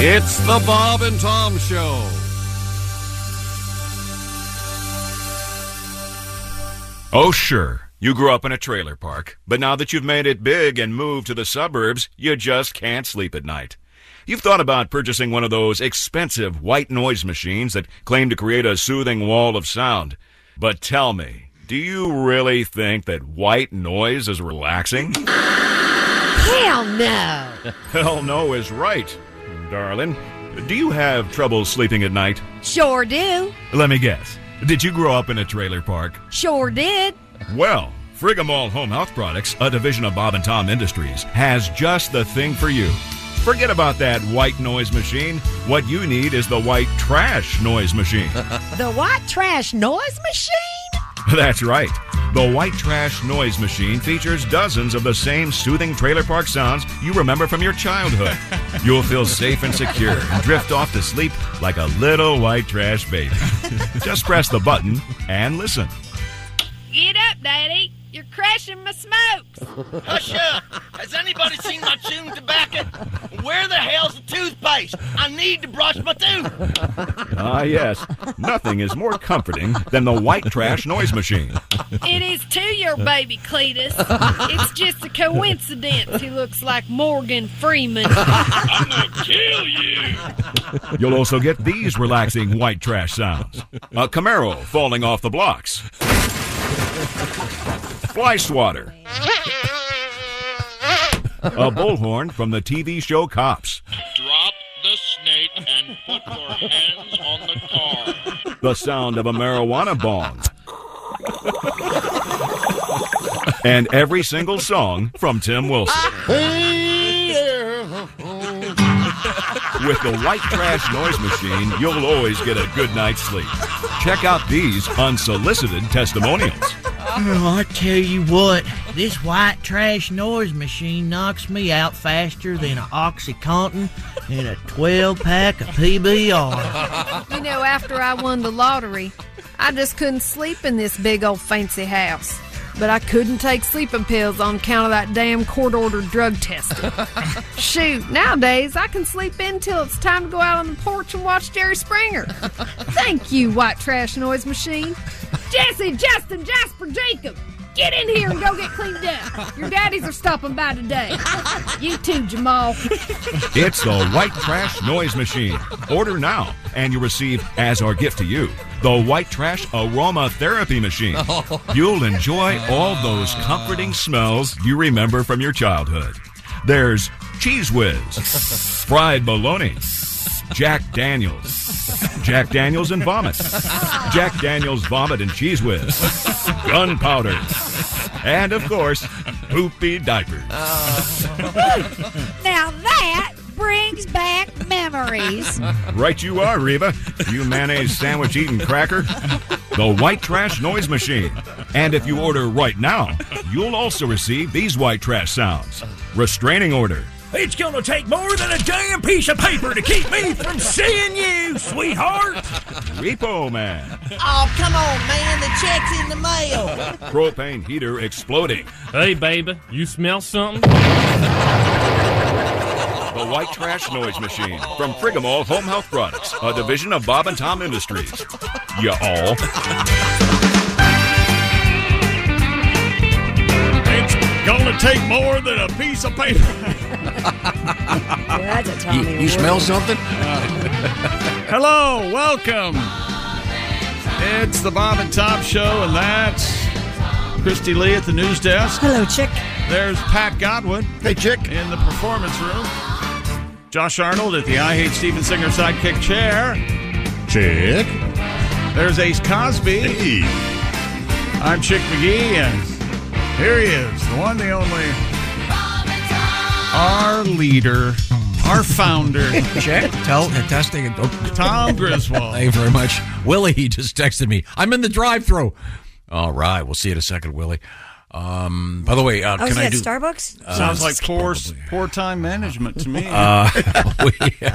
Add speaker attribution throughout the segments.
Speaker 1: It's the Bob and Tom Show. Oh, sure. You grew up in a trailer park, but now that you've made it big and moved to the suburbs, you just can't sleep at night. You've thought about purchasing one of those expensive white noise machines that claim to create a soothing wall of sound. But tell me, do you really think that white noise is relaxing?
Speaker 2: Hell no.
Speaker 1: Hell no is right, darling. Do you have trouble sleeping at night?
Speaker 2: Sure do.
Speaker 1: Let me guess. Did you grow up in a trailer park?
Speaker 2: Sure did.
Speaker 1: Well, Frigamall Home Health Products, a division of Bob and Tom Industries, has just the thing for you. Forget about that white noise machine. What you need is the white trash noise machine.
Speaker 2: The white trash noise machine?
Speaker 1: That's right. The White Trash Noise Machine features dozens of the same soothing trailer park sounds you remember from your childhood. You'll feel safe and secure and drift off to sleep like a little white trash baby. Just press the button and listen.
Speaker 3: Get up, Daddy. You're crashing my smokes.
Speaker 4: Hush up! Oh, Has anybody seen my chewing tobacco? Where the hell's the toothpaste? I need to brush my tooth.
Speaker 1: Ah, yes. Nothing is more comforting than the White Trash Noise Machine.
Speaker 3: It is to your baby, Cletus. It's just a coincidence he looks like Morgan Freeman.
Speaker 4: I'm gonna kill you.
Speaker 1: You'll also get these relaxing white trash sounds a Camaro falling off the blocks, fly swatter, a bullhorn from the TV show Cops,
Speaker 4: Drop the snake and put your hands on the car.
Speaker 1: the sound of a marijuana bong, and every single song from Tim Wilson. With the white trash noise machine, you'll always get a good night's sleep. Check out these unsolicited testimonials.
Speaker 5: Well, I tell you what, this white trash noise machine knocks me out faster than an Oxycontin and a 12 pack of PBR.
Speaker 3: You know, after I won the lottery, I just couldn't sleep in this big old fancy house. But I couldn't take sleeping pills on account of that damn court ordered drug testing. Shoot, nowadays I can sleep in till it's time to go out on the porch and watch Jerry Springer. Thank you, white trash noise machine. Jesse, Justin, Jasper, Jacob, get in here and go get cleaned up. Your daddies are stopping by today. You too, Jamal.
Speaker 1: It's the White Trash Noise Machine. Order now, and you receive, as our gift to you, the White Trash Aromatherapy Machine. You'll enjoy all those comforting smells you remember from your childhood. There's Cheese Whiz, Fried Bologna, Jack Daniels, Jack Daniels and Vomit, Jack Daniels Vomit and Cheese Whiz, Gunpowder, and of course, Poopy Diapers.
Speaker 6: Now that brings back memories.
Speaker 1: Right you are, Reba. You mayonnaise sandwich eating cracker. The White Trash Noise Machine. And if you order right now, you'll also receive these white trash sounds. Restraining order.
Speaker 7: It's gonna take more than a damn piece of paper to keep me from seeing you, sweetheart.
Speaker 1: Repo man.
Speaker 8: Oh, come on, man. The check's in the mail.
Speaker 1: Propane heater exploding.
Speaker 9: Hey, baby, you smell something?
Speaker 1: The White Trash Noise Machine from Frigamall Home Health Products, a division of Bob and Tom Industries. You all.
Speaker 7: It's gonna take more than a piece of paper.
Speaker 2: that's a Tommy You, smell something?
Speaker 7: Hello, welcome. It's the Bob and Tom Show, and that's Christy Lee at the news desk.
Speaker 2: Hello, chick.
Speaker 7: There's Pat Godwin
Speaker 4: Hey, chick.
Speaker 7: in the performance room. Josh Arnold at the I Hate Steven Singer sidekick chair. Chick. There's Ace Cosby. I'm Chick McGee, and here he is, the one, the only, our leader, our founder.
Speaker 2: Check. Tell testing.
Speaker 7: Tom Griswold.
Speaker 2: Thank you very much. Willie he just texted me. I'm in the drive-through. All right, we'll see you in a second, Willie. Um, by the way, uh,
Speaker 7: Oh,
Speaker 2: can
Speaker 7: is it
Speaker 2: I
Speaker 7: at
Speaker 2: do
Speaker 7: Starbucks?
Speaker 2: Uh,
Speaker 7: Sounds like poor, poor time management to me.
Speaker 2: Uh, we-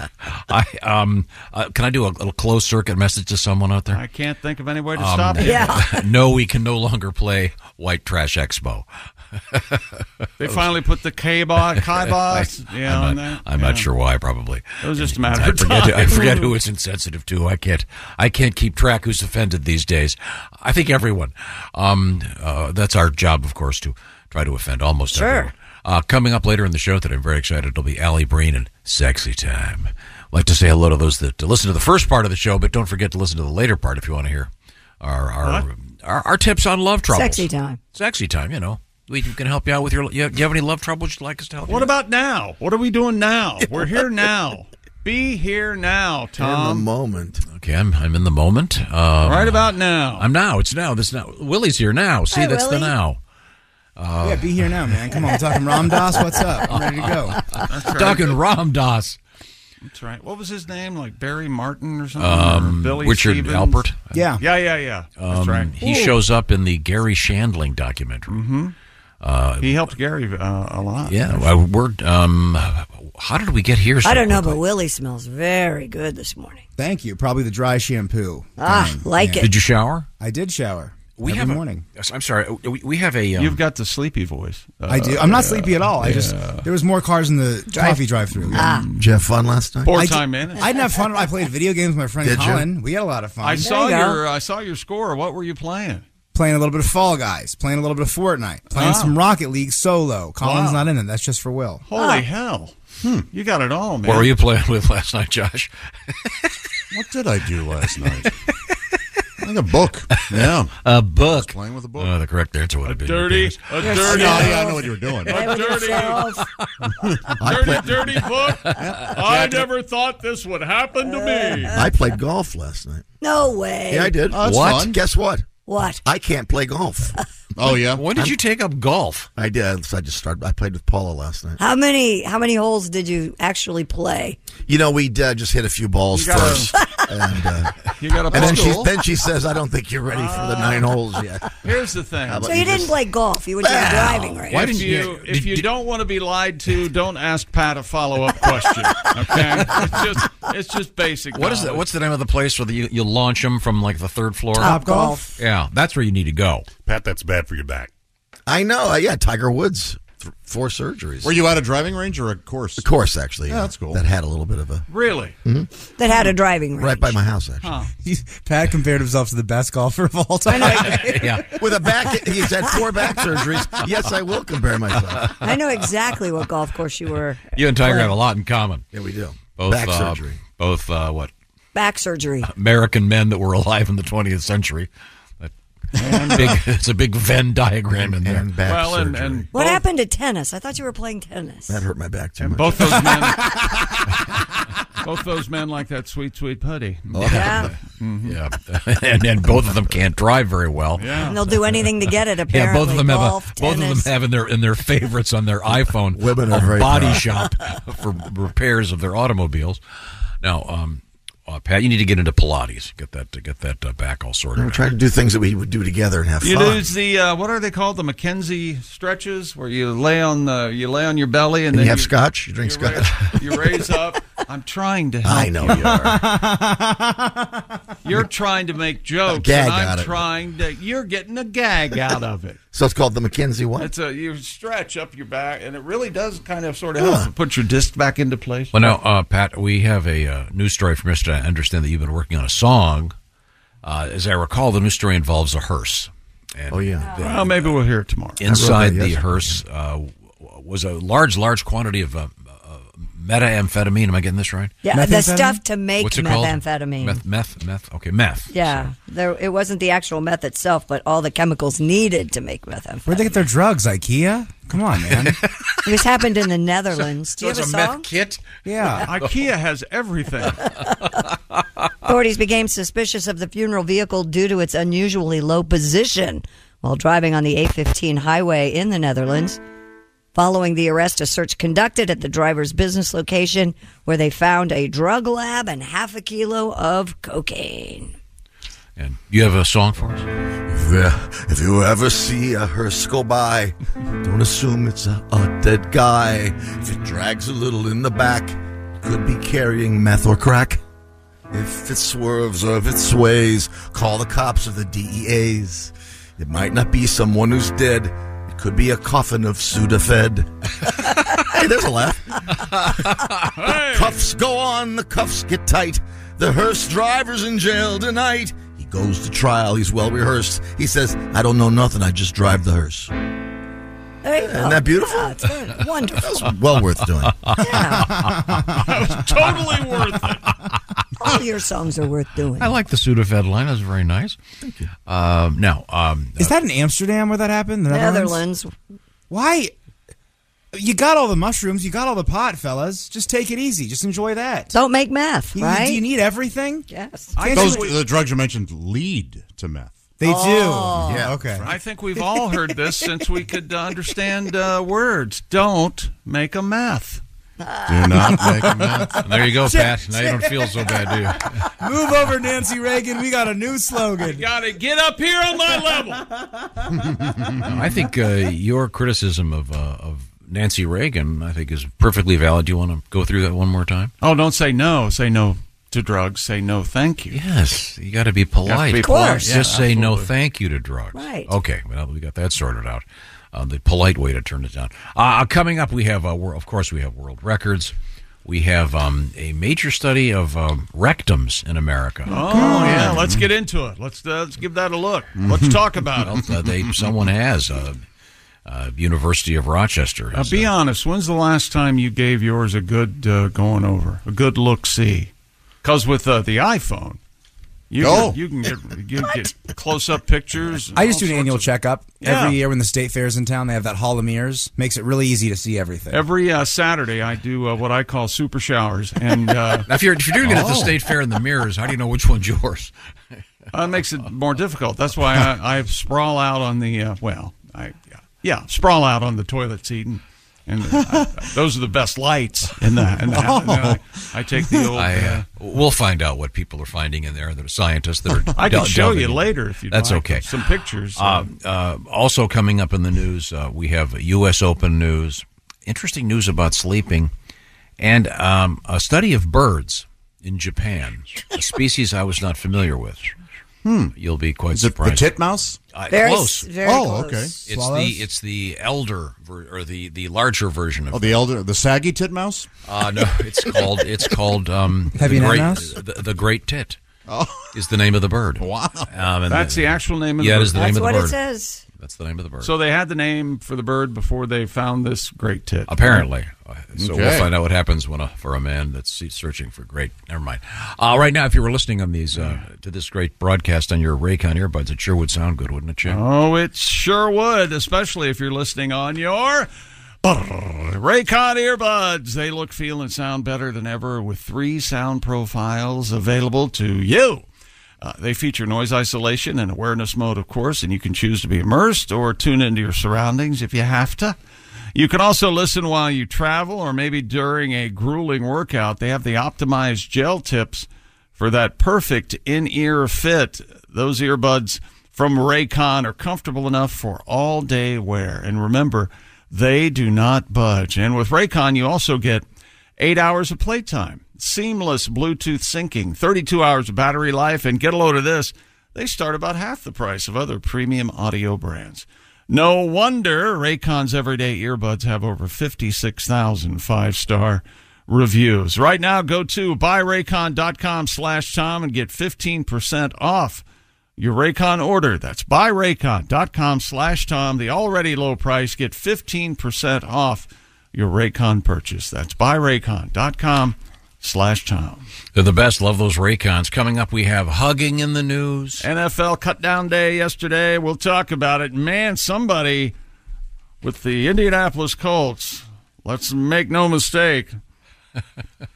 Speaker 2: I, um, uh, can I do a little closed circuit message to someone out there?
Speaker 7: I can't think of any way to
Speaker 2: Um,
Speaker 7: stop it.
Speaker 2: no, we can no longer play White Trash Expo.
Speaker 7: They finally put the K-Bot, K-Bot,
Speaker 2: I-
Speaker 7: yeah,
Speaker 2: I'm,
Speaker 7: on
Speaker 2: not,
Speaker 7: that.
Speaker 2: I'm not sure why. Probably
Speaker 7: It was just a matter
Speaker 2: I
Speaker 7: of
Speaker 2: forget.
Speaker 7: time.
Speaker 2: I forget who it's insensitive to. I can't. I can't keep track who's offended these days. I think everyone. Um, uh, that's our job, of course, to try to offend almost
Speaker 4: Sure.
Speaker 2: everyone. Uh, coming up later in the show that I'm very excited. It'll be Allie Breen and Sexy Time. I'd like to say hello to those that to listen to the first part of the show, but don't forget to listen to the later part if you want to hear our our our, our tips on love troubles.
Speaker 10: Sexy time.
Speaker 2: Sexy time. You know, we can help you out with your. You have, you have any love troubles you'd like us to help? you
Speaker 7: What about now? What are we doing now? We're here now. Be here now, Tom.
Speaker 2: moment. Okay, I'm, I'm in the moment. Um,
Speaker 7: Right about now.
Speaker 2: I'm now. It's now. This now. Willie's here now. See,
Speaker 11: Hi,
Speaker 2: that's
Speaker 11: Willie.
Speaker 2: the now. Uh,
Speaker 11: yeah, be here now, man. Come on, talking Ram Dass. What's up? I'm ready to go.
Speaker 7: That's right.
Speaker 2: Talking Ram Dass.
Speaker 7: That's right. What was his name? Like Barry Martin or something?
Speaker 2: Um,
Speaker 7: Or Billy
Speaker 2: Richard
Speaker 7: Stevens?
Speaker 2: Alpert.
Speaker 11: Yeah.
Speaker 7: Yeah, yeah, yeah. That's
Speaker 2: Um,
Speaker 7: right.
Speaker 2: He shows up in the Gary Shandling documentary.
Speaker 7: hmm
Speaker 2: Uh,
Speaker 7: He helped Gary uh, a lot.
Speaker 2: yeah, well, we're. Um, how did we get here? so
Speaker 10: I don't know,
Speaker 2: quickly?
Speaker 10: but Willie smells very good this morning.
Speaker 11: Thank you. Probably the dry shampoo.
Speaker 10: Ah, like it.
Speaker 2: Did you shower?
Speaker 11: I did shower.
Speaker 2: We
Speaker 11: every
Speaker 2: have a-
Speaker 11: morning.
Speaker 2: I'm sorry. We, we have a. Um,
Speaker 7: You've got the sleepy voice.
Speaker 11: I do. I'm not sleepy at all. I just there was more cars in the coffee drive-through.
Speaker 7: Ah.
Speaker 11: Did you have fun last
Speaker 7: night? Poor time management.
Speaker 11: I didn't have fun. I played video games with my friend
Speaker 7: Did you?
Speaker 11: Colin. We had a lot of fun.
Speaker 7: I saw your uh, I saw your score. What were you playing?
Speaker 11: playing a little bit of Fall Guys, playing a little bit of Fortnite, playing
Speaker 7: Wow.
Speaker 11: some Rocket League solo. Colin's
Speaker 7: Ah. Wow.
Speaker 11: not in it. That's just for Will.
Speaker 10: Ah.
Speaker 7: Holy hell! You got it all, man.
Speaker 2: what were Hmm. you playing with last night, Josh?
Speaker 12: What did I do last night? I think a book. Yeah.
Speaker 2: a book.
Speaker 12: playing with a book.
Speaker 2: Oh, the correct answer would have been your
Speaker 7: dirty-
Speaker 2: penis.
Speaker 7: a
Speaker 12: Yes. dirty- Oh, yeah, I know what you were doing.
Speaker 7: A dirty,
Speaker 12: I
Speaker 7: dirty,
Speaker 12: played-
Speaker 7: dirty book. I
Speaker 12: Jack-
Speaker 7: never thought this would happen to
Speaker 4: Uh,
Speaker 7: me.
Speaker 12: I played golf last night.
Speaker 10: No way.
Speaker 12: Yeah, I did.
Speaker 10: Oh, that's
Speaker 12: what?
Speaker 10: fun.
Speaker 12: Guess what?
Speaker 10: What?
Speaker 12: I can't play golf.
Speaker 10: Oh, yeah?
Speaker 2: When did you take up golf?
Speaker 12: I did. I just started. I played with Paula last night.
Speaker 10: How many how many holes did you actually play?
Speaker 12: You know, we uh, just hit a few balls
Speaker 10: You gotta-
Speaker 12: first, and uh,
Speaker 7: you got
Speaker 12: and then she then she says, "I don't think you're ready for the
Speaker 13: Ah.
Speaker 12: nine holes yet."
Speaker 7: Here's the thing.
Speaker 10: So you didn't play golf. You were just driving, right?
Speaker 7: if you, if you don't want to be lied to, don't ask Pat a follow up question. Okay, it's just it's just basic.
Speaker 2: What is that?
Speaker 7: knowledge.
Speaker 2: What's the name of the place where the, you, you launch them from like the third floor?
Speaker 12: Top Golf.
Speaker 2: Yeah, that's where you need to go.
Speaker 12: Pat, that's bad for your back. I know. uh, Yeah, Tiger Woods, th- four surgeries.
Speaker 13: Were you at a driving range or a course?
Speaker 12: A course, actually.
Speaker 13: Yeah, that's cool.
Speaker 12: That had a little bit of a
Speaker 7: really
Speaker 10: That had a driving range.
Speaker 12: Mm-hmm. right by my house, actually.
Speaker 11: Pat compared himself to the best golfer of all time.
Speaker 2: yeah.
Speaker 12: With a back, he's had four back surgeries. Yes, I will compare myself.
Speaker 10: I know exactly what golf course you were.
Speaker 2: You and Tiger have a lot in common.
Speaker 12: Yeah, we do.
Speaker 2: Both
Speaker 12: Back
Speaker 2: uh,
Speaker 12: surgery.
Speaker 2: Both uh, what
Speaker 10: Back surgery.
Speaker 2: American men that were alive in the 20th century. That big, it's a big Venn diagram in there.
Speaker 7: well, and, and
Speaker 10: What
Speaker 7: both-
Speaker 10: happened to tennis? I thought you were playing tennis.
Speaker 12: That hurt my back too
Speaker 7: and
Speaker 12: much.
Speaker 7: both those men, both those men like that sweet sweet putty.
Speaker 10: Yeah.
Speaker 7: Mhm.
Speaker 2: yeah, Mm-hmm. and, and both of them can't drive very well.
Speaker 7: Yeah.
Speaker 10: And they'll do anything to get it.
Speaker 2: Yeah,
Speaker 10: Apparently,
Speaker 2: both of them have
Speaker 10: golf,
Speaker 2: a, both of them
Speaker 10: tennis.
Speaker 2: have in their in their favorites on their iPhone
Speaker 12: Women are
Speaker 2: a
Speaker 12: very
Speaker 2: body
Speaker 12: proud.
Speaker 2: shop for repairs of their automobiles. Now, um, uh, Pat, you need to get into Pilates. Get that to get that uh, back all sorted.
Speaker 12: I'm trying to do things that we would do together and have
Speaker 7: You
Speaker 12: fun.
Speaker 7: lose the uh, what are they called? The McKenzie stretches, where you lay on the you lay on your belly and,
Speaker 12: And
Speaker 7: then
Speaker 12: you have scotch. You drink
Speaker 7: you raise-
Speaker 12: scotch.
Speaker 7: you raise up. I'm trying to. Help
Speaker 12: I know you
Speaker 7: are. You're trying to make jokes.
Speaker 12: gag
Speaker 7: and
Speaker 12: out
Speaker 7: I'm
Speaker 12: of it.
Speaker 7: trying to. You're getting a gag out of it.
Speaker 12: So it's called the McKenzie one.
Speaker 7: It's a you stretch up your back, and it really does kind of sort of help. Put your disc back into place.
Speaker 2: Well, now, uh, Pat, we have a uh, news story from yesterday. I understand that you've been working on a song. Uh, as I recall, the news story involves a hearse. And
Speaker 12: Oh, yeah.
Speaker 2: the-
Speaker 7: Well, maybe we'll hear it tomorrow.
Speaker 2: Inside
Speaker 7: I wrote that
Speaker 2: the
Speaker 7: yesterday.
Speaker 2: hearse uh, w- was a large, large quantity of uh, uh, methamphetamine. Am I getting this right?
Speaker 10: Yeah, the stuff to make
Speaker 2: What's it called?
Speaker 10: methamphetamine.
Speaker 2: Meth, meth, meth. Okay, meth.
Speaker 10: Yeah, there it wasn't the actual meth itself, but all the chemicals needed to make methamphetamine.
Speaker 11: Where'd they get their drugs? IKEA? Come on, man.
Speaker 10: This happened in the Netherlands. Do you
Speaker 2: So
Speaker 10: have
Speaker 2: it's
Speaker 10: a
Speaker 2: a meth
Speaker 10: song?
Speaker 2: kit?
Speaker 10: Yeah.
Speaker 7: IKEA has everything.
Speaker 10: Authorities became suspicious of the funeral vehicle due to its unusually low position while driving on the A15 highway in the Netherlands. Following the arrest, a search conducted at the driver's business location where they found a drug lab and half a kilo of cocaine.
Speaker 2: You have a song for us?
Speaker 12: If, if you ever see a hearse go by, don't assume it's a, a dead guy. If it drags a little in the back, could be carrying meth or crack. If it swerves or if it sways, call the cops or the DEAs. It might not be someone who's dead. It could be a coffin of Sudafed. hey, there's a laugh. The cuffs go on, the cuffs get tight. The hearse driver's in jail tonight. He goes to trial. He's well rehearsed. He says, I don't know nothing. I just drive the hearse.
Speaker 10: There you
Speaker 12: Isn't that beautiful?
Speaker 10: Yeah, it's good. Wonderful.
Speaker 12: Well worth doing.
Speaker 10: totally worth it. All your songs are worth doing.
Speaker 2: I like the Sudafed line. That's very nice. Thank you. Um, now, um,
Speaker 11: Is that in Amsterdam where that happened? The
Speaker 10: Netherlands.
Speaker 11: Why? You got all the mushrooms. You got all the pot, fellas. Just take it easy. Just enjoy that.
Speaker 10: Don't make meth,
Speaker 11: You-
Speaker 10: right?
Speaker 11: Do you need everything?
Speaker 10: Yes.
Speaker 11: I
Speaker 13: Those,
Speaker 11: think we-
Speaker 13: the drugs you mentioned lead to meth.
Speaker 11: They do. Oh.
Speaker 13: Yeah.
Speaker 11: Okay.
Speaker 7: I think we've all heard this since we could uh, understand uh, words. Don't make a meth.
Speaker 13: Do not make a meth.
Speaker 2: There you go,
Speaker 11: Check,
Speaker 2: Pat. Now you don't
Speaker 11: check.
Speaker 2: feel so bad, do you?
Speaker 11: Move over, Nancy Reagan. We got a new slogan.
Speaker 7: Gotta get up here on my level.
Speaker 2: I think uh, your criticism of uh, of Nancy Reagan, I think, is perfectly valid. Do you want to go through that one more time?
Speaker 7: Oh, don't say no. Say no to drugs. Say no, thank you.
Speaker 2: Yes, you got to be polite.
Speaker 7: Of course.
Speaker 2: Just say no thank you to drugs.
Speaker 7: Right.
Speaker 2: Okay, well, we got that sorted out. Uh, the polite way to turn it down. Uh, coming up, we have, uh, wor- of course, we have world records. We have um, a major study of um, rectums in America.
Speaker 7: Oh yeah, let's get into it. Let's uh, let's give that a look. Let's talk about it.
Speaker 2: Well, uh, they, someone has. Uh, uh, University of Rochester.
Speaker 7: Now, Uh, be honest. When's the last time you gave yours a good uh, going over, a good look? See, because with uh, the iPhone, you
Speaker 11: Oh.
Speaker 7: can, you can get you can get close up pictures. and
Speaker 11: I just
Speaker 7: all
Speaker 11: do an
Speaker 7: sorts
Speaker 11: annual
Speaker 7: of-
Speaker 11: checkup
Speaker 7: Yeah.
Speaker 11: every year when the state fair's in town. They have that hall of mirrors. Makes it really easy to see everything.
Speaker 7: Every uh, Saturday, I do uh, what I call super showers, and uh,
Speaker 2: Now, if you're, if you're doing it at the
Speaker 7: Oh.
Speaker 2: state fair in the mirrors, how do you know which one's yours?
Speaker 7: Uh, it makes it more difficult. That's why I, I sprawl out on the uh, well, I yeah, yeah, sprawl out on the toilet seat, and, and uh, those are the best lights in the. In the and I, I take the old.
Speaker 2: I,
Speaker 7: uh,
Speaker 2: uh, we'll find out what people are finding in there. There are scientists that are.
Speaker 7: I can
Speaker 2: del-
Speaker 7: show you
Speaker 2: delving in.
Speaker 7: later if you'd
Speaker 2: That's
Speaker 7: like.
Speaker 2: okay.
Speaker 7: Some pictures.
Speaker 2: Uh, uh, also coming up in the news, uh, we have U.S. Open news. Interesting news about sleeping, and um, a study of birds in Japan, a species I was not familiar with.
Speaker 13: Hmm.
Speaker 2: You'll be quite
Speaker 13: Is it
Speaker 2: surprised.
Speaker 13: the titmouse?
Speaker 2: Uh,
Speaker 13: Very s-
Speaker 2: close.
Speaker 13: very Oh, close. okay.
Speaker 2: It's
Speaker 13: Swallows?
Speaker 2: the it's the elder ver- or the the larger version of
Speaker 13: Oh, the elder, the saggy titmouse.
Speaker 2: Uh, no, it's called it's called um,
Speaker 13: Heavy
Speaker 2: the
Speaker 13: Net
Speaker 2: great,
Speaker 13: Mouse?
Speaker 2: The, the Great Tit. Is the name of the bird. Wow. Um, and
Speaker 7: That's the actual name of the
Speaker 2: yeah,
Speaker 7: bird.
Speaker 2: it is the
Speaker 7: That's
Speaker 2: name of the
Speaker 7: what it
Speaker 2: bird.
Speaker 10: says.
Speaker 2: That's the name of the bird.
Speaker 7: So they had the name for the bird before they found this great tit.
Speaker 2: Apparently. Uh, So we'll
Speaker 7: Okay.
Speaker 2: find out what happens when a, for a man that's searching for great. Never mind. Uh, right now, if you were listening on these uh, to this great broadcast on your Raycon earbuds, it sure would sound good, wouldn't it, Jim?
Speaker 7: Oh, it sure would, especially if you're listening on your Raycon earbuds. They look, feel, and sound better than ever with three sound profiles available to you. Uh, they feature noise isolation and awareness mode, of course, and you can choose to be immersed or tune into your surroundings if you have to. You can also listen while you travel or maybe during a grueling workout. They have the optimized gel tips for that perfect in ear fit. Those earbuds from Raycon are comfortable enough for all day wear. And remember, they do not budge. And with Raycon, you also get eight hours of playtime, seamless Bluetooth syncing, 32 hours of battery life, and get a load of this. They start about half the price of other premium audio brands. No wonder Raycon's everyday earbuds have over 56,000 five-star reviews. Right now, go to buyraycon.com slash Tom and get 15% off your Raycon order. That's buyraycon.com slash Tom. The already low price, get 15% off your Raycon purchase. That's buyraycon.com slash Tom.
Speaker 2: They're the best. Love those Raycons. Coming up, we have hugging in the news.
Speaker 7: NFL cutdown day yesterday. We'll talk about it. Man, somebody with the Indianapolis Colts Let's make no mistake.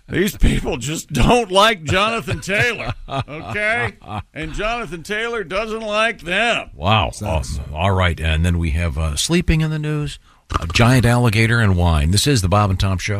Speaker 7: These people just don't like Jonathan Taylor, okay? And Jonathan Taylor doesn't like them.
Speaker 2: Wow. Awesome. All right. And then we have uh, sleeping in the news, a giant alligator, and wine. This is the Bob and Tom Show.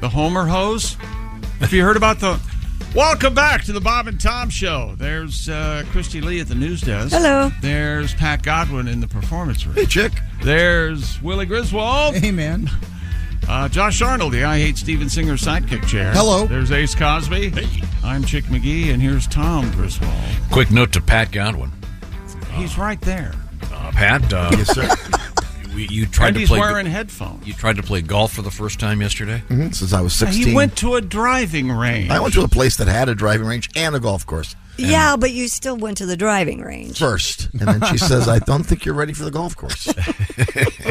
Speaker 7: The Homer hose? Have you heard about the. Welcome back to the Bob and Tom Show. There's uh, Christy Lee at the news desk.
Speaker 10: Hello.
Speaker 7: There's Pat Godwin in the performance room.
Speaker 12: Hey, chick.
Speaker 7: There's Willie Griswold.
Speaker 11: Hey, man.
Speaker 7: Uh, Josh Arnold, the I Hate Steven Singer sidekick chair.
Speaker 2: Hello.
Speaker 7: There's Ace Cosby. I'm Chick McGee, and here's Tom Griswold.
Speaker 2: Quick note to Pat Godwin.
Speaker 7: He's right there.
Speaker 2: Uh, Pat, uh,
Speaker 7: Yes, sir.
Speaker 2: we- you tried
Speaker 7: And
Speaker 2: to
Speaker 7: he's
Speaker 2: play.
Speaker 7: wearing headphones.
Speaker 2: You tried to play golf for the first time yesterday.
Speaker 12: Mm-hmm. Since I was
Speaker 7: Now,
Speaker 12: 16.
Speaker 7: He went to a driving range.
Speaker 12: I went to a place that had a driving range and a golf course
Speaker 10: Yeah, but you still went to the driving range.
Speaker 12: first. And then she says, I don't think you're ready for the golf course.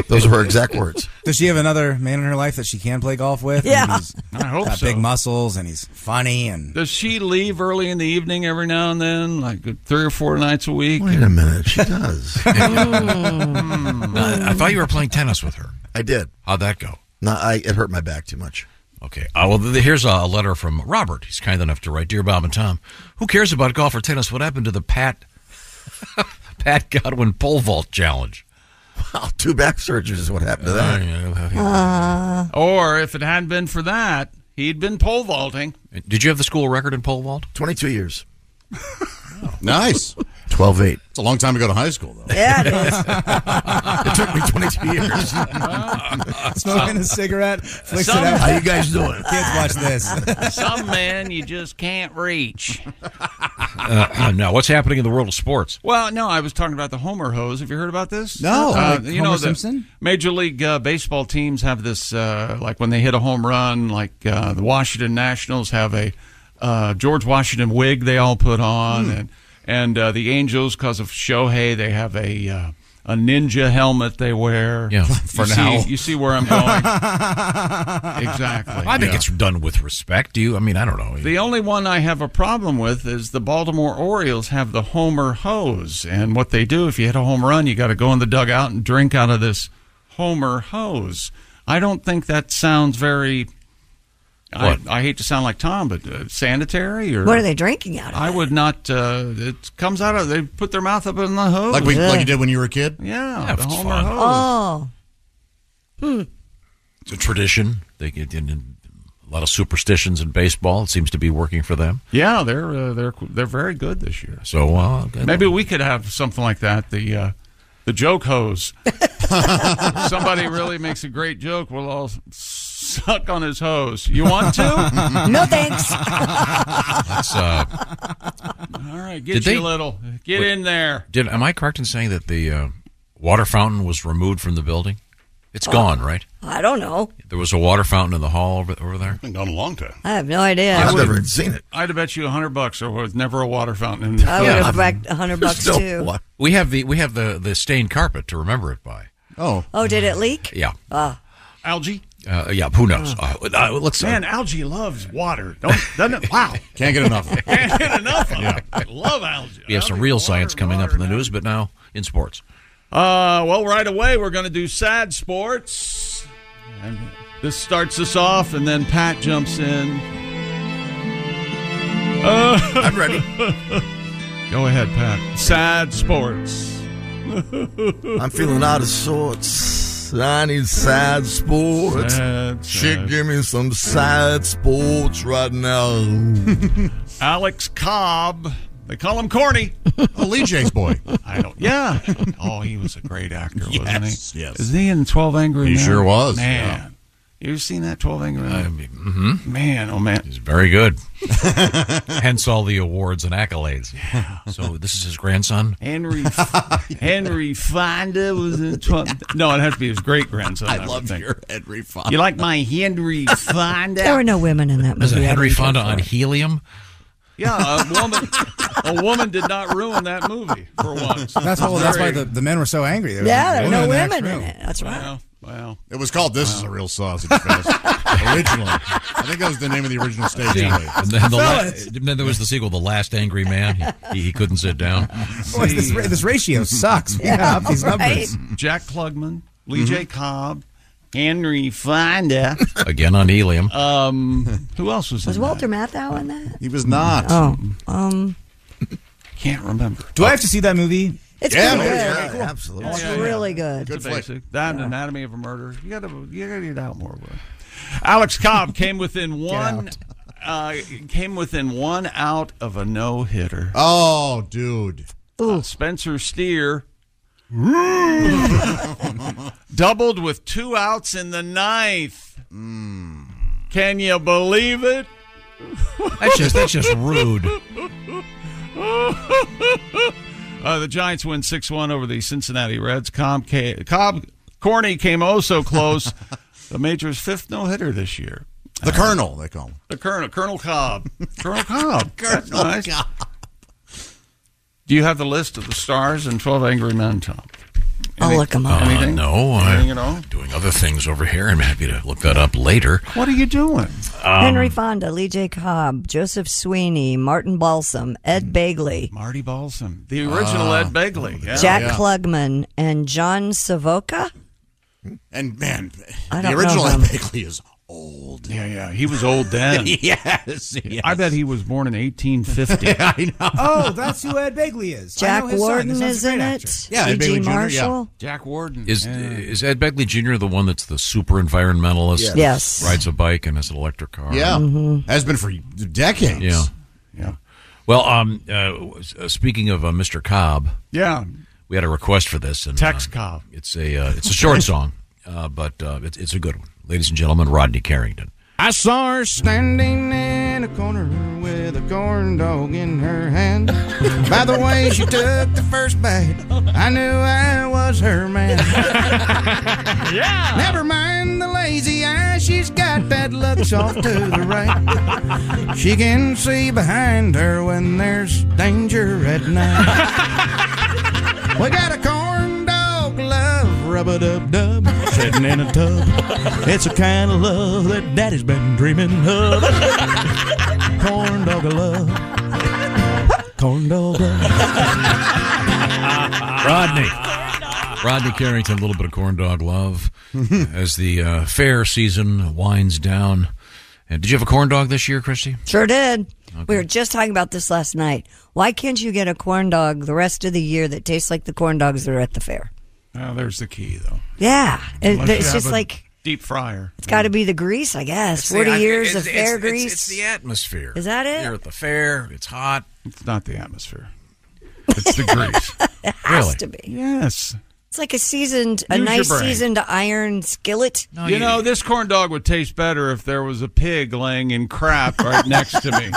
Speaker 12: Those are her exact words.
Speaker 11: Does she have another man in her life that she can play golf with?
Speaker 10: Yeah.
Speaker 11: And he's
Speaker 7: I hope
Speaker 11: got
Speaker 7: so.
Speaker 11: big muscles and he's funny and
Speaker 7: Does she leave early in the evening every now and then, like three or four nights a week? Hmm.
Speaker 12: Wait a minute, she does.
Speaker 2: Uh, I thought you were playing tennis with her.
Speaker 12: I did.
Speaker 2: How'd that go?
Speaker 12: No, I, it hurt my back too much.
Speaker 2: Okay. Uh, well, th- here's a letter from Robert. He's kind enough to write, "Dear Bob and Tom, who cares about golf or tennis? What happened to the Pat Pat Godwin pole vault challenge?
Speaker 12: Wow, two back surgeries is what happened to
Speaker 2: Oh, that.
Speaker 7: or if it hadn't been for that, he'd been pole vaulting.
Speaker 2: Did you have the school record in pole vault?
Speaker 12: Twenty-two years.
Speaker 13: Nice.
Speaker 12: 12 8.
Speaker 13: It's a long time to go to high school, though.
Speaker 10: Yeah,
Speaker 12: it took me 22 years.
Speaker 11: smoking a cigarette. Flicks it
Speaker 7: Some-
Speaker 11: out.
Speaker 7: How you guys
Speaker 12: doing?
Speaker 11: Kids, watch this.
Speaker 7: Some man you just can't reach.
Speaker 2: Uh, uh, now, what's happening in the world of sports?
Speaker 7: Well, no, I was talking about the Homer hose. Have you heard about this?
Speaker 2: No.
Speaker 7: Uh,
Speaker 2: Like
Speaker 7: you know,
Speaker 2: Homer
Speaker 7: the
Speaker 2: Simpson?
Speaker 7: Major League uh, Baseball teams have this, uh, like when they hit a home run, like uh, the Washington Nationals have a uh, George Washington wig they all put
Speaker 2: Hmm.
Speaker 7: on, and and uh, the Angels, because of Shohei, they have a uh, a ninja helmet they wear.
Speaker 2: Yeah,
Speaker 7: You
Speaker 2: for
Speaker 7: see-
Speaker 2: now.
Speaker 7: you see where I'm going? exactly.
Speaker 2: I think
Speaker 7: Yeah.
Speaker 2: it's done with respect. Do you? I mean, I don't know.
Speaker 7: The only one I have a problem with is the Baltimore Orioles have the homer hose. And what they do, if you hit a home run, you got to go in the dugout and drink out of this homer hose. I don't think that sounds very. I,
Speaker 2: What?
Speaker 7: I hate to sound like Tom, but uh, sanitary or
Speaker 10: What are they drinking out of?
Speaker 7: I would not. Uh, it comes out of. They put their mouth up in the hose,
Speaker 13: Like, we, like you did when you were a kid?
Speaker 7: Yeah,
Speaker 2: Yeah,
Speaker 7: the
Speaker 2: it's
Speaker 7: homer
Speaker 2: fun.
Speaker 7: hose.
Speaker 10: Oh.
Speaker 2: It's a tradition. They get in, in a lot of superstitions in baseball. It seems to be working for them.
Speaker 7: Yeah, they're uh, they're they're very good this year.
Speaker 2: So uh,
Speaker 7: Maybe we could have something like that. The uh, the joke hose. If Somebody really makes a great joke. We'll all suck on his hose. You want to?
Speaker 10: No, thanks.
Speaker 2: That's, uh,
Speaker 7: all right, get
Speaker 2: Did
Speaker 7: you
Speaker 2: they-
Speaker 7: a little. Get
Speaker 2: Wait.
Speaker 7: in there.
Speaker 2: did am I correct in saying that the uh, water fountain was removed from the building? It's gone, right?
Speaker 10: Oh, I don't know.
Speaker 2: There was a water fountain in the hall over, over there.
Speaker 13: Been gone a long time.
Speaker 10: I have no idea.
Speaker 7: I would've-
Speaker 12: seen it.
Speaker 7: I'd have bet you a hundred bucks there was never a water fountain in the
Speaker 10: I would have backed a hundred bucks too.
Speaker 2: We have the we have the the stained carpet to remember it by.
Speaker 13: Oh,
Speaker 10: Oh, did it leak?
Speaker 2: Yeah.
Speaker 10: Ah.
Speaker 7: algae.
Speaker 2: Uh, yeah, who knows?
Speaker 10: Oh.
Speaker 2: Uh, uh, let's.
Speaker 7: Man, algae loves water. Don't doesn't it? Wow.
Speaker 2: Can't get enough.
Speaker 7: Can't get enough of it. I Love algae.
Speaker 2: We have some real science coming up in the news, but now in sports.
Speaker 7: Uh, well, right away we're going to do sad sports. And this starts us off, and then Pat jumps in. Uh,
Speaker 12: I'm ready.
Speaker 7: Go ahead, Pat. Sad sports.
Speaker 12: I'm feeling out of sorts. I need sad sports.
Speaker 7: Sad,
Speaker 12: Chick,
Speaker 7: sad.
Speaker 12: give me some sad sports right now.
Speaker 7: Alex Cobb. They call him Corny. Oh, Lee J's boy. I don't. Yeah. Oh, he was a great actor, wasn't
Speaker 13: Yes,
Speaker 7: he?
Speaker 13: yes.
Speaker 7: Is he in Twelve Angry
Speaker 13: He
Speaker 7: Men?
Speaker 13: sure was,
Speaker 7: Man, you ever seen that Twelve Angry Men? Man, oh man.
Speaker 2: Mm-hmm. He's very good. Hence all the awards and accolades. So this is his grandson.
Speaker 7: Henry Henry Fonda was in Twelve. No, it has to be his great grandson. I, love your
Speaker 13: Henry Fonda.
Speaker 7: Oh. You like my Henry Fonda?
Speaker 10: There were no women in that
Speaker 2: Is
Speaker 10: movie.
Speaker 2: it
Speaker 10: I
Speaker 2: Henry
Speaker 10: didn't care
Speaker 2: Fonda
Speaker 10: for
Speaker 2: on
Speaker 10: it.
Speaker 2: helium?
Speaker 7: Yeah, a woman. A woman did not ruin that movie for once.
Speaker 11: That's, why- that's why the, the men were so angry. There was a woman in the next room.
Speaker 10: That's right.
Speaker 7: Wow. wow.
Speaker 13: It was called This Is a Real Sausage Fest originally. I think that was the name of the original stage
Speaker 2: Yeah.
Speaker 13: play.
Speaker 2: And then, the la-
Speaker 11: Fellas.
Speaker 2: then there was the sequel, The Last Angry Man. He, he couldn't sit down.
Speaker 11: Boy, this, ra- this ratio sucks. We gotta up these numbers. Mm-hmm.
Speaker 7: Jack Klugman, Lee J. Cobb, Henry Fonda.
Speaker 2: Again on helium.
Speaker 7: Um, who else was?
Speaker 10: Was
Speaker 7: in
Speaker 10: Walter Matthau in that?
Speaker 13: He was not.
Speaker 10: Oh, um,
Speaker 7: Can't remember.
Speaker 11: Do I have to see that movie?
Speaker 10: It's
Speaker 13: Yeah,
Speaker 10: pretty
Speaker 13: man,
Speaker 10: good.
Speaker 13: yeah,
Speaker 10: Cool.
Speaker 13: absolutely.
Speaker 10: It's
Speaker 13: Yeah, yeah.
Speaker 10: really good.
Speaker 13: Good flick.
Speaker 7: Basic. That and Anatomy of a Murder. You gotta, you gotta get out more. Bro. Alex Cobb came within one. Uh, came within one out of a no hitter.
Speaker 13: Oh, dude.
Speaker 7: Spencer Steer doubled with two outs in the ninth.
Speaker 13: Hmm.
Speaker 7: Can you believe it?
Speaker 2: That's just, that's just rude.
Speaker 7: Uh, the Giants win 6 1 over the Cincinnati Reds. Com- K- Cobb Corney came oh so close. the Major's fifth no hitter this year. Uh,
Speaker 13: The Colonel, they call him.
Speaker 7: The Colonel, Colonel Cobb. Colonel Cobb. That's
Speaker 13: Colonel
Speaker 7: nice.
Speaker 13: Cobb.
Speaker 7: Do you have the list of the stars and 12 Angry Men, Tom?
Speaker 10: I'll look 'em up.
Speaker 2: Uh,
Speaker 7: Anything?
Speaker 2: no,
Speaker 7: Anything
Speaker 2: I'm
Speaker 7: at all?
Speaker 2: doing other things over here. I'm happy to look that up later.
Speaker 7: What are you doing?
Speaker 2: Um,
Speaker 10: Henry Fonda, Lee J. Cobb, Joseph Sweeney, Martin Balsam, Ed Bagley,
Speaker 7: Marty Balsam. The original
Speaker 13: Mm. Ah.
Speaker 7: Ed Begley. Yeah.
Speaker 10: Jack
Speaker 13: Yeah.
Speaker 10: Klugman, and John Savoca.
Speaker 13: And man,
Speaker 10: I
Speaker 13: the
Speaker 10: don't
Speaker 13: original
Speaker 10: know
Speaker 13: Ed
Speaker 10: them.
Speaker 13: Begley is old.
Speaker 7: Yeah, yeah. He was old then.
Speaker 13: yes,
Speaker 7: I bet he was born in 1850.
Speaker 13: I know.
Speaker 11: Oh, that's who Ed Begley is. I
Speaker 10: Jack
Speaker 11: know his son.
Speaker 10: Warden
Speaker 11: His son's a
Speaker 10: is in
Speaker 11: great
Speaker 10: it.
Speaker 11: actor.
Speaker 13: Yeah, Ed
Speaker 10: E.G.
Speaker 13: Begley Jr., yeah.
Speaker 10: Marshall.
Speaker 7: Jack Warden.
Speaker 2: Is
Speaker 7: Yeah.
Speaker 2: is Ed Begley Jr. the one that's the super environmentalist?
Speaker 13: Yes.
Speaker 2: that
Speaker 10: Yes.
Speaker 2: Rides a bike and has an electric car.
Speaker 13: Yeah,
Speaker 11: Mm-hmm.
Speaker 13: has been for decades.
Speaker 2: Yeah.
Speaker 7: Yeah.
Speaker 2: Well, um, uh, speaking of uh, Mr. Cobb,
Speaker 7: Yeah.
Speaker 2: we had a request for this. And,
Speaker 7: Tex
Speaker 2: uh,
Speaker 7: Cobb.
Speaker 2: It's a uh, it's a short song, uh, but uh, it's it's a good one, ladies and gentlemen. Rodney Carrington.
Speaker 5: I saw her standing in a corner with a corn dog in her hand. By the way she took the first bite, I knew I was her man. yeah. Never mind the lazy eye, she's got that looks off to the right. She can see behind her when there's danger at night. we got a corn dog love, rub a dub dub, sitting in a tub. It's the kind of love that daddy's been dreaming of. corn dog love. Corn dog love.
Speaker 2: Rodney. Rodney Carrington, a little bit of corn dog love as the uh, fair season winds down. And did you have a corn dog this year, Christy?
Speaker 10: Sure did. We were just talking about this last night. Why can't you get a corn dog the rest of the year that tastes like the corn dogs that are at the fair?
Speaker 7: Oh, there's the key, though.
Speaker 10: Yeah, It-
Speaker 7: Unless you
Speaker 10: it's
Speaker 7: have
Speaker 10: just
Speaker 7: a
Speaker 10: like
Speaker 7: Deep fryer.
Speaker 13: Mm.
Speaker 10: it's got to be the grease, I guess. Forty years of fair grease.
Speaker 2: It's, the atmosphere.
Speaker 10: Is that it?
Speaker 2: You're at the fair. It's hot.
Speaker 7: It's not the atmosphere. It's the grease.
Speaker 10: it has
Speaker 2: really?
Speaker 10: to be.
Speaker 7: yes.
Speaker 10: It's like a seasoned, a
Speaker 7: Use your
Speaker 10: nice
Speaker 7: brain.
Speaker 10: seasoned iron skillet.
Speaker 7: you know, this corn dog would taste better if there was a pig laying in crap right next to me.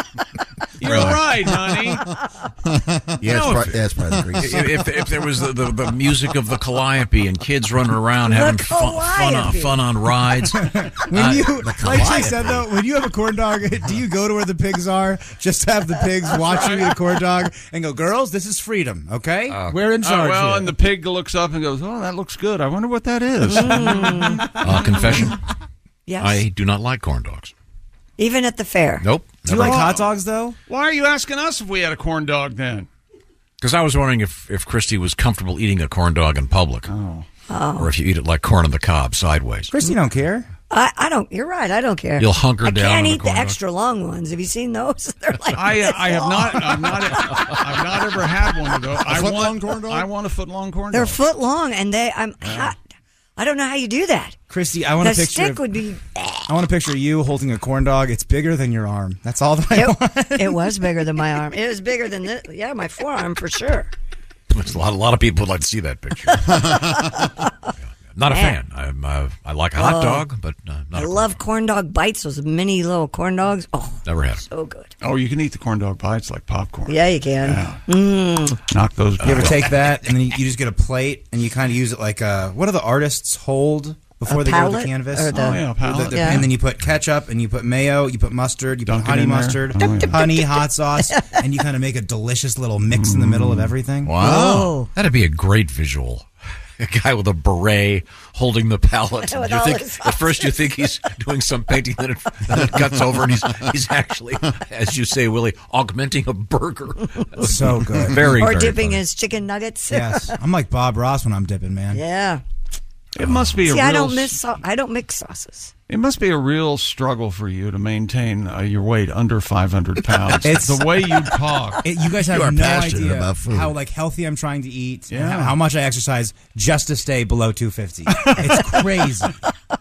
Speaker 7: You're
Speaker 2: Really?
Speaker 7: right, honey.
Speaker 12: Yeah, it's
Speaker 2: No,
Speaker 12: pri- yeah, it's probably the grease.
Speaker 2: if, if, if there was the, the, the music of the calliope and kids running around having fun, fun, on,
Speaker 10: calliope.
Speaker 2: fun on rides,
Speaker 11: When
Speaker 2: Uh,
Speaker 11: you, like she
Speaker 12: calliope.
Speaker 11: said though, when you have a corn dog, do you go to where the pigs are just to have the pigs watch you eat a corn dog and go, girls, this is freedom, okay? We're in
Speaker 7: Uh,
Speaker 11: charge.
Speaker 7: well,
Speaker 11: here."
Speaker 7: and the pig looks up and goes, "Oh, that looks good. I wonder what that is."
Speaker 10: Hmm.
Speaker 2: uh, confession,
Speaker 10: Yes,
Speaker 2: I do not like corn dogs.
Speaker 10: even at the fair.
Speaker 2: Nope.
Speaker 11: do you like hot dogs though?
Speaker 7: Why are you asking us if we had a corn dog then?
Speaker 2: Because I was wondering if, if Christy was comfortable eating a corn dog in public. Or if you eat it like corn on the cob sideways.
Speaker 11: Oh. Christy don't care.
Speaker 10: I, I don't. You're right. I don't care.
Speaker 2: You'll hunker
Speaker 10: I
Speaker 2: down on
Speaker 10: can't
Speaker 2: the
Speaker 10: eat the
Speaker 2: corn dog.
Speaker 10: extra long ones. Have you seen those? They're like
Speaker 7: I, uh,
Speaker 10: this
Speaker 7: I have
Speaker 10: long.
Speaker 7: not, I've not, I've not ever had one of those. I
Speaker 10: foot
Speaker 7: want, corn dog. I want a foot long corn
Speaker 10: They're
Speaker 7: dog.
Speaker 10: foot long, and they. I'm. I, I don't know how you do that.
Speaker 11: Christy, I want a
Speaker 10: the
Speaker 11: picture
Speaker 10: stick
Speaker 11: of-
Speaker 10: would be.
Speaker 11: I want to picture you holding a corn dog. It's bigger than your arm. That's all that I want.
Speaker 10: It was bigger than my arm. It was bigger than this. Yeah, my forearm for sure.
Speaker 2: A lot, a lot of people would like to see that picture. not a
Speaker 10: Man.
Speaker 2: fan. I'm, uh, I like a hot
Speaker 10: Oh.
Speaker 2: dog, but uh, not
Speaker 10: I
Speaker 2: a,
Speaker 10: love corn dog bites. Those mini little corn dogs. Oh,
Speaker 2: never had. it.
Speaker 10: so good.
Speaker 7: Oh, you can eat the corn dog bites like popcorn.
Speaker 10: Yeah, you can. Mm.
Speaker 7: Knock those.
Speaker 11: You ever take that and then you, you just get a plate and you kind of use it like a, what do the artists hold before
Speaker 10: A
Speaker 11: they go to
Speaker 10: palette?
Speaker 11: the canvas?
Speaker 10: Or the- Oh, yeah, a palette.
Speaker 11: The- the-
Speaker 10: Yeah.
Speaker 11: And then you put ketchup and you put mayo, you put mustard, you
Speaker 7: Dunk it
Speaker 11: put honey
Speaker 7: in there.
Speaker 11: mustard,
Speaker 7: Oh, yeah.
Speaker 11: honey, hot sauce, and you kind of make a delicious little mix in the middle of everything. Oh,
Speaker 2: Wow, that'd be a great visual. A guy with a beret holding the palette.
Speaker 11: With
Speaker 2: You
Speaker 11: all
Speaker 2: think-
Speaker 11: his
Speaker 2: at first you think he's doing some painting, then it, then it cuts over, and he's he's actually, as you say, Willie, augmenting a burger.
Speaker 11: So good.
Speaker 2: very,
Speaker 10: or
Speaker 2: very
Speaker 10: dipping
Speaker 2: funny.
Speaker 10: his chicken nuggets.
Speaker 11: Yes. I'm like Bob Ross when I'm dipping, man.
Speaker 10: yeah.
Speaker 7: It must be a
Speaker 10: See,
Speaker 7: real.
Speaker 10: I don't miss. Sau- I don't mix sauces.
Speaker 7: It must be a real struggle for you to maintain uh, your weight under 500 pounds.
Speaker 11: It's-
Speaker 7: the way you talk.
Speaker 11: It- you guys have
Speaker 7: You are
Speaker 11: no
Speaker 7: passionate
Speaker 11: idea
Speaker 7: about food.
Speaker 11: how like healthy I'm trying to eat, and
Speaker 7: Yeah.
Speaker 11: how, how much I exercise just to stay below 250. It's crazy.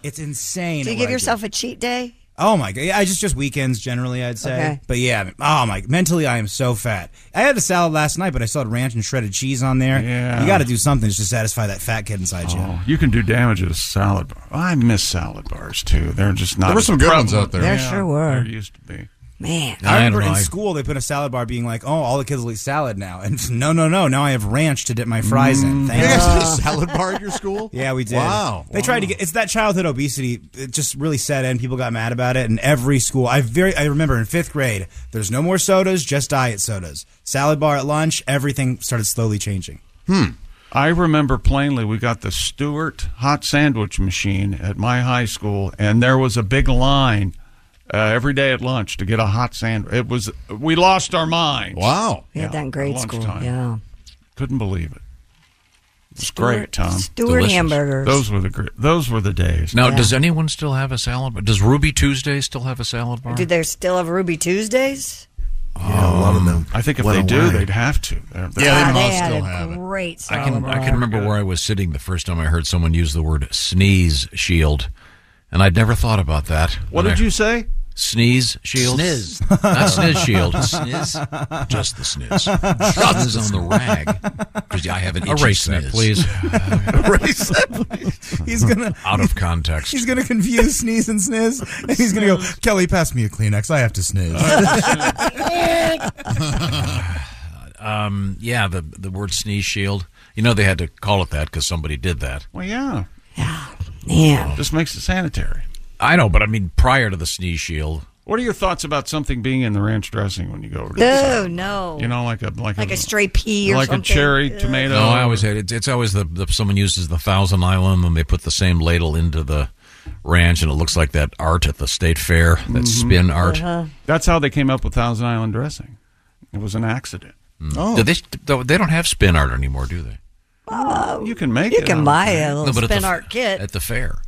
Speaker 11: it's insane.
Speaker 10: Do you
Speaker 11: what I
Speaker 10: give yourself a cheat day?
Speaker 11: Oh my god! Yeah, I just just weekends generally, I'd say.
Speaker 10: Okay.
Speaker 11: But yeah, oh my! Mentally, I am so fat. I had a salad last night, but I still had ranch and shredded cheese on there.
Speaker 7: Yeah.
Speaker 11: you got to do something to satisfy that fat kid inside you.
Speaker 7: Oh, you can do damage with a salad bar. I miss salad bars too. They're just not.
Speaker 11: There were
Speaker 7: as
Speaker 11: some good ones
Speaker 7: prevalent.
Speaker 11: out there. There sure were.
Speaker 7: There used to be.
Speaker 10: Man,
Speaker 11: I remember in school they put a salad bar being like, "Oh, all the kids will eat salad now," and no, no, no. Now I have ranch to dip my fries in.
Speaker 13: Mm.
Speaker 11: Thank
Speaker 13: You guys had a
Speaker 11: you.
Speaker 13: salad bar at your school?
Speaker 11: Yeah, we did.
Speaker 13: Wow.
Speaker 11: They tried to get it's that childhood obesity. It just really set in. People got mad about it, and every school. I very I remember in fifth grade. There's no more sodas, just diet sodas. Salad bar at lunch. Everything started slowly changing.
Speaker 7: Hmm. I remember plainly we got the Stewart hot sandwich machine at my high school, and there was a big line uh, every day at lunch to get a hot sandwich. It was we lost our minds.
Speaker 13: Wow.
Speaker 10: We had that in grade school, yeah.
Speaker 7: couldn't believe it. It's
Speaker 10: Stewart-
Speaker 7: great, Tom.
Speaker 10: Stewart Delicious. hamburgers.
Speaker 7: Those were the gr- those were the days.
Speaker 2: Now, does anyone still have a salad bar? Does Ruby Tuesday still have a salad bar?
Speaker 10: Do they still have Ruby Tuesdays?
Speaker 7: a lot of them? I think if
Speaker 2: went
Speaker 7: they do,
Speaker 2: away.
Speaker 7: they'd have to. They're- they're-
Speaker 10: Ah, had a Great
Speaker 2: I can
Speaker 10: salad
Speaker 2: I
Speaker 10: bar.
Speaker 2: can remember where I was sitting the first time I heard someone use the word sneeze shield, and I'd never thought about that.
Speaker 7: What
Speaker 2: When
Speaker 7: did
Speaker 2: I-
Speaker 7: you say?
Speaker 2: Sneeze shield.
Speaker 7: Sniz.
Speaker 2: Not sniz shield.
Speaker 7: Sniz.
Speaker 2: Just the sniz. Just on the rag. 'Cause I have an itchy
Speaker 11: Erase that,
Speaker 2: sniz.
Speaker 11: please. Erase that, please. He's gonna-
Speaker 2: out of context.
Speaker 11: He's gonna confuse sneeze and sniz, and he's gonna go, Kelly, pass me a Kleenex. I have to sniz.
Speaker 13: Uh,
Speaker 2: um, yeah, the the word sneeze shield. You know they had to call it that because somebody did that.
Speaker 7: Well, yeah.
Speaker 10: Yeah.
Speaker 7: This makes it sanitary.
Speaker 2: I know, but I mean, prior to the sneeze shield,
Speaker 7: What are your thoughts about something being in the ranch dressing when you go over? to the
Speaker 10: Oh
Speaker 7: salad?
Speaker 10: no.
Speaker 7: You know, like a like,
Speaker 10: Like a stray pea or
Speaker 7: like
Speaker 10: something.
Speaker 7: a cherry tomato.
Speaker 2: No, I always had it's, it's always the, the someone uses the Thousand Island and they put the same ladle into the ranch and it looks like that art at the state fair, that
Speaker 7: Mhm.
Speaker 2: spin art.
Speaker 10: Uh-huh.
Speaker 7: That's how they came up with Thousand Island dressing. It was an accident.
Speaker 13: Oh.
Speaker 2: Do
Speaker 7: Oh.
Speaker 2: Mm. they, though they don't have spin art anymore, do they?
Speaker 7: you can make
Speaker 10: Oh. you
Speaker 7: it.
Speaker 10: can
Speaker 7: I would
Speaker 10: buy
Speaker 7: think.
Speaker 10: a little spin art kit.
Speaker 2: at the fair.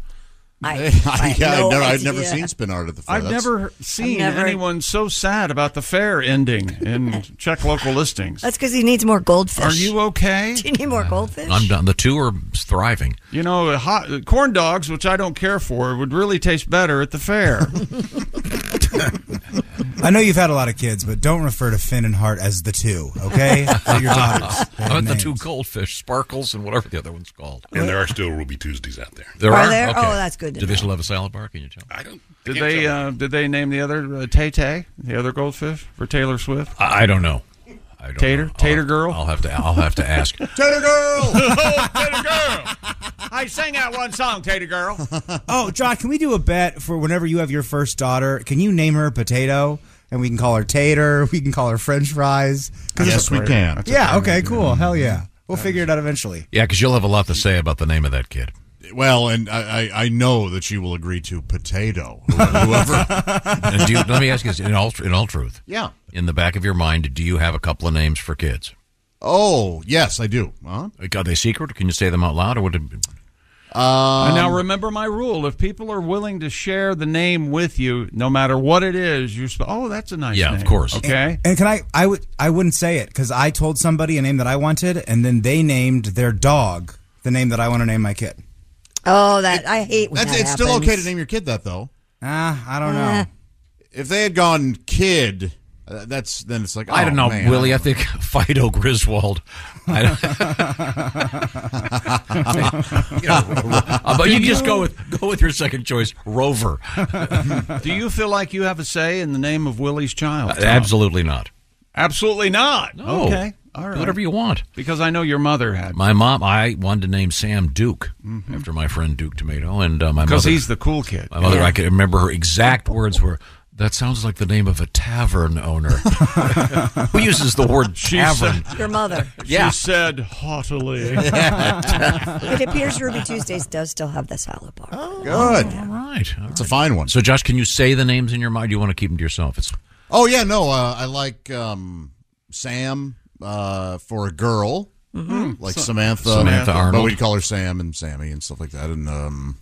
Speaker 10: I, I had
Speaker 13: yeah, I'd
Speaker 10: no
Speaker 13: never, I'd
Speaker 10: idea.
Speaker 13: never seen spin art at the fair.
Speaker 7: I've
Speaker 13: That's-
Speaker 7: never seen
Speaker 10: I've never-
Speaker 7: anyone so sad about the fair ending in check local listings.
Speaker 10: That's because he needs more goldfish.
Speaker 7: Are you okay?
Speaker 10: Do you need
Speaker 13: Uh,
Speaker 10: more goldfish?
Speaker 2: I'm done. The two are thriving.
Speaker 7: You know, uh, hot, uh, corn dogs, which I don't care for, would really taste better at the fair.
Speaker 11: I know you've had a lot of kids, but don't refer to Finn and Hart as the two, okay? They're your daughters. They have
Speaker 2: How about the
Speaker 11: names.
Speaker 2: two goldfish, sparkles, and whatever the other one's called?
Speaker 1: And there are still Ruby Tuesdays out there.
Speaker 2: There
Speaker 10: Are
Speaker 2: are.
Speaker 10: there?
Speaker 2: Okay.
Speaker 10: Oh, that's good to
Speaker 2: Do they
Speaker 10: know.
Speaker 2: still have a salad bar? Can you tell?
Speaker 1: I don't.
Speaker 7: Did they uh, did they name the other uh, Tay Tay, the other goldfish for Taylor Swift?
Speaker 2: I, I don't know. I don't
Speaker 7: Tater?
Speaker 2: know. I'll
Speaker 7: Tater
Speaker 2: have-
Speaker 7: girl?
Speaker 2: I'll have to. I'll have to ask.
Speaker 7: Tater girl, oh, Tater girl. I sang that one song, Tater girl.
Speaker 11: Oh, John, can we do a bet for whenever you have your first daughter? Can you name her Potato? And we can call her Tater. We can call her French fries. 'Cause
Speaker 13: Yes,
Speaker 11: it's-
Speaker 13: we can. That's a
Speaker 11: Yeah,
Speaker 13: great
Speaker 11: okay,
Speaker 13: idea.
Speaker 11: cool. Hell yeah. We'll figure it out eventually.
Speaker 2: Yeah, because you'll have a lot to say about the name of that kid.
Speaker 13: Well, and I, I, I know that you will agree to potato, whoever.
Speaker 2: And do you, let me ask you this: in all in all truth,
Speaker 13: Yeah.
Speaker 2: In the back of your mind, do you have a couple of names for kids?
Speaker 13: Oh yes, I do. Huh?
Speaker 2: Are they secret? Can you say them out loud, or would it? Be,
Speaker 7: I now remember my rule. If people are willing to share the name with you, no matter what it is, you're sp- oh, that's a nice name. Okay.
Speaker 11: And, and can I? I would. I wouldn't say it because I told somebody a name that I wanted, and then they named their dog the name that I want to name my kid.
Speaker 10: Oh, that I hate. When
Speaker 13: That's,
Speaker 10: that
Speaker 13: it's still okay to
Speaker 10: happens.
Speaker 13: name your kid that, though.
Speaker 11: Ah, I don't know.
Speaker 10: Eh.
Speaker 13: If they had gone kid, uh, that's then it's like
Speaker 2: I don't
Speaker 13: oh,
Speaker 2: know,
Speaker 13: man.
Speaker 2: Willie. I think Fido Griswold. I don't- You know, uh, but you just go with go with your second choice, Rover. Uh,
Speaker 7: Do you feel like you have a say in the name of Willie's child? Tom?
Speaker 2: Absolutely not.
Speaker 7: Absolutely not.
Speaker 2: Uh, No.
Speaker 7: Okay. All right.
Speaker 2: whatever you want.
Speaker 7: Because I know your mother had.
Speaker 2: My mom, I wanted to name Sam Duke after my friend Duke Tomato, and uh, my mother.
Speaker 7: Because he's the cool kid.
Speaker 2: My mother,
Speaker 7: Yeah.
Speaker 2: I can remember her exact words were. That sounds like the name of a tavern owner. Who uses the word
Speaker 7: She
Speaker 2: tavern?
Speaker 7: said-
Speaker 10: Your mother.
Speaker 2: Yeah.
Speaker 7: She said haughtily.
Speaker 10: it appears Ruby Tuesdays does still have the salad bar. Oh,
Speaker 13: Good.
Speaker 2: All right. All
Speaker 13: It's a fine one.
Speaker 2: So, Josh, can you say the names in your mind? You want to keep them to yourself? It's
Speaker 13: Oh yeah, no, uh, I like um, Sam uh, for a girl,
Speaker 7: Mhm.
Speaker 13: like
Speaker 7: Sa-
Speaker 13: Samantha,
Speaker 2: Samantha
Speaker 13: but
Speaker 2: Arnold.
Speaker 13: we'd call her Sam and Sammy and stuff like that. And um,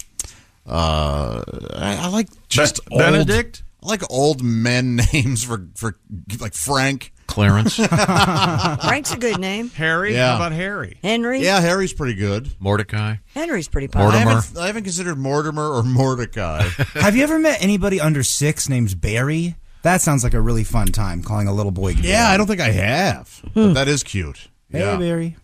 Speaker 13: uh, I, I like just old,
Speaker 7: Benedict?
Speaker 13: I like old men names for for like Frank,
Speaker 2: Clarence,
Speaker 10: Frank's a good name.
Speaker 7: Harry?
Speaker 13: Yeah.
Speaker 7: How about Harry?
Speaker 10: Henry.
Speaker 13: Yeah, Harry's pretty good.
Speaker 2: Mordecai.
Speaker 10: Henry's pretty
Speaker 13: I
Speaker 10: popular.
Speaker 13: haven't, I haven't considered Mortimer or Mordecai.
Speaker 11: Have you ever met anybody under six named Barry? That sounds like a really fun time calling a little boy.
Speaker 13: yeah, I don't think I have. But that is cute.
Speaker 11: Hey,
Speaker 13: yeah.
Speaker 11: Barry.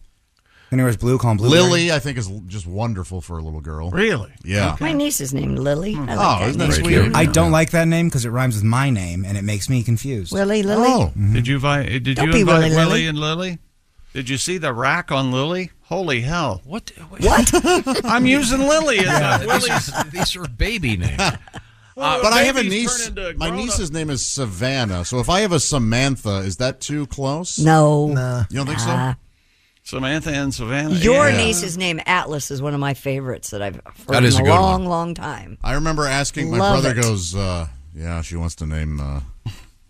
Speaker 11: And was blue, call him blue.
Speaker 13: Lily, I think, is l- just wonderful for a little girl.
Speaker 7: Really?
Speaker 13: Yeah.
Speaker 10: My niece is named Lily. I
Speaker 13: Oh,
Speaker 10: like that
Speaker 13: isn't that
Speaker 10: name.
Speaker 13: sweet? Very cute.
Speaker 11: I don't like that name because it rhymes with my name and it makes me confused. Mm-hmm.
Speaker 10: Willie, Lily.
Speaker 13: Oh.
Speaker 7: Did you invite? Did
Speaker 10: Don't
Speaker 7: you
Speaker 10: be
Speaker 7: invite
Speaker 10: Willy
Speaker 7: Willie,
Speaker 10: Lilly.
Speaker 7: and Lily? Did you see the rack on Lily? Holy hell!
Speaker 2: What?
Speaker 10: What?
Speaker 7: I'm using Lily as
Speaker 2: Yeah,
Speaker 7: a Willie.
Speaker 2: these, are- these are baby names.
Speaker 13: Uh, but I have a
Speaker 7: babies
Speaker 13: niece.
Speaker 7: turn into
Speaker 13: My
Speaker 7: grown-up-
Speaker 13: niece's name is Savannah. So if I have a Samantha, is that too close?
Speaker 10: No. Nah.
Speaker 13: You don't think
Speaker 10: Nah.
Speaker 13: so?
Speaker 7: Samantha and
Speaker 13: Oh,
Speaker 7: Savannah.
Speaker 10: Your
Speaker 7: yeah.
Speaker 10: niece's name Atlas is one of my favorites that I've heard
Speaker 13: That is
Speaker 10: in
Speaker 13: a
Speaker 10: a,
Speaker 13: good one.
Speaker 10: long, long time.
Speaker 13: I remember asking. My
Speaker 10: Love
Speaker 13: brother
Speaker 10: it.
Speaker 13: goes, uh, "Yeah, she wants to name uh,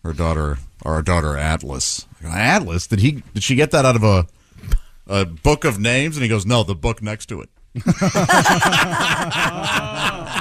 Speaker 13: her daughter or our daughter Atlas." I go, Atlas? Did he? Did she get that out of a a book of names? And he goes, "No, the book next to it."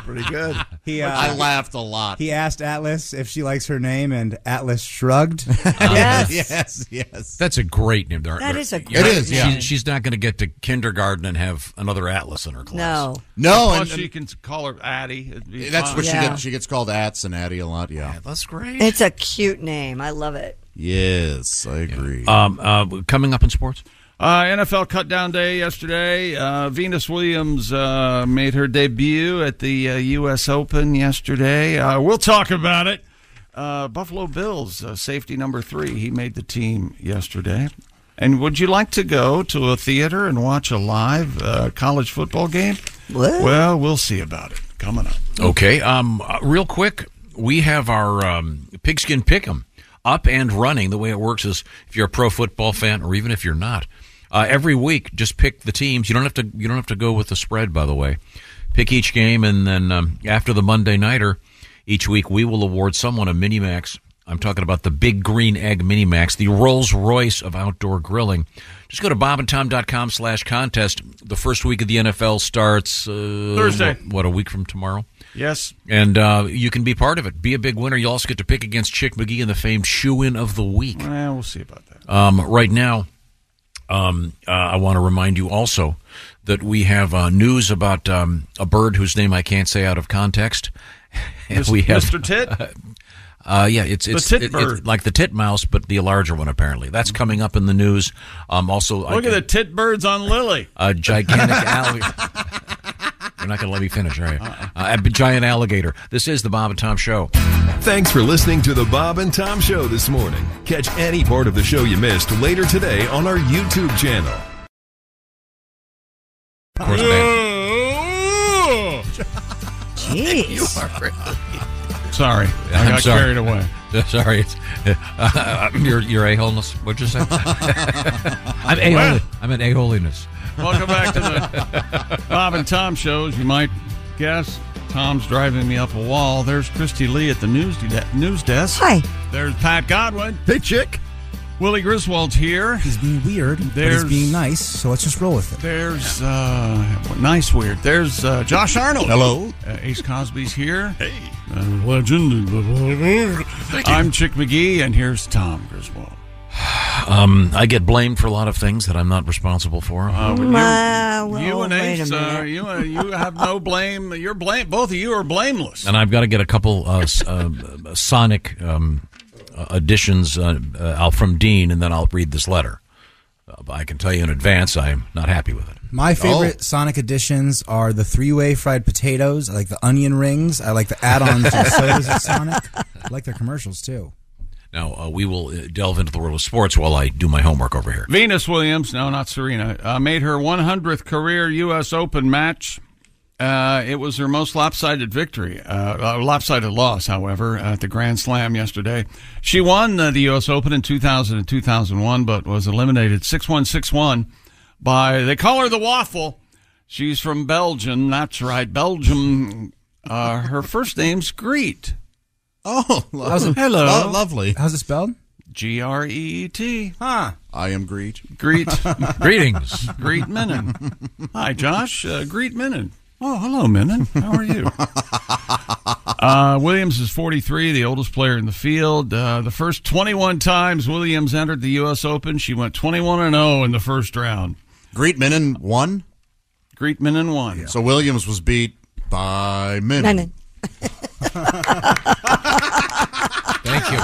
Speaker 13: Pretty good.
Speaker 11: He, uh,
Speaker 13: I laughed a lot.
Speaker 11: He asked Atlas if she likes her name, and Atlas shrugged. Uh,
Speaker 10: Yes.
Speaker 13: yes, yes.
Speaker 2: That's a great name. There,
Speaker 10: That is a
Speaker 2: you're
Speaker 13: It
Speaker 10: great
Speaker 13: is, yeah.
Speaker 2: She's, she's not going to get to kindergarten and have another Atlas in her class.
Speaker 10: No.
Speaker 13: No,
Speaker 7: Plus,
Speaker 13: and,
Speaker 7: she can call her Addie. It'd be
Speaker 13: that's
Speaker 7: fine.
Speaker 13: what she
Speaker 10: Yeah.
Speaker 13: gets. She gets called Ats and Addie a lot. Yeah.
Speaker 2: That's great.
Speaker 10: It's a cute name. I love it.
Speaker 13: Yes, I agree.
Speaker 2: um, uh, coming up in sports.
Speaker 7: Uh, NFL cutdown day yesterday. Uh, Venus Williams uh, made her debut at the uh, U.S. Open yesterday. Uh, we'll talk about it. Uh, Buffalo Bills uh, safety number three. He made the team yesterday. And would you like to go to a theater and watch a live uh, college football game?
Speaker 10: What?
Speaker 7: Well, we'll see about it. Coming up.
Speaker 2: Okay. Um, uh, real quick, we have our um, pigskin pick'em up and running. The way it works is, if you're a pro football fan, or even if you're not, uh, every week just pick the teams. You don't have to. You don't have to go with the spread. By the way, pick each game, and then um, after the Monday nighter, each week we will award someone a mini max. I'm talking about the Big Green Egg Mini Max, the Rolls Royce of outdoor grilling. Just go to bobandtom.com slash contest. The first week of the NFL starts uh,
Speaker 7: Thursday.
Speaker 2: What, what, a week from tomorrow?
Speaker 7: Yes.
Speaker 2: And uh, you can be part of it. Be a big winner. You also get to pick against Chick McGee in the famed shoe in of the week.
Speaker 7: Well, we'll see about that.
Speaker 2: Um, right now, um, uh, I want to remind you also that we have uh, news about um, a bird whose name I can't say out of context. And
Speaker 7: Mis- Mr. Tit?
Speaker 2: Uh, yeah, it's it's,
Speaker 7: tit
Speaker 2: it- it's
Speaker 7: bird.
Speaker 2: like the titmouse, but the larger one apparently. That's coming up in the news. Um, also, I
Speaker 7: Look at
Speaker 2: can-
Speaker 7: the tit birds on Lily.
Speaker 2: a gigantic alligator. You're not going to let me finish, are you?
Speaker 7: Uh-uh.
Speaker 2: Uh, a giant alligator. This is the Bob and Tom Show.
Speaker 14: Thanks for listening to the Bob and Tom Show this morning. Catch any part of the show you missed later today on our YouTube channel.
Speaker 2: Of course, man.
Speaker 10: Jeez. you
Speaker 7: Sorry. I
Speaker 2: I'm
Speaker 7: got
Speaker 2: sorry.
Speaker 7: carried away.
Speaker 2: Sorry, it's, uh, you're you're a holiness. What'd you say? I'm a
Speaker 7: Well-
Speaker 2: I'm an a holiness.
Speaker 7: Welcome back to the Bob and Tom show. As you might guess, Tom's driving me up a wall. There's Christy Lee at the news de- news desk.
Speaker 10: Hi.
Speaker 7: There's Pat Godwin.
Speaker 13: Hey, chick.
Speaker 7: Willie Griswold's here.
Speaker 11: He's being weird,
Speaker 7: There's-
Speaker 11: but he's being nice, so let's just roll with it.
Speaker 7: There's uh, nice weird. There's uh, Josh Arnold.
Speaker 11: Hello.
Speaker 7: Uh, Ace Cosby's here. Hey. legend. I'm Chick McGee, and here's Tom Griswold.
Speaker 2: Um, I get blamed for a lot of things that I'm not responsible for.
Speaker 7: Uh,
Speaker 2: you,
Speaker 7: you and Ace, uh, you uh, you have no blame. You're blame. Both of you are blameless.
Speaker 2: and I've got to get a couple uh, s- uh, uh, sonic um, uh, additions uh, uh, out from Dean, and then I'll read this letter. Uh, but I can tell you in advance, I'm not happy with it.
Speaker 11: My favorite
Speaker 13: Oh.
Speaker 11: Sonic additions are the three-way fried potatoes. I like the onion rings. I like the add-ons to the sodas at Sonic. I like their commercials too.
Speaker 2: Now uh, we will uh, delve into the world of sports while I do my homework over here.
Speaker 7: Venus Williams, no, not Serena, uh, made her 100th career U.S. Open match. Uh, it was her most lopsided victory, uh, uh, lopsided loss, however, at the Grand Slam yesterday. She won uh, the U.S. Open in 2000 and 2001, but was eliminated 6 1 6 1 by, they call her the Waffle. She's from Belgium. That's right, Belgium. Uh, her first name's Greet.
Speaker 13: Oh,
Speaker 7: How's it- Hello.
Speaker 13: Lo- lovely.
Speaker 11: How's it spelled?
Speaker 7: G R E E T.
Speaker 11: Huh.
Speaker 13: I am Greet.
Speaker 7: Greet.
Speaker 2: Greetings.
Speaker 7: Greet Minnan. Hi, Josh. Uh, greet Minnan. Oh, hello, Minnan. How are you? Uh, Williams is 43, the oldest player in the field. Uh, the first 21 times Williams entered the U.S. Open, she went 21 and 0 in the first round.
Speaker 13: Greet Minnan won.
Speaker 7: Greet Minnan won.
Speaker 13: So Williams was beat by Minnan.
Speaker 10: Minnan.
Speaker 2: Thank you.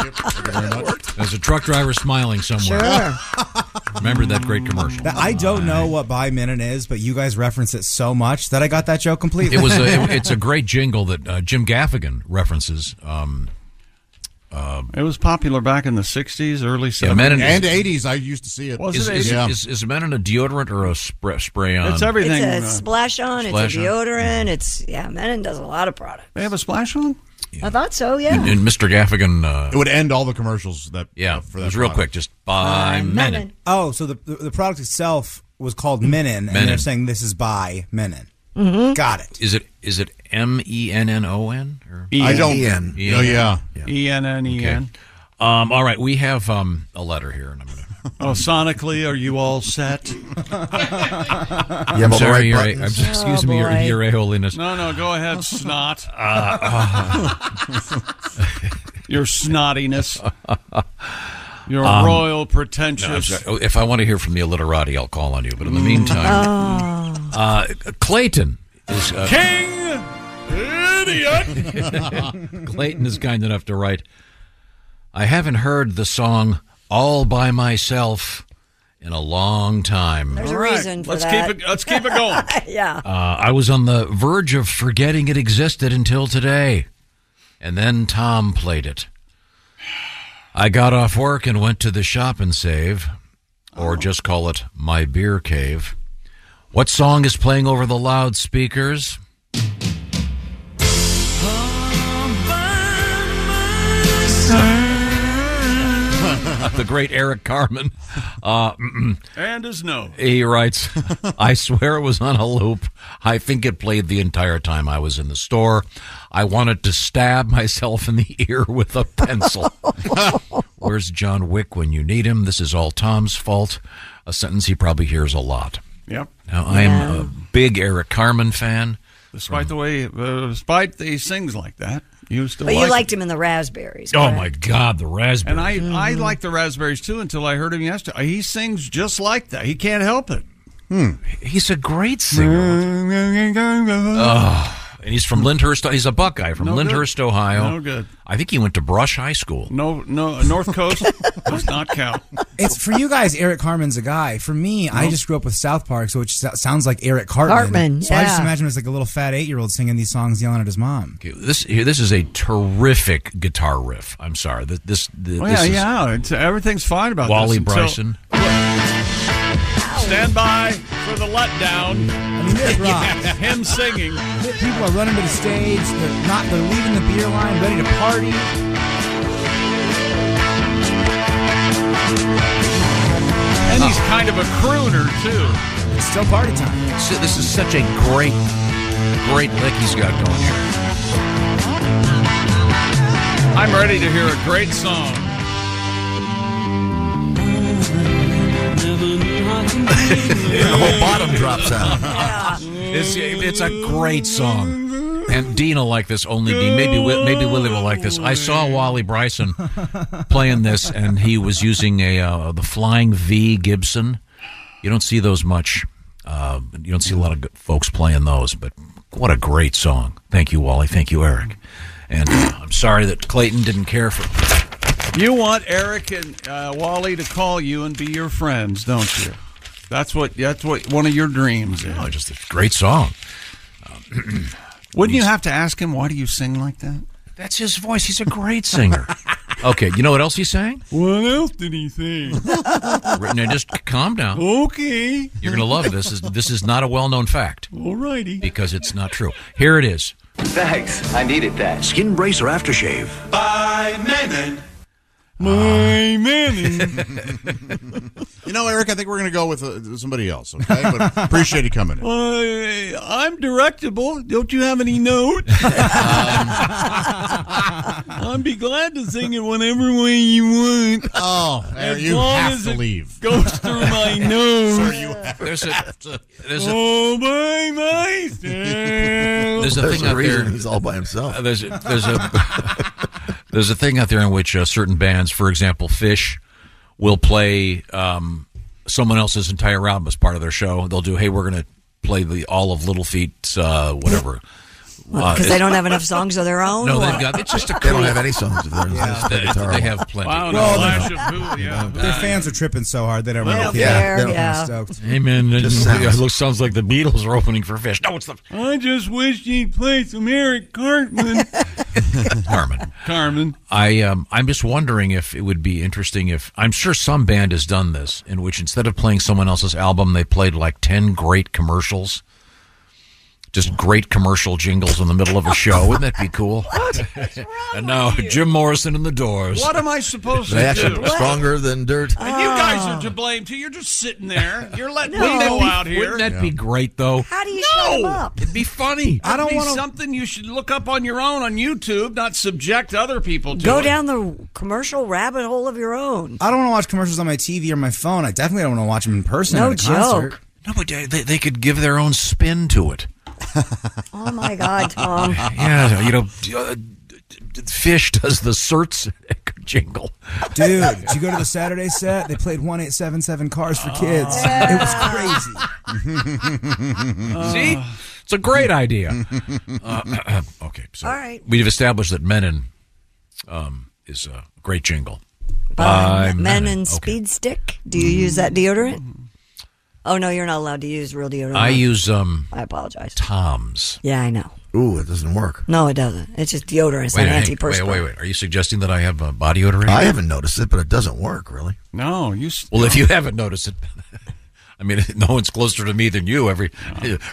Speaker 2: There's a truck driver smiling somewhere. Remember that great commercial.
Speaker 11: That- I don't know what by minute is, but you guys reference it so much that I got that joke completely.
Speaker 2: It was a, it- it's a great jingle that uh, Jim Gaffigan references. Um,
Speaker 7: It was popular back in the 60s, early 70s.
Speaker 2: men in-
Speaker 13: and 80s, I used to see it.
Speaker 2: is, is,
Speaker 13: yeah.
Speaker 2: is, is Menon a deodorant or a spray, spray on?
Speaker 7: It's everything. uh,
Speaker 10: It's a splash on.
Speaker 2: Splash
Speaker 10: it's a
Speaker 2: on.
Speaker 10: deodorant. It's yeah. Menon does a lot of product.
Speaker 7: They have a splash on.
Speaker 10: I thought so. Yeah.
Speaker 2: And, and Mr. Gaffigan. Uh,
Speaker 13: It would end all the commercials that. uh,
Speaker 2: Yeah,
Speaker 13: for
Speaker 2: it
Speaker 13: that
Speaker 2: was real
Speaker 13: product.
Speaker 2: quick. Just by Menon.
Speaker 11: Oh, so the the product itself was called Menon, and they're
Speaker 2: Menon.
Speaker 11: saying this is by Menon.
Speaker 2: Mm-hmm.
Speaker 11: Got it.
Speaker 2: Is it is it M E N N O N or
Speaker 7: E
Speaker 11: I don't- E-N.
Speaker 7: Oh, yeah. E N N E N.
Speaker 2: Um, all right, we have um, a letter here, and I'm gonna.
Speaker 7: Oh, sonically, are you all set?
Speaker 2: I'm sorry, your, I'm, excuse
Speaker 10: Oh,
Speaker 2: me, your, your a holiness.
Speaker 7: No, no, go ahead, snot.
Speaker 2: uh.
Speaker 7: your snottiness. Your
Speaker 2: Um,
Speaker 7: royal
Speaker 2: No, I'm
Speaker 7: pretentious.
Speaker 2: sorry. Oh, if I want to hear from the illiterati, I'll call on you. But in the meantime,
Speaker 7: Mm.
Speaker 2: uh, Clayton is uh,
Speaker 4: Idiot.
Speaker 2: Clayton is kind enough to write. I haven't heard the song "All by Myself" in a long time.
Speaker 10: There's
Speaker 7: All
Speaker 10: a
Speaker 7: right,
Speaker 10: reason for
Speaker 7: let's
Speaker 10: that.
Speaker 7: keep it- let's keep it going.
Speaker 10: yeah.
Speaker 2: Uh, I was on the verge of forgetting it existed until today. And then Tom played it. I got off work and went to the shop and save, or just call it my beer cave. What song is playing over the loudspeakers? the great Eric Carmen. Uh,
Speaker 7: And is no.
Speaker 2: He writes, I swear it was on a loop. I think it played the entire time I was in the store. I wanted to stab myself in the ear with a pencil. Where's John Wick when you need him? This is all Tom's fault. A sentence he probably hears a lot.
Speaker 7: Yep.
Speaker 2: Now, I am a big Eric Carmen fan.
Speaker 7: Despite the way, uh, despite he sings like that, you still
Speaker 10: But you
Speaker 7: like Uh,
Speaker 10: liked him in the raspberries.
Speaker 2: Oh,
Speaker 10: correct?
Speaker 2: my God, the raspberry.
Speaker 7: And I, I like the Raspberries too until I heard him yesterday. He sings just like that. He can't help it.
Speaker 2: Hmm. He's a great singer. Oh, and he's from Lyndhurst. He's a Buckeye from
Speaker 7: Hmm. No good.
Speaker 2: Lyndhurst, Ohio.
Speaker 7: No good.
Speaker 2: I think he went to Brush High School.
Speaker 7: No, no, North Coast does not count.
Speaker 11: It's for you guys. Eric Carmen's a guy. For me, I
Speaker 7: Nope.
Speaker 11: just grew up with South Park, so it so- sounds like Eric Cartman.
Speaker 2: Cartman,
Speaker 11: So I just
Speaker 2: yeah.
Speaker 11: imagine it's like a little fat eight-year-old singing these songs, yelling at his mom.
Speaker 2: Okay, This here, this is a terrific guitar riff. I'm sorry. This this, this
Speaker 7: Well, Oh, yeah,
Speaker 2: is
Speaker 7: yeah. It's, everything's fine about
Speaker 2: Wally
Speaker 7: this. until-
Speaker 2: Bryson.
Speaker 7: Stand by for the letdown. Him singing.
Speaker 11: People are running to the stage. They're not. They're leaving the beer line, ready to party.
Speaker 7: And he's kind of a crooner too.
Speaker 11: It's still party time.
Speaker 2: So This is such a great great lick he's got going here.
Speaker 7: I'm ready to hear a great song.
Speaker 12: the whole bottom drops out.
Speaker 2: It's, it's a great song. And Dean will like this. Only Dean. Maybe Wi- maybe Willie will like this. I saw Wally Bryson playing this, and he was using a uh, the Flying V Gibson. You don't see those much. Uh, you don't see a lot of good folks playing those. But what a great song! Thank you, Wally. Thank you, Eric. And uh, I'm sorry that Clayton didn't care for.
Speaker 4: You want Eric and uh, Wally to call you and be your friends, don't you? That's what. That's what one of your dreams is. Oh,
Speaker 2: just a great song.
Speaker 4: Wouldn't you have to ask him why do you sing like that?
Speaker 2: That's his voice. He's a great singer. Okay, you know what else he sang?
Speaker 4: What else did he sing?
Speaker 2: Now just calm down.
Speaker 4: Oh. okay.
Speaker 2: You're gonna love this. Is this is not a well-known fact
Speaker 4: Alrighty.
Speaker 2: because it's not true. Here it is.
Speaker 15: Thanks. I needed that. Skin brace or aftershave?
Speaker 4: By Mammon. My
Speaker 13: you know, Eric, I think we're going to go with uh, somebody else, okay? But appreciate you coming in.
Speaker 4: I, I'm directable. Don't you have any notes? Um, I'd be glad to sing it whenever way you want.
Speaker 13: Oh,
Speaker 4: as
Speaker 13: you
Speaker 4: long
Speaker 13: have
Speaker 4: as
Speaker 13: to
Speaker 4: it
Speaker 13: leave.
Speaker 4: Goes through my nose.
Speaker 13: Sir, you have
Speaker 2: There's a, to. There's a,
Speaker 4: oh, by myself.
Speaker 2: There's a
Speaker 12: There's
Speaker 2: thing
Speaker 12: a
Speaker 2: out
Speaker 12: reason
Speaker 2: there.
Speaker 12: he's all by himself.
Speaker 2: Uh, there's a, there's a there's a thing out there in which uh, certain bands, for example, Fish, will play um, someone else's entire album as part of their show. They'll do, hey, we're going to play the all of Little Feet, uh, whatever. Uh,
Speaker 10: Because they don't have enough songs of their own.
Speaker 2: No,
Speaker 10: or-
Speaker 2: they've got. It's just a.
Speaker 12: They don't have any songs of theirs.
Speaker 2: Yeah. They, they have plenty.
Speaker 11: Wow, and a Well, flash of blue,
Speaker 2: Oh,
Speaker 11: Their
Speaker 2: uh,
Speaker 11: fans are tripping so hard they don't really
Speaker 2: Well,
Speaker 11: care.
Speaker 2: yeah,
Speaker 11: They don't
Speaker 2: yeah.
Speaker 11: get stoked.
Speaker 2: Hey man, it
Speaker 11: Just
Speaker 2: sounds.
Speaker 11: sounds-
Speaker 2: looks sounds like the Beatles are opening for Fish. No, it's the
Speaker 4: I just wish you'd play some Eric Cartman.
Speaker 2: Carmen.
Speaker 4: Carmen.
Speaker 2: I um, I'm just wondering if it would be interesting if I'm sure some band has done this in which instead of playing someone else's album, they played like ten great commercials, just great commercial jingles in the middle of a show. Wouldn't that be cool? and now Jim Morrison and the Doors.
Speaker 4: What am I supposed to
Speaker 12: They actually
Speaker 4: do?
Speaker 12: stronger than dirt.
Speaker 4: And you guys
Speaker 10: Ah.
Speaker 4: are to blame too. You're just sitting there. You're letting
Speaker 2: Wouldn't
Speaker 4: me
Speaker 2: that
Speaker 4: know
Speaker 2: be-
Speaker 4: out here.
Speaker 2: Wouldn't that be great though?
Speaker 10: How do you
Speaker 4: No!
Speaker 10: shut them up?
Speaker 2: It'd be funny.
Speaker 4: I don't want
Speaker 10: wanna-
Speaker 4: something you should look up on your own on YouTube, not subject other people to.
Speaker 10: Go
Speaker 4: it.
Speaker 10: down the commercial rabbit hole of your own.
Speaker 11: I don't want to watch commercials on my TV or my phone. I definitely don't want to watch them in person.
Speaker 10: No
Speaker 11: at a concert.
Speaker 10: joke.
Speaker 2: No, but they, they they could give their own spin to it.
Speaker 10: Oh my God, Tom.
Speaker 2: Yeah, you know, uh, Fish does the certs jingle.
Speaker 11: Dude, did you go to the Saturday set? They played 1877 Cars for Kids.
Speaker 10: Oh.
Speaker 11: It was crazy.
Speaker 10: Uh,
Speaker 2: See? It's a great idea. Uh, okay, so
Speaker 10: All right.
Speaker 2: we've established that Menon um, is a great jingle.
Speaker 10: By
Speaker 2: By
Speaker 10: Men and Speed Stick. Do you use that deodorant? Oh no, you're not allowed to use real deodorant.
Speaker 2: Mm-hmm. I use um
Speaker 10: I apologize.
Speaker 2: Tom's.
Speaker 10: Yeah, I know.
Speaker 12: Ooh, it doesn't work.
Speaker 10: No, it doesn't. It's just deodorant. It's
Speaker 2: Wait,
Speaker 10: not
Speaker 2: hang-
Speaker 10: antiperspirant.
Speaker 2: wait, wait, wait. Are you suggesting that I have a body odor?
Speaker 12: I haven't noticed it, but it doesn't work really.
Speaker 4: No, you.
Speaker 2: Well, if you haven't noticed it, I mean, no one's closer to me than you. Every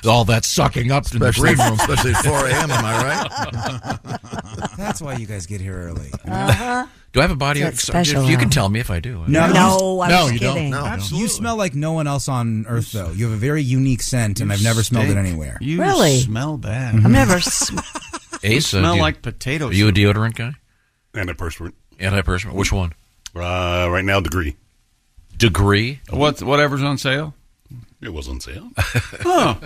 Speaker 2: all that sucking up
Speaker 12: Especially-
Speaker 2: in the green room,
Speaker 12: especially at 4 a.m., am I
Speaker 2: right?
Speaker 11: That's why you guys get here early.
Speaker 10: Uh-huh.
Speaker 2: Do I have a body odor?
Speaker 11: It's that special
Speaker 2: you can
Speaker 11: one.
Speaker 2: tell me if I do.
Speaker 10: No, I No, was you don't. kidding. No,
Speaker 11: You smell like no one else on earth, though. You have a very unique scent, and
Speaker 4: You
Speaker 11: I've never smelled it
Speaker 4: stink.
Speaker 11: anywhere.
Speaker 4: You
Speaker 10: Really?
Speaker 4: smell bad.
Speaker 10: I've never. Sm-
Speaker 2: Ace, uh,
Speaker 4: smell
Speaker 2: do you-
Speaker 4: like potato
Speaker 2: Are you a deodorant guy?
Speaker 16: Antiperspirant.
Speaker 2: Antiperspirant. Which one?
Speaker 16: Uh, right now, degree.
Speaker 2: Degree.
Speaker 4: What? Whatever's on sale.
Speaker 16: It was on sale.
Speaker 4: Huh.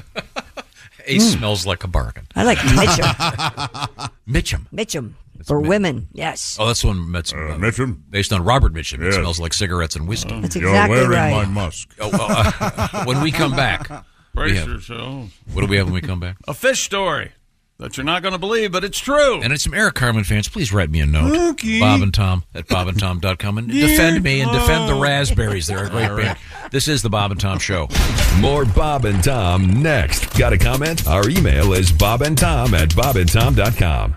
Speaker 2: Ace smells like a bargain.
Speaker 10: I like Mitchum.
Speaker 2: Mitchum.
Speaker 10: Mitchum for women. Yes.
Speaker 2: Oh, that's the one that's Mitchum, based on Robert Mitchum. It smells like cigarettes and whiskey.
Speaker 10: That's You're exactly wearing right. my
Speaker 13: musk.
Speaker 2: Oh, well, uh, when we come back,
Speaker 4: Brace
Speaker 2: we have-
Speaker 4: yourself.
Speaker 2: What do we have when we come back?
Speaker 4: A fish story that you're not going to believe, but it's true.
Speaker 2: And it's some Eric Carmen fans. Please write me a note.
Speaker 4: Okay.
Speaker 2: Bob and Tom at bobandtom.com and
Speaker 4: Dear
Speaker 2: defend me and defend the
Speaker 4: Bob.
Speaker 2: raspberries. They're a great
Speaker 4: All
Speaker 2: band. This is the Bob and Tom Show.
Speaker 14: More Bob and Tom next. Got a comment? Our email is Bob and Tom at bobandtom.com.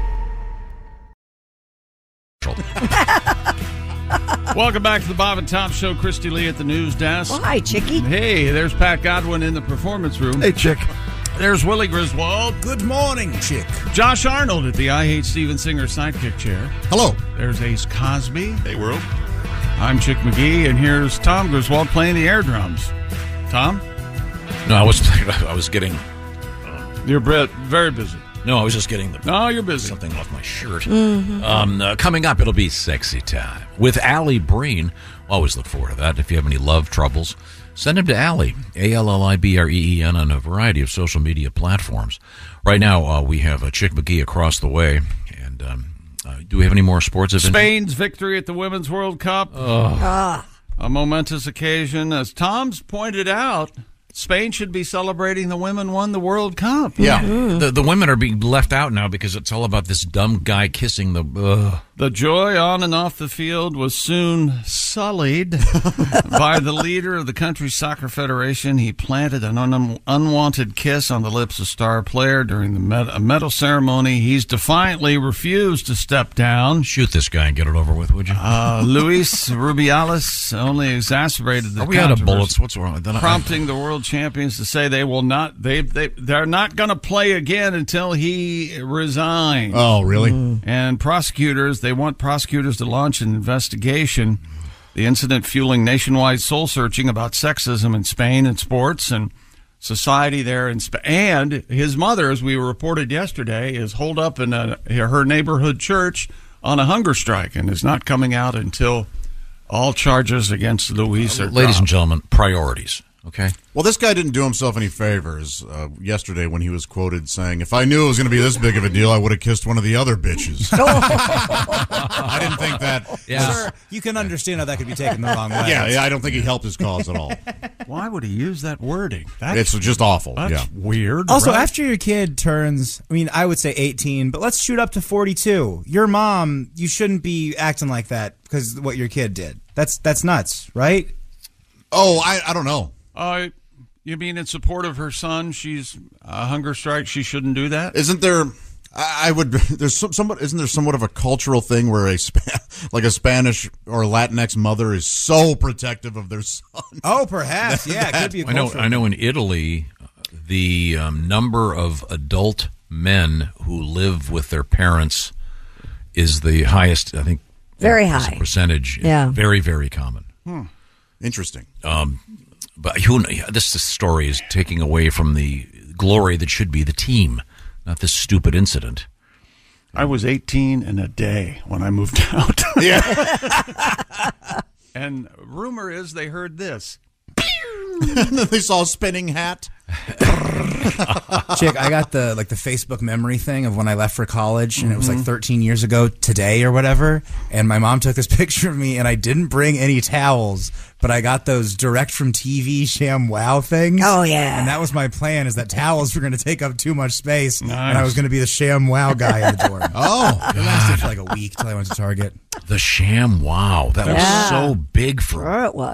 Speaker 7: Welcome back to the Bob and Tom Show. Christy Lee at the news desk.
Speaker 4: hi, Chicky.
Speaker 7: Hey, there's Pat Godwin in the performance room. Hey,
Speaker 12: Chick.
Speaker 7: There's Willie Griswold. Good morning, Chick. Josh Arnold at the I Hate Steven Singer sidekick chair. Hello. There's Ace Cosby. Hey, world. I'm Chick McGee, and here's Tom Griswold playing the air drums. Tom?
Speaker 2: No, I was playing. I was getting.
Speaker 7: You're very busy.
Speaker 2: No, I was just getting the.
Speaker 7: No, you're busy.
Speaker 2: Something off my shirt.
Speaker 7: Mhm.
Speaker 2: Um, uh, coming up, it'll be sexy time with Allie Breen. Always look forward to that. If you have any love troubles, send them to Allie A L L I B R E E N on a variety of social media platforms. Right now, uh, we have uh, Chick McGee across the way, and um, uh, do we have any more sports events?
Speaker 7: Spain's victory at the Women's World Cup.
Speaker 2: Oh.
Speaker 4: Ah.
Speaker 7: A momentous occasion. As Tom's pointed out, Spain should be celebrating the women won the World Cup.
Speaker 2: Yeah,
Speaker 7: Mm-hmm.
Speaker 2: the, the women are being left out now because it's all about this dumb guy kissing the. Uh,
Speaker 7: The joy on and off the field was soon sullied by the leader of the country's soccer federation. He planted an un- unwanted kiss on the lips of star player during the med- a medal ceremony. He's defiantly refused to step down.
Speaker 2: Shoot this guy and get it over with, would you?
Speaker 7: Uh, Luis Rubiales only exacerbated the
Speaker 2: are we out of
Speaker 7: controversy
Speaker 2: bullets? What's wrong? with that?
Speaker 7: prompting the world champions to say they will not they they they're not going to play again until he resigns. Mm.
Speaker 13: Oh, really?
Speaker 7: And prosecutors, they want prosecutors to launch an investigation. The incident fueling nationwide soul searching about sexism in Spain and sports and society there in Spain. And his mother, as we reported yesterday, is holed up in a, her neighborhood church on a hunger strike and is not coming out until all charges against Luis are
Speaker 2: Ladies and
Speaker 7: dropped.
Speaker 2: gentlemen, priorities. Okay.
Speaker 13: Well, this guy didn't do himself any favors uh, yesterday when he was quoted saying, "If I knew it was going to be this big of a deal, I would have kissed one of the other bitches."
Speaker 11: I
Speaker 13: didn't think that.
Speaker 11: Yeah. Sir, you can understand how that could be taken the wrong way.
Speaker 13: Yeah, yeah, I don't think he helped his cause at all.
Speaker 7: Why would he use that wording?
Speaker 13: it's just awful.
Speaker 7: That's
Speaker 13: yeah,
Speaker 7: weird.
Speaker 11: Also, after your kid turns, I mean, I would say 18, but let's shoot up to 42. Your mom, you shouldn't be acting like that because what your kid did. That's that's nuts, right?
Speaker 13: Oh, I, I don't know.
Speaker 7: Uh, you mean in support of her son? She's a hunger strike. She shouldn't do that.
Speaker 13: Isn't there? I I would. There's some, somewhat. Isn't there somewhat of a cultural thing where a Spa- like a Spanish or Latinx mother is so protective of their son?
Speaker 11: Oh, perhaps. Yeah, it could be a
Speaker 2: I know.
Speaker 11: cultural
Speaker 2: I know. In Italy, uh, the um, number of adult men who live with their parents is the highest. I think.
Speaker 4: Very
Speaker 2: as a
Speaker 4: high.
Speaker 2: percentage.
Speaker 4: Yeah.
Speaker 2: Very very common.
Speaker 4: Hmm.
Speaker 13: Interesting.
Speaker 2: Um, but who? kn- This, this story is taking away from the glory that should be the team, not this stupid incident.
Speaker 7: I was 18 in a day when I moved out. and rumor is they heard this.
Speaker 13: and then they saw a spinning hat.
Speaker 11: Chick, I got the like the Facebook memory thing of when I left for college, and it was like
Speaker 13: Mhm.
Speaker 11: 13 years ago today or whatever. And my mom took this picture of me, and I didn't bring any towels, but I got those direct from TV sham wow things. Oh
Speaker 4: yeah,
Speaker 11: and that was my plan: is that towels were going to take up too much space, and I
Speaker 2: Nice.
Speaker 11: was going to be the sham wow guy in the dorm.
Speaker 2: Oh,
Speaker 11: it lasted for like a week till I went to Target.
Speaker 2: The sham wow. That was so big for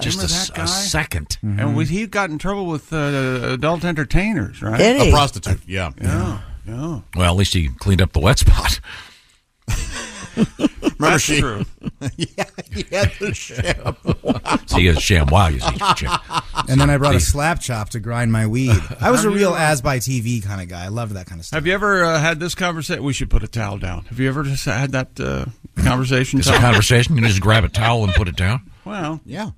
Speaker 2: just a,
Speaker 7: Remember
Speaker 2: s-
Speaker 7: that
Speaker 2: a
Speaker 7: guy?
Speaker 2: second.
Speaker 7: And we, he got in trouble with uh, adult entertainers, right?
Speaker 2: Did he? A prostitute,
Speaker 13: yeah.
Speaker 7: Yeah, yeah.
Speaker 2: Well, at least he cleaned up the wet spot.
Speaker 13: Remember
Speaker 2: That's
Speaker 13: she?
Speaker 2: true.
Speaker 13: yeah, he had the sham.
Speaker 2: So you got a sham wow, you see. Chick.
Speaker 11: And then I brought a
Speaker 2: Jeez.
Speaker 11: slap chop to grind my weed. I was a
Speaker 7: Are you-
Speaker 11: real as by TV kind of guy. I loved that kind of stuff.
Speaker 7: Have you ever uh, had this conversation? We should put a towel down. Have you ever just had that uh, conversation?
Speaker 2: It's a
Speaker 7: Tom?
Speaker 2: conversation. You just grab a towel and put it down.
Speaker 7: Well,
Speaker 13: yeah.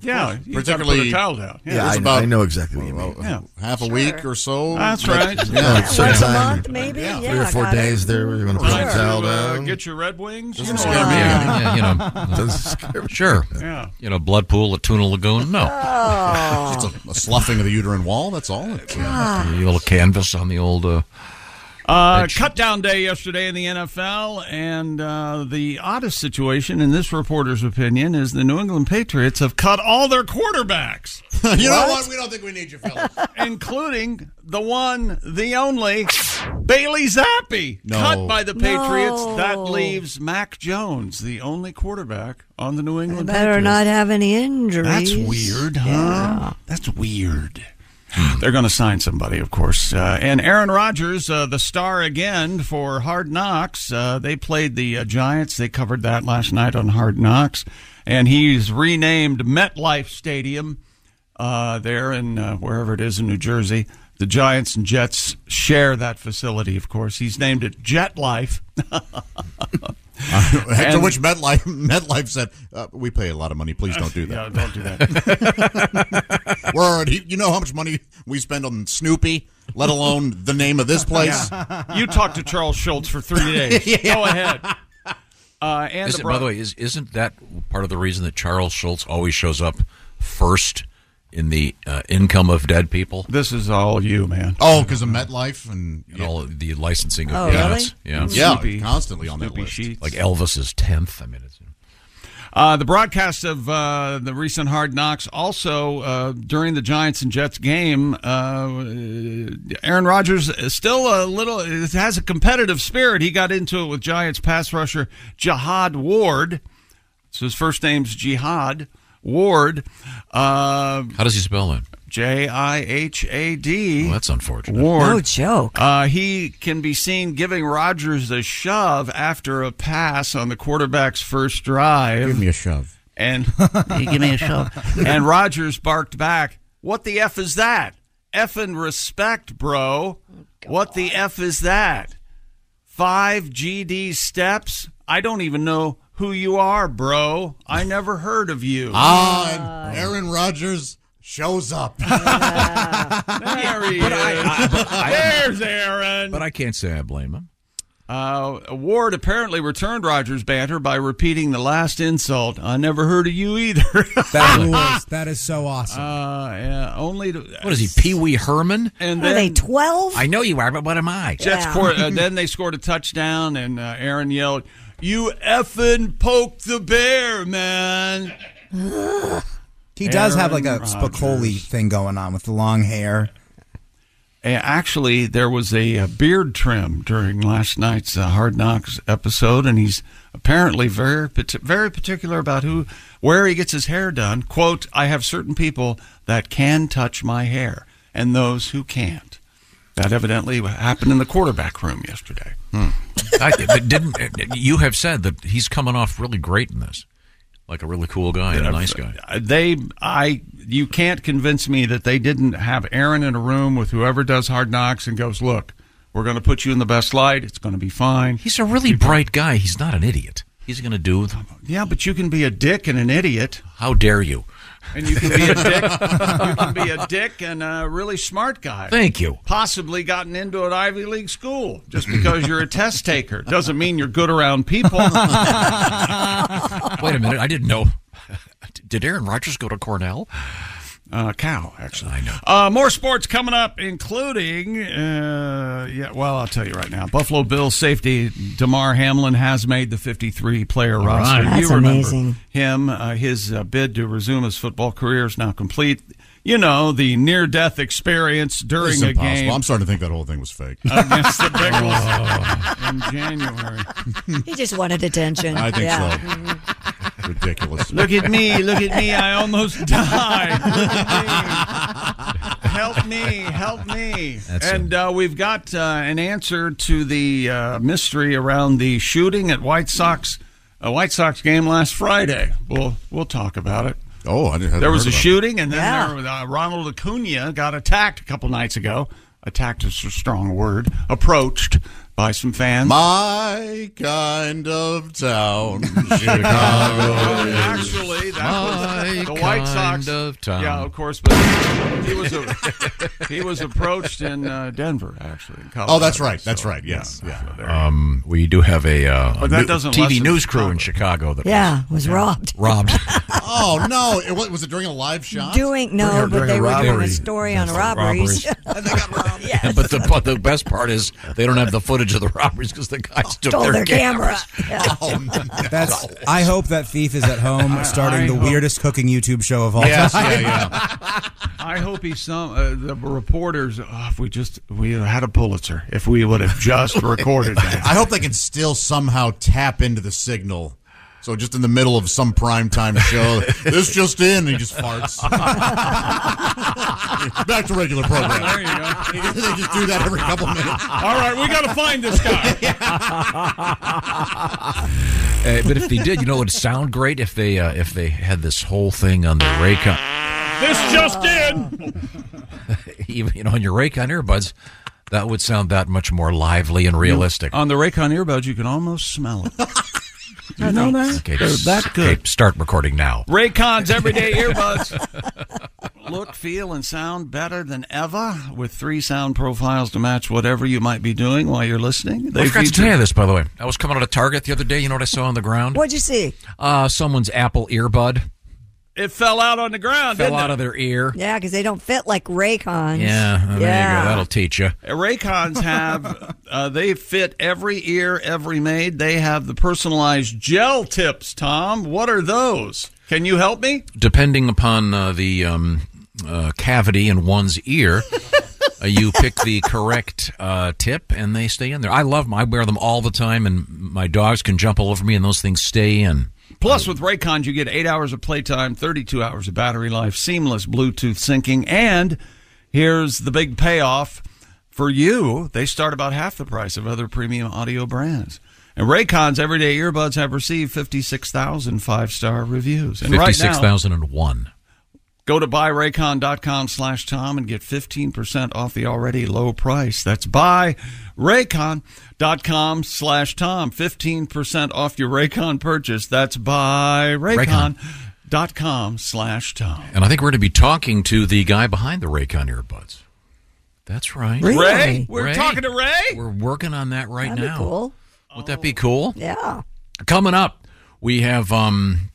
Speaker 7: Yeah, you gotta put a towel down.
Speaker 12: Yeah, I,
Speaker 7: It's
Speaker 12: I know exactly what you mean.
Speaker 7: Yeah.
Speaker 13: half a week or so.
Speaker 7: That's right.
Speaker 12: Yeah,
Speaker 7: Yeah,
Speaker 12: it's
Speaker 7: once a
Speaker 12: sometime-
Speaker 7: month, maybe?
Speaker 12: three or
Speaker 7: Yeah,
Speaker 12: four
Speaker 7: got it.
Speaker 12: days there. We're going to put
Speaker 7: Time
Speaker 12: a towel
Speaker 7: to, uh,
Speaker 12: down.
Speaker 7: get your Red Wings.
Speaker 12: Doesn't
Speaker 7: You know
Speaker 12: scare
Speaker 7: what
Speaker 12: me.
Speaker 7: I mean.
Speaker 2: Yeah, you know.
Speaker 12: Doesn't scare me.
Speaker 2: Sure.
Speaker 7: Yeah.
Speaker 2: You know, blood pool at Tuna Lagoon. No.
Speaker 13: Oh. Just a, a sloughing of the uterine wall. That's all. It's,
Speaker 2: A little canvas on the old. Uh,
Speaker 7: Uh, cut down day yesterday in the NFL, and uh, the oddest situation, in this reporter's opinion, is the New England Patriots have cut all their quarterbacks.
Speaker 13: you know what? We don't think we need you, fellas.
Speaker 7: Including the one, the only, Bailey Zappi.
Speaker 13: No.
Speaker 7: Cut by the Patriots.
Speaker 4: No.
Speaker 7: That leaves Mac Jones, the only quarterback on the New England
Speaker 4: Better
Speaker 7: Patriots.
Speaker 4: not have any injuries.
Speaker 7: That's weird, huh? That's weird. They're going to sign somebody, of course. Uh, and Aaron Rodgers, uh, the star again for Hard Knocks. Uh, they played the uh, Giants. They covered that last night on Hard Knocks. And he's renamed MetLife Stadium uh, there in uh, wherever it is in New Jersey. The Giants and Jets share that facility, of course. He's named it Jet Life.
Speaker 13: After
Speaker 7: And-
Speaker 13: which MetLife, MetLife said, uh, "We pay a lot of money. Please don't do that.
Speaker 7: Yeah, don't do that.
Speaker 13: We're already. You know how much money we spend on Snoopy, let alone the name of this place.
Speaker 7: Yeah. You talked to Charles Schultz for three days.
Speaker 13: Yeah.
Speaker 7: Go ahead. Uh, and
Speaker 2: Is
Speaker 7: the
Speaker 2: it, by the way, is, isn't that part of the reason that Charles Schultz always shows up first in the uh, income of dead people?
Speaker 7: This is all you, man.
Speaker 13: Oh, because of MetLife and,
Speaker 2: all of the licensing of
Speaker 13: Oh,
Speaker 2: the
Speaker 13: really?
Speaker 2: Jets. Yeah,
Speaker 7: Mm-hmm.
Speaker 13: Yeah, Snoopy- constantly on that Snoopy list. sheets.
Speaker 2: Like Elvis's tenth. I mean, it's,
Speaker 7: Uh, the broadcast of uh, the recent Hard Knocks also uh, during the Giants and Jets game, uh, Aaron Rodgers is still a little it has a competitive spirit. He got into it with Giants pass rusher Jihad Ward. So his first name's Jihad Ward. Uh,
Speaker 2: How does he spell that?
Speaker 7: J I H A D.
Speaker 2: Well, that's unfortunate.
Speaker 7: Ward.
Speaker 2: No joke.
Speaker 7: Uh, he can be seen giving Rodgers a shove after a pass on the quarterback's first drive.
Speaker 13: Give me a shove.
Speaker 7: And and Rogers barked back, "What the f is that? F and respect, bro. what the f is that? Five GD steps. I don't even know who you are, bro. I never heard of you."
Speaker 13: Ah, and Aaron Rodgers shows up.
Speaker 7: there he There's Aaron.
Speaker 2: But I can't say I blame him.
Speaker 7: Uh, Ward apparently returned Rogers' banter by repeating the last insult. I never heard of you either.
Speaker 11: Rules. that is so awesome.
Speaker 7: Ah! Uh, yeah, only to,
Speaker 2: What is he, Pee Wee Herman?
Speaker 7: And then,
Speaker 10: twelve?
Speaker 2: I know you are, but what am I?
Speaker 7: Jets scored. Uh, then they scored a touchdown, and uh, Aaron yelled, "You effing poked the bear, man!"
Speaker 11: He does have like a
Speaker 7: Aaron
Speaker 11: Spicoli thing going on with the long hair.
Speaker 7: Uh, Actually, there was a, uh beard trim during last night's uh, Hard Knocks episode, and he's apparently very pat- very particular about who where he gets his hair done. "Quote: I have certain people that can touch my hair, and those who can't." That evidently happened in the quarterback room yesterday. Hmm.
Speaker 2: I, but didn't uh, you have said that he's coming off really great in this, like a really cool guy and a nice guy?
Speaker 7: Uh, They, I, you can't convince me that they didn't have Aaron in a room with whoever does Hard Knocks and goes, "Look, we're going to put you in the best light. It's going to be fine."
Speaker 2: He's a really bright guy. He's not an idiot. He's going to do.
Speaker 7: Yeah, but you can be a dick and an idiot.
Speaker 2: How dare you?
Speaker 7: And you can be a dick. you can be a dick and a really smart guy.
Speaker 2: Thank you.
Speaker 7: Possibly gotten into an Ivy League school just because you're a test taker doesn't mean you're good around people.
Speaker 2: Wait a minute, I didn't know. Did Aaron Rodgers go to Cornell?
Speaker 7: Uh, cow, actually.
Speaker 2: I know.
Speaker 7: Uh, more sports coming up, including uh, yeah. Well, I'll tell you right now. Buffalo Bills safety Damar Hamlin has made the 53-player
Speaker 10: All
Speaker 7: roster.
Speaker 10: right. That's
Speaker 7: you remember
Speaker 10: amazing.
Speaker 7: him. Uh, his uh, bid to resume his football career is now complete. You know the near-death experience during
Speaker 13: This is
Speaker 7: a
Speaker 13: impossible.
Speaker 7: game
Speaker 13: I'm starting to think that whole thing was fake.
Speaker 7: against the Bengals in January.
Speaker 10: He just wanted attention.
Speaker 13: I think
Speaker 10: yeah.
Speaker 13: so. Ridiculous.
Speaker 7: Look at me, look at me, I almost died. Look at me. Help me, help me.
Speaker 2: That's
Speaker 7: and uh, we've got uh, an answer to the uh, mystery around the shooting at White Sox, a White Sox game last Friday. We'll we'll talk about it.
Speaker 13: Oh, I didn't.
Speaker 7: There was a
Speaker 13: heard about
Speaker 7: shooting, and then
Speaker 13: Yeah.
Speaker 7: there was, uh, Ronald Acuna got attacked a couple nights ago. Attacked is a strong word. Approached by some fans.
Speaker 13: My kind of town, Chicago. is
Speaker 7: Actually, that
Speaker 13: my
Speaker 7: was the White
Speaker 13: kind
Speaker 7: Sox.
Speaker 13: of town.
Speaker 7: Yeah, of course, but he was a, he was approached in uh, Denver, actually. In Colorado,
Speaker 13: Oh, that's right. That's
Speaker 7: so,
Speaker 13: right. Yes. Yeah.
Speaker 2: Um, we do have a, uh,
Speaker 7: But that
Speaker 2: new-
Speaker 7: doesn't
Speaker 2: TV
Speaker 7: lessen
Speaker 2: news
Speaker 7: the
Speaker 2: crew in Chicago that
Speaker 10: Yeah, was robbed.
Speaker 2: robbed.
Speaker 13: Oh no! It was, was it during a live shot?
Speaker 10: Doing no, but they were doing a story on
Speaker 2: That's right,
Speaker 10: robberies.
Speaker 2: but, the, but the best part is they don't have the footage of the robberies because the guys took
Speaker 10: Oh, Stole their camera.
Speaker 2: cameras.
Speaker 10: Yeah.
Speaker 13: Oh,
Speaker 11: That's. I hope that thief is at home starting the weirdest cooking YouTube show of all
Speaker 7: Yes,
Speaker 11: time.
Speaker 7: yeah, I hope he some uh, the reporters. Oh, if we just we had a Pulitzer, if we would have just recorded that.
Speaker 13: I hope they can still somehow tap into the signal So just in the middle of some primetime show, this just in, and he just farts. Back to regular program. There you go. they just do that every couple minutes.
Speaker 9: All right, we got to find this guy.
Speaker 2: Uh, but if they did, you know, it would sound great if they uh, if they had this whole thing on the Raycon,
Speaker 9: This just in.
Speaker 2: even you know, on your Raycon earbuds. That would sound that much more lively and realistic.
Speaker 7: On the Raycon earbuds, you can almost smell it. you know that?
Speaker 2: Okay,
Speaker 7: They're
Speaker 2: s-
Speaker 7: that good.
Speaker 2: okay, start recording now.
Speaker 7: Raycons everyday earbuds. Look, feel, and sound better than ever with three sound profiles to match whatever you might be doing while you're listening.
Speaker 2: I forgot to tell you this, by the way. I was coming out of Target the other day. You know what I saw on the ground?
Speaker 10: What'd you see?
Speaker 2: Uh, someone's Apple earbud
Speaker 7: It fell out on the ground.
Speaker 2: fell
Speaker 7: didn't
Speaker 2: out
Speaker 7: it?
Speaker 2: of their ear.
Speaker 10: Yeah, because they don't fit like Raycons.
Speaker 2: Yeah, there you
Speaker 10: Yeah.
Speaker 2: go. That'll teach you.
Speaker 7: Uh, Raycons have uh, they fit every ear, every made. They have the personalized gel tips. Tom, what are those? Can you help me?
Speaker 2: Depending upon uh, the um, uh, cavity in one's ear, uh, you pick the correct uh, tip, and they stay in there. I love them. I wear them all the time, and my dogs can jump all over me, and those things stay in.
Speaker 7: Plus, with Raycons, you get eight hours of playtime, 32 hours of battery life, seamless Bluetooth syncing, and here's the big payoff for you. They start about half the price of other premium audio brands. And Raycon's everyday earbuds have received 56,000 five star reviews. And right now-
Speaker 2: 56,001.
Speaker 7: Go to buyraycon.com slash Tom and get 15% off the already low price. That's buyraycon.com slash Tom. 15% off your Raycon purchase. That's buyraycon.com slash Tom.
Speaker 2: And I think we're going to be talking to the guy behind the Raycon earbuds. That's right.
Speaker 7: Really? Ray? We're talking
Speaker 2: to Ray? We're working on that right
Speaker 7: That'd be
Speaker 2: now.
Speaker 7: cool.
Speaker 2: Would that be cool?
Speaker 10: Yeah.
Speaker 2: Coming up, we have um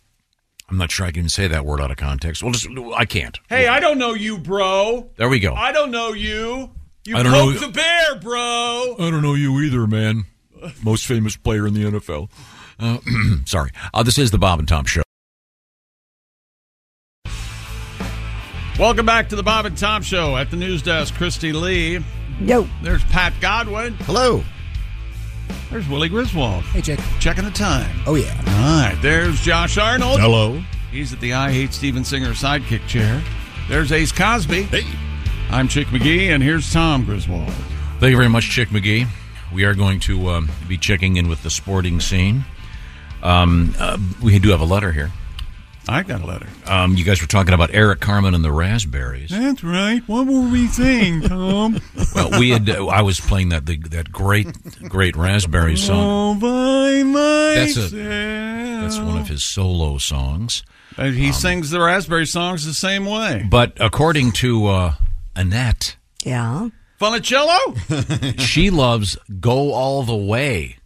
Speaker 2: I'm not sure I can even say that word out of context. Well just I can't.
Speaker 9: Hey, I don't know you, bro.
Speaker 2: There we go.
Speaker 9: I don't know you. You
Speaker 2: I don't
Speaker 9: poked
Speaker 2: know-
Speaker 9: the bear, bro.
Speaker 2: I don't know you either, man. Most famous player in the NFL. Uh, sorry. Uh, this is the Bob and Tom Show.
Speaker 7: Welcome back to the Bob and Tom Show at the news desk. Christy Lee.
Speaker 10: Yo.
Speaker 7: There's Pat Godwin.
Speaker 12: Hello.
Speaker 7: There's Willie Griswold. Hey,
Speaker 11: Jake.
Speaker 7: Checking the time.
Speaker 11: Oh, yeah.
Speaker 7: All right. There's Josh Arnold.
Speaker 13: Hello.
Speaker 7: He's at the I Hate Steven Singer sidekick chair. There's Ace Cosby. Hey. I'm Chick McGee, and here's Tom Griswold.
Speaker 2: Thank you very much, Chick McGee. We are going to um, be checking in with the sporting scene. Um, uh, we do have a letter here.
Speaker 7: I got a letter.
Speaker 2: Um, you guys were talking about Eric Carmen and the Raspberries.
Speaker 7: That's right. What were we saying, Tom?
Speaker 2: Well, we had. I was playing that the, that great great Raspberry song.
Speaker 7: All by
Speaker 2: That's
Speaker 7: myself.
Speaker 2: a- That's one of his solo songs. Um,
Speaker 7: And he sings the Raspberry songs the same way.
Speaker 2: But according to uh, Annette,
Speaker 10: Yeah.
Speaker 7: Funicello?
Speaker 2: she loves "Go All the Way,"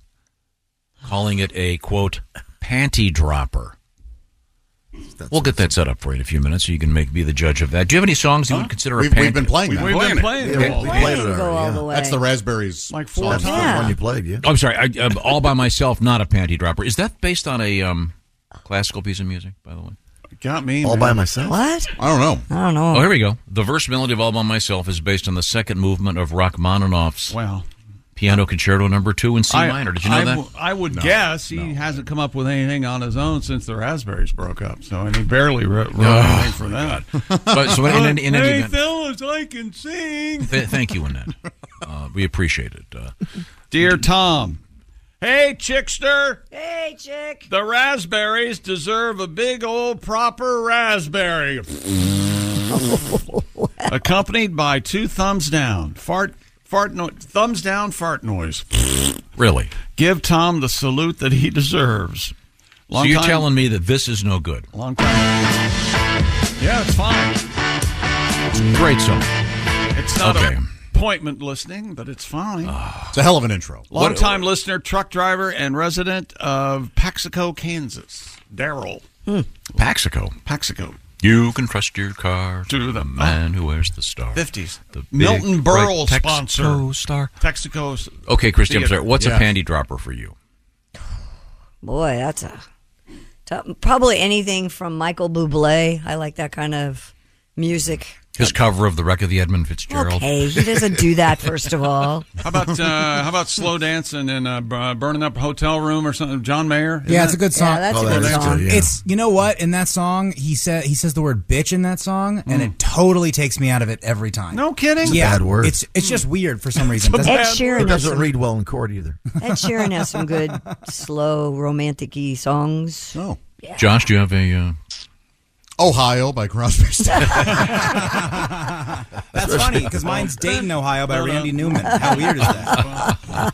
Speaker 2: calling it a quote panty dropper. we'll get that set up for you in a few minutes, so you can make be the judge of that. Do you have any songs you would consider a
Speaker 13: We've,
Speaker 2: panty?
Speaker 13: we've been playing that.
Speaker 2: Okay.
Speaker 13: That's the Raspberries.
Speaker 7: Like Oh.
Speaker 13: four
Speaker 2: times. Yeah.
Speaker 12: played, yeah.
Speaker 2: I'm sorry, I, I'm all by myself, not a panty dropper. Is that based on a um, classical piece of music, by the way?
Speaker 7: Got me.
Speaker 12: All by myself?
Speaker 10: What?
Speaker 2: I don't know.
Speaker 10: I don't know.
Speaker 2: Oh, here we go. The verse melody of All by Myself is based on the second movement of Rachmaninoff's
Speaker 7: Wow.
Speaker 2: Piano Concerto Number Two in C minor. Did you know
Speaker 7: I,
Speaker 2: that?
Speaker 7: w- I would
Speaker 2: No,
Speaker 7: guess he hasn't come up with anything on his own since the Raspberries broke up. So, and he barely wrote, wrote
Speaker 2: Oh,
Speaker 7: anything for that.
Speaker 2: But- so in any- in any
Speaker 7: hey,
Speaker 2: event-
Speaker 7: fellas, I can sing.
Speaker 2: Th- thank you, Annette. Uh, we appreciate it. Uh,
Speaker 7: Dear Tom. Hey, Chickster.
Speaker 10: Hey, Chick.
Speaker 7: The Raspberries deserve a big old proper raspberry. Accompanied by two thumbs down. Fart, fart, no- thumbs down, fart noise.
Speaker 2: really?
Speaker 7: Give Tom the salute that he deserves.
Speaker 2: so you're
Speaker 7: time-
Speaker 2: telling me that this is no good?
Speaker 7: Long time. Yeah, it's fine.
Speaker 2: Great song.
Speaker 7: It's not
Speaker 2: okay.
Speaker 7: appointment listening, but it's fine.
Speaker 13: It's a hell of an intro.
Speaker 7: Long time listener, truck driver, and resident of Paxico, Kansas. Daryl.
Speaker 11: Hmm.
Speaker 2: Paxico.
Speaker 7: Paxico.
Speaker 2: You can trust your car
Speaker 7: to the
Speaker 2: man who wears the star.
Speaker 7: 50s.
Speaker 2: The big
Speaker 7: Milton Berle
Speaker 2: bright Texaco
Speaker 7: sponsor.
Speaker 2: Star.
Speaker 7: Texaco's.
Speaker 2: Okay, Christy, I'm
Speaker 7: Theater.
Speaker 2: sorry. What's
Speaker 7: Yeah.
Speaker 2: a panty dropper for you?
Speaker 10: Boy, that's a tough, probably anything from Michael Bublé. I like that kind of music.
Speaker 2: His cover of the wreck of the Edmund Fitzgerald.
Speaker 10: Okay, he doesn't do that. First of all,
Speaker 7: How about uh, how about slow dancing and uh, b- uh, burning up a hotel room or something? John Mayer.
Speaker 11: yeah, it's a good song.
Speaker 7: It's
Speaker 11: Um, It's you know what in that song he said he says the word bitch in that song and
Speaker 7: Mm.
Speaker 11: it totally takes me out of it every time.
Speaker 7: No kidding?
Speaker 12: It's a
Speaker 11: yeah,
Speaker 12: bad word.
Speaker 11: It's it's just weird for some reason.
Speaker 10: It's a bad Ed Sheeran word.
Speaker 12: It doesn't
Speaker 10: has
Speaker 12: read well in court either.
Speaker 10: Ed Sheeran has some good slow romantic-y songs.
Speaker 13: Oh,
Speaker 2: Josh, do you have a? Uh...
Speaker 13: Ohio by Crosby.
Speaker 11: That's funny because mine's Dayton, Ohio by Randy Newman. How weird is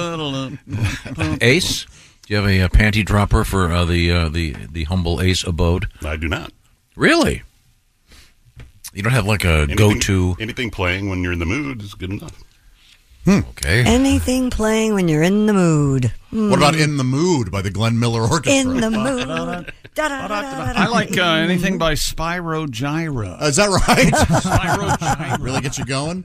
Speaker 11: that?
Speaker 2: Ace, do you have a, uh panty dropper for uh, the uh, the the humble Ace abode?
Speaker 16: I do not.
Speaker 2: Really? You don't have like a
Speaker 16: Anything-
Speaker 2: go-to?
Speaker 16: Anything playing when you're in the mood is good enough.
Speaker 2: Okay.
Speaker 10: Anything playing when you're in the mood.
Speaker 13: What about
Speaker 10: Mm.
Speaker 13: In the Mood by the Glenn Miller Orchestra?
Speaker 10: in the mood?
Speaker 7: I like uh, anything by Spyro Gyra.
Speaker 13: Uh, Is that right?
Speaker 7: Spyro Gyra
Speaker 13: really get you going.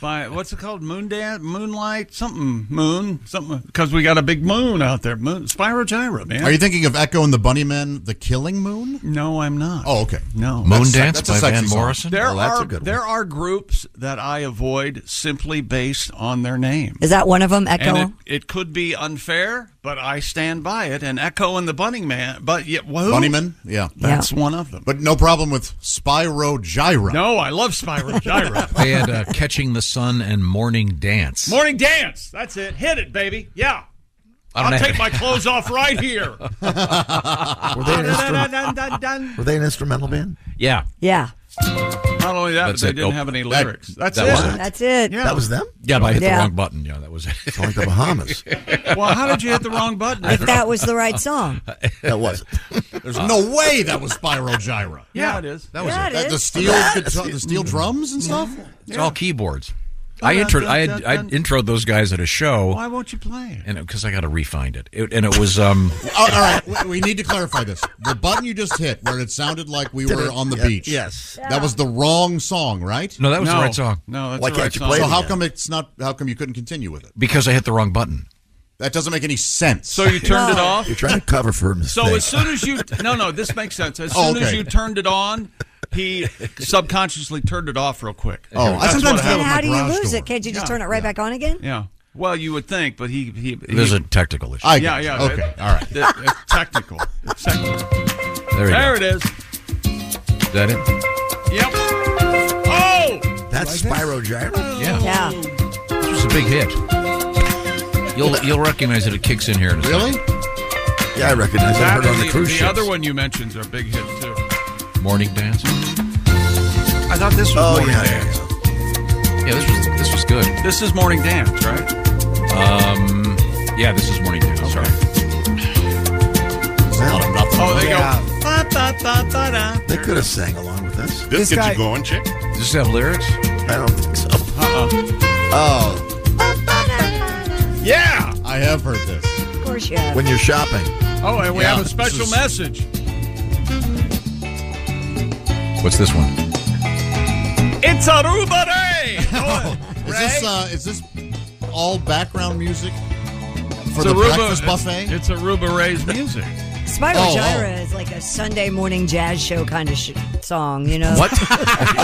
Speaker 7: By what's it called? Moon dance, moonlight, something, moon, something. Because we got a big moon out there. Moon, Spyro Gyra, man.
Speaker 13: Are you thinking of Echo and the Bunnymen, The Killing Moon?
Speaker 7: No, I'm not.
Speaker 13: Oh, okay.
Speaker 7: No.
Speaker 13: Moon
Speaker 7: That's-
Speaker 13: Dance
Speaker 7: that's
Speaker 13: by
Speaker 7: a sexy
Speaker 13: Van
Speaker 7: song.
Speaker 13: Morrison?
Speaker 7: There
Speaker 13: Oh, that's
Speaker 7: are
Speaker 13: a good one.
Speaker 7: there are groups that I avoid simply based on their name.
Speaker 10: Is that one of them?
Speaker 7: And
Speaker 10: Echo.
Speaker 7: it, it could be unfair, but I stand by it. And Echo and the Bunning Man, but yeah, who?
Speaker 13: Bunnymen? Yeah.
Speaker 7: That's one of them.
Speaker 13: But no problem with Spyro Gyra.
Speaker 7: No, I love Spyro Gyra.
Speaker 2: They had uh, catching the sun and morning dance.
Speaker 7: Morning dance. That's it. Hit it, baby. Yeah.
Speaker 2: I don't
Speaker 7: I'll
Speaker 2: have
Speaker 7: take
Speaker 2: it.
Speaker 7: my clothes off right here.
Speaker 12: Were they an instrument-
Speaker 7: Dun-dun-dun-dun-dun.
Speaker 12: Were they an instrumental band?
Speaker 2: Yeah.
Speaker 10: Yeah.
Speaker 7: Not only that,
Speaker 2: That's
Speaker 7: but they
Speaker 2: it.
Speaker 7: didn't
Speaker 2: Oh,
Speaker 7: have any
Speaker 2: that-
Speaker 7: lyrics. That's
Speaker 2: that
Speaker 7: it.
Speaker 2: was it.
Speaker 10: That's it.
Speaker 7: Yeah.
Speaker 12: That was them?
Speaker 2: Yeah, but I hit
Speaker 10: Yeah.
Speaker 2: the wrong button. Yeah, that was it. It's
Speaker 12: like the Bahamas.
Speaker 7: well, how did you hit the wrong button?
Speaker 10: If that was the right song.
Speaker 12: That was.
Speaker 13: There's no way that was Spyro Gyra.
Speaker 7: Yeah, it is.
Speaker 13: That was
Speaker 7: Yeah,
Speaker 13: it.
Speaker 7: it
Speaker 13: That- the
Speaker 7: is.
Speaker 13: steel,
Speaker 7: That-
Speaker 13: guitar- the steel drums and stuff.
Speaker 2: It's all keyboards.
Speaker 7: Oh,
Speaker 2: I intro I had, I introed those guys at a
Speaker 7: Why
Speaker 2: show,
Speaker 7: won't you play?
Speaker 2: and because I got to refind it. it, and it was um.
Speaker 13: Oh, all right, we- we need to clarify this. The button you just hit, where it sounded like we
Speaker 2: Did
Speaker 13: were
Speaker 2: it-
Speaker 13: on the
Speaker 2: yeah,
Speaker 13: beach.
Speaker 2: yes.
Speaker 13: that was the wrong song, right?
Speaker 2: No, that was the No. right song. No, that's Why the can't right you play
Speaker 13: So
Speaker 2: it
Speaker 13: how
Speaker 2: again?
Speaker 13: come it's not? How come you couldn't continue with it?
Speaker 2: Because I hit the wrong button.
Speaker 13: That doesn't make any sense.
Speaker 7: So you turned it No. off?
Speaker 12: You're trying to cover for a mistake.
Speaker 7: So as soon as you no no this makes sense. As
Speaker 12: Oh,
Speaker 7: soon as
Speaker 12: okay.
Speaker 7: you turned it on, he subconsciously turned it off real quick.
Speaker 13: Oh, I sometimes
Speaker 10: Then how do you lose it? Can't you just turn it right back on again?
Speaker 7: Yeah. Well, you would think, but he he.
Speaker 2: There's
Speaker 7: he-
Speaker 2: a technical issue. I
Speaker 7: yeah,
Speaker 2: get
Speaker 7: yeah.
Speaker 2: you. Okay, all right.
Speaker 7: the- the technical. Technical.
Speaker 2: There you
Speaker 7: There it is.
Speaker 2: go. Is that it?
Speaker 7: Yep. Oh.
Speaker 12: That's Spyro Gyra?
Speaker 2: Yeah.
Speaker 10: Yeah.
Speaker 2: This was a big hit. You'll you'll recognize it. It kicks in here. In a
Speaker 13: Really?
Speaker 12: Yeah, I recognize.
Speaker 7: That
Speaker 12: I heard it on
Speaker 7: and
Speaker 12: the cruise
Speaker 7: the
Speaker 12: ship.
Speaker 7: other one you mentioned are big hits too.
Speaker 2: second. Morning dance.
Speaker 7: I thought this was
Speaker 2: Oh,
Speaker 7: morning
Speaker 2: yeah, yeah,
Speaker 7: dance.
Speaker 2: Yeah, this was this was good.
Speaker 7: This is morning dance, right?
Speaker 2: Um, yeah, this is morning dance. Sorry.
Speaker 7: Oh, they
Speaker 12: Yeah.
Speaker 7: go. Ba, ba, ba, ba, da.
Speaker 12: They could have sang along with us.
Speaker 16: This This gets you guy- going, chick.
Speaker 2: Does this have lyrics?
Speaker 12: I don't think so. Oh,
Speaker 7: Yeah.
Speaker 13: I have heard this.
Speaker 10: Of course you have.
Speaker 12: when you're shopping.
Speaker 7: Oh, and we
Speaker 12: Yeah.
Speaker 7: have a special
Speaker 12: This is-
Speaker 7: message.
Speaker 2: What's this one?
Speaker 7: It's Aruba Day.
Speaker 13: Is this uh, is this all background music for the breakfast buffet?
Speaker 7: It's Aruba Ray's music.
Speaker 10: Spyro
Speaker 13: Oh, oh.
Speaker 10: Gyra is like a Sunday morning jazz show kind of sh- song, you know?
Speaker 2: What?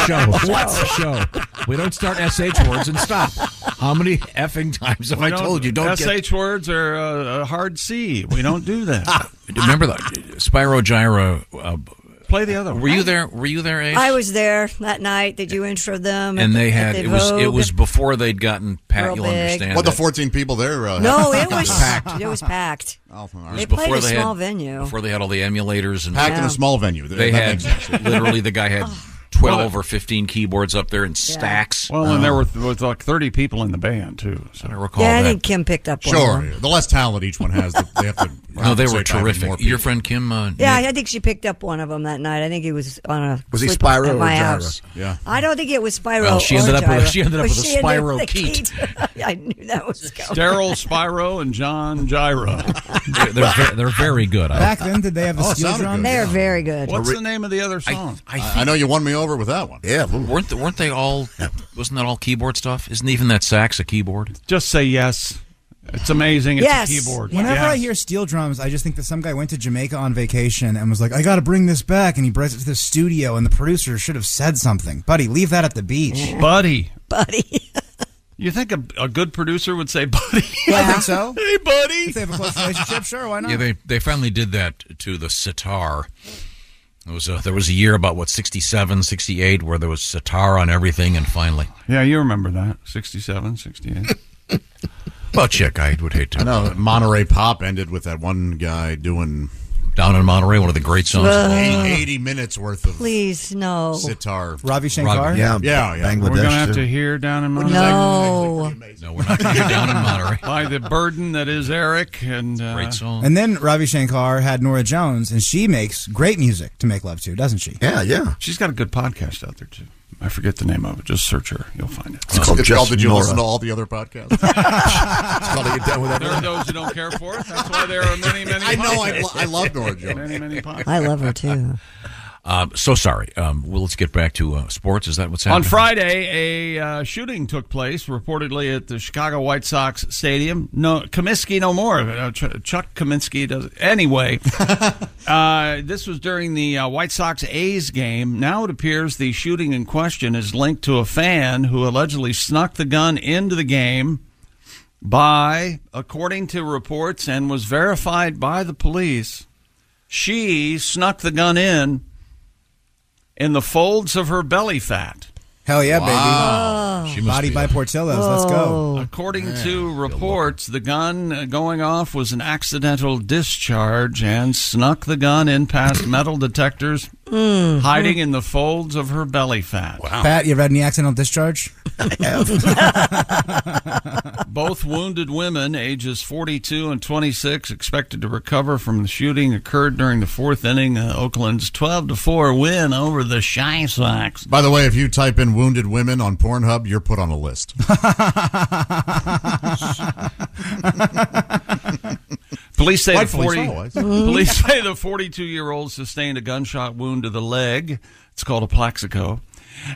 Speaker 2: show. What? Show. We don't start SH words and stop. How many effing times have I
Speaker 7: We
Speaker 2: told you? Don't
Speaker 7: SH
Speaker 2: get.
Speaker 7: words are uh, a hard C. We don't do that.
Speaker 2: Remember that Spyro Gyra. Uh,
Speaker 7: Play the other one.
Speaker 2: were you there? Were you there, Ace?
Speaker 10: I was there that night. Did you intro them? at
Speaker 2: and
Speaker 10: the-
Speaker 2: they
Speaker 10: at
Speaker 2: had
Speaker 10: the
Speaker 2: it was it
Speaker 10: Vogue?
Speaker 2: was before they'd gotten Pat.
Speaker 10: Real
Speaker 2: you'll
Speaker 10: big.
Speaker 2: understand.
Speaker 13: What, the
Speaker 2: it.
Speaker 13: 14 people there? Uh, Oh,
Speaker 10: No, it was packed. It was packed.
Speaker 2: before
Speaker 10: They played a
Speaker 2: they had-
Speaker 10: small venue.
Speaker 2: Before they had all the emulators and
Speaker 13: Packed in a Yeah. small venue. That-
Speaker 2: They
Speaker 13: that
Speaker 2: had
Speaker 13: makes sense.
Speaker 2: literally the guy had twelve or fifteen keyboards up there in stacks. Uh,
Speaker 7: Well, and there were, there was like 30 people in the band, too. So.
Speaker 2: I recall
Speaker 10: yeah, I
Speaker 2: that.
Speaker 10: think Kim picked up one.
Speaker 13: Sure.
Speaker 10: of them.
Speaker 13: The less talent each one has, the, they have to.
Speaker 2: No, they were
Speaker 13: compensate by having
Speaker 2: terrific.
Speaker 13: more people.
Speaker 2: Your friend Kim. Uh,
Speaker 10: Yeah, I think she picked up one of them that night. I think he was on a
Speaker 2: Was he
Speaker 10: sleep
Speaker 2: Spyro
Speaker 10: at
Speaker 2: or
Speaker 10: my
Speaker 2: Gyra?
Speaker 10: house.
Speaker 2: Yeah.
Speaker 10: I don't think it was Spyro.
Speaker 2: Well, she
Speaker 10: or
Speaker 2: ended up with-
Speaker 10: Gyra,
Speaker 2: she ended up
Speaker 10: but
Speaker 2: with a
Speaker 10: she ended
Speaker 2: Spyro
Speaker 10: with the
Speaker 2: Keat.
Speaker 10: Keat. I knew that was going.
Speaker 7: Daryl Spyro and John Gyra.
Speaker 2: They're, they're, ve- they're very good. Uh, I-
Speaker 11: Back then, did they have the
Speaker 13: Oh, it
Speaker 11: steel
Speaker 13: sounded
Speaker 11: drum?
Speaker 13: good.
Speaker 10: They are very good.
Speaker 7: What's the name of the other song?
Speaker 2: I,
Speaker 13: I know you won me over with that one.
Speaker 12: Yeah,
Speaker 2: weren't the, weren't they all? Wasn't that all keyboard stuff? Isn't even that sax a keyboard?
Speaker 7: Just say yes. It's amazing. It's
Speaker 11: Yes.
Speaker 7: a keyboard.
Speaker 11: Whenever
Speaker 7: Yeah.
Speaker 11: I hear steel drums, I just think that some guy went to Jamaica on vacation and was like, "I got to bring this back," and he brings it to the studio, and the producer should have said something, buddy. Leave that at the beach,
Speaker 7: buddy.
Speaker 10: Buddy.
Speaker 7: you think a, a good producer would say, buddy?
Speaker 11: I think so.
Speaker 7: Hey, buddy.
Speaker 11: If they have a close relationship, sure, why not?
Speaker 2: Yeah, they they finally did that to the sitar. There was a, there was a year about what 67, 68 where there was sitar on everything, and finally,
Speaker 7: Yeah, you remember that. 67, 68.
Speaker 2: well, chick, I would hate to.
Speaker 13: I know Monterey Pop ended with that one guy doing
Speaker 2: down in Monterey, one of the great songs of all time.
Speaker 13: Eighty, 80 minutes worth of
Speaker 10: Please, no.
Speaker 13: sitar.
Speaker 11: Ravi
Speaker 2: Shankar?
Speaker 13: yeah, yeah, yeah.
Speaker 7: We're going to have to hear down in Monterey.
Speaker 10: No.
Speaker 2: No, we're not going to hear down in Monterey.
Speaker 7: By the burden that is Eric. and uh, Great
Speaker 2: song.
Speaker 11: And then Ravi Shankar had Nora Jones, and she makes great music to make love to, doesn't she?
Speaker 7: She's got a good podcast out there, too. I forget the name of it. Just search her. You'll find it.
Speaker 11: It's called
Speaker 13: It's called Just Did You Nora. Listen to All the Other Podcasts? It's called I Get Down With
Speaker 7: There are
Speaker 13: Everything.
Speaker 7: those who don't care for it. That's why there are many, many
Speaker 13: I know, I
Speaker 7: podcasts.
Speaker 13: lo- I love Nora Jones.
Speaker 7: Many, many podcasts.
Speaker 10: I love her too.
Speaker 2: Um, so sorry. Um, well, let's get back to uh, sports. Is that what's happening?
Speaker 7: On Friday, a uh, shooting took place reportedly at the Chicago White Sox stadium. No, Kaminsky, no more. Uh, Ch- Chuck Kaminsky does. Anyway, uh, this was during the uh, White Sox A's game. Now it appears the shooting in question is linked to a fan who allegedly snuck the gun into the game by, according to reports, and was verified by the police. She snuck the gun in in the folds of her belly fat.
Speaker 11: Hell yeah,
Speaker 7: Wow.
Speaker 11: baby!
Speaker 7: She must
Speaker 11: Body
Speaker 7: be
Speaker 11: by Portillo's. Let's go.
Speaker 7: According to reports, the gun uh, going off was an accidental discharge and snuck the gun in past metal detectors,
Speaker 11: Mm.
Speaker 7: hiding in the folds of her belly fat.
Speaker 11: Pat, you ever had any accidental discharge? I
Speaker 7: Both wounded women, ages 42 and 26, expected to recover from the shooting occurred during the fourth inning of Oakland's 12 to 4 win over the Shy Sox.
Speaker 13: By the way, if you type in wounded women on Pornhub, you're put on a list.
Speaker 7: Police say
Speaker 13: Rightfully
Speaker 7: the 40,
Speaker 13: so, I think.
Speaker 7: Police say the 42-year-old sustained a gunshot wound to the leg. It's called a plaxico.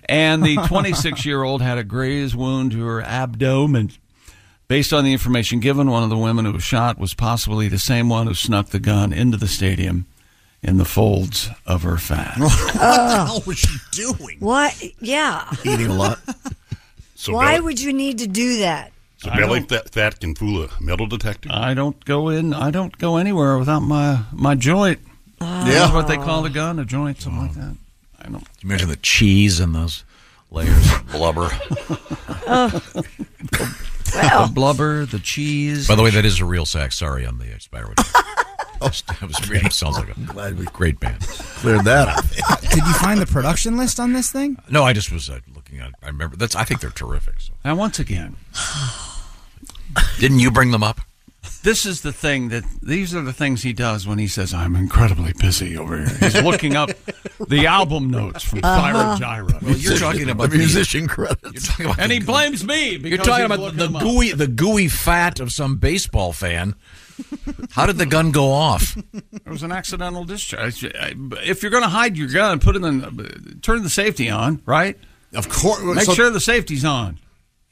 Speaker 7: And the 26-year-old had a graze wound to her abdomen. Based on the information given, one of the women who was shot was possibly the same one who snuck the gun into the stadium in the folds of her fat.
Speaker 10: Ugh.
Speaker 13: was she doing?
Speaker 10: What? Yeah.
Speaker 13: Eating a lot.
Speaker 16: So
Speaker 10: Why
Speaker 16: belly,
Speaker 10: would you need to do that?
Speaker 16: so
Speaker 7: I
Speaker 16: belly
Speaker 7: don't-
Speaker 16: fat, fat can fool a metal detector.
Speaker 7: I don't go in. I don't go anywhere without my my joint.
Speaker 4: Uh, Oh.
Speaker 7: That's what they call the gun, a joint, something
Speaker 13: Oh,
Speaker 7: like that. I don't.
Speaker 2: You mentioned the cheese and those layers of blubber.
Speaker 10: Oh.
Speaker 7: The blubber, the cheese.
Speaker 2: By the way, that is a real sax. Sorry on the Spyro. that was great. Sounds like a glad we great band.
Speaker 12: Cleared that up.
Speaker 11: Did you find the production list on this thing?
Speaker 2: No, I just was uh, looking at. I remember that's. I think they're terrific. So.
Speaker 7: And once again,
Speaker 2: didn't you bring them up?
Speaker 7: This is the thing that these are the things he does when he says, "I'm incredibly busy over here." He's looking up the album notes from
Speaker 2: Uh-huh.
Speaker 7: Pyro Gyra.
Speaker 2: Well, you're talking about The musician
Speaker 12: credits.
Speaker 2: You're talking about
Speaker 7: and
Speaker 2: the-
Speaker 7: he blames me. Because
Speaker 2: You're talking
Speaker 7: he's
Speaker 2: about
Speaker 7: looking
Speaker 2: the
Speaker 7: them up.
Speaker 2: gooey, the gooey fat of some baseball fan. How did the gun go off?
Speaker 7: It was an accidental discharge. I- If you're going to hide your gun, put it in. uh, Turn the safety on, right?
Speaker 13: Of course.
Speaker 7: Make
Speaker 2: so-
Speaker 7: sure the safety's on.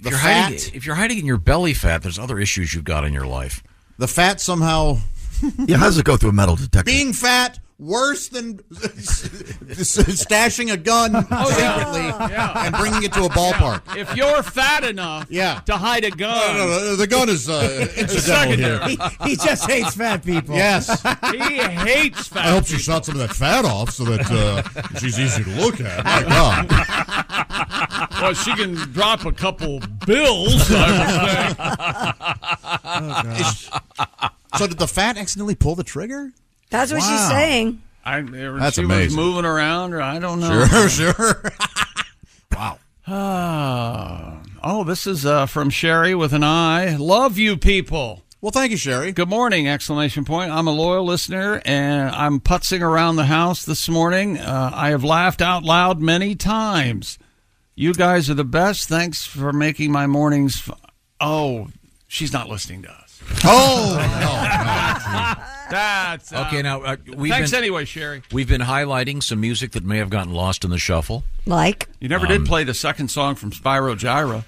Speaker 2: If you're, hiding, if you're hiding in your belly fat, there's other issues you've got in your life.
Speaker 13: The fat somehow.
Speaker 12: Yeah, how does it go through a metal detector?
Speaker 13: Being fat worse than stashing a gun secretly and bringing it to a ballpark.
Speaker 7: If you're fat enough, yeah. to hide a gun.
Speaker 13: No, no, no, the gun is, uh, incidental here.
Speaker 11: He- he just hates fat people.
Speaker 13: Yes.
Speaker 7: he hates fat.
Speaker 13: I hope she shot some of that fat off so that uh, she's easy to look at. My God.
Speaker 7: well, she can drop a couple bills. I would think.
Speaker 13: So did the fat accidentally pull the trigger?
Speaker 10: That's what she's saying.
Speaker 7: I, or
Speaker 13: That's
Speaker 7: she was
Speaker 13: amazing.
Speaker 7: moving around, or I don't know.
Speaker 13: Sure, sure. wow.
Speaker 7: oh, this is uh, from Sherry with an I. Love you people.
Speaker 13: Well, thank you, Sherry.
Speaker 7: Good morning, exclamation point. I'm a loyal listener, and I'm putzing around the house this morning. Uh, I have laughed out loud many times. You guys are the best. Thanks for making my mornings. F- oh, she's not listening to us.
Speaker 13: Oh,
Speaker 7: That's uh,
Speaker 2: Okay, now uh, we've
Speaker 7: thanks
Speaker 2: been,
Speaker 7: anyway, Sherry.
Speaker 2: We've been highlighting some music that may have gotten lost in the shuffle.
Speaker 10: Like
Speaker 7: You never did play the second song from Spyro Gyra.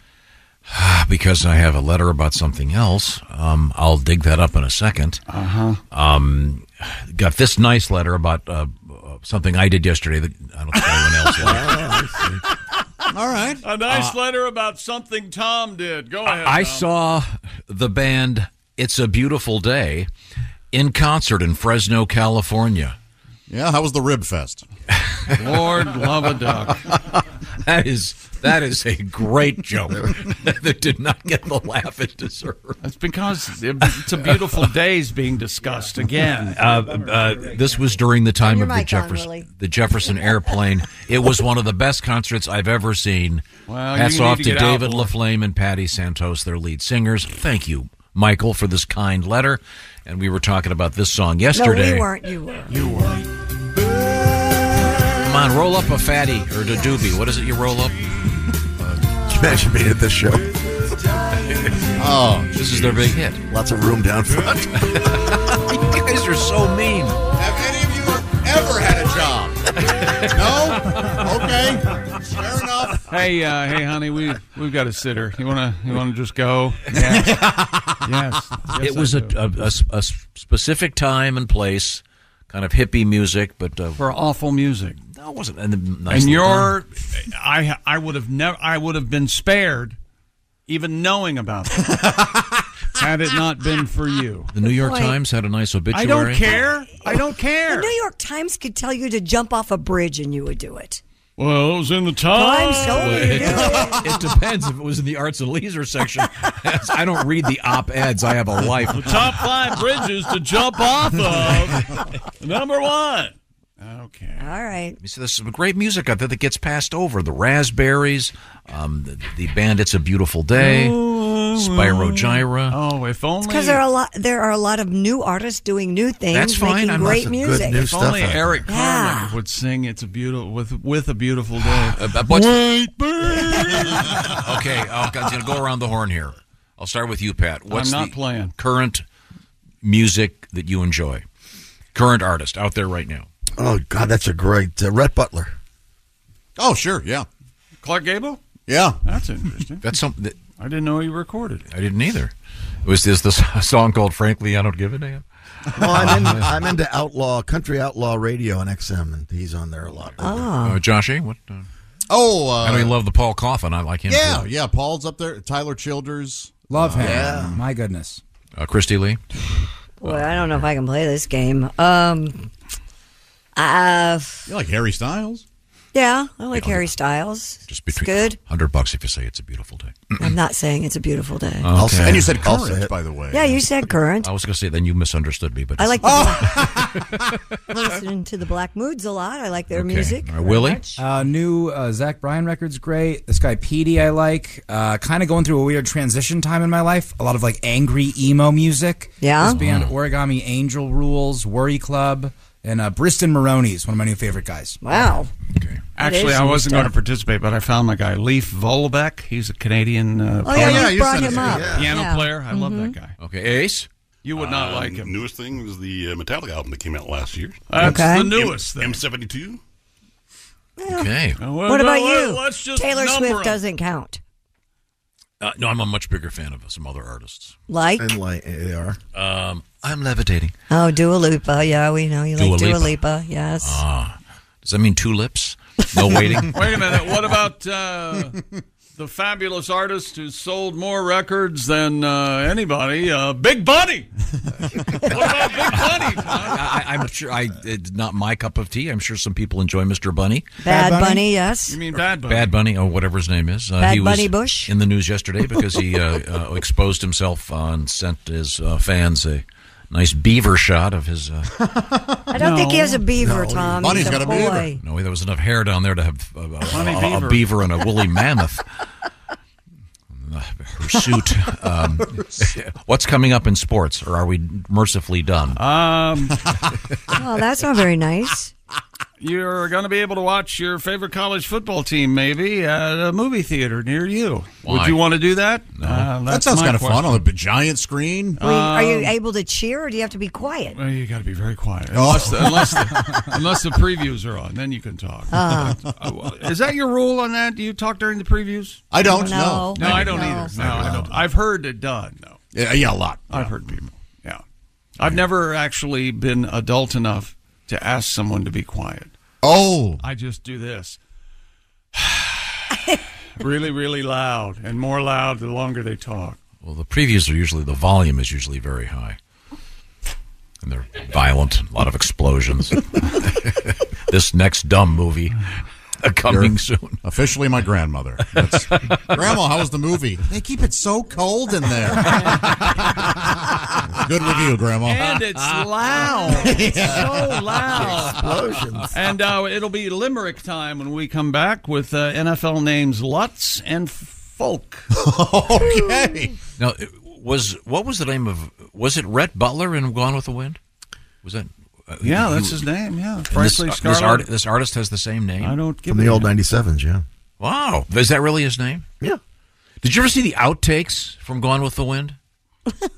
Speaker 2: Ah, because I have a letter about something else. Um, I'll dig that up in a second.
Speaker 7: Uh-huh.
Speaker 2: Um, got this nice letter about uh, uh, something I did yesterday that I don't think anyone else liked.
Speaker 4: All right.
Speaker 7: A nice letter about something Tom did. Go ahead.
Speaker 2: Uh, I
Speaker 7: Tom.
Speaker 2: saw the band It's a Beautiful Day in concert in Fresno, California.
Speaker 13: Yeah, how was the rib fest?
Speaker 7: Lord love a duck.
Speaker 2: that is that is a great joke that did not get the laugh it deserved.
Speaker 7: It's because it's a beautiful day is being discussed again.
Speaker 2: Uh, uh, this was during the time of the Jefferson, the Jefferson Airplane. It was one of the best concerts I've ever seen.
Speaker 7: Well,
Speaker 2: Hats
Speaker 7: you need
Speaker 2: off
Speaker 7: to
Speaker 2: to,
Speaker 7: get out
Speaker 2: David
Speaker 7: more.
Speaker 2: LaFlame and Patty Santos, their lead singers. Thank you, Michael, for this kind letter. And we were talking about this song yesterday.
Speaker 10: No, we weren't. You were.
Speaker 2: You were. Come on, roll up a fatty or a doobie. What is it you roll up?
Speaker 12: Imagine being at this show.
Speaker 2: oh, this is their big hit.
Speaker 12: Lots of room down front.
Speaker 2: you guys are so mean.
Speaker 13: Have any of you ever had a job? no? Oh, Okay. Fair enough.
Speaker 7: Hey, uh, hey, honey, we we've got a sitter. You wanna you wanna just go? Yeah. yes. Yes,
Speaker 2: it was
Speaker 7: I
Speaker 2: a, a, a s- a s- specific time and place, kind of hippie music, but uh,
Speaker 7: for awful music.
Speaker 2: No, it wasn't. And, the nice
Speaker 7: and
Speaker 2: little
Speaker 7: your I I would have never I would have been spared even knowing about that had it not been for you.
Speaker 2: town. the New York
Speaker 10: Wait.
Speaker 2: Times had a nice obituary.
Speaker 7: I don't care. I don't
Speaker 10: The
Speaker 7: care.
Speaker 10: New York Times could tell you to jump off a bridge and you would do it.
Speaker 7: Well, it was in the
Speaker 10: Times told me to do it.
Speaker 2: it depends if it was in the arts and leisure section. I don't read the op eds. I have a life.
Speaker 7: The top five bridges to jump off of. Number one. Okay.
Speaker 10: All right.
Speaker 2: So there's some great music out there that gets passed over. The Raspberries, um, the, the band It's a Beautiful Day, Spyro Gyra.
Speaker 7: Oh, if only.
Speaker 10: Because there are a lot, there are a lot of new artists doing new things,
Speaker 2: That's fine.
Speaker 10: making
Speaker 2: I'm not
Speaker 10: great
Speaker 2: so good
Speaker 10: music.
Speaker 2: new
Speaker 7: If only
Speaker 2: stuff out
Speaker 7: Eric
Speaker 10: there.
Speaker 7: Carmichael would sing "It's a Beautiful" with with a beautiful day.
Speaker 2: but-
Speaker 7: Wait, bird.
Speaker 2: okay, oh, God, I'm going to go around the horn here. I'll start with you, Pat. What's
Speaker 7: I'm not
Speaker 2: the
Speaker 7: playing.
Speaker 2: current music that you enjoy? Current artist out there right now.
Speaker 12: Oh God, that's a great uh, Rhett Butler.
Speaker 13: Oh, sure. Yeah.
Speaker 7: Clark Gable.
Speaker 13: Yeah.
Speaker 7: That's interesting.
Speaker 2: That's something that
Speaker 7: I didn't know he recorded.
Speaker 2: I didn't either. It was this this song called "Frankly I Don't Give a Damn."
Speaker 12: Well, I'm, in, I'm into outlaw country outlaw radio on XM, and he's on there a lot.
Speaker 2: Ah. Uh, Josh, A, what? Uh,
Speaker 13: Oh,
Speaker 2: I know you love the Paul Coffin. I like him.
Speaker 13: Yeah,
Speaker 2: too.
Speaker 13: yeah. Paul's up there. Tyler Childers.
Speaker 11: Love him.
Speaker 13: Yeah.
Speaker 11: My goodness.
Speaker 2: Uh, Christy Lee.
Speaker 10: Boy, I don't know if I can play this game. Um, uh,
Speaker 13: You like Harry Styles?
Speaker 10: yeah, I like Harry Styles. Just
Speaker 2: between-
Speaker 10: good.
Speaker 2: Hundred bucks if you say it's a beautiful day.
Speaker 10: I'm not saying it's a beautiful day.
Speaker 2: I'll say-
Speaker 13: And you said
Speaker 2: I'll
Speaker 13: current,
Speaker 2: say it.
Speaker 13: by the way.
Speaker 10: Yeah, you said current.
Speaker 2: I was going to say then you misunderstood me, but
Speaker 10: I like. The
Speaker 2: Oh!
Speaker 10: listen to the Black Moods a lot. I like their
Speaker 2: Okay.
Speaker 10: music.
Speaker 2: All right, Willie?
Speaker 11: Uh, new uh, Zach Bryan record's great. This guy Petey I like. Uh, kind of going through a weird transition time in my life. A lot of like angry emo music.
Speaker 10: Yeah?
Speaker 11: This band
Speaker 10: Mm.
Speaker 11: Origami Angel Rules, Worry Club, and uh, Briston Maroney is one of my new favorite guys.
Speaker 10: Wow.
Speaker 7: Actually, I wasn't going to participate, but I found my guy Leaf Volbeck. He's a Canadian. Uh,
Speaker 10: Oh, yeah,
Speaker 7: piano-
Speaker 10: you brought him up.
Speaker 7: Piano
Speaker 10: Yeah.
Speaker 7: player. I love that
Speaker 10: Mhm.
Speaker 7: guy. Uh,
Speaker 2: Okay, Ace.
Speaker 7: You would not like him.
Speaker 16: Newest thing was the uh, Metallica album that came out last year.
Speaker 7: That's Okay. the newest
Speaker 16: M- thing. M72.
Speaker 2: Okay.
Speaker 10: what about
Speaker 16: well,
Speaker 10: you?
Speaker 16: let's just
Speaker 10: Taylor
Speaker 16: number
Speaker 10: Swift
Speaker 16: 'em.
Speaker 10: doesn't count.
Speaker 2: Uh, no, I'm a much bigger fan of uh, some other artists.
Speaker 10: Like?
Speaker 12: And like they are.
Speaker 2: Um, I'm levitating.
Speaker 10: Oh, Dua Lipa. Yeah, we know you like
Speaker 2: Dua
Speaker 10: Dua
Speaker 2: Lipa.
Speaker 10: Lipa. Yes.
Speaker 2: Ah, does that mean two lips? No waiting.
Speaker 7: Wait a minute. What about uh, the fabulous artist who sold more records than uh, anybody? Uh, Big Bunny.
Speaker 2: I, I- I'm sure I it's not my cup of tea. I'm sure some people enjoy Mr. Bunny.
Speaker 10: Bad, Bunny? yes.
Speaker 7: You mean Bad Bunny?
Speaker 2: Bad Bunny, or whatever his name is. Uh,
Speaker 10: Bad
Speaker 2: he was
Speaker 10: Bunny Bush?
Speaker 2: in the news yesterday because he uh, uh, exposed himself uh, and sent his uh, fans a nice beaver shot of his. Uh,
Speaker 10: I don't think he has a beaver, Tom. He's a boy.
Speaker 2: No, there was enough hair down there to have a,
Speaker 10: Bunny
Speaker 2: a, a- a
Speaker 10: beaver.
Speaker 2: beaver and a woolly mammoth. Pursuit. Um, what's coming up in sports, or are we mercifully done?
Speaker 7: Um,
Speaker 10: Oh, that's not very nice.
Speaker 7: You're going to be able to watch your favorite college football team, maybe at a movie theater near you.
Speaker 13: Why?
Speaker 7: Would you want to do that? Uh, No.
Speaker 13: That sounds kind of fun on a big giant screen.
Speaker 10: Well, are you able to cheer or do you have to be quiet?
Speaker 7: Um, Well, you got to be very quiet
Speaker 13: Oh.
Speaker 7: unless, the, unless, the, unless the previews are on, then you can talk.
Speaker 10: Ah.
Speaker 7: Uh, Is that your rule on that? Do you talk during the previews?
Speaker 13: I don't, no.
Speaker 7: No,
Speaker 13: No.
Speaker 7: I don't
Speaker 13: No.
Speaker 7: either. No,
Speaker 13: No.
Speaker 7: I don't. I've heard it done though.
Speaker 13: Yeah, yeah, a lot.
Speaker 7: I've heard people. Yeah, I've never actually been adult enough to ask someone to be quiet.
Speaker 13: Oh,
Speaker 7: I just do this. really, really loud, and more loud the longer they talk.
Speaker 2: Well, the previews are usually the volume is usually very high, and they're violent. A lot of explosions. this next dumb movie uh, coming
Speaker 13: You're
Speaker 2: soon.
Speaker 13: Officially, my grandmother. That's, Grandma, how was the movie? They keep it so cold in there. Good review, Grandma.
Speaker 7: And it's loud. It's so loud.
Speaker 13: Explosions.
Speaker 7: And uh, it'll be limerick time when we come back with uh, NFL names Lutz and Folk.
Speaker 13: okay.
Speaker 2: Now, it was what was the name of? Was it Rhett Butler in Gone with the Wind? Was that? uh,
Speaker 7: Yeah,
Speaker 2: who-
Speaker 7: that's
Speaker 2: who-
Speaker 7: his name, yeah.
Speaker 2: And
Speaker 7: Frankly
Speaker 2: this, uh, this,
Speaker 7: Scarlett.
Speaker 2: art, this artist has the same name.
Speaker 7: I don't
Speaker 12: From the old 97s, yeah.
Speaker 2: Wow, is that really his name? Yeah. Did you ever see the outtakes from Gone with the Wind?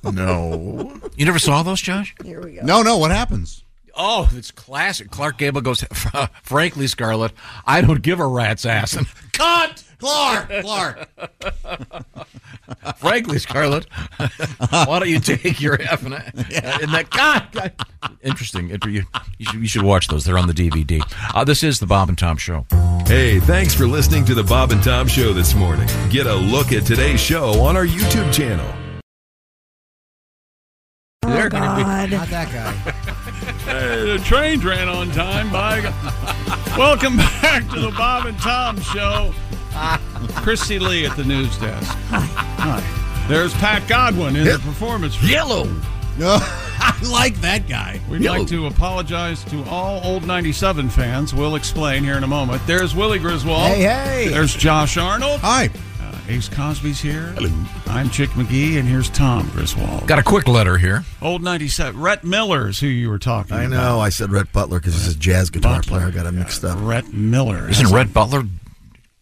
Speaker 13: No.
Speaker 2: You never saw those, Josh?
Speaker 10: Here we go.
Speaker 13: No, no. What happens?
Speaker 2: Oh, it's classic. Clark Gable goes, frankly, Scarlett, I don't give a rat's ass. And Cut! Clark! Clark! frankly, Scarlett, why don't you take your F and, and that God? Interesting. It- You, you should, you should watch those. They're on the DVD. Uh, this is the Bob and Tom Show.
Speaker 14: Hey, thanks for listening to the Bob and Tom Show this morning. Get a look at today's show on our YouTube channel.
Speaker 7: They're gonna be-
Speaker 11: Not that guy.
Speaker 7: Hey, the train ran on time. By God. Welcome back to the Bob and Tom Show. Christy Lee at the news desk. Hi. There's Pat Godwin in the performance room. Yellow.
Speaker 13: I like that guy.
Speaker 7: We'd like to apologize to all old 97 fans. We'll explain here in a moment. There's Willie Griswold.
Speaker 11: Hey, hey.
Speaker 7: There's Josh Arnold.
Speaker 13: Hi.
Speaker 7: Uh, Ace Cosby's here. I'm Chick McGee, and here's Tom Griswold.
Speaker 2: Got a quick letter here.
Speaker 7: Old 97. Rhett Miller is who you were talking
Speaker 12: I
Speaker 7: about.
Speaker 12: know. Oh, I said Rhett Butler because he's a jazz guitar player. I got him mixed up.
Speaker 7: Rhett Miller.
Speaker 2: Isn't Rhett Butler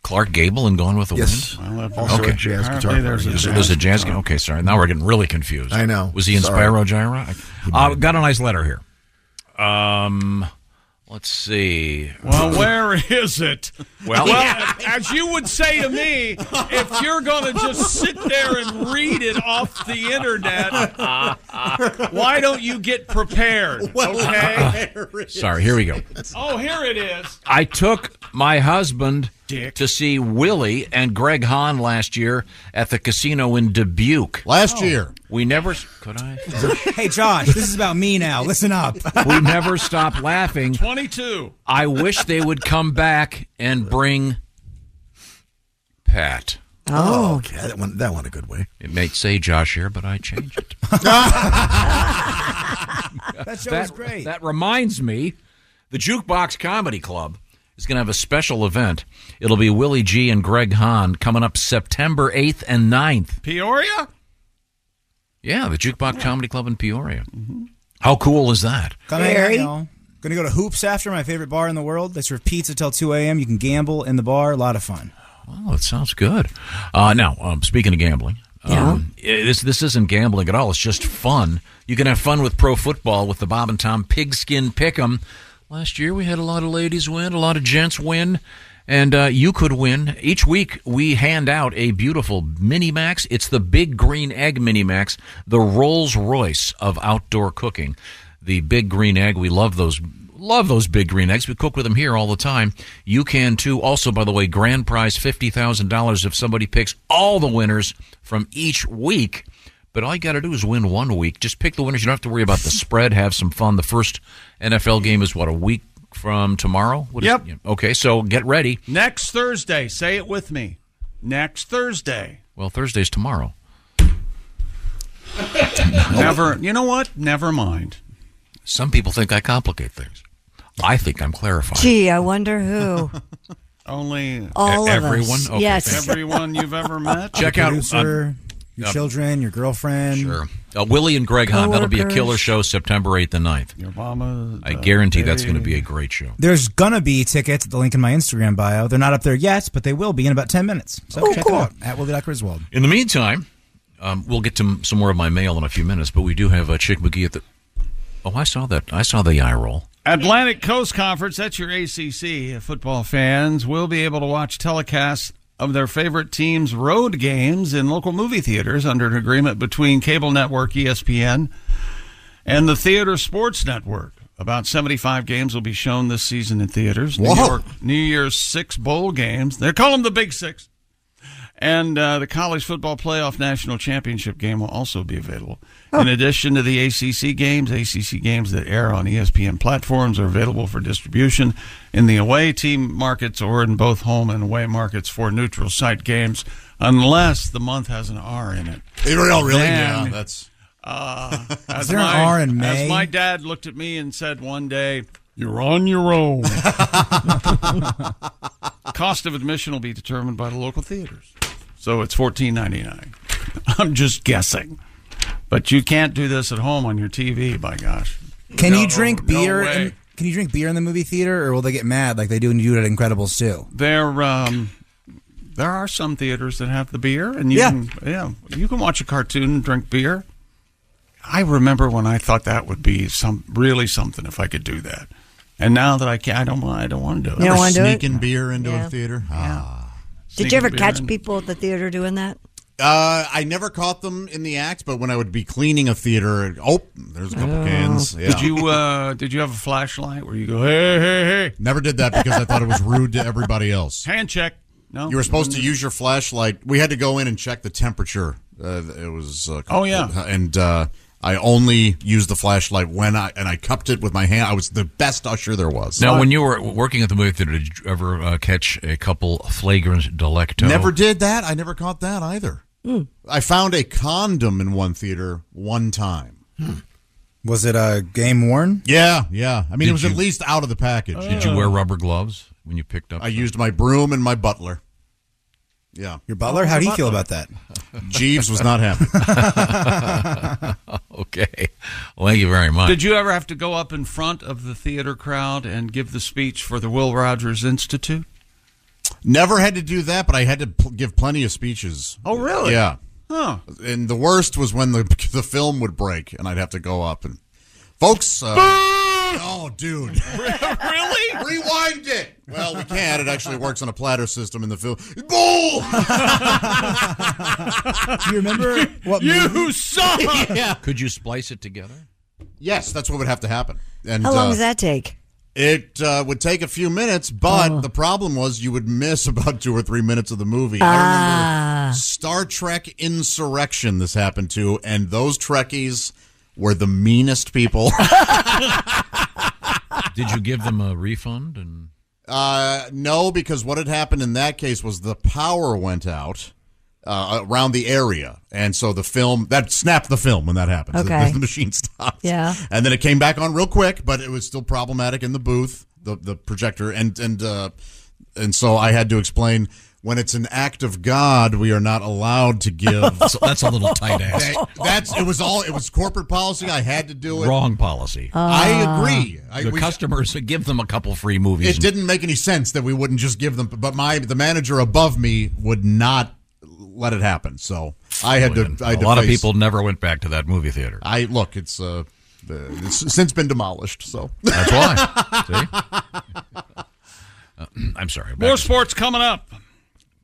Speaker 2: Clark Gable and Gone with the
Speaker 12: Yes.
Speaker 2: Wind?
Speaker 12: Also a jazz guitar
Speaker 2: Apparently There's a jazz, there's a jazz guitar. Okay, sorry. Now we're getting really confused.
Speaker 12: I know.
Speaker 2: Was he in
Speaker 12: Sorry.
Speaker 2: Spyro Gyra? I, uh, got a nice letter here. Um, let's see.
Speaker 7: Well, where is it?
Speaker 2: Well-
Speaker 7: as you would say to me, if you're going to just sit there and read it off the internet, why don't you get prepared? Okay.
Speaker 2: Sorry, here we go.
Speaker 7: Oh, here it is.
Speaker 2: I took my husband
Speaker 7: Dick.
Speaker 2: to see Willie and Greg Hahn last year at the casino in Dubuque. Last year. We never could I
Speaker 11: Oh. hey, Josh, this is about me now. Listen up.
Speaker 2: we never stopped laughing.
Speaker 7: 22.
Speaker 2: I wish they would come back and bring Pat.
Speaker 12: Oh, okay. That went, that went a good way.
Speaker 2: It may say Josh here, but I changed it.
Speaker 11: That show was great.
Speaker 2: That reminds me, the Jukebox Comedy Club is going to have a special event. It'll be Willie G and Greg Hahn coming up September 8th and 9th.
Speaker 7: Peoria?
Speaker 2: Yeah, the Jukebox Comedy Club in Peoria. How cool is that?
Speaker 11: Come Barry. Gonna go to Hoops after my favorite bar in the world. They serve pizza till 2 a.m. You can gamble in the bar. A lot of fun.
Speaker 2: Oh, it sounds good. Uh, now, um, speaking of gambling, um, i- this this isn't gambling at all. It's just fun. You can have fun with pro football with the Bob and Tom Pigskin Pick'em. Last year, we had a lot of ladies win, a lot of gents win, and uh, you could win. Each week, we hand out a beautiful mini max. It's the Big Green Egg mini max, the Rolls Royce of outdoor cooking. The Big Green Egg. We love those Love those big green eggs. We cook with them here all the time. You can too. Also, by the way, grand prize $50,000 if somebody picks all the winners from each week. But all you got to do is win one week. Just pick the winners. You don't have to worry about the spread. Have some fun. The first NFL game is what, a week from tomorrow? What is-
Speaker 7: Yep.
Speaker 2: yeah. Okay, so get ready.
Speaker 7: Next Thursday. Say it with me. Next Thursday.
Speaker 2: Well, Thursday's tomorrow.
Speaker 7: Never. You know what? Never mind.
Speaker 2: Some people think I complicate things. I think I'm clarifying.
Speaker 10: Gee, I wonder who.
Speaker 7: Only
Speaker 10: All
Speaker 2: E-
Speaker 10: of
Speaker 2: everyone?
Speaker 10: us.
Speaker 2: Okay,
Speaker 10: Yes.
Speaker 2: thank
Speaker 7: everyone you've ever met.
Speaker 2: Check
Speaker 11: your
Speaker 2: out,
Speaker 11: producer,
Speaker 2: um,
Speaker 11: your
Speaker 2: um,
Speaker 11: children, your girlfriend.
Speaker 2: Sure. Uh, Willie and Greg Hahn. That'll be a killer
Speaker 11: Coworkers.
Speaker 2: show September 8th and 9th.
Speaker 7: Your mama.
Speaker 2: I guarantee that's going to be a great show.
Speaker 11: There's gonna be tickets at the link in my Instagram bio. They're not up there yet, but they will be in about ten minutes. So check it out at Willie Griswold.
Speaker 2: In the meantime, um, we'll get to m- some more of my mail in a few minutes, but we do have uh, Chick McGee at the. Oh, I saw that. I saw the eye roll.
Speaker 7: Atlantic Coast Conference, that's your ACC. Football fans will be able to watch telecasts of their favorite teams' road games in local movie theaters under an agreement between cable network E ESPN and the Theater Sports Network. About 75 games will be shown this season in theaters. New,
Speaker 9: Whoa.
Speaker 7: York, New Year's six bowl games. They call them the Big Six. And uh, the college football playoff national championship game will also be available.
Speaker 13: Oh.
Speaker 7: In addition to the ACC games, ACC games that air on E ESPN platforms are available for distribution in the away team markets or in both home and away markets for neutral site games, unless the month has an R in it.
Speaker 13: Real, really?
Speaker 7: Then-
Speaker 13: yeah, that's.
Speaker 7: Uh,
Speaker 13: Is
Speaker 7: as
Speaker 13: there an
Speaker 7: my-
Speaker 13: R in May?
Speaker 7: As my dad looked at me and said one day, "You're on your own." Cost of admission will be determined by the local theaters, so it's fourteen ninety nine. I'm just guessing, but you can't do this at home on your TV. By gosh,
Speaker 11: Can
Speaker 7: No,
Speaker 11: you drink
Speaker 7: no
Speaker 11: beer?
Speaker 7: way.
Speaker 11: in, can you drink beer in the movie theater, or will they get mad like they do when you do it at Incredibles too?
Speaker 7: There, um, there are some theaters that have the beer, and you
Speaker 11: Yeah.
Speaker 7: can, yeah, you can watch a cartoon and drink beer. I remember when I thought that would be some really something if I could do that, and now that I can, I don't want, I don't want to do it.
Speaker 10: You don't wanna do it?
Speaker 13: Sneaking beer into
Speaker 10: Yeah.
Speaker 13: a theater. Ah.
Speaker 10: Did you ever catch people at the theater doing that?
Speaker 13: Uh, I never caught them in the act, but when I would be cleaning a theater, oh, there's a couple cans. Yeah.
Speaker 7: Did you uh, did you have a flashlight where you go hey hey hey?
Speaker 13: Never did that because I thought it was rude to everybody else.
Speaker 7: Hand check. No,
Speaker 13: You were supposed to use your flashlight. We had to go in and check the temperature. Uh, it was. Uh,
Speaker 7: Oh, yeah.
Speaker 13: and uh, I only used the flashlight when I and I cupped it with my hand. I was the best usher there was.
Speaker 2: Now, when you were working at the movie theater, did you ever uh, catch a couple flagrant delecto?
Speaker 13: Never did that. I never caught that either. I found a condom in one theater one time.
Speaker 11: Was it a uh, game worn?
Speaker 13: Yeah, yeah. I mean,
Speaker 2: Did
Speaker 13: it was at
Speaker 2: you-
Speaker 13: least out of the package.
Speaker 2: Did you wear rubber gloves when you picked up?
Speaker 13: I used my broom and my butler. Yeah,
Speaker 11: Your butler? How'd he feel about that?
Speaker 13: Jeeves was not happy.
Speaker 2: okay. Well, thank you very much.
Speaker 7: Did you ever have to go up in front of the theater crowd and give the speech for the Will Rogers Institute?
Speaker 13: Never had to do that, but I had to pl- give plenty of speeches.
Speaker 7: Oh, really?
Speaker 13: Yeah.
Speaker 7: Huh.
Speaker 13: And the worst was when the the film would break, and I'd have to go up and, folks. Uh, oh, dude.
Speaker 9: really?
Speaker 13: Rewind it. Well, we can't. It actually works on a platter system in the film. Bull.
Speaker 11: Do you remember what
Speaker 13: You
Speaker 11: movie?
Speaker 13: suck! Yeah.
Speaker 2: Could you splice it together?
Speaker 13: Yes, that's what would have to happen. And
Speaker 10: How long
Speaker 13: uh,
Speaker 10: does that take? Oh.
Speaker 13: It uh, would take a few minutes, but the problem was you would miss about two or three minutes of the movie. I
Speaker 10: Ah.
Speaker 13: remember Star Trek Insurrection, this happened to, and those Trekkies were the meanest people.
Speaker 2: Did you give them a refund? And
Speaker 13: Uh, no, because what had happened in that case was the power went out uh, around the area, and so the film that snapped the film when that happened. The-
Speaker 9: Okay.
Speaker 13: the, machine stopped.
Speaker 9: Yeah.
Speaker 13: and then it came back on real quick, but it was still problematic in the booth, the the projector, and and uh, and so I had to explain. When it's an act of God, we are not allowed to give.
Speaker 2: So that's a little tight ass.
Speaker 13: That- that's it. Was all it was corporate policy. I had to do it.
Speaker 2: Wrong policy.
Speaker 9: Oh.
Speaker 13: I agree. I-
Speaker 2: the
Speaker 13: we-
Speaker 2: customers give them a couple free movies.
Speaker 13: it didn't make any sense that we wouldn't just give them, but my the manager above me would not let it happen. So I had to. I
Speaker 2: A
Speaker 13: had to
Speaker 2: lot of
Speaker 13: face-
Speaker 2: people never went back to that movie theater.
Speaker 13: I look. It's uh, the, it's since been demolished. So
Speaker 2: That's why. See? Uh, I'm sorry. Back
Speaker 7: More
Speaker 2: to-
Speaker 7: sports coming up,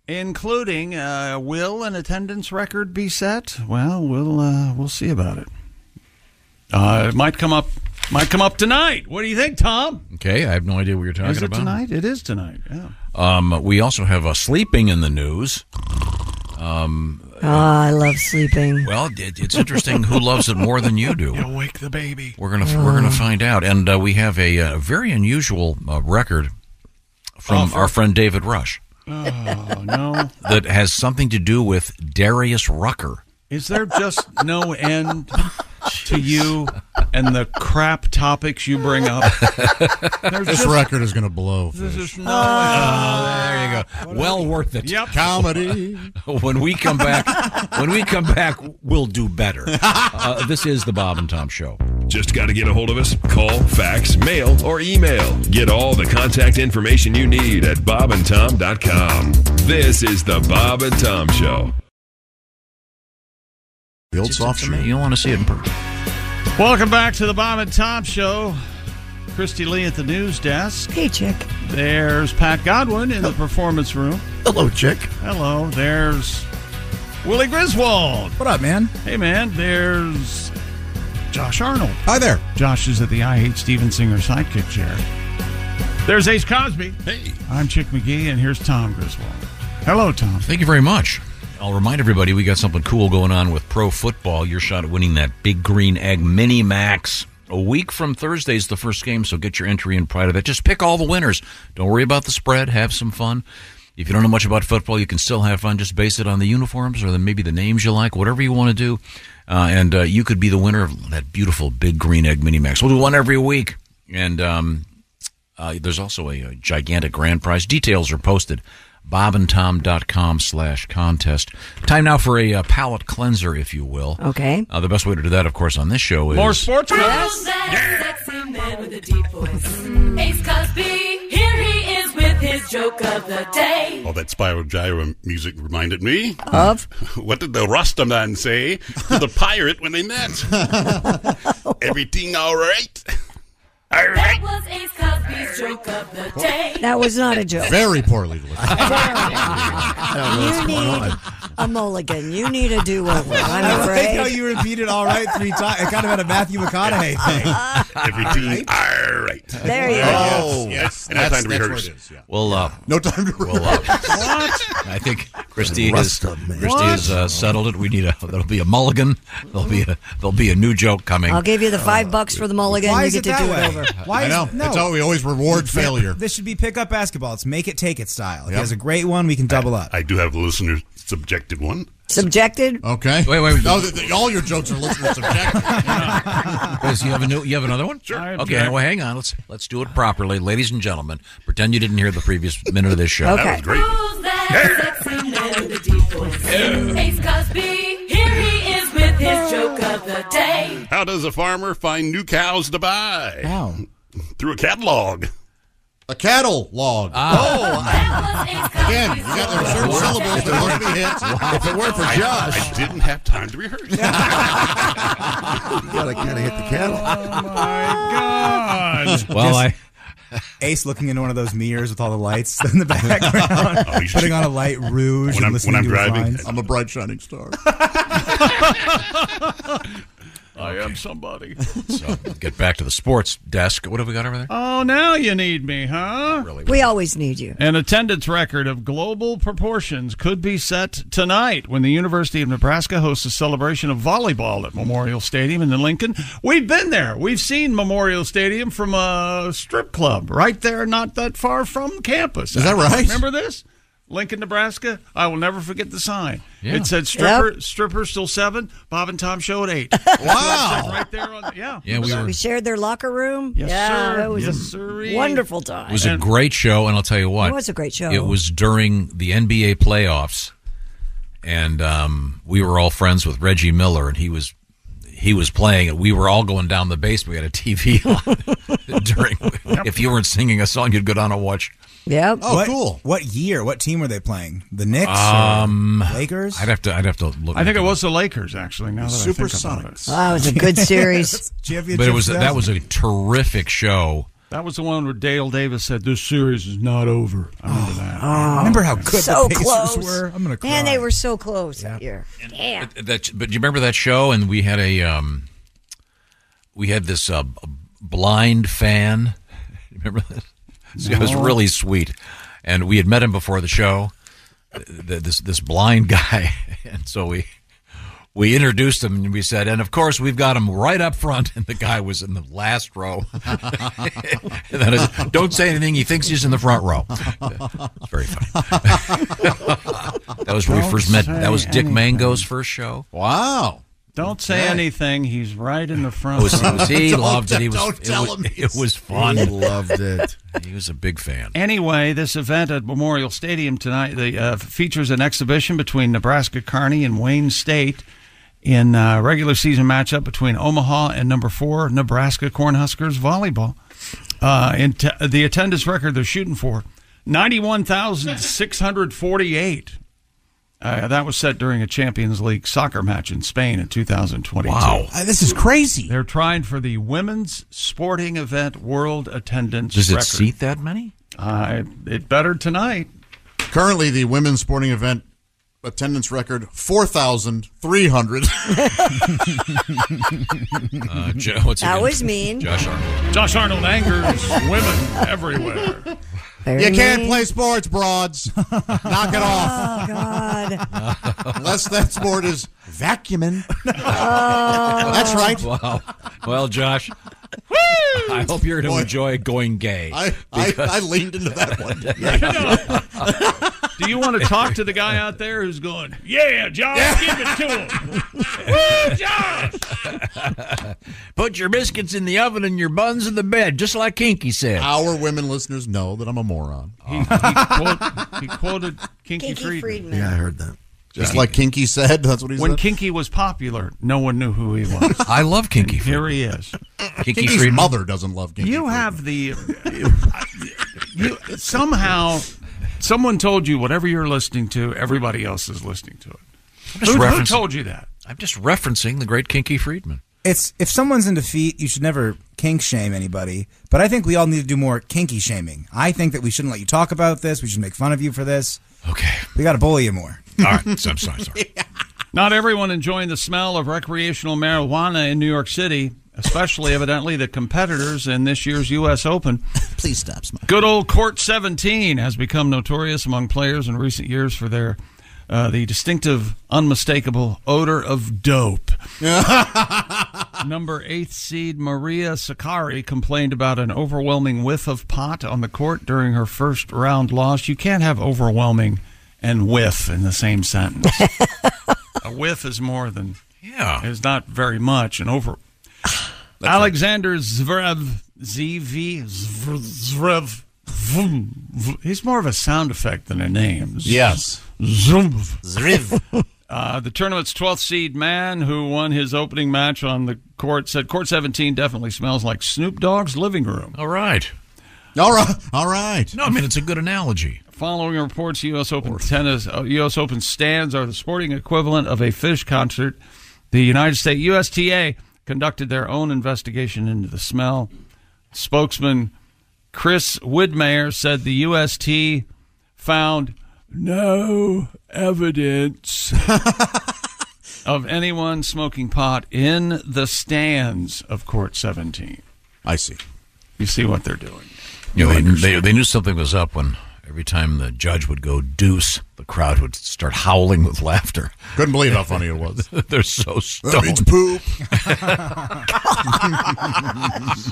Speaker 7: including uh, will an attendance record be set? Well, we'll uh, we'll see about it. Uh, it might come up. Might come up tonight. What do you think, Tom?
Speaker 2: Okay, I have no idea what you're talking
Speaker 7: Is it
Speaker 2: about.
Speaker 7: tonight? It is tonight. Yeah.
Speaker 2: Um, we also have uh, sleeping in the news. Um,
Speaker 10: Oh, I love sleeping.
Speaker 2: well, it, it's interesting who loves it more than you do.
Speaker 7: You'll wake the baby.
Speaker 2: We're gonna we're gonna find out, and uh, we have a uh, very unusual uh, record
Speaker 7: Oh,
Speaker 2: from
Speaker 7: for-
Speaker 2: our friend David Rush
Speaker 7: Oh no!
Speaker 2: that has something to do with Darius Rucker.
Speaker 7: Is there just no end to you and the crap topics you bring up. There's
Speaker 13: This
Speaker 7: just-
Speaker 13: record is going to blow.
Speaker 7: This
Speaker 13: Fish. Uh,
Speaker 7: is no. Oh,
Speaker 2: there you go. Well worth it.
Speaker 7: Yep.
Speaker 13: Comedy.
Speaker 2: when we come back, when we come back, we'll do better. Uh, this is the Bob and Tom Show.
Speaker 14: Just got to get a hold of us. Call, fax, mail, or email. Get all the contact information you need at bobandtom.com. This is the Bob and Tom Show.
Speaker 13: The old soft shoe.
Speaker 2: You don't want to see it in person.
Speaker 7: Welcome back to the Bob and Tom Show. Christy Lee at the news desk.
Speaker 10: Hey, chick.
Speaker 7: There's Pat Godwin in the performance room.
Speaker 12: Hello, chick.
Speaker 7: Hello. There's Willie Griswold. What
Speaker 11: up, man?
Speaker 7: Hey, man. There's Josh Arnold. Hi there. Josh is at the I Hate Steven Singer sidekick chair. There's Ace Cosby. Hey. I'm Chick McGee, and here's Tom Griswold. Hello, Tom.
Speaker 2: Thank you very much. I'll remind everybody we got something cool going on with pro football. Your shot at winning that big green egg mini max. A week from Thursday is the first game, so get your entry in prior to that. Just pick all the winners. Don't worry about the spread. Have some fun. If you don't know much about football, you can still have fun. Just base it on the uniforms or the, maybe the names you like, whatever you want to do. Uh, and uh, you could be the winner of that beautiful big green egg mini max. We'll do one every week. And um, uh, there's also a, a gigantic grand prize. Details are posted. BobandTom.com slash contest. Time now for a uh, palate cleanser, if you will.
Speaker 10: Okay.
Speaker 2: Uh, the best way to do that, of course, on this show is.
Speaker 7: More sports
Speaker 17: Yes. sexy man with a deep voice.
Speaker 13: Mm.
Speaker 17: Ace Cosby, here he is with his joke of the day.
Speaker 16: All Oh, that Spyro Gyra music reminded me
Speaker 10: of
Speaker 16: what did the Rasta man say to the pirate when they met? Everything all right?
Speaker 17: That was Ace Cosby's joke of the day.
Speaker 10: That was not a joke.
Speaker 13: Very poorly listened.
Speaker 10: You need a mulligan. You need a do-over. I'm
Speaker 11: I
Speaker 10: afraid.
Speaker 11: like how you repeated all right three times. It kind of had a Matthew McConaughey thing.
Speaker 16: Everything all right.
Speaker 10: There you
Speaker 13: Oh,
Speaker 16: Yes, yes.
Speaker 13: yes.
Speaker 16: And no time
Speaker 13: That's-
Speaker 16: to
Speaker 13: that's
Speaker 16: rehearse.
Speaker 13: where it is, yeah.
Speaker 2: Well, uh,
Speaker 13: No time to
Speaker 2: well, uh, I think Christy has,
Speaker 13: Rust up, man.
Speaker 2: Christy has uh, settled it. We need a there'll be a mulligan. There'll be a there'll be a new joke coming.
Speaker 10: I'll give you the five bucks for the mulligan.
Speaker 11: Why
Speaker 10: you
Speaker 11: is
Speaker 10: get
Speaker 11: it
Speaker 10: to
Speaker 11: that
Speaker 10: do
Speaker 11: way?
Speaker 10: it over.
Speaker 11: Why
Speaker 13: I know.
Speaker 11: Is, no.
Speaker 13: That's how we always reward failure.
Speaker 11: This should be pickup basketball. It's make it take it style. If He
Speaker 16: Yep.
Speaker 11: has a great one. We can double up.
Speaker 16: I do have a listener subjected one.
Speaker 10: Subjected.
Speaker 13: Okay.
Speaker 2: Wait, wait, wait.
Speaker 4: Oh,
Speaker 13: No, the, the, all your jokes are listener subjective.
Speaker 2: Chris, you have a new, you have another one. Sure. Okay.
Speaker 13: Jack.
Speaker 2: Well, hang on. Let's let's do it properly, ladies and gentlemen. Pretend you didn't hear the previous minute of this show.
Speaker 17: That was Who's that sexy man with a deep voice? Ace Cosby, here he is with his joke of the day.
Speaker 16: How does a farmer find new cows to buy?
Speaker 11: How?
Speaker 16: Through a catalog.
Speaker 13: A cattle log.
Speaker 7: Ah.
Speaker 17: Oh,
Speaker 13: again, you got there are certain syllables that must be hit. If it weren't for Josh,
Speaker 16: I, didn't have time to rehearse. you
Speaker 13: gotta kind of hit the
Speaker 11: Oh,
Speaker 13: cattle.
Speaker 2: Well, I-
Speaker 11: Ace looking into one of those mirrors with all the lights in the background, putting on a light rouge and listening to his lines.
Speaker 13: I'm a bright shining star.
Speaker 7: I am somebody.
Speaker 2: So get back to the sports desk. What have we got over there?
Speaker 7: Oh, now you need me, huh? Really?
Speaker 10: We always need you.
Speaker 7: An attendance record of global proportions could be set tonight when the University of Nebraska hosts a celebration of volleyball at Memorial Stadium in Lincoln. We've been there. We've seen Memorial Stadium from a strip club right there, not that far from campus.
Speaker 13: Is that right?
Speaker 7: Remember this? Lincoln, Nebraska. I will never forget the sign.
Speaker 13: Yeah.
Speaker 7: It said stripper, stripper still seven. Bob and Tom show at eight.
Speaker 13: Wow.
Speaker 7: right there on yeah.
Speaker 2: Yeah, we were.
Speaker 10: We shared their locker room.
Speaker 7: Yes,
Speaker 10: yeah,
Speaker 7: sir.
Speaker 10: it was
Speaker 2: Yes,
Speaker 10: a
Speaker 7: sirree.
Speaker 10: wonderful time.
Speaker 2: It was a great show, and I'll tell you what.
Speaker 10: It was a great show.
Speaker 2: It was during the NBA playoffs, and um, we were all friends with Reggie Miller, and he was he was playing, and we were all going down the basement. We had a TV on during. If you weren't singing a song, you'd go down and watch.
Speaker 10: Yep.
Speaker 7: Oh,
Speaker 11: what, What year? What team were they playing? The Knicks? or
Speaker 2: Um,
Speaker 11: Lakers?
Speaker 2: I'd have to. I'd have to look.
Speaker 7: I think it was the Lakers actually. Now that I think about
Speaker 13: Supersonics.
Speaker 7: it.
Speaker 10: Wow, it was a good series.
Speaker 2: but it was that was a terrific show.
Speaker 7: That was the one where Dale Davis said, "This series is not over." I
Speaker 13: Oh,
Speaker 7: remember that.
Speaker 11: Remember how good
Speaker 10: so
Speaker 11: the Pacers
Speaker 10: close.
Speaker 11: were? I'm gonna cry.
Speaker 10: Man, they were so close that year. Damn.
Speaker 2: But that but you remember that show and we had a um we had this uh, b- blind fan remember that This guy was
Speaker 7: No.
Speaker 2: really sweet and we had met him before the show th- this this blind guy and so we we introduced him and we said, and of course we've got him right up front. And the guy was in the last row. and then I said, Don't say anything. He thinks he's in the front row. It's very funny. that was when we
Speaker 13: Don't
Speaker 2: first met. That was
Speaker 13: say
Speaker 2: Dick
Speaker 13: anything.
Speaker 2: Mango's first show.
Speaker 13: Wow.
Speaker 7: Don't say
Speaker 2: Okay.
Speaker 7: anything. He's right in the front.
Speaker 2: It was- it was- he
Speaker 7: Don't-
Speaker 2: loved it. He was,
Speaker 7: don't
Speaker 2: it,
Speaker 7: tell
Speaker 2: was,
Speaker 7: him
Speaker 2: it
Speaker 7: he's-
Speaker 2: was fun.
Speaker 7: He loved it.
Speaker 2: He was a big fan.
Speaker 7: Anyway, this event at Memorial Stadium tonight the, uh, features an exhibition between Nebraska Kearney and Wayne State in uh, regular season matchup between Omaha and number four Nebraska Cornhuskers volleyball. Uh, and t- the attendance record they're shooting for ninety-one thousand six hundred forty-eight. Uh, that was set during a Champions League soccer match in Spain in 2022.
Speaker 2: Wow.
Speaker 7: Uh, this is crazy. They're trying for the women's sporting event world attendance.
Speaker 2: Does it
Speaker 7: record.
Speaker 2: seat that many?
Speaker 7: Uh, it better tonight.
Speaker 13: Currently, the women's sporting event attendance record 4,300.
Speaker 2: Uh, Joe, what's
Speaker 10: That was mean.
Speaker 2: Josh Arnold.
Speaker 7: Josh Arnold angers women everywhere.
Speaker 10: Very
Speaker 13: you can't
Speaker 10: mean. Oh,
Speaker 13: play sports, broads. Knock it off.
Speaker 10: God.
Speaker 13: Unless that sport is vacuuming.
Speaker 10: Oh.
Speaker 13: That's right.
Speaker 2: Wow. Well, Josh, I hope you're going to enjoy going gay.
Speaker 13: I, I, I leaned into that one.
Speaker 7: Do you want to talk to the guy out there who's going,
Speaker 9: Yeah, Josh, give it to him. Woo, Josh!
Speaker 2: Put your biscuits in the oven and your buns in the bed, just like Kinky said.
Speaker 13: Our women listeners know that I'm a moron.
Speaker 7: he quoted Kinky,
Speaker 10: Kinky
Speaker 7: Friedman.
Speaker 10: Friedman.
Speaker 13: I heard that. Just like Kinky said, that's what he
Speaker 7: when
Speaker 13: said.
Speaker 7: Kinky was popular, no one knew who he was.
Speaker 2: I love Kinky.
Speaker 7: Here he is.
Speaker 13: Kinky's mother doesn't love Kinky.
Speaker 7: You have the. you, somehow, someone told you whatever you're listening to, everybody else is listening to it. Who, who told you that?
Speaker 2: I'm just referencing the great Kinky Friedman.
Speaker 11: It's if someone's in defeat, you should never kink shame anybody. But I think we all need to do more kinky shaming. I think that we shouldn't let you talk about this. We should make fun of you for this.
Speaker 2: Okay,
Speaker 11: we got to bully you more.
Speaker 2: All right, so I'm sorry. sorry.
Speaker 7: Not everyone enjoying the smell of recreational marijuana in New York City, especially evidently the competitors in this year's U.S. Open.
Speaker 13: Please stop smoking.
Speaker 7: Good old Court 17 has become notorious among players in recent years for their uh, the distinctive, unmistakable odor of dope. Number eighth seed Maria Sakari complained about an overwhelming whiff of pot on the court during her first round loss. You can't have overwhelming and whiff in the same sentence. a whiff is more than
Speaker 2: yeah,
Speaker 7: is not very much. And over Alexander Zverev, Z V Zverev. vroom, vroom. He's more of a sound effect than a name.
Speaker 13: Yes.
Speaker 7: Zoom.
Speaker 13: Zverev.
Speaker 7: Uh, the tournament's 12th seed man who won his opening match on the court said Court 17 definitely smells like Snoop Dogg's living room.
Speaker 2: All right.
Speaker 13: All right. All right.
Speaker 2: No, I mean, it's a good analogy.
Speaker 7: Following reports, U.S. Open tennis, uh, U.S. Open stands are the sporting equivalent of a fish concert. The United States USTA conducted their own investigation into the smell. Spokesman Chris Widmayer said the UST found no evidence of anyone smoking pot in the stands of Court 17.
Speaker 13: I see.
Speaker 7: You see what they're doing.
Speaker 2: You know, they, they, they knew something was up when every time the judge would go deuce, the crowd would start howling with laughter.
Speaker 13: Couldn't believe how funny it was.
Speaker 2: They're so
Speaker 13: That
Speaker 2: stoned.
Speaker 13: means poop.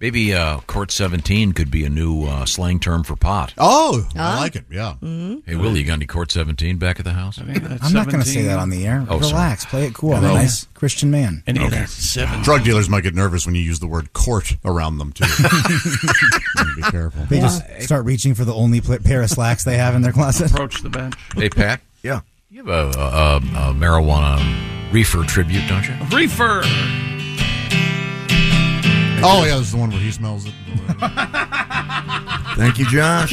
Speaker 2: Maybe uh, court 17 could be a new uh, slang term for pot.
Speaker 13: Oh,
Speaker 2: Ah.
Speaker 13: I like it. Yeah.
Speaker 10: Mm-hmm.
Speaker 2: Hey, Willie, you got any court 17 back at the house?
Speaker 11: I'm not going to say that on the air.
Speaker 2: Oh, sorry.
Speaker 11: Relax, play it cool. I'm a
Speaker 2: Hello.
Speaker 11: nice Christian man.
Speaker 13: Okay. Drug dealers might get nervous when you use the word court around them, too. You Be careful.
Speaker 11: They just start reaching for the only pla pair of slacks they have in their closet.
Speaker 7: Approach the bench.
Speaker 2: Hey, Pat.
Speaker 12: Yeah.
Speaker 2: You have a, a, a, a marijuana reefer tribute, don't you?
Speaker 7: Reefer.
Speaker 13: Oh, yeah, this is the one where he smells it.
Speaker 12: Thank you, Josh.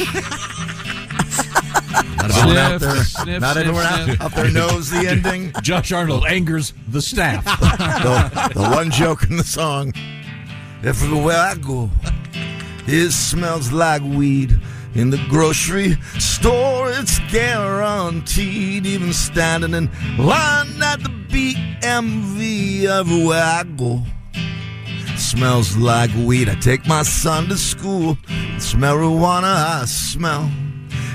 Speaker 2: Not
Speaker 12: everyone
Speaker 2: Sniff,
Speaker 12: out there.
Speaker 2: sniff,
Speaker 12: not
Speaker 2: sniff,
Speaker 12: everyone
Speaker 2: sniff.
Speaker 12: out, out there knows the ending.
Speaker 2: Josh Arnold angers the staff.
Speaker 12: the, the one joke in the song. Everywhere I go, it smells like weed. In the grocery store, it's guaranteed. Even standing in line at the BMV, everywhere I go, smells like weed. I take my son to school. It's marijuana I smell.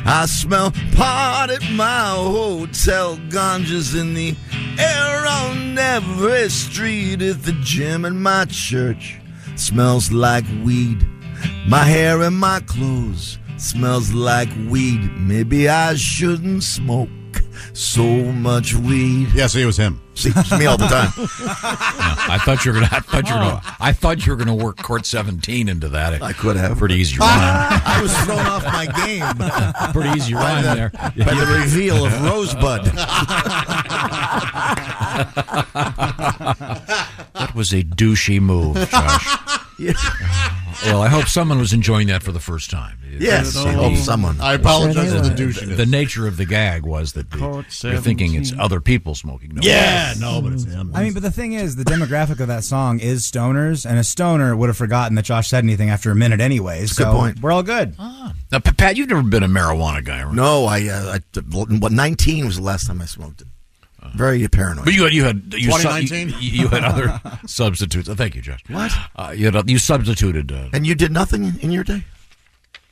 Speaker 12: I smell pot at my hotel. Ganja's in the air on every street. At the gym and my church smells like weed. My hair and my clothes smells like weed. Maybe I shouldn't smoke. so much weed.
Speaker 13: Yeah, so it was him.
Speaker 12: me all the time.
Speaker 2: I thought you were gonna. I thought you were gonna. I thought you were gonna work court seventeen into that. I
Speaker 12: could have.
Speaker 2: Pretty easy rhyme.
Speaker 12: I was thrown
Speaker 2: Uh-huh.
Speaker 12: off my game.
Speaker 2: Pretty easy
Speaker 12: By
Speaker 2: rhyme
Speaker 12: the-
Speaker 2: there.
Speaker 12: By the reveal of Rosebud.
Speaker 2: that was a douchey move, Josh. Well, I hope someone was enjoying that for the first time.
Speaker 12: Yes, I hope someone. I
Speaker 13: apologize for the douchiness.
Speaker 2: The nature of the gag was that the, you're thinking it's
Speaker 11: 17.
Speaker 2: other people smoking. No,
Speaker 11: Yes. Mm.
Speaker 2: no, but it's him.
Speaker 11: I mean, but the thing is, the demographic of that song is stoners, and a stoner would have forgotten that Josh said anything after a minute anyway. So
Speaker 12: point.
Speaker 11: we're all good.
Speaker 2: Now, Pat, you've never been a marijuana guy, right?
Speaker 12: No, I, uh, I what, 19 was the last time I smoked it. Very paranoid.
Speaker 2: But you had you had you, su-
Speaker 12: 2019?
Speaker 2: you, you had other substitutes. Oh, thank you, Josh. What? Uh, you had, you substituted. Uh,
Speaker 12: And you did nothing in- in your day?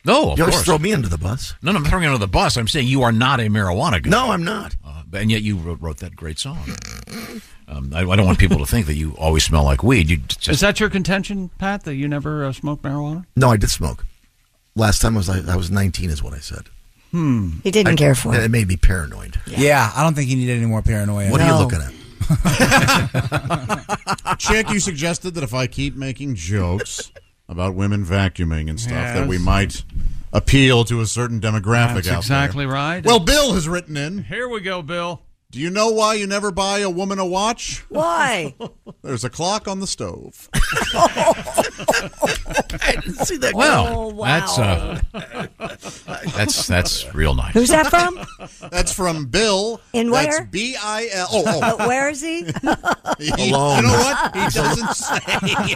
Speaker 2: no, of
Speaker 12: You always
Speaker 2: course.
Speaker 12: throw me under the bus.
Speaker 2: No, no, I'm throwing you under the bus. I'm saying you are not a marijuana guy.
Speaker 12: No, I'm not.
Speaker 2: Uh, and yet you wrote, wrote that great song. Um, I, I don't want people to think that you always smell like weed. You
Speaker 7: Is
Speaker 2: just
Speaker 7: that your contention, Pat, that you never uh, smoked marijuana?
Speaker 12: No, I did smoke. Last time was I, I was 19, is what I said.
Speaker 7: Hmm.
Speaker 10: He didn't
Speaker 12: I-
Speaker 10: care for
Speaker 12: and
Speaker 10: it.
Speaker 12: It made me paranoid.
Speaker 11: Yeah. I don't think you need any more paranoia.
Speaker 12: What are you looking at?
Speaker 13: Chick, you suggested that if I keep making jokes about women vacuuming and stuff, that we
Speaker 7: Yes.
Speaker 13: might appeal to a certain demographic
Speaker 7: That's
Speaker 13: out
Speaker 7: exactly
Speaker 13: there.
Speaker 7: right.
Speaker 13: Well, Bill has written in.
Speaker 7: Here we go, Bill.
Speaker 13: Do you know why you never buy a woman a watch?
Speaker 10: Why?
Speaker 13: There's a clock on the stove.
Speaker 12: I didn't see that.
Speaker 2: Well,
Speaker 12: coming. Oh,
Speaker 2: that's uh, that's that's real nice.
Speaker 10: Who's that from?
Speaker 13: That's from Bill.
Speaker 10: In
Speaker 13: That's
Speaker 10: where?
Speaker 13: B I L. Oh, oh.
Speaker 10: Uh, where is he?
Speaker 13: He- You know what? He doesn't say.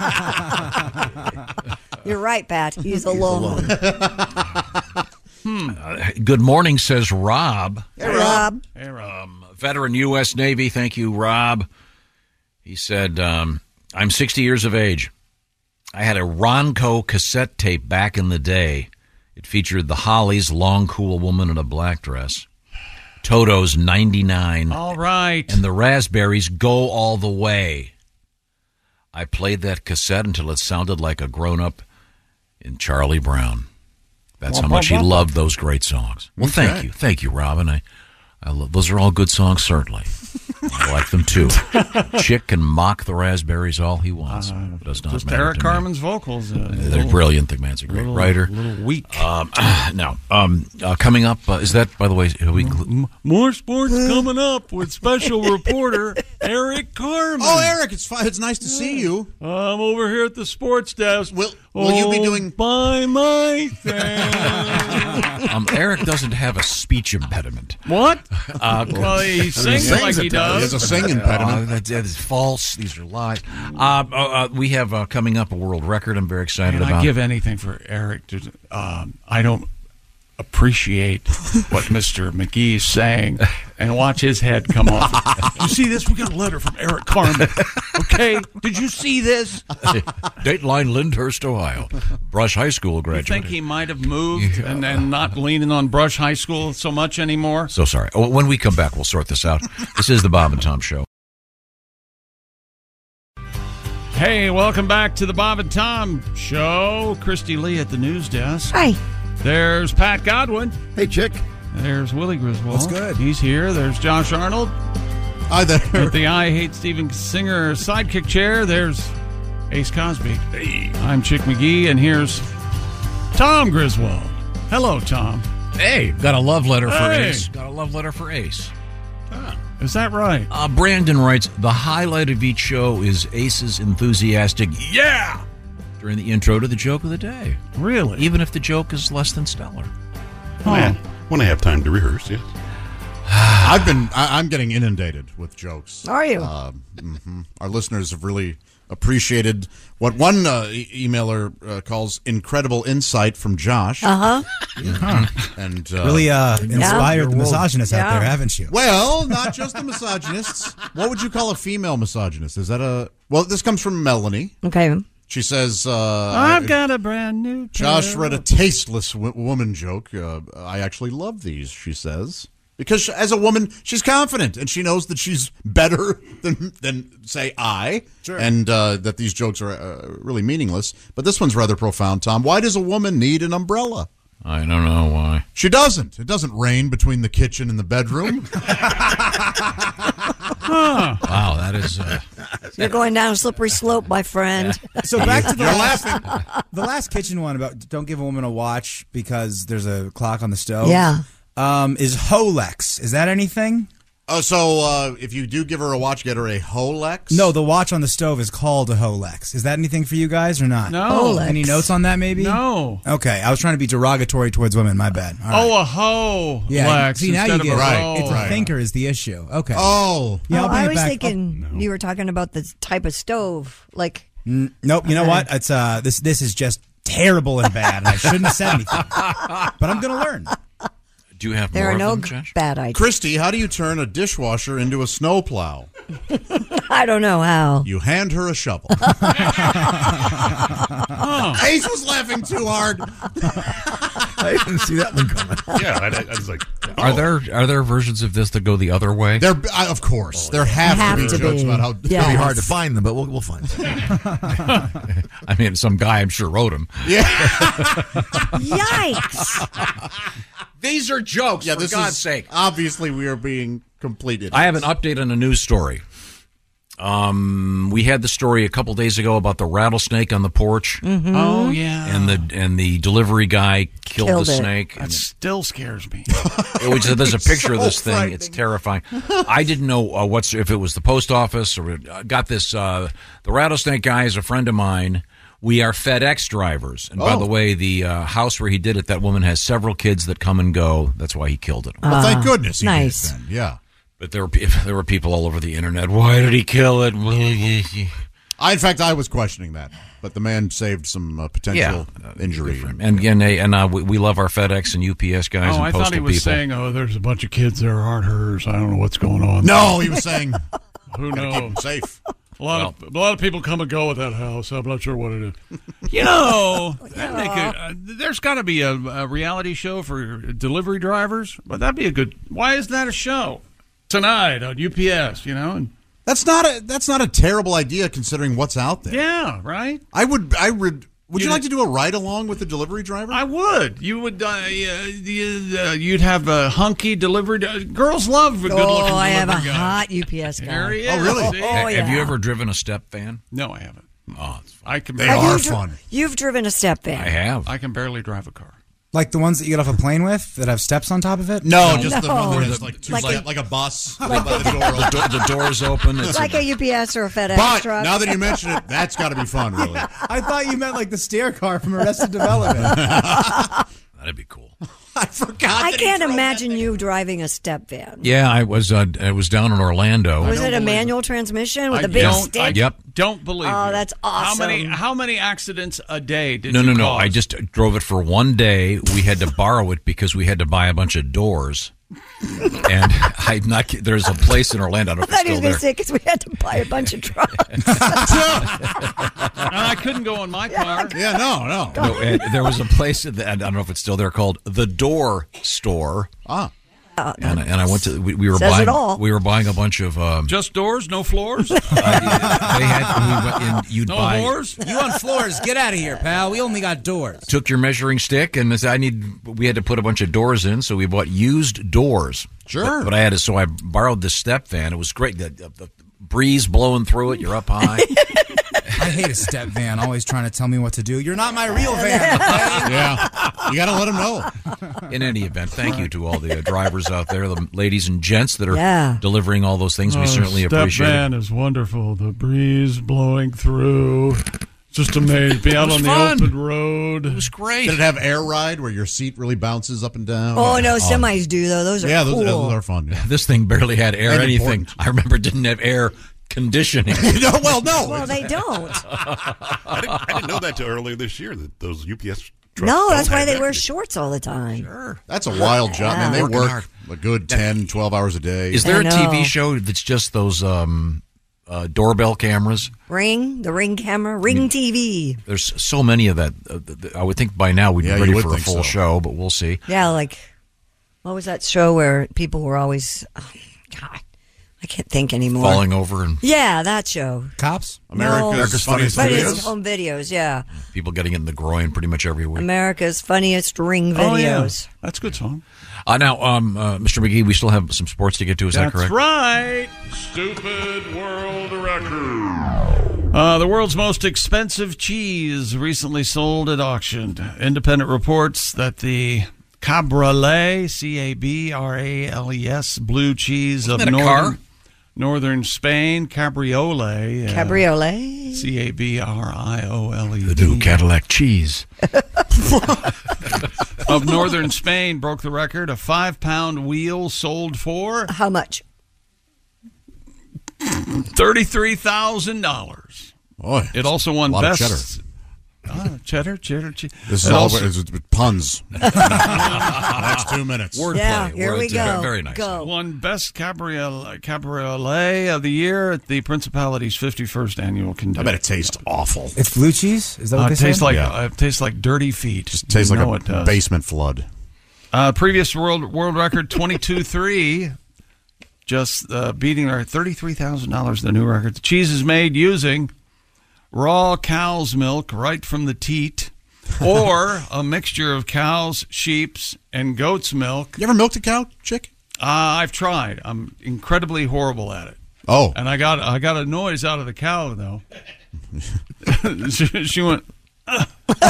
Speaker 10: You're right, Pat. He's, alone.
Speaker 2: Uh, good morning, says Rob.
Speaker 10: Hey, Rob.
Speaker 7: Hey, Rob.
Speaker 2: veteran U.S. Navy. Thank you, Rob. He said, um, I'm 60 years of age. I had a Ronco cassette tape back in the day. It featured the Hollies, Long Cool Woman in a Black Dress, Toto's 99,
Speaker 7: All right.
Speaker 2: and the Raspberries Go All the Way. I played that cassette until it sounded like a grown up in Charlie Brown. That's how much he loved those great songs. Well, thank
Speaker 13: Okay.
Speaker 2: you. Thank you, Robin. I, I love, those are all good songs, certainly. I like them too. Chick can mock the raspberries all he wants. It does not
Speaker 7: Uh, Just
Speaker 2: matter.
Speaker 7: Eric
Speaker 2: to me.
Speaker 7: Carmen's vocals. Uh,
Speaker 2: They're brilliant. The man's a great
Speaker 7: little-
Speaker 2: writer.
Speaker 7: little weak.
Speaker 2: Um, now, um, uh, coming up, uh, is that, by the way, are we.
Speaker 7: More sports coming up with special reporter Eric Carmen.
Speaker 13: Oh, Eric, it's fine. It's nice to see you.
Speaker 7: I'm over here at the sports desk.
Speaker 13: Will, will you be doing-
Speaker 7: by my thing?
Speaker 2: Um, Eric doesn't have a speech impediment.
Speaker 7: what?
Speaker 2: Uh,
Speaker 7: well, he sings, like he does.
Speaker 2: Oh, that, that is false. These are lies. Uh, uh, uh, we have uh, coming up a world record. I'm very excited
Speaker 7: And I
Speaker 2: about.
Speaker 7: give anything for Eric to. Um, I don't appreciate what Mr. McGee is saying, and watch his head come off. you see this? We got a letter from Eric Carmen. Okay, did you see this?
Speaker 2: Dateline Lyndhurst, Ohio. Brush High School
Speaker 7: I
Speaker 2: graduate.
Speaker 7: think he might have moved and then not leaning on Brush High School so much anymore.
Speaker 2: So sorry. Oh, when we come back, we'll sort this out. This is the Bob and Tom Show.
Speaker 7: Hey, welcome back to the Bob and Tom Show. Christy Lee at the news desk. Hi. There's Pat Godwin.
Speaker 12: Hey, chick.
Speaker 7: There's Willie Griswold.
Speaker 12: What's good?
Speaker 7: He's here. There's Josh Arnold.
Speaker 13: Hi there.
Speaker 7: At the I Hate Steven Singer sidekick chair, there's Ace Cosby. Hey. I'm Chick McGee, and here's Tom Griswold. Hello, Tom.
Speaker 2: Hey, got a love letter for
Speaker 7: Hey.
Speaker 2: Ace. Got a love letter for Ace.
Speaker 7: Is that right?
Speaker 2: Uh, Brandon writes The highlight of each show is Ace's enthusiastic, yeah, during the intro to the joke of the day.
Speaker 7: Really?
Speaker 2: Even if the joke is less than stellar.
Speaker 16: Man, when I have time to rehearse, yeah.
Speaker 13: I've been. I, I'm getting inundated with jokes.
Speaker 10: Are you?
Speaker 13: Um, mhm. Our listeners have really appreciated what one uh, e- emailer uh, calls incredible insight from Josh.
Speaker 10: Uh huh.
Speaker 13: And uh,
Speaker 11: Really uh, inspired the
Speaker 13: Your world.
Speaker 11: misogynists out there,
Speaker 13: Yeah.
Speaker 11: haven't you?
Speaker 13: Well, not just the misogynists. What would you call a female misogynist? Is that a well? This comes from Melanie.
Speaker 10: Okay.
Speaker 13: She says, uh,
Speaker 7: I've got a brand new
Speaker 13: Josh
Speaker 7: pair
Speaker 13: read a
Speaker 7: of-
Speaker 13: tasteless w- woman joke. Uh, I actually love these, she says. Because she- as a woman, she's confident and she knows that she's better than, than say, I.
Speaker 12: Sure.
Speaker 13: And uh, that these jokes are uh, really meaningless. But this one's rather profound, Tom. Why does a woman need an umbrella?
Speaker 2: I don't know why.
Speaker 13: She doesn't. It doesn't rain between the kitchen and the bedroom.
Speaker 2: Wow, that is. Uh,
Speaker 10: You're going down a slippery slope, my friend.
Speaker 11: So back to the last, the last kitchen one about don't give a woman a watch because there's a clock on the stove.
Speaker 10: Yeah.
Speaker 11: Um, is Holex? Is that anything?
Speaker 13: Oh, so uh, if you do give her a watch, get her a Holex.
Speaker 11: No, the watch on the stove is called a Holex. Is that anything for you guys or not?
Speaker 7: No.
Speaker 11: Any notes on that maybe?
Speaker 7: No.
Speaker 11: Okay, I was trying to be derogatory towards women. My bad. All right.
Speaker 7: Oh, a hoe.
Speaker 11: Yeah,
Speaker 7: Lex,
Speaker 11: see now you
Speaker 7: instead
Speaker 11: get
Speaker 7: of
Speaker 11: it.
Speaker 7: a hoe.
Speaker 11: It's a thinker is the issue. Okay.
Speaker 13: Oh.
Speaker 11: yeah. I'll
Speaker 10: Oh,
Speaker 11: bring
Speaker 10: I
Speaker 11: it
Speaker 10: was
Speaker 11: back.
Speaker 10: thinking you were talking about the type of stove, like
Speaker 11: Mm, nope. You know
Speaker 10: Okay.
Speaker 11: what? It's uh this this is just terrible and bad. and I shouldn't have said anything, but I'm gonna learn.
Speaker 2: Do you have
Speaker 10: There are no bad ideas.
Speaker 13: Christy, how do you turn a dishwasher into a snowplow?
Speaker 10: I don't know how.
Speaker 13: You hand her a shovel. Ace was laughing too hard.
Speaker 2: I didn't see that one coming.
Speaker 16: Yeah, I, I was like,
Speaker 2: Are there are there versions of this that go the other way?
Speaker 13: There, uh, of
Speaker 2: Oh,
Speaker 13: course, there have,
Speaker 2: Have
Speaker 13: to be
Speaker 2: to
Speaker 13: jokes
Speaker 2: be.
Speaker 13: about how
Speaker 2: Yes. It'll be hard to
Speaker 13: find them, but we'll, we'll find them.
Speaker 2: I mean, some guy I'm sure wrote them.
Speaker 13: Yeah.
Speaker 2: Yikes. These are jokes.
Speaker 13: Yeah,
Speaker 2: for
Speaker 13: this
Speaker 2: God's
Speaker 13: is
Speaker 2: sake.
Speaker 13: obviously we are being completed.
Speaker 2: I have an update on a news story. Um, we had the story a couple days ago about the rattlesnake on the porch.
Speaker 10: Mm-hmm.
Speaker 7: Mhm. Oh, yeah.
Speaker 2: and the and the delivery guy killed,
Speaker 7: Killed
Speaker 2: the
Speaker 7: it.
Speaker 2: snake.
Speaker 7: That still scares me.
Speaker 2: It was- there's a picture of
Speaker 7: So
Speaker 2: this thing. It's terrifying. I didn't know uh, what's if it was the post office or I got this. Uh, the rattlesnake guy is a friend of mine. We are FedEx drivers, and by
Speaker 13: Oh.
Speaker 2: the way, the uh, house where he did it, that woman has several kids that come and go. That's why he killed it.
Speaker 13: Well,
Speaker 7: Ah.
Speaker 13: thank goodness. He nice. Did it then. Yeah.
Speaker 2: But there were pe- there were people all over the internet. Why did he kill it?
Speaker 13: I, in fact, I was questioning that, but the man saved some uh, potential injury.
Speaker 2: And and, they, and uh, we, we love our FedEx and UPS guys
Speaker 7: Oh,
Speaker 2: and
Speaker 7: I
Speaker 2: postal
Speaker 7: thought he was
Speaker 2: people.
Speaker 7: saying, "Oh, there's a bunch of kids there aren't hers. I don't know what's going on."
Speaker 13: No, he was saying,
Speaker 7: "Who
Speaker 13: Gotta
Speaker 7: knows?"
Speaker 13: keep 'em safe.
Speaker 7: A lot, of, a lot of people come and go with that house. I'm not sure what it is.
Speaker 13: You
Speaker 7: You
Speaker 13: know,
Speaker 7: know,
Speaker 10: Oh,
Speaker 7: uh, there's got to be a, a reality show for delivery drivers, but that'd be a good. Why isn't that a show tonight on UPS? You know, and
Speaker 13: That's not a that's not a terrible idea considering what's out there.
Speaker 7: yeah, right.
Speaker 13: I would I would. Would you,
Speaker 7: You
Speaker 13: like to
Speaker 7: did-
Speaker 13: do a ride along with the delivery driver?
Speaker 7: I would. You would. Uh, you, uh, you'd have a hunky delivery. uh, girls love a good looking.
Speaker 10: oh, I have a
Speaker 7: delivery guy.
Speaker 10: hot UPS guy.
Speaker 7: There he
Speaker 2: Oh, really?
Speaker 10: Oh,
Speaker 2: Ha-
Speaker 10: yeah.
Speaker 2: Have you ever driven a step van?
Speaker 7: No, I haven't.
Speaker 2: Oh, it's
Speaker 7: I can.
Speaker 2: They
Speaker 10: Have
Speaker 2: are
Speaker 10: you dri-
Speaker 2: fun.
Speaker 10: You've driven a step van.
Speaker 2: I have.
Speaker 7: I can barely drive a car.
Speaker 11: Like the ones that you get off a plane with that have steps on top of it?
Speaker 13: No, just the one that
Speaker 11: No.
Speaker 13: has like two
Speaker 10: Like
Speaker 13: like,
Speaker 10: a-
Speaker 13: like a bus
Speaker 10: like
Speaker 13: by
Speaker 10: a-
Speaker 13: the door.
Speaker 2: The do- the door's open. It's
Speaker 10: like a UPS or a FedEx
Speaker 13: But
Speaker 10: truck.
Speaker 13: now that you mention it, that's got to be fun, really.
Speaker 11: I thought you meant like the stair car from Arrested Development.
Speaker 2: That'd be cool.
Speaker 13: I forgot.
Speaker 10: I can't imagine you driving a step van.
Speaker 2: Yeah, I was. Uh, I was down in Orlando.
Speaker 10: Was Oh, it a manual transmission with
Speaker 2: I
Speaker 10: a big
Speaker 2: don't-
Speaker 10: stick?
Speaker 2: I Yep.
Speaker 7: Don't believe.
Speaker 10: Oh,
Speaker 7: you.
Speaker 10: that's
Speaker 7: How many?
Speaker 10: awesome.
Speaker 7: How many accidents a day did
Speaker 2: no,
Speaker 7: you
Speaker 2: no, no.
Speaker 7: cause?
Speaker 2: I just drove it for one day. We had to borrow it because we had to buy a bunch of doors. and I'm not. kid- There's a place in Orlando. I
Speaker 10: I
Speaker 2: don't know if
Speaker 10: thought he
Speaker 2: it's
Speaker 10: was
Speaker 2: still
Speaker 10: going
Speaker 2: there.
Speaker 10: to say because we had to buy a bunch of trucks.
Speaker 7: And I couldn't go in my car.
Speaker 13: Yeah, no, no.
Speaker 2: No, and there was a place. That, I don't know if it's still there called the Door Store.
Speaker 13: Ah.
Speaker 2: And, I- and I went to. We, we were
Speaker 7: Says it
Speaker 2: buying.
Speaker 7: all.
Speaker 2: We were buying a bunch of. Um,
Speaker 7: Just doors, no floors.
Speaker 2: they had. We went in, you'd
Speaker 7: no
Speaker 2: buy.
Speaker 7: floors.
Speaker 11: you on floors? Get out of here, pal. We only got doors.
Speaker 2: Took your measuring stick and said, I need. We had to put a bunch of doors in, so we bought used doors.
Speaker 13: Sure.
Speaker 2: But, but I had to. So I borrowed this step van. It was great. The, the, the breeze blowing through it. You're up high.
Speaker 11: I hate a step van always trying to tell me what to do. You're not my real van.
Speaker 13: yeah, you got to let them know.
Speaker 2: In any event, thank you to all the uh, drivers out there, the ladies and gents that are
Speaker 7: Yeah.
Speaker 2: delivering all those things. We
Speaker 13: Uh,
Speaker 2: certainly
Speaker 7: step
Speaker 2: appreciate it.
Speaker 7: van is wonderful. The breeze blowing through. Just amazing. Be out on the open road. It
Speaker 2: was great.
Speaker 13: Did it have air ride where your seat really bounces up and down?
Speaker 10: Oh, no, semis do, though. Those are
Speaker 13: yeah, those,
Speaker 10: cool.
Speaker 13: those are fun. yeah.
Speaker 2: This thing barely had air or
Speaker 13: And
Speaker 2: anything.
Speaker 13: important.
Speaker 2: I remember it didn't have air conditioning.
Speaker 13: no, well, no.
Speaker 10: Well, they don't.
Speaker 16: I didn't, I didn't know that till earlier this year that those UPS trucks.
Speaker 10: No, that's
Speaker 16: don't
Speaker 10: why
Speaker 16: have
Speaker 10: they
Speaker 16: that.
Speaker 10: wear shorts all the time. Sure.
Speaker 13: That's a wild job, man. They
Speaker 10: Working
Speaker 13: work
Speaker 10: hard.
Speaker 13: a good 10, 12 hours a day.
Speaker 2: Is there a TV show that's just those um, uh, doorbell cameras?
Speaker 10: Ring, the ring camera, ring TV.
Speaker 2: There's so many of that. Uh, th- th- I would think by now we'd
Speaker 13: Yeah, you
Speaker 2: be ready
Speaker 13: would
Speaker 2: for a
Speaker 13: think
Speaker 2: full
Speaker 13: so.
Speaker 2: show, but we'll see.
Speaker 10: Yeah, like, what was that show where people were always, oh, God, I I can't think anymore.
Speaker 2: falling over and
Speaker 10: Yeah, that show.
Speaker 11: Cops?
Speaker 2: America's Funniest
Speaker 10: but
Speaker 2: Videos?
Speaker 10: it's home videos, yeah.
Speaker 2: people getting it in the groin pretty much every week.
Speaker 10: America's funniest ring videos.
Speaker 7: Oh, That's a good song.
Speaker 2: Uh, now, um, uh, Mr. McGee, we still have some sports to get to. Is that correct?
Speaker 7: right.
Speaker 9: Stupid world record.
Speaker 7: Uh, the world's most expensive cheese recently sold at auction. Independent reports that the Cabrales, C A B R A L E S, blue cheese
Speaker 2: Isn't
Speaker 7: of
Speaker 2: that a
Speaker 7: northern,
Speaker 2: car?
Speaker 7: northern Spain, Cabriole.
Speaker 10: Cabriolet?
Speaker 7: C A B R I O L E.
Speaker 2: The new Cadillac cheese.
Speaker 7: of northern Spain broke the record. A five pound wheel sold for
Speaker 10: how much?
Speaker 7: Thirty-three thousand dollars.
Speaker 13: Boy,
Speaker 7: it also won
Speaker 13: lot of
Speaker 7: best Ah, cheddar, cheddar, cheese.
Speaker 13: This is
Speaker 7: It
Speaker 13: all
Speaker 7: also-
Speaker 13: it's- it's puns. Next two minutes.
Speaker 7: Wordplay.
Speaker 10: Yeah, here we go. Go.
Speaker 7: Won best cabriolet, cabriolet of the year at the Principality's 51st annual convention.
Speaker 13: bet it tastes awful.
Speaker 11: It's blue cheese? Is that
Speaker 7: Uh,
Speaker 11: what they
Speaker 7: it tastes
Speaker 11: said?
Speaker 7: like uh, it tastes like dirty feet.
Speaker 13: Just tastes
Speaker 7: You
Speaker 13: like
Speaker 7: know
Speaker 13: a
Speaker 7: it does.
Speaker 13: basement flood.
Speaker 7: Uh, previous world world record 22-3, just uh, beating our $33,000, the new record. The cheese is made using raw cow's milk right from the teat or a mixture of cow's, sheep's, and goat's milk.
Speaker 13: You ever milked a cow, chick?
Speaker 7: Uh, I've tried. I'm incredibly horrible at it.
Speaker 13: Oh.
Speaker 7: And I got I got a noise out of the cow, though. she, she went, What do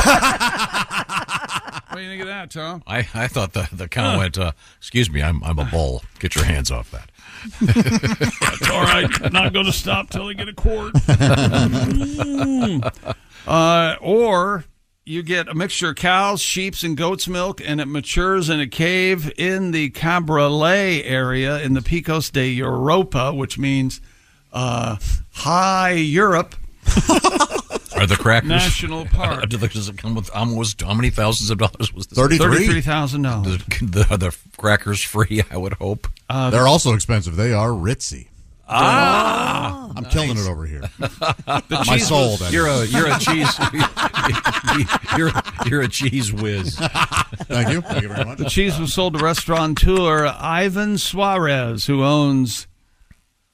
Speaker 7: you think of that, Tom?
Speaker 2: I, I thought the, the cow went, uh, excuse me, I'm, I'm a bull. Get your hands off that.
Speaker 7: That's all right. Not going to stop till I get a quart. Mm. uh, or you get a mixture of cows, sheep's, and goat's milk, and it matures in a cave in the Cabrales area in the Picos de Europa, which means uh, high Europe.
Speaker 2: Are the crackers?
Speaker 7: National Park.
Speaker 2: Do the- Does it come with, um, was, how many thousands of dollars was this?
Speaker 7: $33,000.
Speaker 2: The, the, the crackers free, I would hope.
Speaker 7: Uh,
Speaker 13: They're also expensive. They are ritzy.
Speaker 10: Oh,
Speaker 2: Ah,
Speaker 13: I'm killing it over here.
Speaker 2: The
Speaker 13: My
Speaker 2: cheese
Speaker 13: soul.
Speaker 2: whiz.
Speaker 13: that
Speaker 2: You're a
Speaker 13: is.
Speaker 2: you're a cheese you're you're a cheese whiz.
Speaker 13: Thank you. Thank you very much.
Speaker 7: The cheese was sold to restaurateur Ivan Suarez, who owns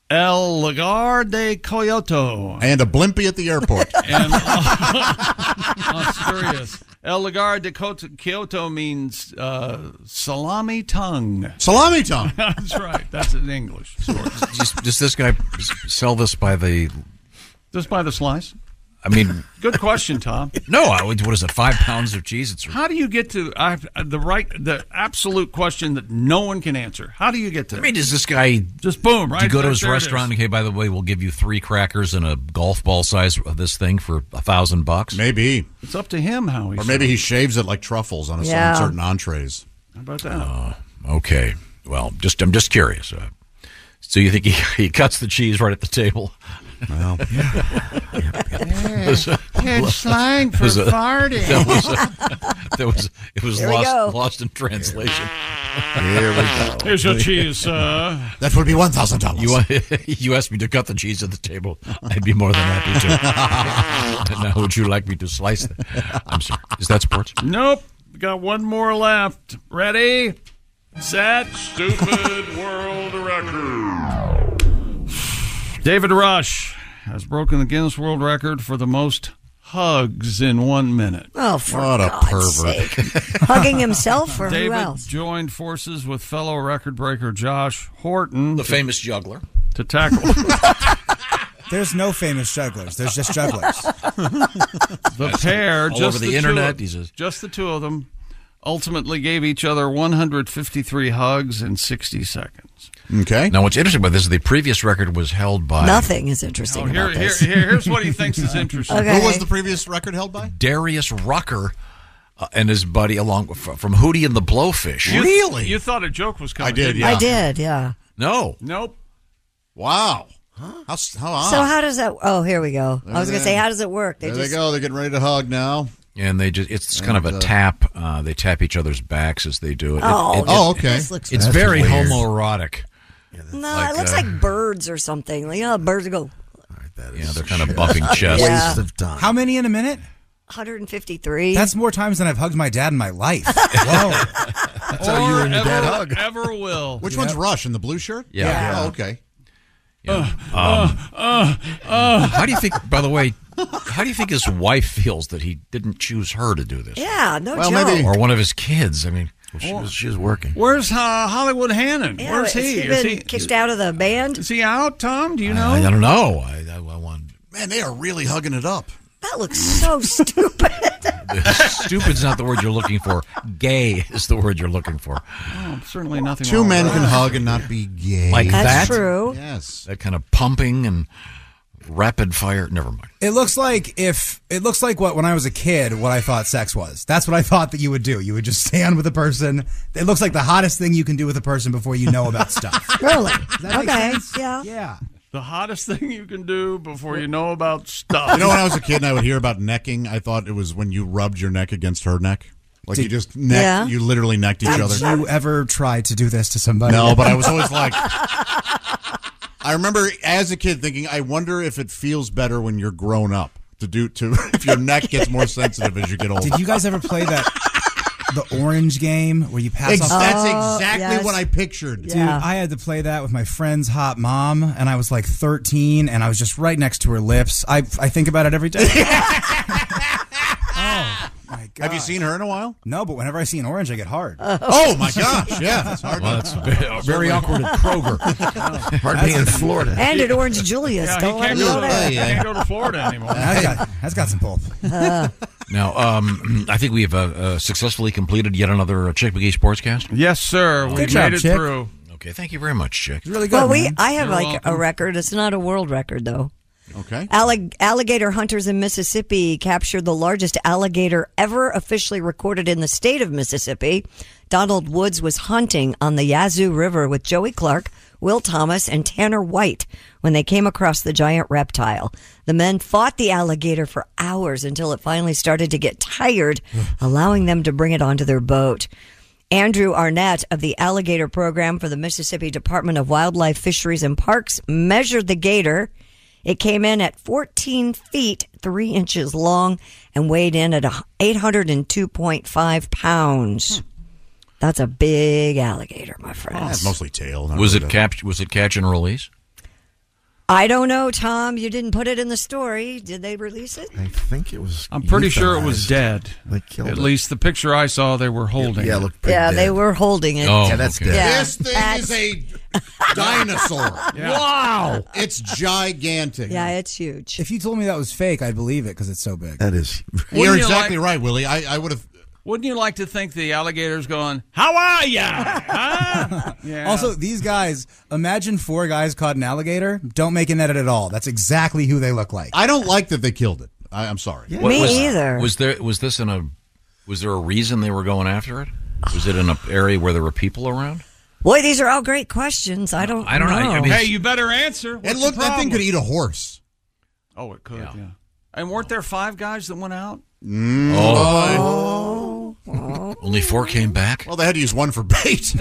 Speaker 7: El Lagar de Coyoto.
Speaker 13: And a blimpy at the airport.
Speaker 7: And Asturias. El Lagar de Coto- Kyoto means uh, salami tongue.
Speaker 13: Salami tongue.
Speaker 7: That's right. That's in English.
Speaker 2: Just- Does this guy sell this by the?
Speaker 7: Just by the slice.
Speaker 2: I mean,
Speaker 7: Good question, Tom.
Speaker 2: no. I would, what is it? Five pounds of cheese? It's
Speaker 7: How do you get to I, uh, the right, the absolute question that no one can answer? How do you get to?
Speaker 2: I mean, does this guy
Speaker 7: just boom right?
Speaker 2: You go to
Speaker 7: there-
Speaker 2: his
Speaker 7: there it is.
Speaker 2: restaurant. Okay, by the way, we'll give you three crackers and a golf ball size of this thing for a thousand bucks.
Speaker 13: Maybe
Speaker 7: It's up to him how he.
Speaker 13: Or maybe he shaves it like truffles on a
Speaker 7: Yeah.
Speaker 13: certain entrees.
Speaker 7: How about that?
Speaker 2: Oh. Okay. Well, just I'm just curious. Uh, so you think he, he cuts the cheese right at the table?
Speaker 13: Well,
Speaker 9: It's slang for
Speaker 2: There's a-
Speaker 9: farting.
Speaker 2: That was, a, that was it was
Speaker 9: Here we go.
Speaker 2: lost, lost in translation.
Speaker 13: Here we go.
Speaker 7: Here's your cheese, sir.
Speaker 13: That would be one thousand dollars.
Speaker 2: You you asked me to cut the cheese at the table. I'd be more than happy to. now, would you like me to slice? The, I'm sorry. Is that sports?
Speaker 7: Nope. Got one more left. Ready? Set.
Speaker 9: Stupid world record.
Speaker 7: David Rush has broken the Guinness World Record for the most hugs in one minute.
Speaker 10: Oh, for God's sake. Hugging himself or
Speaker 7: David
Speaker 10: who else?
Speaker 7: joined forces with fellow record breaker Josh Horton, the
Speaker 2: famous juggler,
Speaker 7: to tackle
Speaker 11: There's no famous jugglers. There's just jugglers.
Speaker 7: the pair.
Speaker 11: all
Speaker 7: just
Speaker 11: over the
Speaker 7: two
Speaker 11: internet.
Speaker 7: of-
Speaker 11: He says-
Speaker 7: just the two of them ultimately gave each other 153 hugs in 60 seconds.
Speaker 13: Okay.
Speaker 2: Now, what's interesting about this is the previous record was held by
Speaker 10: Nothing is interesting
Speaker 7: Oh, here-
Speaker 10: about this.
Speaker 7: here- here- here's what he thinks is interesting.
Speaker 10: Okay.
Speaker 13: Who was the previous record held by?
Speaker 2: Darius Rucker uh, and his buddy along with- from Hootie and the Blowfish.
Speaker 7: You- You thought a joke was coming. didn't you?
Speaker 10: I did, yeah.
Speaker 2: No.
Speaker 7: Nope.
Speaker 13: Wow. How, s- how odd.
Speaker 10: So how does that? Oh, here we go.
Speaker 13: There
Speaker 10: I was
Speaker 13: they-
Speaker 10: going to say, how does it work?
Speaker 13: Ah. there they go. They're getting ready to hug now.
Speaker 2: And they just—it's kind of
Speaker 13: And,
Speaker 2: a
Speaker 13: uh,
Speaker 2: tap. Uh, they tap each other's backs as they do it. It-
Speaker 10: Oh,
Speaker 2: it- it-
Speaker 13: Oh, okay. this
Speaker 10: looks
Speaker 2: it's
Speaker 10: That's
Speaker 2: very
Speaker 10: weird.
Speaker 2: homoerotic.
Speaker 10: No,
Speaker 2: like,
Speaker 10: it looks
Speaker 2: uh,
Speaker 10: like birds or something. Like, you know, birds go
Speaker 2: Yeah, they're kind of bumping chests.
Speaker 10: Yeah.
Speaker 11: Waste of time. How many in a minute?
Speaker 10: 153.
Speaker 11: That's more times than I've hugged my dad in my life. Whoa. That's
Speaker 7: or
Speaker 11: how you and your
Speaker 7: ever,
Speaker 11: dad hug.
Speaker 7: ever will.
Speaker 13: Which one's Rush in the blue shirt?
Speaker 11: Yeah. Yeah.
Speaker 13: Oh, okay.
Speaker 2: Um,
Speaker 7: Uh, uh.
Speaker 2: how do you think? By the way, how do you think his wife feels that he didn't choose her to do this?
Speaker 10: Yeah, no
Speaker 2: well,
Speaker 10: joke.
Speaker 2: maybe or one of his kids. I mean, she, was, she was working.
Speaker 7: Where's uh, Hollywood Hannon?
Speaker 10: Yeah,
Speaker 7: Where's
Speaker 10: has
Speaker 7: he?
Speaker 10: he
Speaker 7: Is
Speaker 10: been
Speaker 7: he
Speaker 10: kicked out of the band?
Speaker 7: Is he out, Tom? Do you know?
Speaker 2: I don't know. I, I, I want
Speaker 13: Man, they are really hugging it up.
Speaker 10: That looks so stupid.
Speaker 2: stupid's not the word you're looking for. Gay is the word you're looking for.
Speaker 7: Oh, certainly nothing.
Speaker 13: Two
Speaker 7: wrong
Speaker 13: men
Speaker 7: with
Speaker 13: can
Speaker 7: that.
Speaker 13: hug and not be gay.
Speaker 2: Like
Speaker 11: That's
Speaker 2: that?
Speaker 11: true.
Speaker 13: Yes.
Speaker 2: That kind of pumping and rapid fire. Never mind.
Speaker 11: It looks like if it looks like what when I was a kid, what I thought sex was. That's what I thought that you would do. You would just stand with a person. It looks like the hottest thing you can do with a person before you know about stuff.
Speaker 10: really?
Speaker 11: that make
Speaker 10: okay.
Speaker 11: sense?
Speaker 10: Yeah.
Speaker 11: Yeah.
Speaker 7: The hottest thing you can do before you know about stuff.
Speaker 13: You know, when I was a kid and I would hear about necking, I thought it was when you rubbed your neck against her neck. Like you just neck,
Speaker 11: Yeah.
Speaker 13: you literally necked each
Speaker 11: Did
Speaker 13: other.
Speaker 11: you ever try to do this to somebody?
Speaker 13: No, but I was always like, I remember as a kid thinking, I wonder if it feels better when you're grown up to do to if your neck gets more sensitive as you get older.
Speaker 11: Did you guys ever play that the orange game where you pass
Speaker 13: Ex-
Speaker 11: off?
Speaker 13: that's Oh, exactly yes. what I pictured.
Speaker 11: Dude,
Speaker 13: Yeah.
Speaker 11: I had to play that with my friend's hot mom, and I was like 13, and I was just right next to her lips. I I think about it every day. Oh,
Speaker 13: Have you seen her in a while?
Speaker 11: No, but whenever I see an orange, I get hard.
Speaker 13: Oh. Oh, my gosh, yeah, that's hard.
Speaker 2: Well, that's very, very awkward at Kroger. Hard
Speaker 11: That's-
Speaker 2: being in Florida.
Speaker 10: And at Orange Julius.
Speaker 7: Yeah, he
Speaker 10: Don't let
Speaker 7: can't
Speaker 10: him
Speaker 7: go
Speaker 10: go
Speaker 7: to-
Speaker 10: there.
Speaker 7: he can't
Speaker 11: Oh,
Speaker 7: go to Florida anymore.
Speaker 11: That's got, that's got some pulp.
Speaker 10: Uh,
Speaker 2: Now, um, I think we have uh, uh, successfully completed yet another uh, Chick McGee Sportscast.
Speaker 7: Yes, sir. We
Speaker 2: Good
Speaker 7: made
Speaker 2: job,
Speaker 7: it
Speaker 2: Chick.
Speaker 7: through.
Speaker 2: Okay, thank you very much, Chick.
Speaker 10: well, we I have like a record. It's not a world record though.
Speaker 13: Okay.
Speaker 10: Allig- alligator hunters in Mississippi captured the largest alligator ever officially recorded in the state of Mississippi. Donald Woods was hunting on the Yazoo River with Joey Clark, Will Thomas, and Tanner White when they came across the giant reptile. The men fought the alligator for hours until it finally started to get tired, allowing them to bring it onto their boat. Andrew Arnett of the Alligator Program for the Mississippi Department of Wildlife, Fisheries, and Parks measured the gator. It came in at 14 feet, 3 inches long, and weighed in at a- 802.5 pounds. That's a big alligator, my
Speaker 2: Oh,
Speaker 10: friends.
Speaker 13: mostly tail. not
Speaker 2: Was
Speaker 13: really
Speaker 2: it
Speaker 13: the-
Speaker 2: cap? Was it catch and release?
Speaker 10: I don't know, Tom. You didn't put it in the story. Did they release it?
Speaker 12: I think it was.
Speaker 7: I'm pretty sure it was
Speaker 12: euthanized.
Speaker 7: dead.
Speaker 12: They killed
Speaker 7: At
Speaker 12: it.
Speaker 7: least the picture I saw, they were holding.
Speaker 12: yeah,
Speaker 7: it.
Speaker 12: it looked
Speaker 10: yeah, they were holding it.
Speaker 7: Oh, Yeah, that's okay. dead.
Speaker 13: This thing is a dinosaur.
Speaker 7: Yeah.
Speaker 13: Wow. It's gigantic.
Speaker 10: Yeah, it's huge.
Speaker 11: If you told me that was fake, I'd believe it because it's so big.
Speaker 12: That is.
Speaker 13: You're
Speaker 7: Wouldn't you
Speaker 13: exactly
Speaker 7: like-
Speaker 13: right, Willie. I, I would have.
Speaker 7: Wouldn't you like to think the alligator's going, How are ya? Huh? Yeah.
Speaker 11: Also, these guys, imagine four guys caught an alligator. Don't make an edit at all. That's exactly who they look like.
Speaker 13: I don't like that they killed it. I, I'm sorry.
Speaker 11: Yeah.
Speaker 2: What
Speaker 11: Me
Speaker 2: was,
Speaker 11: either.
Speaker 2: Was there? Was this in a? Was there a reason they were going after it? Was it in an area where there were people around?
Speaker 10: Boy, these are all great questions. I don't.
Speaker 2: I don't know. I mean,
Speaker 7: hey, you better answer. What's
Speaker 13: It looked.
Speaker 7: the
Speaker 13: That thing
Speaker 7: problem?
Speaker 13: could eat a horse.
Speaker 7: Oh, it could, yeah. And weren't there five guys that went out?
Speaker 13: Mm.
Speaker 2: Oh. Only four came back.
Speaker 13: Well, they had to use one for bait.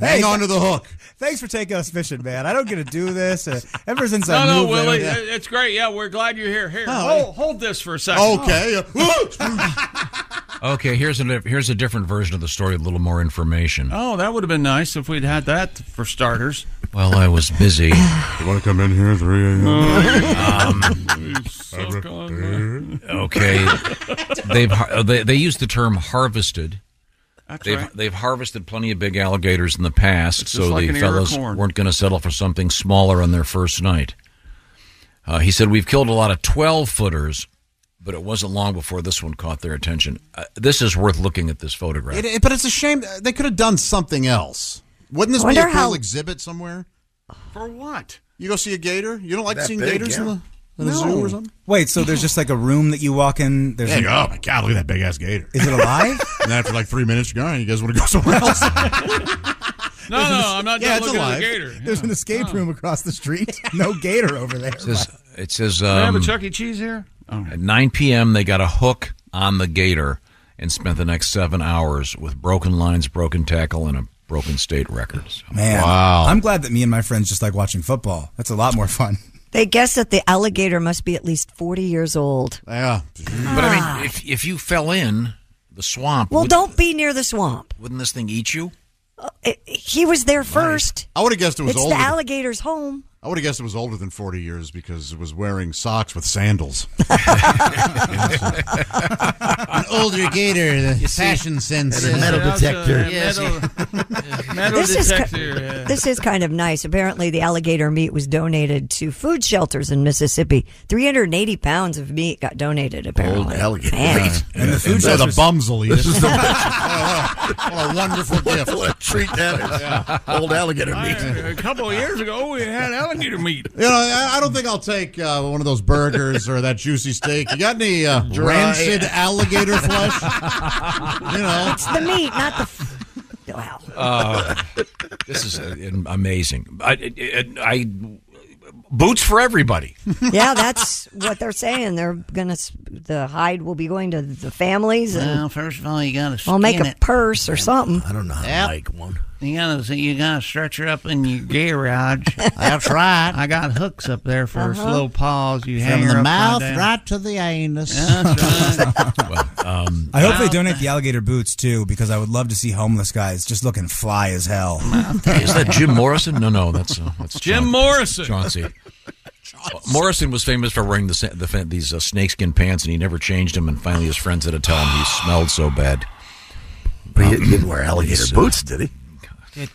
Speaker 13: Hang on to the hook.
Speaker 11: Thanks for taking us fishing, man. I don't get to do this. Uh, ever since
Speaker 7: No,
Speaker 11: I
Speaker 7: no,
Speaker 11: moved, I
Speaker 7: Willie,
Speaker 11: don't-
Speaker 7: it- it's great. Yeah, we're glad you're here. Here,
Speaker 11: Oh,
Speaker 7: hold, hold this for a second.
Speaker 13: Okay.
Speaker 2: Okay, here's a diff- here's a different version of the story. with A little more information.
Speaker 7: Oh, that would have been nice if we'd had that for starters.
Speaker 2: Well, I was busy.
Speaker 13: You want to come in here at 3
Speaker 2: Um, okay, they've har- uh, they, they use the term harvested.
Speaker 7: That's
Speaker 2: they've
Speaker 7: right.
Speaker 2: they've harvested plenty of big alligators in the past,
Speaker 7: It's just
Speaker 2: so
Speaker 7: like
Speaker 2: the
Speaker 7: an ear of
Speaker 2: fellows
Speaker 7: corn.
Speaker 2: weren't going to settle for something smaller on their first night. Uh, he said, "We've killed a lot of twelve footers." But it wasn't long before this one caught their attention. Uh, this is worth looking at this photograph.
Speaker 13: It, it- but it's a shame that they could have done something else. Wouldn't this
Speaker 2: I
Speaker 13: be a
Speaker 2: wonder
Speaker 13: cool
Speaker 2: how-
Speaker 13: exhibit somewhere?
Speaker 7: For what?
Speaker 13: You go see a gator? You don't like
Speaker 11: That
Speaker 13: seeing
Speaker 11: big,
Speaker 13: gators in
Speaker 11: yeah.
Speaker 13: the, in the
Speaker 7: uh,
Speaker 11: No.
Speaker 13: zoo or something?
Speaker 11: Wait, so there's just like a room that you walk in. There's
Speaker 13: Yeah, you
Speaker 11: an-
Speaker 13: go, oh my god, look at that big ass gator.
Speaker 11: Is it alive?
Speaker 13: and after like three minutes, you're gone. You guys want to go somewhere else?
Speaker 7: No, no, I'm not
Speaker 11: Yeah,
Speaker 7: done
Speaker 11: it's
Speaker 7: looking at
Speaker 11: alive.
Speaker 7: the gator.
Speaker 11: There's an escape room across the street. No gator over there.
Speaker 2: It says, it says
Speaker 7: Do they have a
Speaker 2: um,
Speaker 7: Chuck E. Cheese here?
Speaker 2: At 9 p.m., they got a hook on the gator and spent the next seven hours with broken lines, broken tackle, and a broken state record. So-
Speaker 11: Man, I'm glad that me and my friends just like watching football. That's a lot more fun.
Speaker 10: They guess that the alligator must be at least 40 years old. Ah.
Speaker 13: Yeah.
Speaker 2: But I mean, if, if you fell in the swamp,
Speaker 10: Well,
Speaker 2: would,
Speaker 10: don't Uh, be near the swamp.
Speaker 2: wouldn't this thing eat you?
Speaker 10: He was there first.
Speaker 13: I would have guessed it was
Speaker 10: it's
Speaker 13: older.
Speaker 10: the alligator's home.
Speaker 13: I would have guessed it was older than 40 years because it was wearing socks with sandals.
Speaker 3: An older gator, the
Speaker 13: You see-
Speaker 3: fashion sense.
Speaker 13: And a metal
Speaker 3: Yeah,
Speaker 13: detector.
Speaker 3: Yes.
Speaker 13: Metal
Speaker 10: is ki-
Speaker 3: detector, yeah.
Speaker 10: this is kind of nice. Apparently, the alligator meat was donated to food shelters in Mississippi. 380 pounds of meat got donated, apparently.
Speaker 12: alligator
Speaker 10: Man.
Speaker 12: meat. And the food
Speaker 13: Yeah,
Speaker 12: shelters-
Speaker 13: the bums will eat
Speaker 12: This
Speaker 13: it.
Speaker 12: is the-
Speaker 13: what a wonderful gift.
Speaker 12: What a treat that is. Old alligator meat.
Speaker 7: A couple of years ago, we had alligator meat.
Speaker 13: You know, I I don't think I'll take uh, one of those burgers or that juicy steak. You got any uh,
Speaker 12: Dry-
Speaker 13: rancid alligator flesh? you know,
Speaker 10: it's the meat, not the. F-
Speaker 2: Uh, this is uh, amazing. I, I, I boots for everybody.
Speaker 10: yeah, that's what they're saying. They're gonna s- the hide will be going to the families. And
Speaker 3: Well, first of all, you gotta
Speaker 10: We'll make
Speaker 3: skin
Speaker 10: a
Speaker 3: it.
Speaker 10: purse or something. I
Speaker 12: don't know.
Speaker 3: Yep.
Speaker 12: one.
Speaker 3: You gotta see, you gotta stretch her up in your garage. That's right. I got hooks up there for
Speaker 2: Uh-huh.
Speaker 3: her slow paws. You
Speaker 2: From
Speaker 3: hang
Speaker 2: the
Speaker 3: her upside
Speaker 2: mouth
Speaker 3: down.
Speaker 2: right
Speaker 3: to the anus.
Speaker 11: um, I hope they donate the alligator boots too, because I would love to see homeless guys just looking fly as hell.
Speaker 2: Is that Jim Morrison? No, no, that's uh, that's
Speaker 11: Jim
Speaker 2: Morrison. Chauncey. Morrison was famous for wearing the, sa- the fa- these uh, snakeskin pants, and he never changed them. And finally, his friends had to tell him he smelled so bad. Um, But he didn't wear
Speaker 12: alligator boots, did he?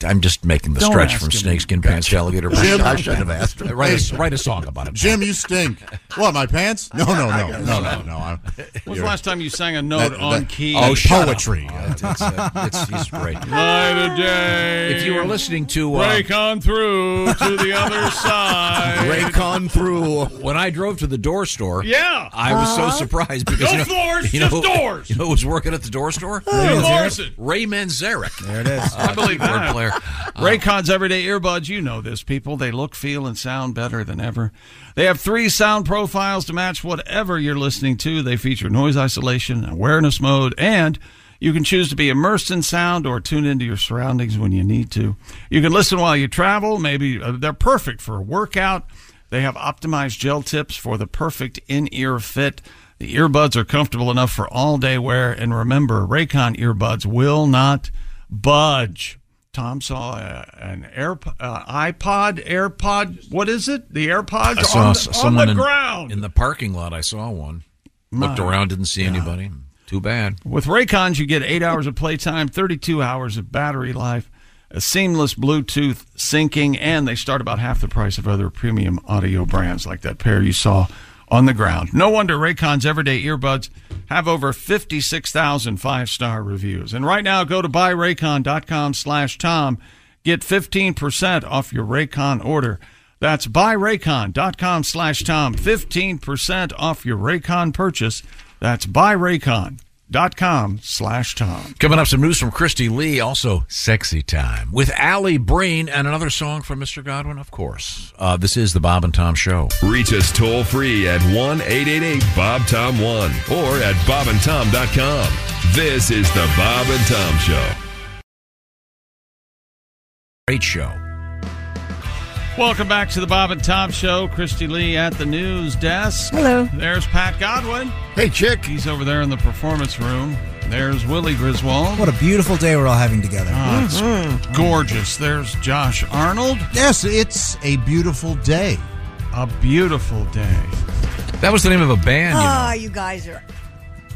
Speaker 2: I'm just making the
Speaker 12: Don't
Speaker 2: stretch
Speaker 12: ask
Speaker 2: from
Speaker 12: him.
Speaker 2: snakeskin pants to alligator boots.
Speaker 13: Jim, I should have
Speaker 12: asked him.
Speaker 2: Write a, write a song about it.
Speaker 13: Jim, you stink. What, my pants? No, no, no, no, no, no. I-
Speaker 7: When's the
Speaker 13: you're-
Speaker 7: last time you sang a note
Speaker 13: That-
Speaker 7: on
Speaker 13: that-
Speaker 7: key?
Speaker 13: oh, shut up. Poetry.
Speaker 2: It's, uh, it's, he's great.
Speaker 7: Light a day.
Speaker 2: If you were listening to, uh,
Speaker 7: break on through to the other side.
Speaker 2: Raycon through. When I drove to the door store,
Speaker 7: Yeah.
Speaker 2: I was so
Speaker 7: Uh-huh.
Speaker 2: surprised because
Speaker 7: No
Speaker 2: you know,
Speaker 7: floors,
Speaker 2: you know,
Speaker 7: just doors.
Speaker 2: You know, who was working at the door store.
Speaker 7: Ray Ray Manzarek? Morrison.
Speaker 2: Ray Manzarek. There it
Speaker 7: is. I believe that.
Speaker 2: Player.
Speaker 7: Raycon's everyday earbuds, you know this, people. They look, feel, and sound better than ever. They have three sound profiles to match whatever you're listening to. They feature noise isolation, awareness mode, and you can choose to be immersed in sound or tune into your surroundings when you need to. You can listen while you travel. Maybe uh, they're perfect for a workout. They have optimized gel tips for the perfect in ear fit. The earbuds are comfortable enough for all day wear. And remember, Raycon earbuds will not budge. Tom saw uh, an Air, uh, iPod, AirPod. What is it? The AirPods
Speaker 2: I saw
Speaker 7: on
Speaker 2: s-
Speaker 7: the, on
Speaker 2: someone
Speaker 7: the
Speaker 2: in,
Speaker 7: ground.
Speaker 2: in the parking lot. I saw one. Looked
Speaker 7: My
Speaker 2: around, didn't see anybody. Too bad.
Speaker 7: With Raycons, you get eight hours of playtime, 32 hours of battery life, a seamless Bluetooth syncing, and they start about half the price of other premium audio brands like that pair you saw on the ground. No wonder Raycon's everyday earbuds have over 56,000 five-star reviews. And right now, go to buyraycon.com slash Tom. Get 15% off your Raycon order. That's buyraycon.com slash Tom. 15% off your Raycon purchase. That's buyraycon.com slash Tom.
Speaker 2: Coming up, some news from Christy Lee, also sexy time with Allie Breen and another song from Mr. Godwin, of course. Uh, this is the Bob and Tom Show.
Speaker 14: Reach us toll free at 1 888 Bob Tom 1 or at bobandtom.com. This is the Bob and Tom Show.
Speaker 2: Great show.
Speaker 7: Welcome back to the Bob and Tom Show. Christy Lee at the news desk.
Speaker 10: Hello.
Speaker 7: There's Pat Godwin.
Speaker 12: Hey, chick.
Speaker 7: He's over there in the performance room. There's Willie Griswold.
Speaker 11: What a beautiful day we're all having together.
Speaker 7: Ah, it's gorgeous. There's Josh Arnold.
Speaker 13: Yes, it's a beautiful day.
Speaker 7: A beautiful day.
Speaker 2: That was the name of a band. you know.
Speaker 10: Ah, you guys are.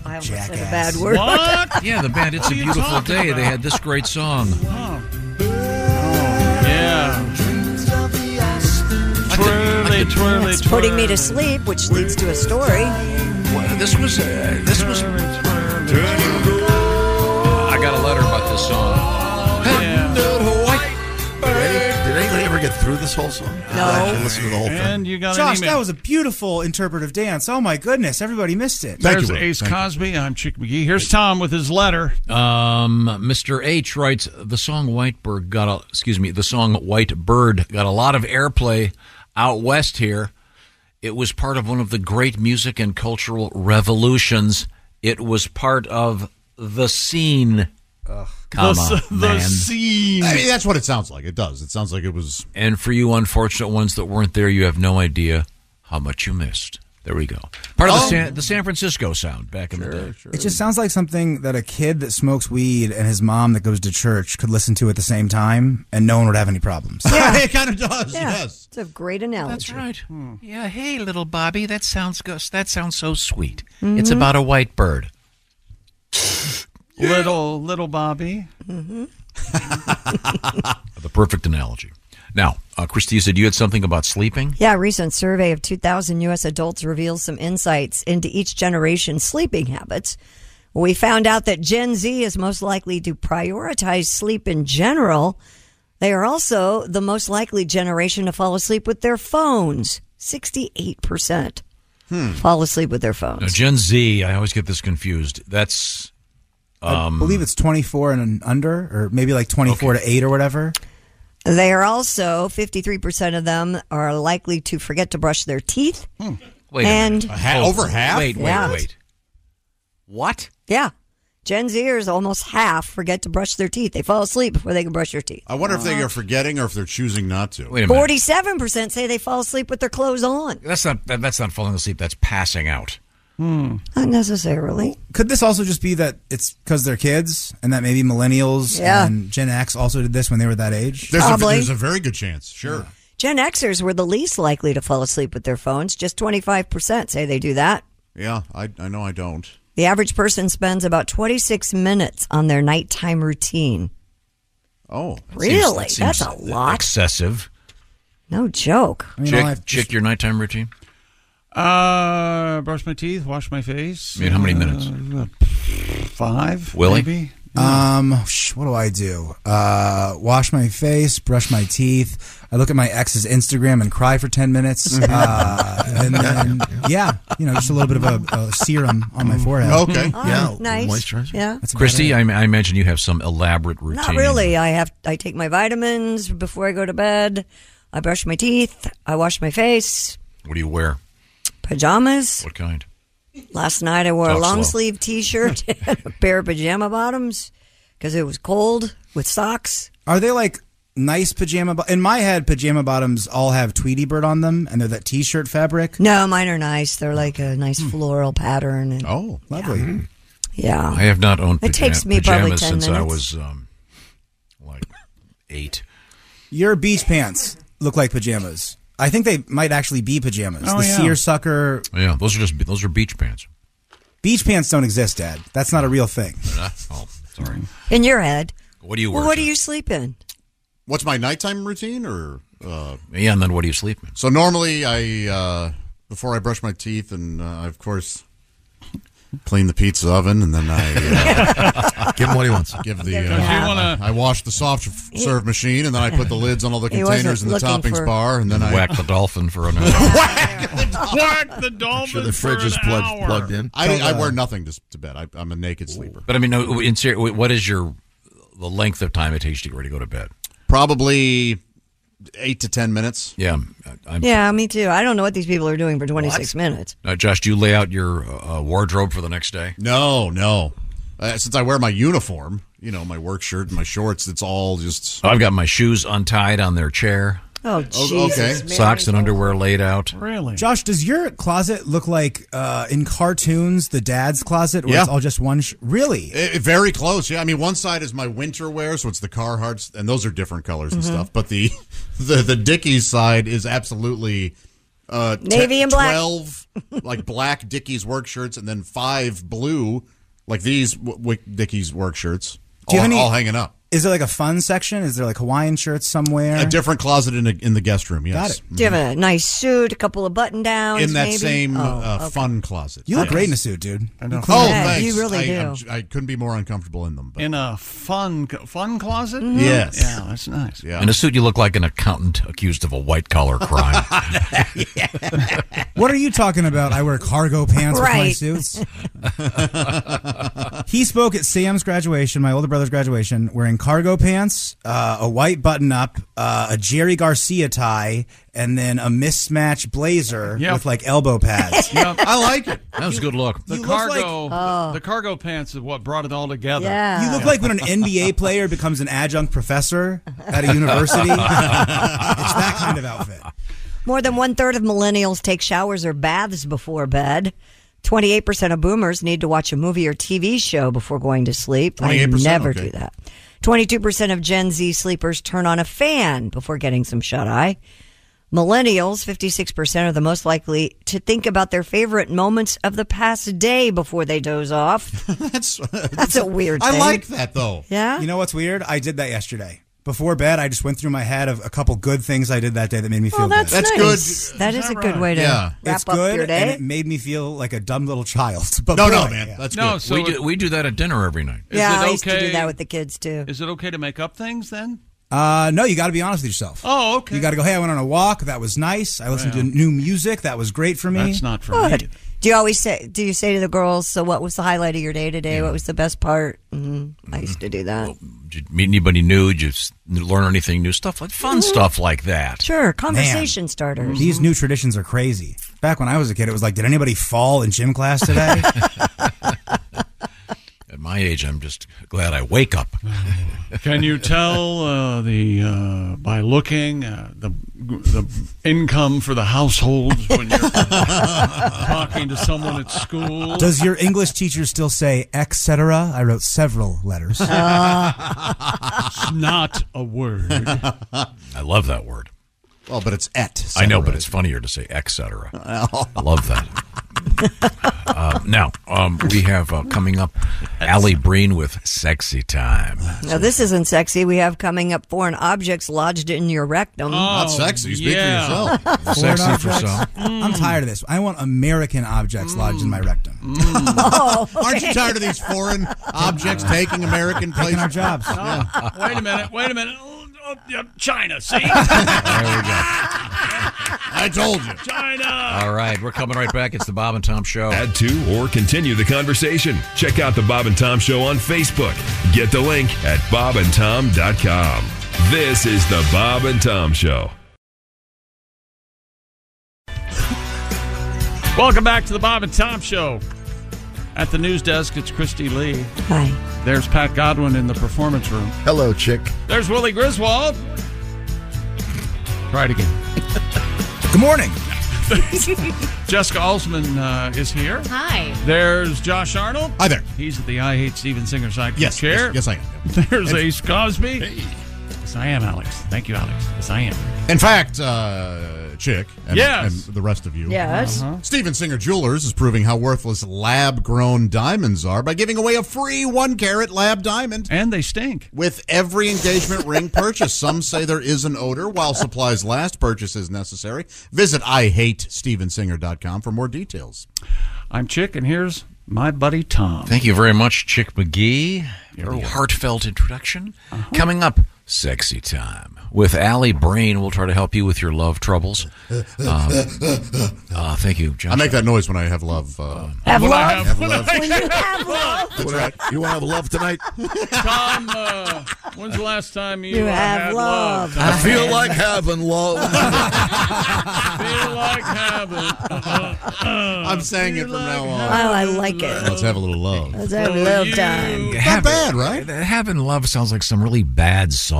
Speaker 10: I almost said a bad
Speaker 2: Jackass.
Speaker 10: word.
Speaker 2: yeah, the band. It's a
Speaker 10: What are you
Speaker 2: beautiful
Speaker 10: talking
Speaker 2: day.
Speaker 10: about?
Speaker 2: They had this great song.
Speaker 7: Yeah. Twirly, twirly,
Speaker 10: It's putting me to sleep, which leads to a story.
Speaker 2: this was. Uh, this was. I got a letter about this song.
Speaker 12: Did anybody ever get through this whole song? Did I actually listen to the whole thing?
Speaker 11: Josh, that was a beautiful interpretive dance. Oh my goodness, everybody missed it.
Speaker 7: There's Ace Cosby. I'm Chick McGee. Here's Tom with his letter.
Speaker 2: Um, Mr. H writes the song White Bird got a, excuse me the song White Bird got a lot of airplay out west here. It was part of one of the great music and cultural revolutions. It was part of the scene, comma man.
Speaker 13: I mean, that's what it sounds like. It does. It sounds like it was.
Speaker 2: And for you unfortunate ones that weren't there, you have no idea how much you missed. There we go. Part of the
Speaker 13: Oh.
Speaker 2: San, the San Francisco sound back in the day.
Speaker 11: It just sounds like something that a kid that smokes weed and his mom that goes to church could listen to at the same time, and no one would have any problems.
Speaker 13: it kind of does.
Speaker 10: Yeah.
Speaker 13: Yes.
Speaker 10: It's a great analogy.
Speaker 2: That's right. Hmm. Yeah. Hey, little Bobby. That sounds go- that sounds so sweet.
Speaker 10: Mhm.
Speaker 7: Mm-hmm.
Speaker 2: It's about a white bird.
Speaker 7: Little little Bobby.
Speaker 10: Mm-hmm.
Speaker 2: The perfect analogy. Now, uh, Christy, you said you had something about sleeping.
Speaker 10: Yeah, a recent survey of 2,000 U.S. adults reveals some insights into each generation's sleeping habits. We found out that Gen Z is most likely to prioritize sleep in general. They are also the most likely generation to fall asleep with their phones. 68%
Speaker 13: Hmm.
Speaker 10: fall asleep with their
Speaker 2: Now,
Speaker 10: phones.
Speaker 2: Gen Z. I always get this confused. That's um,
Speaker 11: I believe it's 24 and under, or maybe like 24 to 8 or whatever.
Speaker 10: They are also, 53% of them are likely to forget to brush their teeth.
Speaker 2: Hmm. Wait a
Speaker 10: and
Speaker 2: minute. A ha- over half? Wait, wait,
Speaker 10: Yeah.
Speaker 2: wait. What?
Speaker 10: Yeah. Gen Zers, almost half, forget to brush their teeth. They fall asleep before they can brush their teeth.
Speaker 13: I wonder if they are forgetting or if they're choosing not to.
Speaker 2: Wait a minute.
Speaker 10: Forty-seven percent say they fall asleep with their clothes on.
Speaker 2: That's not that, that's not falling asleep. That's passing out.
Speaker 7: Hmm.
Speaker 10: Not necessarily.
Speaker 11: Could this also just be that it's because they're kids and that maybe millennials
Speaker 10: Yeah.
Speaker 11: and Gen X also did this when they were that age?
Speaker 10: There's a- Probably. there's a
Speaker 11: very good chance, sure.
Speaker 10: Gen Xers were the least likely to fall asleep with their phones. Just twenty-five percent say they do that.
Speaker 13: Yeah, I, I know I don't.
Speaker 10: The average person spends about twenty-six minutes on their nighttime routine.
Speaker 13: Oh,
Speaker 10: really?
Speaker 2: Seems-
Speaker 10: That's
Speaker 2: seems
Speaker 10: a lot.
Speaker 2: Excessive.
Speaker 10: No joke.
Speaker 2: Chick, chick, your nighttime routine.
Speaker 7: Uh, brush my teeth, wash my face.
Speaker 2: I mean, how many minutes?
Speaker 7: Uh, five.
Speaker 2: Willie?
Speaker 7: Maybe.
Speaker 11: Um, sh- what do I do? Uh, wash my face, brush my teeth. I look at my ex's Instagram and cry for ten minutes.
Speaker 13: Mhm.
Speaker 11: Uh, and then, yeah, you know, just a little bit of a, a serum on my forehead.
Speaker 13: Okay.
Speaker 10: Oh, nice. Yeah.
Speaker 11: That's about
Speaker 2: Christy, I, I imagine you have some elaborate routine.
Speaker 10: Not really. I have I take my vitamins before I go to bed. I brush my teeth. I wash my face.
Speaker 2: What do you wear?
Speaker 10: Pajamas.
Speaker 2: What kind?
Speaker 10: Last night I wore a
Speaker 2: Talk
Speaker 10: long
Speaker 2: slow.
Speaker 10: sleeve t shirt and a pair of pajama bottoms because it was cold with socks.
Speaker 11: Are they like nice pajama? Bo- In my head, pajama bottoms all have Tweety Bird on them, and they're that T-shirt fabric.
Speaker 10: No, mine are nice. They're like a nice floral pattern. And,
Speaker 13: oh,
Speaker 11: lovely.
Speaker 10: Yeah.
Speaker 2: I have not owned paja-
Speaker 10: It takes me probably
Speaker 2: pajamas
Speaker 10: 10
Speaker 2: since I
Speaker 10: minutes.
Speaker 2: was um, like eight.
Speaker 11: Your beach pants look like pajamas. I think they might actually be pajamas.
Speaker 2: Oh,
Speaker 11: the
Speaker 2: yeah.
Speaker 11: seersucker
Speaker 2: Yeah, those are just those are beach pants.
Speaker 11: beach pants don't exist, Dad. That's not a real thing.
Speaker 2: Uh, Oh, sorry.
Speaker 10: In your head.
Speaker 2: What do you wear?
Speaker 10: Well, what do you sleep in?
Speaker 13: What's my nighttime routine or uh
Speaker 2: Yeah, and then what do you sleep in?
Speaker 13: So normally I uh before I brush my teeth and uh, I, of course clean the pizza oven and then I uh,
Speaker 12: Give him what he wants.
Speaker 13: Give the
Speaker 12: Give
Speaker 13: uh,
Speaker 12: him what he
Speaker 13: I,
Speaker 12: wants.
Speaker 13: I wash the soft f- serve machine and then I put the lids on all the
Speaker 12: He wasn't
Speaker 13: containers in the
Speaker 12: looking
Speaker 13: toppings
Speaker 12: for-
Speaker 13: bar and then I
Speaker 2: Whack the dolphin for another.
Speaker 7: Whack the dolphin.
Speaker 13: Sure,
Speaker 12: the fridge is plugged, plugged in.
Speaker 13: I, I wear nothing to, to bed. I, I'm a naked sleeper.
Speaker 2: But I mean, no, in ser- what is your the length of time it takes you to get ready to go to bed?
Speaker 13: Probably eight to ten minutes.
Speaker 2: Yeah, I'm,
Speaker 10: yeah, me too. I don't know what these people are doing for 26 minutes.
Speaker 2: Uh, Josh, do you lay out your uh, wardrobe for the next day?
Speaker 13: No, no. Uh, since I wear my uniform, you know, my work shirt and my shorts, it's all just.
Speaker 2: Oh, I've got my shoes untied on their chair.
Speaker 10: Oh,
Speaker 13: Jesus, okay. Mary.
Speaker 2: Socks and underwear laid out.
Speaker 10: Mm-hmm.
Speaker 7: Really?
Speaker 11: Josh, does your closet look like uh, in cartoons the dad's closet, where
Speaker 13: Yeah.
Speaker 11: it's all just one? Sh- really?
Speaker 13: It, it- very close, yeah. I mean, one side is my winter wear, so it's the Carhartts, and those are different colors and
Speaker 11: Mhm.
Speaker 13: stuff. But the the the Dickies side is absolutely uh, te-
Speaker 10: Navy and black.
Speaker 13: twelve like black Dickies work shirts, and then five blue like these w- w- Dickies work shirts.
Speaker 11: Do you
Speaker 13: all,
Speaker 11: have any-
Speaker 13: all hanging up.
Speaker 11: Is there like a fun section? Is there like Hawaiian shirts somewhere?
Speaker 13: A different closet in, the in the guest room. Yes,
Speaker 11: Got it.
Speaker 10: Do you have a nice suit, a couple of button downs?
Speaker 13: Mm-hmm. in that
Speaker 10: maybe?
Speaker 13: same
Speaker 10: Oh,
Speaker 13: uh,
Speaker 10: okay.
Speaker 13: fun closet.
Speaker 11: You look
Speaker 13: Yes.
Speaker 11: great in a suit, dude. I know.
Speaker 13: Oh,
Speaker 10: Yeah,
Speaker 13: thanks.
Speaker 10: you really
Speaker 13: I,
Speaker 10: do.
Speaker 13: I'm j- I couldn't be more uncomfortable in them. But
Speaker 7: In a fun fun closet.
Speaker 10: Mm-hmm.
Speaker 13: Yes.
Speaker 7: Yeah, that's nice.
Speaker 13: Yeah.
Speaker 2: In a suit, you look like an accountant accused of a white collar crime.
Speaker 11: What are you talking about? I wear cargo pants
Speaker 10: Right.
Speaker 11: with my suits. he spoke at Sam's graduation, my older brother's graduation, wearing cargo pants, uh, a white button up, uh, a Jerry Garcia tie, and then a mismatched blazer
Speaker 7: Yep.
Speaker 11: with like elbow pads.
Speaker 7: Yep.
Speaker 13: I like it.
Speaker 2: That was good look.
Speaker 7: The
Speaker 11: You look
Speaker 7: cargo,
Speaker 10: Oh.
Speaker 7: the cargo pants is what brought it all together.
Speaker 11: You look like when an NBA player becomes an adjunct professor at a university. it's that kind of outfit.
Speaker 10: More than one third of millennials take showers or baths before bed. 28% of boomers need to watch a movie or TV show before going to sleep. I
Speaker 17: 28%?
Speaker 10: never
Speaker 17: Okay.
Speaker 10: do that. 22% of Gen Z sleepers turn on a fan before getting some shut eye. Millennials, 56%, are the most likely to think about their favorite moments of the past day before they doze off.
Speaker 13: that's,
Speaker 10: that's a weird
Speaker 11: I
Speaker 10: thing.
Speaker 11: like
Speaker 13: that though.
Speaker 10: Yeah.
Speaker 11: You know what's weird? I did that yesterday. Before bed, I just went through my head of a couple good things I did that day that made me feel
Speaker 10: that's
Speaker 11: good.
Speaker 10: That's nice. good. That is a good way to wrap
Speaker 11: it's
Speaker 10: up
Speaker 11: good,
Speaker 10: your
Speaker 11: And
Speaker 10: day.
Speaker 11: it made me feel like a dumb little child. But
Speaker 13: No, no,
Speaker 11: boy,
Speaker 13: man,
Speaker 11: yeah.
Speaker 13: that's
Speaker 7: No,
Speaker 13: good.
Speaker 7: so
Speaker 2: we,
Speaker 7: it-
Speaker 2: do, we do that at dinner every night.
Speaker 7: Is
Speaker 10: yeah,
Speaker 7: it
Speaker 10: I used to do
Speaker 7: okay-
Speaker 10: that with the kids too.
Speaker 7: Is it okay to make up things then?
Speaker 11: Uh, no, you got to be honest with yourself.
Speaker 7: Oh, okay.
Speaker 11: You got to go. Hey, I went on a walk. That was nice. I listened to new music. That was great for me.
Speaker 7: That's not for
Speaker 10: Good. Do you always say? Do you say to the girls? So, what was the highlight of your day today? What was the best part? Mm, I used to do that.
Speaker 7: Mm-hmm.
Speaker 2: Did you meet anybody new? Did you s- learn anything new? Stuff like fun
Speaker 10: Mhm.
Speaker 2: stuff like that.
Speaker 10: Sure, conversation starters.
Speaker 11: These new traditions are crazy. Back when I was a kid, it was like, did anybody fall in gym class today?
Speaker 2: At my age, I'm just glad I wake up.
Speaker 7: Can you tell uh, the uh, by looking uh, the the income for the households when you're talking to someone at school?
Speaker 11: Does your English teacher still say etc.? I wrote several letters.
Speaker 7: It's not a word.
Speaker 2: I love that word.
Speaker 13: Well, but it's et.
Speaker 2: I know, but
Speaker 13: cetera.
Speaker 2: it's funnier to say etc. I love that. uh, now um, we have uh, coming up, Allie Breen with "Sexy Time."
Speaker 10: Mm-hmm. Now, this isn't sexy. We have coming up foreign objects lodged in your rectum.
Speaker 7: Oh,
Speaker 2: Not sexy. Speak for yeah. yourself.
Speaker 11: Foreign
Speaker 2: Sexy for
Speaker 11: objects?
Speaker 10: Oh,
Speaker 2: some.
Speaker 11: Hmm. I'm tired of this. I want American objects lodged in my rectum.
Speaker 10: Oh,
Speaker 13: Aren't you tired of these foreign objects taking American places?
Speaker 11: Taking our jobs.
Speaker 13: Yeah.
Speaker 7: Oh, Wait a minute. Wait a minute. Oh, oh, yeah, China. See.
Speaker 2: There we go.
Speaker 13: I told you.
Speaker 7: China.
Speaker 2: All right, we're coming right back. It's the Bob and Tom Show.
Speaker 14: Add to or continue the conversation. Check out the Bob and Tom Show on Facebook. Get the link at bobandtom.com. This is the Bob and Tom Show.
Speaker 7: Welcome back to the Bob and Tom Show. At the news desk, it's Christy Lee.
Speaker 10: Hi.
Speaker 7: There's Pat Godwin in the performance room.
Speaker 12: Hello, chick.
Speaker 7: There's Willie Griswold. Try it again.
Speaker 11: Good morning.
Speaker 7: Jessica Alsman uh, is here.
Speaker 1: Hi.
Speaker 7: There's Josh Arnold. Hi
Speaker 13: there.
Speaker 7: He's at the I Hate Steven Singer sidekick
Speaker 13: Yes,
Speaker 7: chair.
Speaker 13: yes, yes, I
Speaker 7: am. There's Ace Cosby. Yes, I am, Alex. Thank you, Alex. Yes, I am.
Speaker 13: In fact, uh, Chick and,
Speaker 7: Yes.
Speaker 13: and the rest of you.
Speaker 7: Yes. Uh-huh.
Speaker 13: Steven Singer Jewelers is proving how worthless lab grown diamonds are by giving away a free one carat lab diamond.
Speaker 7: And they stink.
Speaker 13: With every engagement ring purchase. Some say there is an odor while supplies last. Purchase is necessary. Visit IHateStevenSinger.com for more details.
Speaker 7: I'm Chick, and here's my buddy Tom.
Speaker 2: Thank you very much, Chick McGee, for the heartfelt introduction. Coming up, sexy time with Allie Breen. We'll try to help you with your love troubles. Um, uh, thank you, John.
Speaker 13: I make that noise when I have love. Uh,
Speaker 2: Have
Speaker 13: when I
Speaker 2: love?
Speaker 13: have love.
Speaker 10: When you have love.
Speaker 13: That's right.
Speaker 12: You want to have love tonight?
Speaker 7: Tom, uh, when's the last time you,
Speaker 12: You
Speaker 7: uh,
Speaker 12: have
Speaker 7: had love?
Speaker 12: I feel like having love.
Speaker 7: feel like having.
Speaker 13: I'm saying it from now on.
Speaker 10: Oh, I like it.
Speaker 13: Let's have a little love.
Speaker 10: Let's have a little time.
Speaker 2: Having-
Speaker 13: bad, right?
Speaker 2: Having love sounds like some really bad song.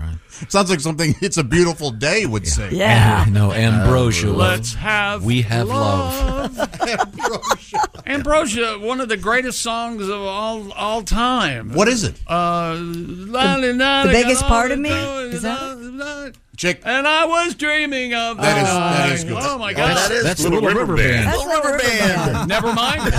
Speaker 2: Right?
Speaker 13: Sounds like something It's a Beautiful Day would Uh, say.
Speaker 2: And- no, Ambrosia.
Speaker 7: Let's have.
Speaker 2: We have love.
Speaker 7: Ambrosia. Ambrosia, one of the greatest songs of all all time.
Speaker 13: What is it?
Speaker 7: Uh, la, la, la,
Speaker 10: The biggest
Speaker 7: la,
Speaker 10: part of
Speaker 7: la,
Speaker 10: me?
Speaker 7: la,
Speaker 10: Is
Speaker 7: la,
Speaker 10: that
Speaker 7: la, la.
Speaker 13: Chick.
Speaker 7: And I was dreaming of
Speaker 13: That is- that
Speaker 7: night.
Speaker 13: is good.
Speaker 7: Oh my
Speaker 13: Yeah,
Speaker 7: God!
Speaker 13: that is That's Little Little River River Band. Band.
Speaker 10: That's Little River Band.
Speaker 7: Never mind.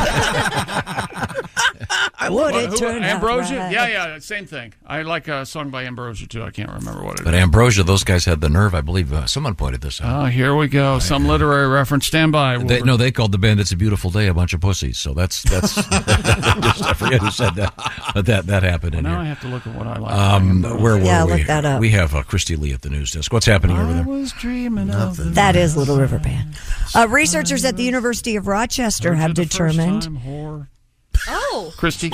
Speaker 10: I would it
Speaker 7: Who-
Speaker 10: turn out
Speaker 7: Ambrosia?
Speaker 10: right?
Speaker 7: Yeah, yeah, same thing. I like a song by Ambrosia too. I can't remember what it is.
Speaker 2: But Ambrosia, those guys had the nerve. I believe uh, someone pointed this out.
Speaker 7: Oh, here we go. Some literary reference. Stand by.
Speaker 2: They, no, they called the band "It's a Beautiful Day" a bunch of pussies. So that's that's. I forget who said that, but that that happened. in
Speaker 7: Now
Speaker 2: here.
Speaker 7: I have to look at what I like.
Speaker 2: Um, where were
Speaker 7: Yeah,
Speaker 2: we?
Speaker 7: look that up.
Speaker 2: We have uh, Christy Lee at the news desk. What's happening over there?
Speaker 7: was dreaming of the
Speaker 10: That is Little River Band. Uh, researchers at the University of Rochester have determined
Speaker 1: Oh.
Speaker 7: Christy.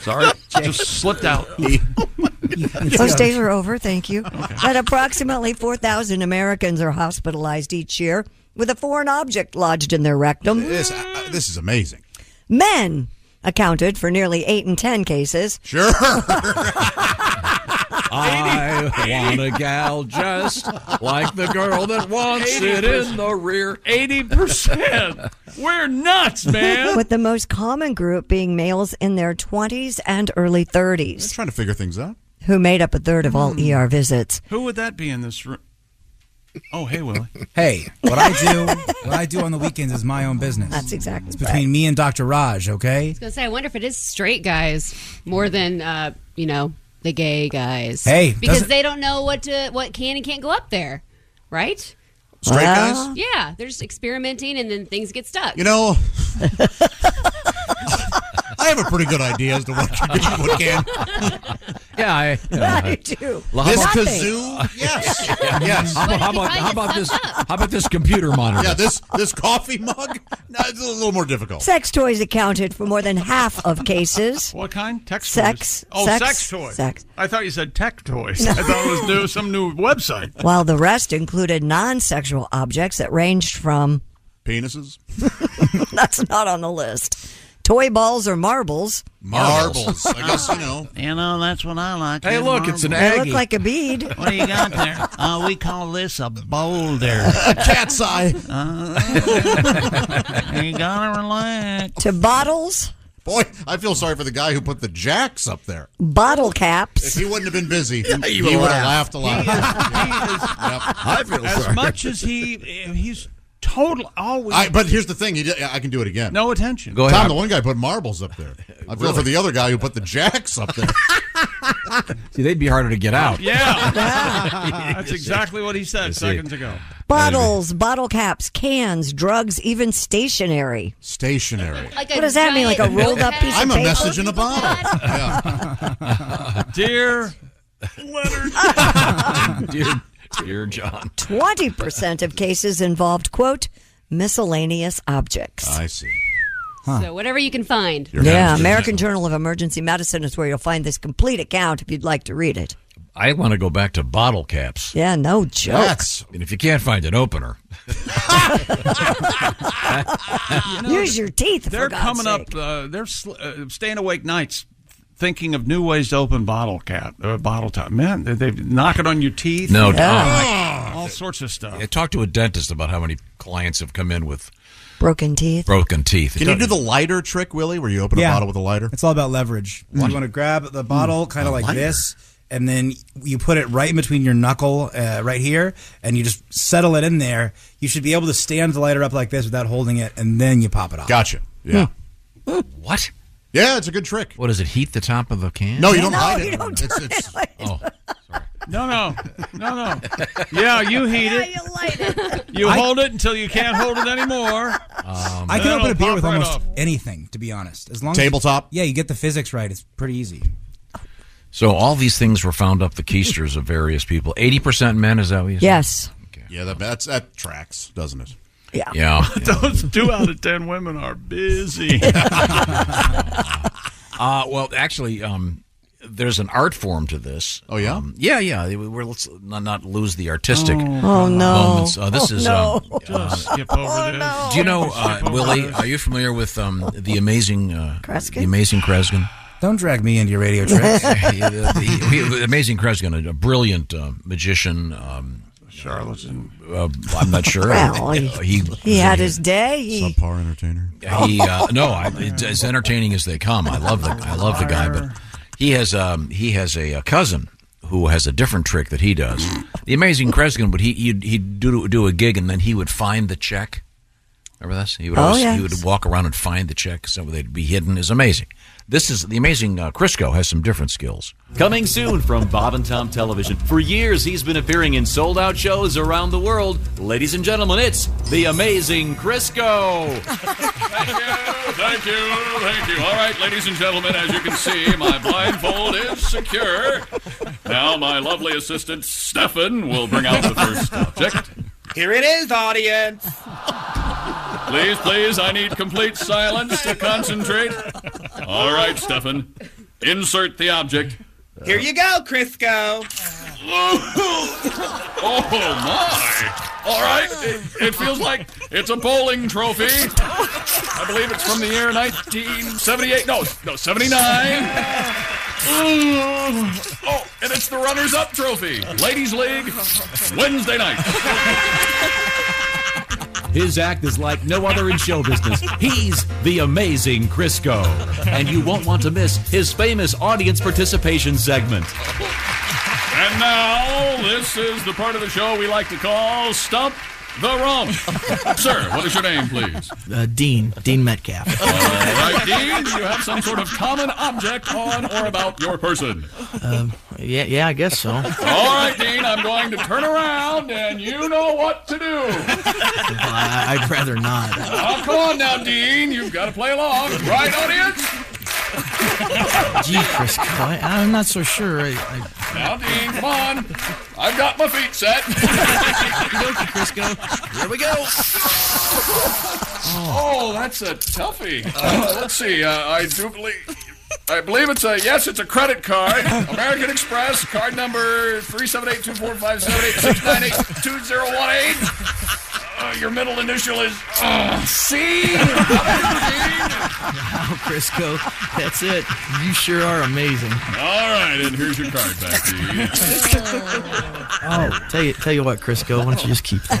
Speaker 7: Sorry, just slipped out.
Speaker 10: Those days are over, thank you. That approximately 4,000 Americans are hospitalized each year with a foreign object lodged in their rectum.
Speaker 13: This, uh, this is amazing.
Speaker 10: Men accounted for nearly 8 in 10 cases.
Speaker 13: Sure.
Speaker 2: I want a gal just like the girl that wants it in the rear.
Speaker 7: 80%. We're nuts, man.
Speaker 10: With the most common group being males in their 20s and early 30s.
Speaker 13: trying to figure things out.
Speaker 10: Who made up a third of all
Speaker 7: Hmm.
Speaker 10: ER visits.
Speaker 7: Who would that be in this room? Oh, hey, Willie.
Speaker 11: Hey, what I do, what I do on the weekends is my own business.
Speaker 10: That's exactly
Speaker 11: It's between me and Dr. Raj, okay?
Speaker 18: was gonna say, I wonder if it is straight guys more than uh, you know the gay guys.
Speaker 11: Hey,
Speaker 18: because
Speaker 11: doesn't-
Speaker 18: they don't know what to what can and can't go up there, right?
Speaker 13: Straight Well- guys?
Speaker 18: Yeah, they're just experimenting, and then things get stuck.
Speaker 13: You know, I have a pretty good idea as to what can be what can.
Speaker 2: Yeah, I,
Speaker 13: I
Speaker 10: do.
Speaker 13: This kazoo? Yes. yes.
Speaker 2: How, about- how about, how about this? How about this computer monitor?
Speaker 13: Yeah, this this coffee mug? No, it's a little more difficult.
Speaker 10: Sex toys accounted for more than half of cases.
Speaker 7: What kind? Text
Speaker 10: Sex.
Speaker 7: toys. Oh, sex, toys.
Speaker 10: Sex.
Speaker 7: I thought you said tech toys.
Speaker 10: No.
Speaker 7: I thought it was new, some new website.
Speaker 10: While the rest included non sexual objects that ranged from.
Speaker 13: Penises?
Speaker 10: That's not on the list. Toy balls or marbles.
Speaker 13: Marbles. I guess you know.
Speaker 3: You know, that's what I like.
Speaker 10: Hey,
Speaker 3: is
Speaker 10: look, it's an
Speaker 3: marbles.
Speaker 10: They look Aggie. like a bead.
Speaker 3: What do you got there? Uh, we call this a boulder.
Speaker 10: A cat's eye.
Speaker 3: Uh, you gotta relax.
Speaker 10: To bottles,
Speaker 13: Boy, I feel sorry for the guy who put the jacks up there.
Speaker 10: bottle caps.
Speaker 13: If he wouldn't have been busy, he
Speaker 7: you
Speaker 13: would have
Speaker 7: laugh.
Speaker 13: laughed a lot.
Speaker 7: I
Speaker 13: feel
Speaker 7: as
Speaker 13: sorry.
Speaker 7: much as he, he's total always.
Speaker 13: I, but here's the thing. He did, I can do it again.
Speaker 7: No attention.
Speaker 2: Go ahead.
Speaker 13: Tom, the one guy put marbles up there. I feel for the other guy who put the jacks up there.
Speaker 2: See, they'd be harder to get out.
Speaker 7: yeah. That's exactly what he said seconds ago.
Speaker 10: Bottles, bottle caps, cans, drugs, even stationery.
Speaker 13: Stationary.
Speaker 18: Like
Speaker 10: what does that mean? Like a rolled up piece
Speaker 13: I'm
Speaker 10: of
Speaker 13: a
Speaker 10: paper?
Speaker 13: message in a bottle.
Speaker 7: Dear
Speaker 2: Leonard. dear, dear John.
Speaker 10: 20% of cases involved, quote, miscellaneous objects.
Speaker 13: I see.
Speaker 18: So whatever you can find.
Speaker 10: yeah, American Journal of Emergency Medicine is where you'll find this complete account if you'd like to read it.
Speaker 2: I want to go back to bottle caps.
Speaker 10: Yeah, no joke.
Speaker 2: That's- I mean, if you can't find an opener,
Speaker 4: Ah.
Speaker 10: Use your teeth. for
Speaker 7: They're
Speaker 10: God's
Speaker 7: coming
Speaker 10: sake.
Speaker 7: up. Uh, they're sl- uh, staying awake nights, thinking of new ways to open bottle cap, uh, bottle top. Man, they, they knock it on your teeth.
Speaker 2: No,
Speaker 7: Yeah.
Speaker 2: Tom.
Speaker 7: Oh, all sorts of stuff.
Speaker 2: I talked to a dentist about how many clients have come in with
Speaker 10: Broken teeth.
Speaker 2: broken teeth.
Speaker 13: Can you do the lighter trick, Willie, where you open
Speaker 11: Yeah.
Speaker 13: a bottle with a lighter?
Speaker 11: It's all about leverage.
Speaker 13: What?
Speaker 11: You want to grab the bottle
Speaker 13: Mm,
Speaker 11: kind
Speaker 13: a
Speaker 11: of like
Speaker 13: lighter.
Speaker 11: this, and then you put it right in between your knuckle, uh, right here, and you just settle it in there. You should be able to stand the lighter up like this without holding it, and then you pop it off.
Speaker 13: Gotcha. Yeah.
Speaker 2: Hmm. What?
Speaker 13: Yeah, it's a good trick.
Speaker 2: What does it heat the top of the can?
Speaker 13: No, you don't hide it. it's, it's,
Speaker 7: No, no, no, no. Yeah, you heat it.
Speaker 10: you light it.
Speaker 7: You
Speaker 11: I-
Speaker 7: hold it until you can't hold it anymore.
Speaker 2: Oh,
Speaker 11: I can
Speaker 7: Then
Speaker 11: open a
Speaker 7: it'll
Speaker 11: beer
Speaker 7: pop
Speaker 11: with
Speaker 7: right
Speaker 11: almost
Speaker 7: off.
Speaker 11: anything, to be honest. As long
Speaker 2: Tabletop?
Speaker 11: As, yeah, you get the physics right. It's pretty easy.
Speaker 2: So all these things were found up the keisters of various people. Eighty percent men. Is that what you said?
Speaker 10: Yes.
Speaker 13: yeah, that, that's, that tracks, doesn't it?
Speaker 10: Yeah.
Speaker 2: Yeah.
Speaker 7: Those two out of ten women are busy.
Speaker 2: Uh, well, actually, um, there's an art form to this. Oh yeah, um, yeah, yeah. They- We're, let's not, not lose the artistic.
Speaker 10: Oh. Oh, no.
Speaker 2: Moments. Uh, this
Speaker 10: Oh,
Speaker 2: is.
Speaker 10: no. Oh,
Speaker 2: Um, uh,
Speaker 7: skip over this.
Speaker 2: do you know
Speaker 7: Oh, Skip
Speaker 2: uh,
Speaker 7: over
Speaker 2: Willie?
Speaker 7: this.
Speaker 2: Are you familiar with um, the amazing uh,
Speaker 10: Kreskin?
Speaker 2: The amazing Kreskin.
Speaker 11: Don't drag me into your radio
Speaker 2: Yeah,
Speaker 11: tricks.
Speaker 2: the, the- the amazing Kreskin, a, a brilliant uh, magician. Um,
Speaker 7: Charlatan.
Speaker 2: Uh, I'm not sure.
Speaker 10: Well, he-
Speaker 2: Uh, he
Speaker 10: He had his day. He, Oh.
Speaker 13: Subpar entertainer.
Speaker 2: he uh, no, I, it's as entertaining as they come. I love the I love the guy, but he has um he has a, uh cousin who has a different trick that he does. The amazing Kreskin would he he'd, he'd do do a gig and then he would find the check. Remember this? He would
Speaker 8: Oh,
Speaker 2: always,
Speaker 8: yes.
Speaker 2: he would walk around and find the check, so they'd be hidden. Is amazing. This is the amazing uh, Crisco has some different skills.
Speaker 19: Coming soon from Bob and Tom Television. For years, he's been appearing in sold out shows around the world. Ladies and gentlemen, it's The Amazing Crisco.
Speaker 16: Thank you, thank you. All right, ladies and gentlemen, as you can see, my blindfold is secure. Now, my lovely assistant, Stefan, will bring out the first object.
Speaker 9: Here it is, audience.
Speaker 16: Please, please, I need complete silence to concentrate. All right, Stefan, insert the object.
Speaker 9: Here you go, Crisco.
Speaker 16: Oh, my. All right, it, it feels like it's a bowling trophy. I believe it's from the year 1978. No, no, 79.
Speaker 4: Oh, and it's the runners up trophy. Ladies League, Wednesday night.
Speaker 11: His act is like no other in show business. He's the amazing Crisco. And you won't want to miss his famous audience participation segment.
Speaker 4: And now, this is the part of the show we like to call Stump the Rump. Sir, what is your name, please?
Speaker 12: Uh, Dean, Dean Metcalf.
Speaker 4: All right, Dean, do you have some sort of common object on or about your person?
Speaker 12: Um, yeah, yeah, I guess so.
Speaker 4: All right, Dean, I'm going to turn around and you know what to do.
Speaker 12: I, I'd rather not.
Speaker 4: Oh, come on now, Dean. You've got to play along. Right, audience?
Speaker 12: Gee, Chris, I, I'm not so sure. I, I,
Speaker 4: Now, Dean, come on. I've got my feet set. Crisco. Here we go. Oh, that's a toughie. Uh, let's see. Uh, I do believe. I believe it's a yes. It's a credit card, American Express, card number three seven eight two four five seven eight six nine eight two zero one eight. Uh, Your middle initial is uh, C.
Speaker 12: Wow, Oh, Crisco, that's it. You sure are amazing.
Speaker 4: All right, and here's your card back,
Speaker 12: Oh, tell you, tell you what, Crisco, why don't you just keep that?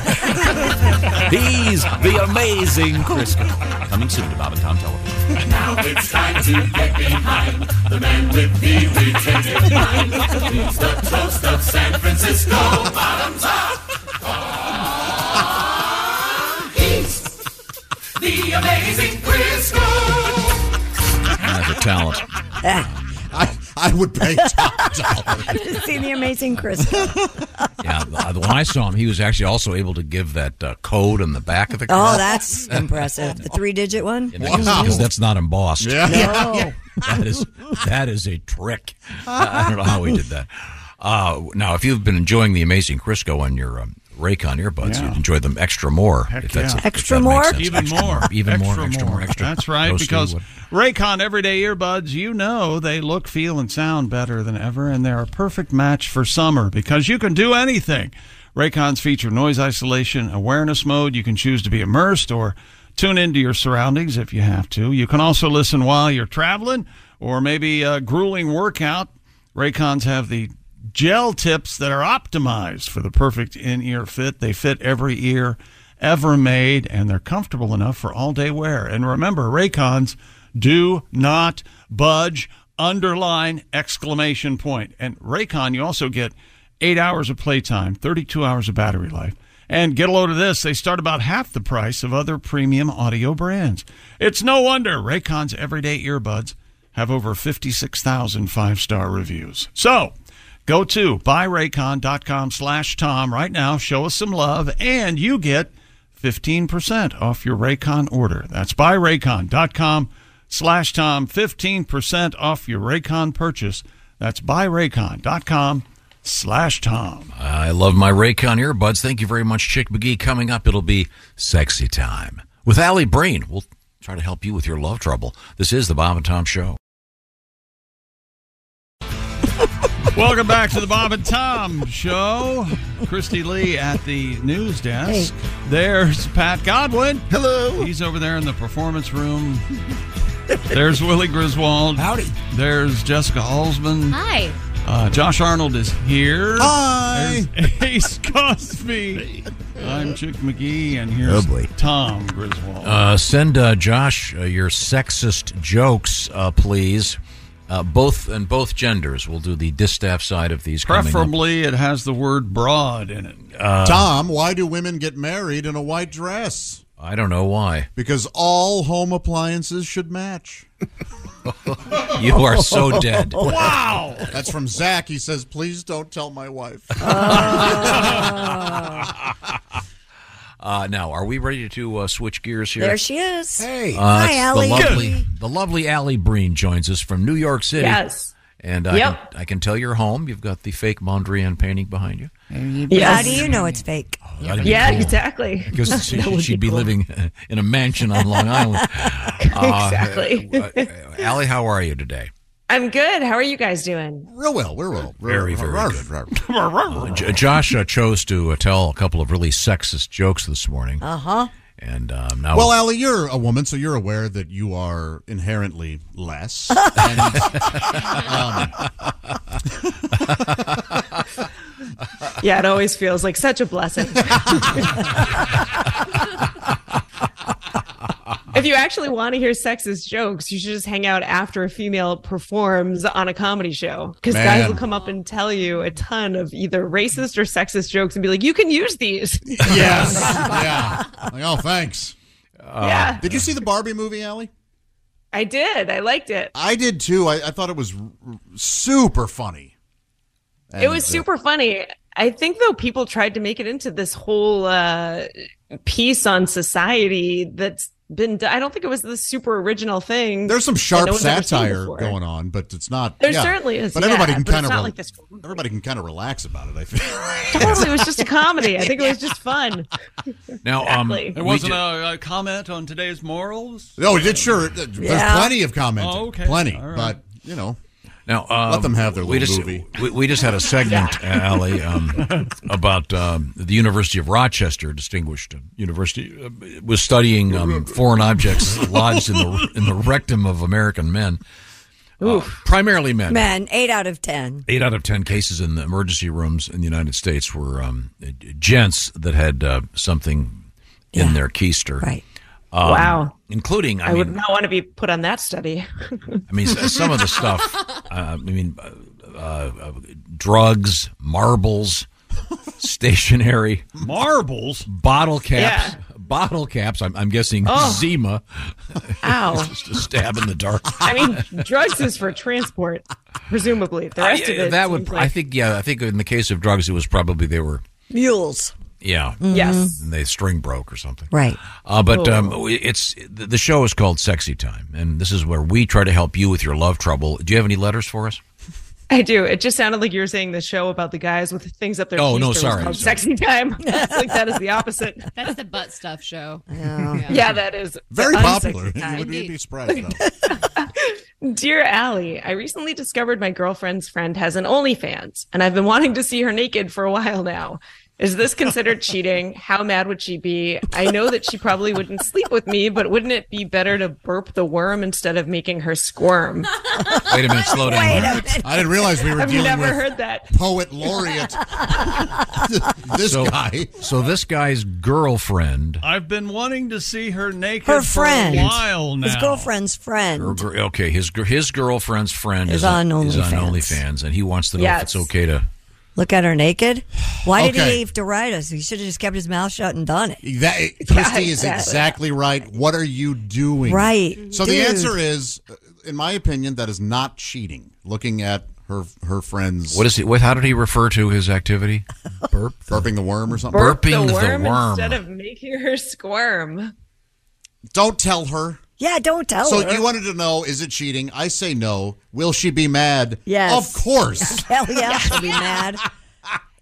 Speaker 11: He's the amazing Crisco. Coming soon to Bob and Tom Television.
Speaker 20: Now it's time to get behind the man with the retentive mind. He's the toast of San Francisco. Bottoms up. Oh, he's the amazing Crisco.
Speaker 2: That's a talent.
Speaker 13: I, I would pay top
Speaker 10: I just see the amazing Crisco.
Speaker 2: Yeah, uh, when I saw him, he was actually also able to give that uh, code on the back of the card.
Speaker 10: Oh, that's impressive. The three digit one?
Speaker 2: Because that's not embossed.
Speaker 10: Yeah. No.
Speaker 2: that is that is a trick. I don't know how we did that. Uh, now, if you've been enjoying the amazing Crisco on your um, Raycon earbuds,
Speaker 7: Yeah.
Speaker 2: you'd enjoy them extra more. if that's- if that makes sense.
Speaker 7: Even
Speaker 2: Extra
Speaker 7: more.
Speaker 2: even
Speaker 7: extra
Speaker 2: more, extra more, extra.
Speaker 7: That's right,
Speaker 2: No, Steve
Speaker 7: because
Speaker 2: would.
Speaker 7: Raycon Everyday Earbuds, you know they look, feel, and sound better than ever, and they're a perfect match for summer because you can do anything. Raycons feature noise isolation awareness mode. You can choose to be immersed or tune into your surroundings if you have to. You can also listen while you're traveling or maybe a grueling workout. Raycons have the gel tips that are optimized for the perfect in ear fit. They fit every ear ever made, and they're comfortable enough for all day wear. And remember, Raycons do not budge, underline, exclamation point. And Raycon, you also get eight hours of playtime, 32 hours of battery life. And get a load of this, they start about half the price of other premium audio brands. It's no wonder Raycon's everyday earbuds have over 56,000 five-star reviews. So, go to buyraycon.com slash Tom right now. Show us some love, and you get 15% off your Raycon order. That's buyraycon.com slash Tom. 15% off your Raycon purchase. That's buyraycon.com slash Tom.
Speaker 2: I love my Raycon earbuds. Thank you very much, Chick McGee. Coming up, it'll be sexy time with Allie Breen. We'll try to help you with your love trouble. This is the Bob and Tom Show.
Speaker 7: Welcome back to the Bob and Tom Show. Christy Lee at the news desk. There's Pat Godwin. Hello. He's over there in the performance room. There's Willie Griswold. Howdy. There's Jessica Halsman.
Speaker 21: Hi.
Speaker 7: Uh, Josh Arnold is here.
Speaker 21: Hi.
Speaker 7: There's Ace Cosby. I'm Chick McGee, and here's
Speaker 2: Oh, boy.
Speaker 7: Tom Griswold.
Speaker 2: Uh, send uh, Josh uh, your sexist jokes, uh, please. Uh, both and both genders. We'll do the distaff side of these. coming up.
Speaker 7: Preferably, it has the word broad in it.
Speaker 2: Uh,
Speaker 13: Tom, why do women get married in a white dress?
Speaker 2: I don't know why.
Speaker 13: Because all home appliances should match.
Speaker 2: You are so dead.
Speaker 13: Wow. That's from Zach. He says, please don't tell my wife.
Speaker 2: Uh, now, are we ready to uh, switch gears here?
Speaker 10: There she is. Hey.
Speaker 2: Uh,
Speaker 10: Hi,
Speaker 2: it's
Speaker 10: Allie.
Speaker 2: The lovely, the lovely Allie Breen joins us from New York City.
Speaker 10: Yes.
Speaker 2: And I,
Speaker 10: Yep.
Speaker 2: can, I can tell you're home. You've got the fake Mondrian painting behind you.
Speaker 10: How do you know it's fake?
Speaker 2: Oh, that'd be Yeah, cool.
Speaker 22: exactly.
Speaker 2: Because she, would be, living in a mansion on Long Island.
Speaker 22: Exactly.
Speaker 2: Uh, Allie, how are you today?
Speaker 22: I'm good. How are you guys doing?
Speaker 13: Real well. We're well.
Speaker 2: Very, very good. Uh, J- Josh uh, chose to uh, tell a couple of really sexist jokes this morning.
Speaker 10: Uh huh.
Speaker 2: And um, now,
Speaker 13: well, Allie, you're a woman, so you're aware that you are inherently less. And, um,
Speaker 22: yeah, it always feels like such a blessing. if you actually want to hear sexist jokes, you should just hang out after a female performs on a comedy show because guys
Speaker 13: Man.
Speaker 22: will come up and tell you a ton of either racist or sexist jokes and be like, "You can use these."
Speaker 13: yes. Yeah. Like, oh, thanks.
Speaker 2: Uh,
Speaker 13: Um,
Speaker 22: Yeah.
Speaker 13: Did you see the Barbie movie, Allie?
Speaker 22: I did. I liked it.
Speaker 13: I did too. I, I thought it was r- r- super funny.
Speaker 22: it was
Speaker 13: And, uh,
Speaker 22: super funny. I think though people tried to make it into this whole uh, piece on society that's been. do- I don't think it was the super original thing.
Speaker 13: There's some
Speaker 22: that
Speaker 13: sharp
Speaker 22: no one's ever seen
Speaker 13: satire
Speaker 22: before.
Speaker 13: going on, but it's not.
Speaker 22: There
Speaker 13: yeah.
Speaker 22: certainly is,
Speaker 13: But everybody
Speaker 22: yeah,
Speaker 13: can
Speaker 22: but
Speaker 13: kind
Speaker 22: it's
Speaker 13: of
Speaker 22: not like this
Speaker 13: everybody can kind of relax about it. I feel.
Speaker 22: Totally, it was just a comedy. I think it was just fun.
Speaker 2: now,
Speaker 22: Exactly.
Speaker 7: there
Speaker 13: we
Speaker 7: wasn't
Speaker 13: did-
Speaker 7: a, a comment on today's morals.
Speaker 13: No, Oh, it did sure. There's
Speaker 7: Yeah.
Speaker 13: plenty of commenting.
Speaker 7: Oh, okay.
Speaker 13: Plenty,
Speaker 7: All right.
Speaker 13: but you know,
Speaker 2: now um,
Speaker 13: Let them have their
Speaker 2: we
Speaker 13: little
Speaker 2: just,
Speaker 13: movie.
Speaker 2: We, we just had a segment, Allie, um, about um, the University of Rochester, distinguished university, uh, was studying um, foreign objects lodged in the in the rectum of American men, uh, primarily men.
Speaker 10: Men, eight out of ten.
Speaker 2: Eight out of ten cases in the emergency rooms in the United States were um, gents that had uh, something in their keister. Right.
Speaker 22: Wow.
Speaker 2: um, Including, I,
Speaker 22: I,
Speaker 2: mean,
Speaker 22: would not want to be put on that study.
Speaker 2: I mean, s- some of the stuff. Uh, I mean, uh, uh, drugs, marbles, stationery,
Speaker 7: marbles,
Speaker 2: bottle caps, bottle caps. I'm, I'm guessing
Speaker 22: Oh.
Speaker 2: Zima.
Speaker 22: Ow.
Speaker 2: Just a stab in the dark.
Speaker 22: I mean, drugs is for transport, presumably. The rest of
Speaker 2: I-
Speaker 22: it.
Speaker 2: that would.
Speaker 22: seems
Speaker 2: I
Speaker 22: like-
Speaker 2: think. Yeah, I think in the case of drugs, it was probably they were.
Speaker 10: Mules.
Speaker 2: Yeah.
Speaker 22: Mm-hmm.
Speaker 10: Yes.
Speaker 2: And they string broke or something.
Speaker 10: Right.
Speaker 2: Uh, but um,
Speaker 10: Oh.
Speaker 2: it's the the show is called Sexy Time, and this is where we try to help you with your love trouble. Do you have any letters for us?
Speaker 22: I do. It just sounded like you were saying the show about the guys with things up their.
Speaker 2: Oh, no,
Speaker 22: keister was
Speaker 2: sorry,
Speaker 22: called
Speaker 2: sorry.
Speaker 22: Sexy time. It's like that is the opposite.
Speaker 18: That's the butt stuff show.
Speaker 22: Yeah, that is
Speaker 13: Very
Speaker 22: the unsexy
Speaker 13: popular.
Speaker 22: time.
Speaker 13: You would be surprised. Though.
Speaker 22: Dear Allie, I recently discovered my girlfriend's friend has an OnlyFans, and I've been wanting to see her naked for a while now. Is this considered cheating? How mad would she be? I know that she probably wouldn't sleep with me, but wouldn't it be better to burp the worm instead of making her squirm?
Speaker 2: Wait a minute, slow down.
Speaker 22: Wait a minute.
Speaker 13: I didn't realize we were
Speaker 22: I've
Speaker 13: dealing
Speaker 22: never
Speaker 13: with
Speaker 22: heard that.
Speaker 13: poet laureate. this
Speaker 2: so,
Speaker 13: guy.
Speaker 2: So this guy's girlfriend.
Speaker 7: I've been wanting to see her naked
Speaker 10: Her friend.
Speaker 7: for a while now.
Speaker 10: His girlfriend's friend.
Speaker 2: or gr- Okay, his gr- his girlfriend's friend
Speaker 10: Is
Speaker 2: is,
Speaker 10: on
Speaker 2: is on
Speaker 10: OnlyFans.
Speaker 2: OnlyFans, and he wants to know if it's
Speaker 10: Yes.
Speaker 2: okay to.
Speaker 10: Look at her naked. Why did
Speaker 2: Okay.
Speaker 10: he have to write us? He should have just kept his mouth shut and done it.
Speaker 13: That
Speaker 10: Yeah,
Speaker 13: Christy is
Speaker 10: exactly.
Speaker 13: exactly right. What are you doing?
Speaker 10: Right,
Speaker 13: So the
Speaker 10: dude.
Speaker 13: answer is, uh, in my opinion, that is not cheating. Looking at her her friends.
Speaker 2: What is he? What? How did he refer to his activity? Burp,
Speaker 13: burping the worm or something.
Speaker 2: Burping the
Speaker 22: the worm,
Speaker 2: worm.
Speaker 22: instead of making her squirm.
Speaker 13: Don't tell her.
Speaker 10: Yeah, don't tell
Speaker 13: so
Speaker 10: her.
Speaker 13: you wanted to know, is it cheating? I say no. Will she be mad?
Speaker 10: Yes.
Speaker 13: Of course.
Speaker 10: Hell yeah, she'll be mad.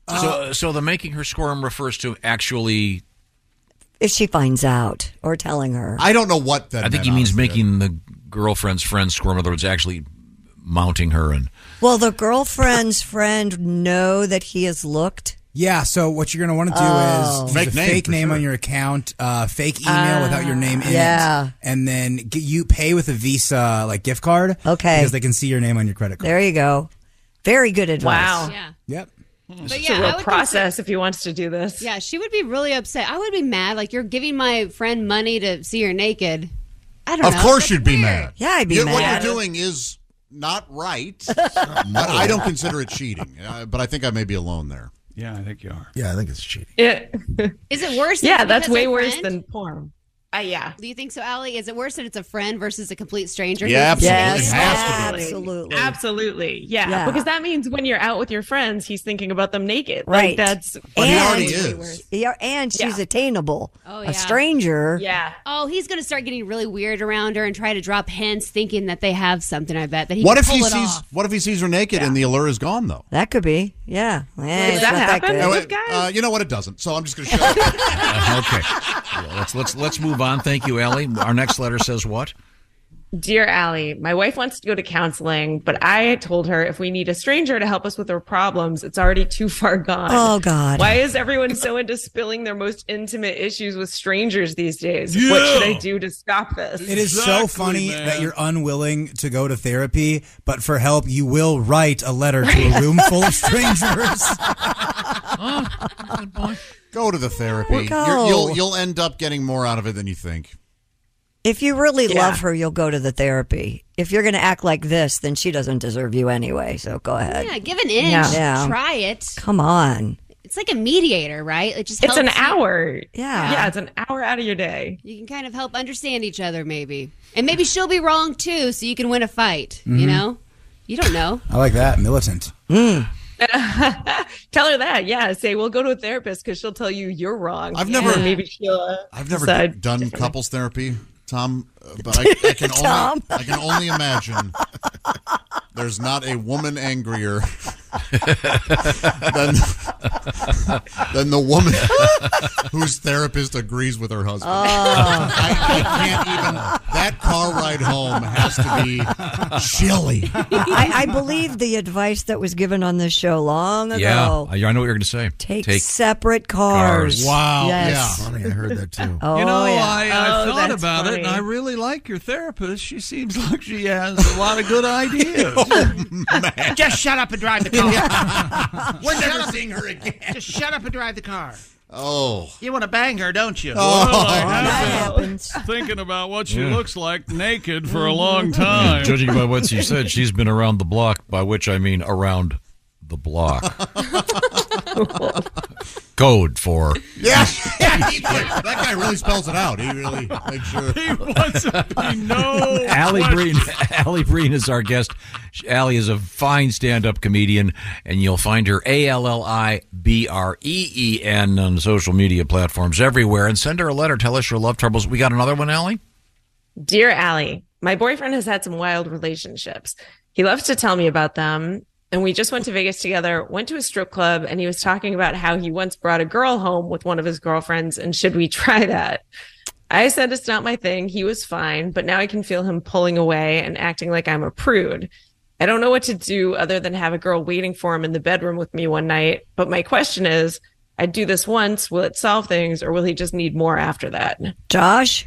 Speaker 7: Uh,
Speaker 2: so, so the making her squirm refers to actually.
Speaker 10: If she finds out or telling her.
Speaker 13: I don't know what that.
Speaker 2: I think he means making the girlfriend's friend squirm. In other words, actually mounting her and
Speaker 10: Will the girlfriend's friend know that he has looked?
Speaker 11: Yeah, so what you're going to want to do
Speaker 10: Oh.
Speaker 11: is use
Speaker 10: Fake
Speaker 11: a
Speaker 10: name,
Speaker 11: fake
Speaker 10: for
Speaker 11: name
Speaker 10: sure.
Speaker 11: on your account, uh, fake email
Speaker 10: Ah,
Speaker 11: without your name in
Speaker 10: yeah.
Speaker 11: it, and then get, you pay with a Visa like gift card.
Speaker 10: Okay.
Speaker 11: because they can see your name on your credit card.
Speaker 10: There you go. Very good advice.
Speaker 11: Wow.
Speaker 18: Yeah.
Speaker 11: Yep.
Speaker 18: But
Speaker 22: It's a
Speaker 18: yeah, I
Speaker 22: real
Speaker 18: would
Speaker 22: process if he wants to do this.
Speaker 18: Yeah, she would be really upset. I would be mad. Like you're giving my friend money to see her naked. I don't
Speaker 13: Of
Speaker 18: know.
Speaker 13: course you'd be mad.
Speaker 18: Yeah, I'd be
Speaker 13: You- What
Speaker 18: mad.
Speaker 13: you're doing is not right. but I don't consider it cheating. Uh, but I think I may be alone there.
Speaker 7: Yeah, I think you are.
Speaker 13: Yeah, I think it's cheating.
Speaker 18: Is it worse?
Speaker 22: Yeah,
Speaker 18: than-
Speaker 22: that's
Speaker 18: because
Speaker 22: way
Speaker 18: they're
Speaker 22: worse
Speaker 18: friends?
Speaker 22: than porn. Uh, yeah.
Speaker 18: Do you think so, Allie? Is it worse that it's a friend versus a complete stranger?
Speaker 13: Yeah,
Speaker 18: who's
Speaker 13: absolutely.
Speaker 18: naked?
Speaker 13: It has
Speaker 22: to be.
Speaker 10: Absolutely.
Speaker 22: Absolutely. Yeah.
Speaker 10: Yeah.
Speaker 22: Because that means when you're out with your friends, he's thinking about them naked. Like
Speaker 10: Right.
Speaker 22: that's
Speaker 10: Yeah, and she's attainable.
Speaker 18: Oh, yeah.
Speaker 10: A stranger.
Speaker 22: Yeah.
Speaker 18: Oh, he's going to start getting really weird around her and try to drop hints, thinking that they have something. I bet that he.
Speaker 13: What
Speaker 18: can
Speaker 13: if
Speaker 18: pull
Speaker 13: he
Speaker 18: it
Speaker 13: sees?
Speaker 18: off.
Speaker 13: What if he sees her naked and the allure is gone though?
Speaker 10: That could be. Yeah. Eh,
Speaker 18: Does
Speaker 10: it's
Speaker 18: that
Speaker 10: not
Speaker 18: happen
Speaker 10: good.
Speaker 13: No, it- uh, you know what? It doesn't. So I'm just going to show.
Speaker 2: Uh, okay. Well, let's let's let's move on. Thank you, Ellie. Our next letter says what?
Speaker 22: Dear Allie, my wife wants to go to counseling, but I told her if we need a stranger to help us with our problems, it's already too far gone.
Speaker 10: Oh, God.
Speaker 22: Why is everyone so into spilling their most intimate issues with strangers these days? What should I
Speaker 11: Yeah.
Speaker 22: do to stop this?
Speaker 11: It is so funny that you're unwilling to go to therapy, but for help, you will write a letter to a room full of strangers.
Speaker 13: Go to the therapy.
Speaker 10: Well,
Speaker 13: You're-
Speaker 10: go.
Speaker 13: You'll you'll end up getting more out of it than you think.
Speaker 10: If you really
Speaker 13: Yeah.
Speaker 10: love her, you'll go to the therapy. If you're going to act like this, then she doesn't deserve you anyway. So go ahead.
Speaker 18: Yeah, give an inch.
Speaker 10: Yeah. Yeah.
Speaker 18: Try it.
Speaker 10: Come on.
Speaker 18: It's like a mediator, right? It just
Speaker 22: It's an
Speaker 18: helps you-
Speaker 22: hour.
Speaker 18: Yeah.
Speaker 22: Yeah, it's an hour out of your day.
Speaker 18: You can kind of help understand each other, maybe, and maybe she'll be wrong too, so you can win a fight.
Speaker 11: Mhm.
Speaker 13: Mm-hmm.
Speaker 18: You know, you don't know.
Speaker 11: I like that. Militant.
Speaker 10: Hmm.
Speaker 22: Tell her that. Yeah. Say, we'll go to a therapist because she'll tell you you're wrong.
Speaker 13: I've
Speaker 22: Yeah.
Speaker 13: never-
Speaker 22: Maybe she'll. uh,
Speaker 13: I've never
Speaker 22: decide
Speaker 13: done
Speaker 22: differently.
Speaker 13: couples therapy, Tom, uh, but I, I can
Speaker 22: Tom.
Speaker 13: only I can only imagine. There's not a woman angrier than than the woman whose therapist agrees with her husband.
Speaker 22: Oh.
Speaker 13: I, I can't even. That car ride home has to be chilly.
Speaker 10: I, I believe the advice that was given on this show long ago.
Speaker 2: Yeah, I, I know what you're going to say.
Speaker 10: Take, separate cars. Yes.
Speaker 12: Funny, I heard that too.
Speaker 10: Oh,
Speaker 7: you know,
Speaker 10: yeah.
Speaker 7: I, I
Speaker 10: Oh,
Speaker 7: thought
Speaker 10: that's
Speaker 7: about it, and
Speaker 10: funny.
Speaker 7: I really like your therapist. She seems like she has a lot of good ideas.
Speaker 10: Oh,
Speaker 3: Just shut up and drive the car. We're
Speaker 17: Shut
Speaker 3: never
Speaker 17: up.
Speaker 3: seeing her again. Just shut up and drive the car.
Speaker 13: Oh.
Speaker 3: You want to bang her, don't you?
Speaker 10: Oh,
Speaker 7: Well, I have been Thinking about what she
Speaker 2: Yeah.
Speaker 7: looks like naked for a long
Speaker 10: Mm-hmm.
Speaker 7: time.
Speaker 2: Judging by what she said, she's been around the block, by which I mean around the block. Code for.
Speaker 13: Yeah, yeah, he- that guy really spells it out. He really makes sure. He
Speaker 7: wants to be no.
Speaker 2: Allie Breen, Allie Breen is our guest. She- Allie is a fine stand-up comedian, and you'll find her A L L I B R E E N on social media platforms everywhere. And send her a letter. Tell us your love troubles. We got another one, Allie.
Speaker 22: Dear Allie, my boyfriend has had some wild relationships. He loves to tell me about them. And we just went to Vegas together, went to a strip club, and he was talking about how he once brought a girl home with one of his girlfriends. And should we try that? I said it's not my thing. He was fine, but now I can feel him pulling away and acting like I'm a prude. I don't know what to do other than have a girl waiting for him in the bedroom with me one night. But my question is I'd do this once. Will it solve things or will he just need more after that?
Speaker 10: Josh?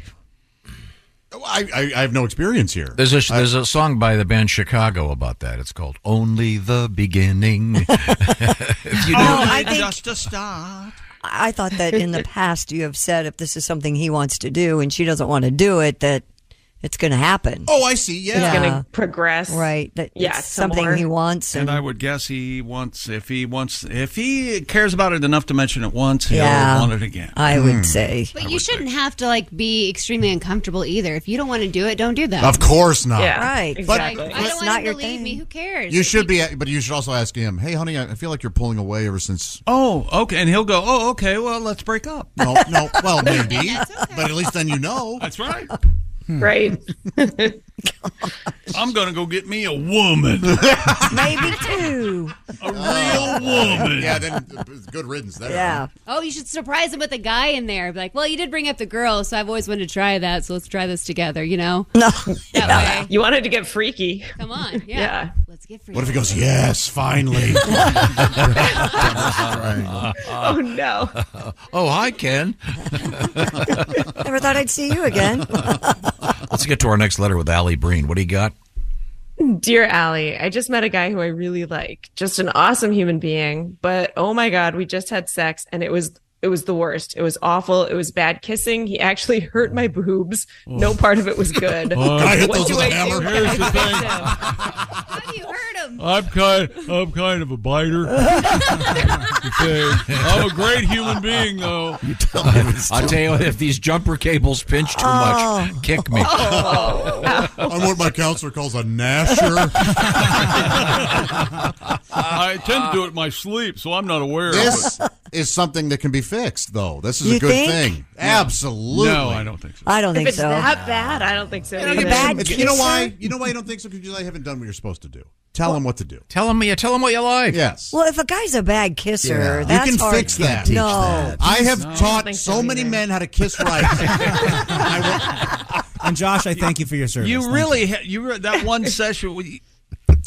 Speaker 13: Oh, I, I, I have no experience here.
Speaker 2: There's a there's a song by the band Chicago about that. It's called "Only the Beginning." If you
Speaker 10: No,
Speaker 7: Oh,
Speaker 2: don't-
Speaker 10: I think-
Speaker 7: just a start.
Speaker 10: I thought that in the past you have said if this is something he wants to do and she doesn't want to do it, that it's going to happen.
Speaker 13: Oh, I see. Yeah.
Speaker 22: It's going to progress.
Speaker 10: Right. That
Speaker 22: Yeah.
Speaker 10: it's
Speaker 22: some
Speaker 10: something
Speaker 22: more.
Speaker 10: he wants.
Speaker 7: And
Speaker 10: And,
Speaker 7: I would guess he wants if he wants if he cares about it enough to mention it once, he'll
Speaker 10: Yeah.
Speaker 7: want it again.
Speaker 10: I
Speaker 13: Hmm.
Speaker 10: would say.
Speaker 18: But you shouldn't have to like be extremely uncomfortable either. If you don't want to do it, don't do that.
Speaker 13: Of course not.
Speaker 18: Right.
Speaker 13: But
Speaker 18: Like, I don't want him to leave me. Who cares?
Speaker 13: You should be, but you should also ask him. Hey, honey, I feel like you're pulling away ever since.
Speaker 7: Oh, okay. And he'll go. Oh, okay. Well, let's break up.
Speaker 13: No, no. Well, maybe, but at least then you know. Hmm.
Speaker 7: That's right.
Speaker 22: Right.
Speaker 7: I'm gonna go get me a woman.
Speaker 10: Maybe two.
Speaker 7: A
Speaker 13: real
Speaker 7: woman.
Speaker 13: Yeah, then it's good riddance there.
Speaker 18: Oh, you should surprise him with a guy in there. Be like, well, you did bring up the girl, so I've always wanted to try that. So let's try this together. You know?
Speaker 10: No.
Speaker 22: You wanted to get freaky.
Speaker 18: Come on. Yeah. Let's get free.
Speaker 13: What if he goes, yes, finally?
Speaker 22: Oh, no.
Speaker 2: oh, hi, Ken.
Speaker 10: Never thought I'd see you again.
Speaker 2: Let's get to our next letter with Allie Breen. What do you got?
Speaker 22: Dear Allie, I just met a guy who I really like. Just an awesome human being, but oh my god, we just had sex and it was it was the worst. It was awful. It was bad kissing. He actually hurt my boobs. No part of it was good.
Speaker 17: I hit
Speaker 22: What
Speaker 17: those
Speaker 22: do
Speaker 17: with a
Speaker 22: I
Speaker 17: hammer.
Speaker 22: do?
Speaker 17: Here's the thing.
Speaker 7: I'm kind. I'm kind of a biter. okay. I'm a great human being, though. You
Speaker 2: tell me I tell you, what, if these jumper cables pinch too much,
Speaker 13: Oh.
Speaker 2: kick me.
Speaker 13: I'm what my counselor calls a gnasher.
Speaker 7: I tend to do it in my sleep, so I'm not aware.
Speaker 13: This
Speaker 7: of it.
Speaker 13: is something that can be fixed, though. This is
Speaker 7: You
Speaker 13: a good
Speaker 7: think?
Speaker 13: thing. Absolutely.
Speaker 7: No, I don't think so.
Speaker 10: I don't
Speaker 22: If
Speaker 10: think
Speaker 22: it's
Speaker 10: so.
Speaker 22: that bad, I don't think so.
Speaker 13: You know,
Speaker 22: either.
Speaker 13: it's- you know why? You know why you don't think so? Because I haven't done what you're supposed to do. Tell him what to do.
Speaker 2: Tell him, yeah, tell him what you like.
Speaker 13: Yes.
Speaker 10: Well, if a guy's a bad kisser,
Speaker 13: Yeah.
Speaker 10: that's
Speaker 13: you can
Speaker 10: hard.
Speaker 13: fix that.
Speaker 10: No.
Speaker 13: I have taught so many men how to kiss right. I,
Speaker 11: And Josh, I thank you for your service.
Speaker 7: You
Speaker 11: Thank
Speaker 7: really, ha- you re- that one session. we-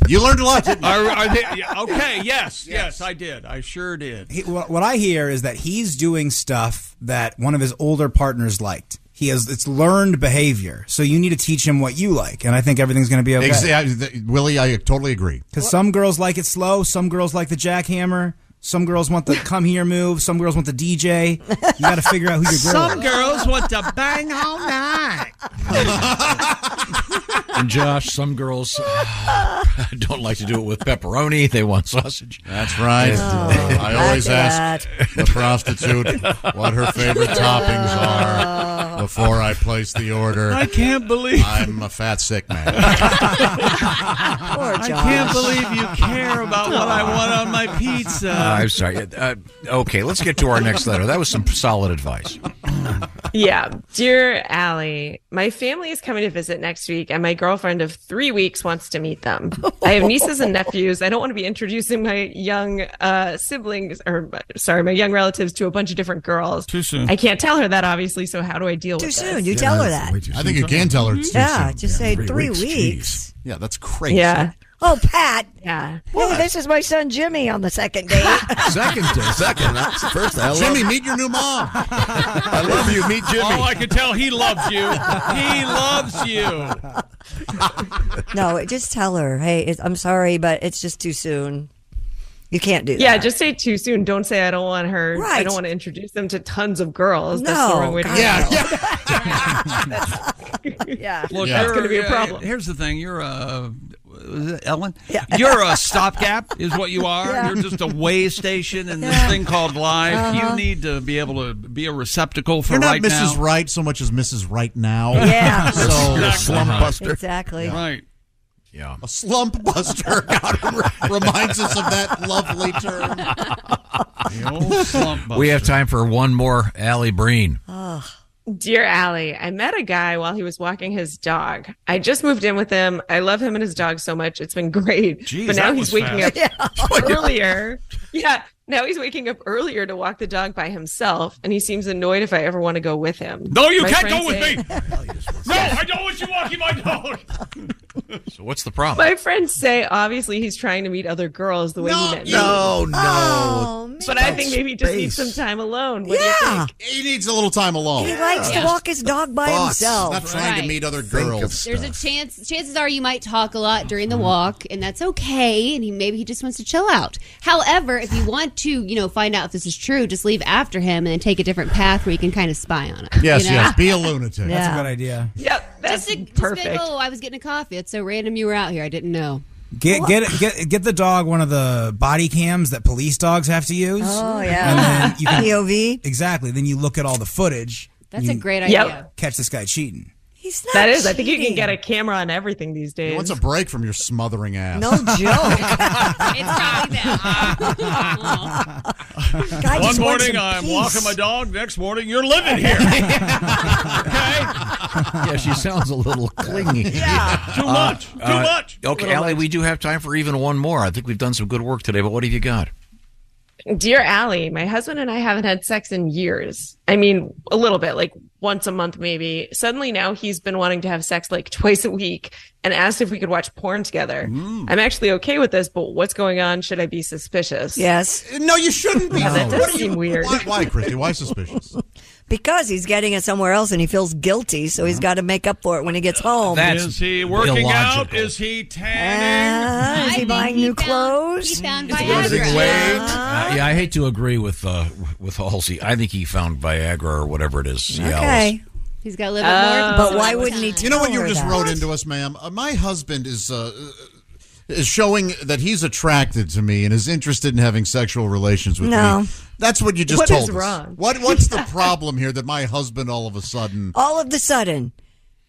Speaker 13: You learned a lot. Didn't you?
Speaker 7: Are, are they, yeah, okay, yes, yes, I did. I sure did.
Speaker 11: He, what, what I hear is that he's doing stuff that one of his older partners liked. He has it's learned behavior, so you need to teach him what you like, and I think everything's going to be okay.
Speaker 13: Exactly. Willie, I totally agree.
Speaker 11: Because some girls like it slow, some girls like the jackhammer, some girls want the come here move, some girls want the DJ. You got to figure out who your girl is.
Speaker 7: Some girls want to bang all night.
Speaker 2: And Josh, some girls uh, don't like to do it with pepperoni. They want sausage.
Speaker 13: That's right.
Speaker 2: Oh,
Speaker 13: I always
Speaker 2: look at
Speaker 13: ask the prostitute what her favorite toppings
Speaker 10: Oh.
Speaker 13: are before I place the order.
Speaker 7: I can't believe
Speaker 13: I'm a fat sick man.
Speaker 7: I can't believe you care about what I want on my pizza.
Speaker 2: Uh, I'm sorry. Uh, okay, let's get to our next letter. That was some solid advice.
Speaker 22: yeah. Dear Allie, my family is coming to visit next week, and my girlfriend of three weeks wants to meet them. I have nieces and nephews. I don't want to be introducing my young uh, siblings or, sorry, my young relatives to a bunch of different girls.
Speaker 7: Too soon.
Speaker 22: I can't tell her that, obviously. So how do I deal
Speaker 10: Too
Speaker 22: with
Speaker 10: soon.
Speaker 22: this?
Speaker 10: You tell her that.
Speaker 13: I think you can tell her. It's too
Speaker 10: Yeah,
Speaker 13: soon.
Speaker 10: just say three weeks.
Speaker 13: Jeez. Yeah, that's crazy.
Speaker 22: Yeah.
Speaker 10: Oh, Pat.
Speaker 22: Yeah.
Speaker 10: Hey, this is my son Jimmy on the second date.
Speaker 12: Second day, second. That's the first. I love,
Speaker 13: Jimmy, meet your new mom.
Speaker 12: I love you. Meet Jimmy.
Speaker 7: Oh, I can tell he loves you. He loves you.
Speaker 10: no, just tell her, hey, it's, I'm sorry, but it's just too soon. You can't do that.
Speaker 22: Yeah, just say too soon. Don't say I don't want her. I
Speaker 10: Right.
Speaker 22: don't want to introduce them to tons of girls. That's
Speaker 10: No,
Speaker 22: the wrong way to
Speaker 10: God,
Speaker 22: go.
Speaker 10: yeah.
Speaker 7: Look,
Speaker 22: That's
Speaker 7: you're-
Speaker 22: gonna be a
Speaker 7: yeah,
Speaker 22: problem.
Speaker 7: Here's the thing: you're a was it Ellen. You're a stopgap, is what you are.
Speaker 4: Yeah.
Speaker 7: You're just a way station in this
Speaker 4: Yeah.
Speaker 7: thing called life.
Speaker 4: Uh-huh.
Speaker 7: You need to be able to be a receptacle for
Speaker 13: You're not
Speaker 7: right
Speaker 13: Mrs.
Speaker 7: now.
Speaker 13: Right so much as Mrs. Right Now.
Speaker 7: Yeah.
Speaker 13: so
Speaker 7: You're a slump
Speaker 13: Uh-huh.
Speaker 7: buster.
Speaker 10: Exactly.
Speaker 7: Right.
Speaker 2: Yeah.
Speaker 13: A slump buster God, re- reminds us of that lovely term.
Speaker 2: We have time for one more Allie Breen.
Speaker 22: Dear Allie, I met a guy while he was walking his dog. I just moved in with him. I love him and his dog so much. It's been great.
Speaker 17: Jeez,
Speaker 22: but now
Speaker 17: that
Speaker 22: he's
Speaker 17: was
Speaker 22: waking
Speaker 17: fast.
Speaker 22: up earlier. Yeah. Now he's waking up earlier to walk the dog by himself, and he seems annoyed if I ever want to go with him.
Speaker 17: No, you
Speaker 22: My
Speaker 17: can't
Speaker 22: friends
Speaker 17: go with
Speaker 22: say-
Speaker 17: me. no, I don't want you walking my dog.
Speaker 2: So what's the problem?
Speaker 22: My friends say obviously he's trying to meet other girls the way he met me.
Speaker 13: No, no.
Speaker 22: But I think maybe he just needs some time alone. What do you think?
Speaker 13: He needs a little time alone.
Speaker 10: He likes to walk his dog by
Speaker 13: Fuck.
Speaker 10: himself.
Speaker 13: Not trying to
Speaker 18: Right.
Speaker 13: meet other
Speaker 18: Think
Speaker 13: girls.
Speaker 18: There's a chance. Chances are you might talk a lot during the walk, and that's okay. And he maybe he just wants to chill out. However, if you want to, you know, find out if this is true, just leave after him and then take a different path where you can kind of spy on him.
Speaker 13: Yes,
Speaker 18: you know?
Speaker 13: yes. Be a lunatic.
Speaker 11: That's a good idea.
Speaker 22: Yep,
Speaker 18: that's just a, Just be
Speaker 11: perfect.
Speaker 18: like, oh, I was getting a coffee. It's so random you were out here. I didn't know.
Speaker 11: Get get get get the dog one of the body cams that police dogs have to use.
Speaker 18: Oh, yeah.
Speaker 11: and then you can,
Speaker 10: POV.
Speaker 11: Exactly. Then you look at all the footage.
Speaker 18: That's
Speaker 11: You
Speaker 18: a great
Speaker 22: Yep.
Speaker 18: idea.
Speaker 11: Catch this guy cheating.
Speaker 10: He's
Speaker 22: That is. I think you can get a camera on everything these days.
Speaker 13: What's a break from your smothering ass?
Speaker 10: No joke.
Speaker 22: I
Speaker 7: One
Speaker 22: just want
Speaker 7: morning
Speaker 22: some
Speaker 7: I'm
Speaker 22: peace.
Speaker 7: walking my dog. Next morning you're living here.
Speaker 2: yeah, she sounds a little clingy. Uh,
Speaker 7: Yeah. Too much. Too much.
Speaker 2: Okay,
Speaker 7: Little
Speaker 2: Allie, we do have time for even one more. I think we've done some good work today, but what have you got?
Speaker 22: Dear Allie, my husband and I haven't had sex in years. I mean, a little bit, like once a month, maybe. Suddenly now he's been wanting to have sex like twice a week and asked if we could watch porn together. I'm actually okay with this, but what's going on? Should I be suspicious?
Speaker 10: Yes.
Speaker 13: No, you shouldn't be.
Speaker 22: that
Speaker 13: What
Speaker 22: does
Speaker 13: are you-
Speaker 22: seem weird.
Speaker 13: Why, why, Christy? Why suspicious?
Speaker 10: Because he's getting it somewhere else and he feels guilty, so he's got to make up for it when he gets home. Uh,
Speaker 7: is he working out? Is he tanning?
Speaker 10: Ah, is he buying new clothes?
Speaker 18: He found
Speaker 2: Losing
Speaker 18: Viagra.
Speaker 2: weight. Uh, yeah, I hate to agree with uh, with Halsey. I think he found Viagra or whatever it is. Cialis.
Speaker 18: He's got to live
Speaker 10: Uh,
Speaker 18: uh,
Speaker 10: but why wouldn't he
Speaker 13: You know what
Speaker 10: tell
Speaker 13: you
Speaker 10: her
Speaker 13: just
Speaker 10: that?
Speaker 13: wrote into us, ma'am? Uh, my husband is uh, is showing that he's attracted to me and is interested in having sexual relations with
Speaker 10: No.
Speaker 13: me. That's what you just
Speaker 10: What
Speaker 13: told
Speaker 10: is
Speaker 13: us.
Speaker 10: wrong?
Speaker 13: What what's the problem here that my husband all of a sudden
Speaker 10: All of the sudden.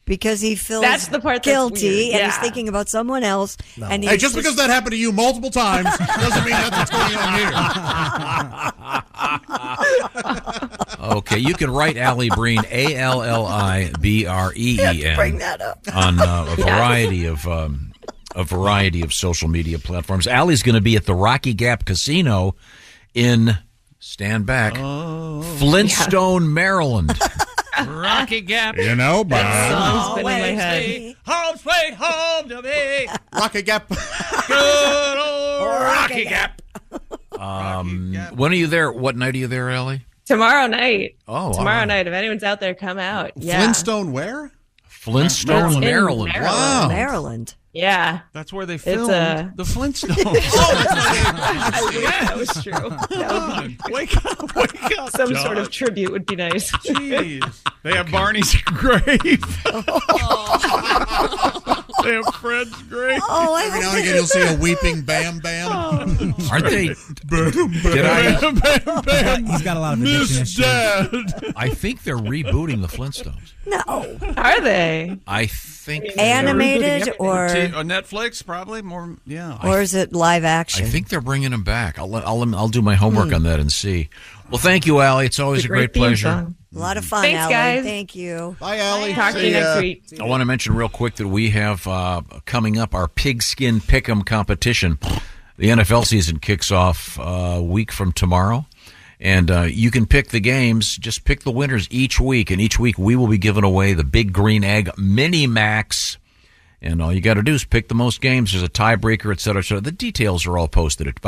Speaker 10: Because he feels
Speaker 13: That's the part that's
Speaker 10: guilty
Speaker 13: weird,
Speaker 10: and he's
Speaker 13: yeah.
Speaker 10: thinking about someone else. And
Speaker 13: Hey, just because that happened to you multiple times doesn't mean that's what's going on
Speaker 2: Okay, you can write Allie Breen, A L L I B R E E N.
Speaker 10: Bring that up.
Speaker 2: on uh, a
Speaker 10: Yeah.
Speaker 2: variety of um, a variety of social media platforms. Allie's going to be at the Rocky Gap Casino in stand back Flintstone, Maryland.
Speaker 3: Rocky Gap.
Speaker 13: You know, Bob.
Speaker 3: Always be Home sweet home to me.
Speaker 13: Rocky Gap.
Speaker 3: Good old Rocky Gap.
Speaker 2: Um, when are you there? What night are you there, Ellie?
Speaker 22: Tomorrow night.
Speaker 2: Oh,
Speaker 22: tomorrow
Speaker 2: wow.
Speaker 22: night. If anyone's out there, come out. Yeah.
Speaker 13: Flintstone where?
Speaker 2: Flintstone,
Speaker 22: Maryland.
Speaker 2: Maryland.
Speaker 22: Maryland.
Speaker 2: Wow.
Speaker 10: Maryland.
Speaker 22: Yeah.
Speaker 7: That's where they
Speaker 22: It's,
Speaker 7: filmed
Speaker 22: uh, Oh,
Speaker 7: the
Speaker 13: Oh,
Speaker 7: Flintstones.
Speaker 22: that was true.
Speaker 3: Oh,
Speaker 22: That would be-
Speaker 7: wake up, wake up.
Speaker 22: Some
Speaker 7: John.
Speaker 22: sort of tribute would be nice.
Speaker 7: Jeez. They have Barney's grave. they have Fred's grave.
Speaker 10: Oh, I
Speaker 13: Every now and again, you'll see a weeping Bam Bam.
Speaker 2: Aren't they?
Speaker 13: Did
Speaker 2: I-
Speaker 11: He's got a lot of addiction issues.
Speaker 2: I think they're rebooting the Flintstones.
Speaker 10: No.
Speaker 22: Are they?
Speaker 2: I think they are.
Speaker 10: Animated or
Speaker 7: T- on Netflix, probably more. Yeah.
Speaker 10: or is it live action? Hmm.
Speaker 2: I think they're bringing them back. I'll let- I'll I'll do my homework on that and see. Well, thank you, Allie. It's always
Speaker 10: It's
Speaker 2: a
Speaker 10: a
Speaker 2: great,
Speaker 10: great theme
Speaker 2: pleasure.
Speaker 10: song. A lot of fun,
Speaker 22: Thanks,
Speaker 10: Allie.
Speaker 22: guys.
Speaker 10: Thank you.
Speaker 13: Bye, Allie.
Speaker 22: Talk to you next week.
Speaker 2: I want to mention real quick that we have uh, coming up our pigskin pick'em competition. The NFL season kicks off uh, a week from tomorrow, and uh, you can pick the games. Just pick the winners each week, and each week we will be giving away the Big Green Egg Mini Max. And all you got to do is pick the most games. There's a tiebreaker, et cetera, et cetera. The details are all posted at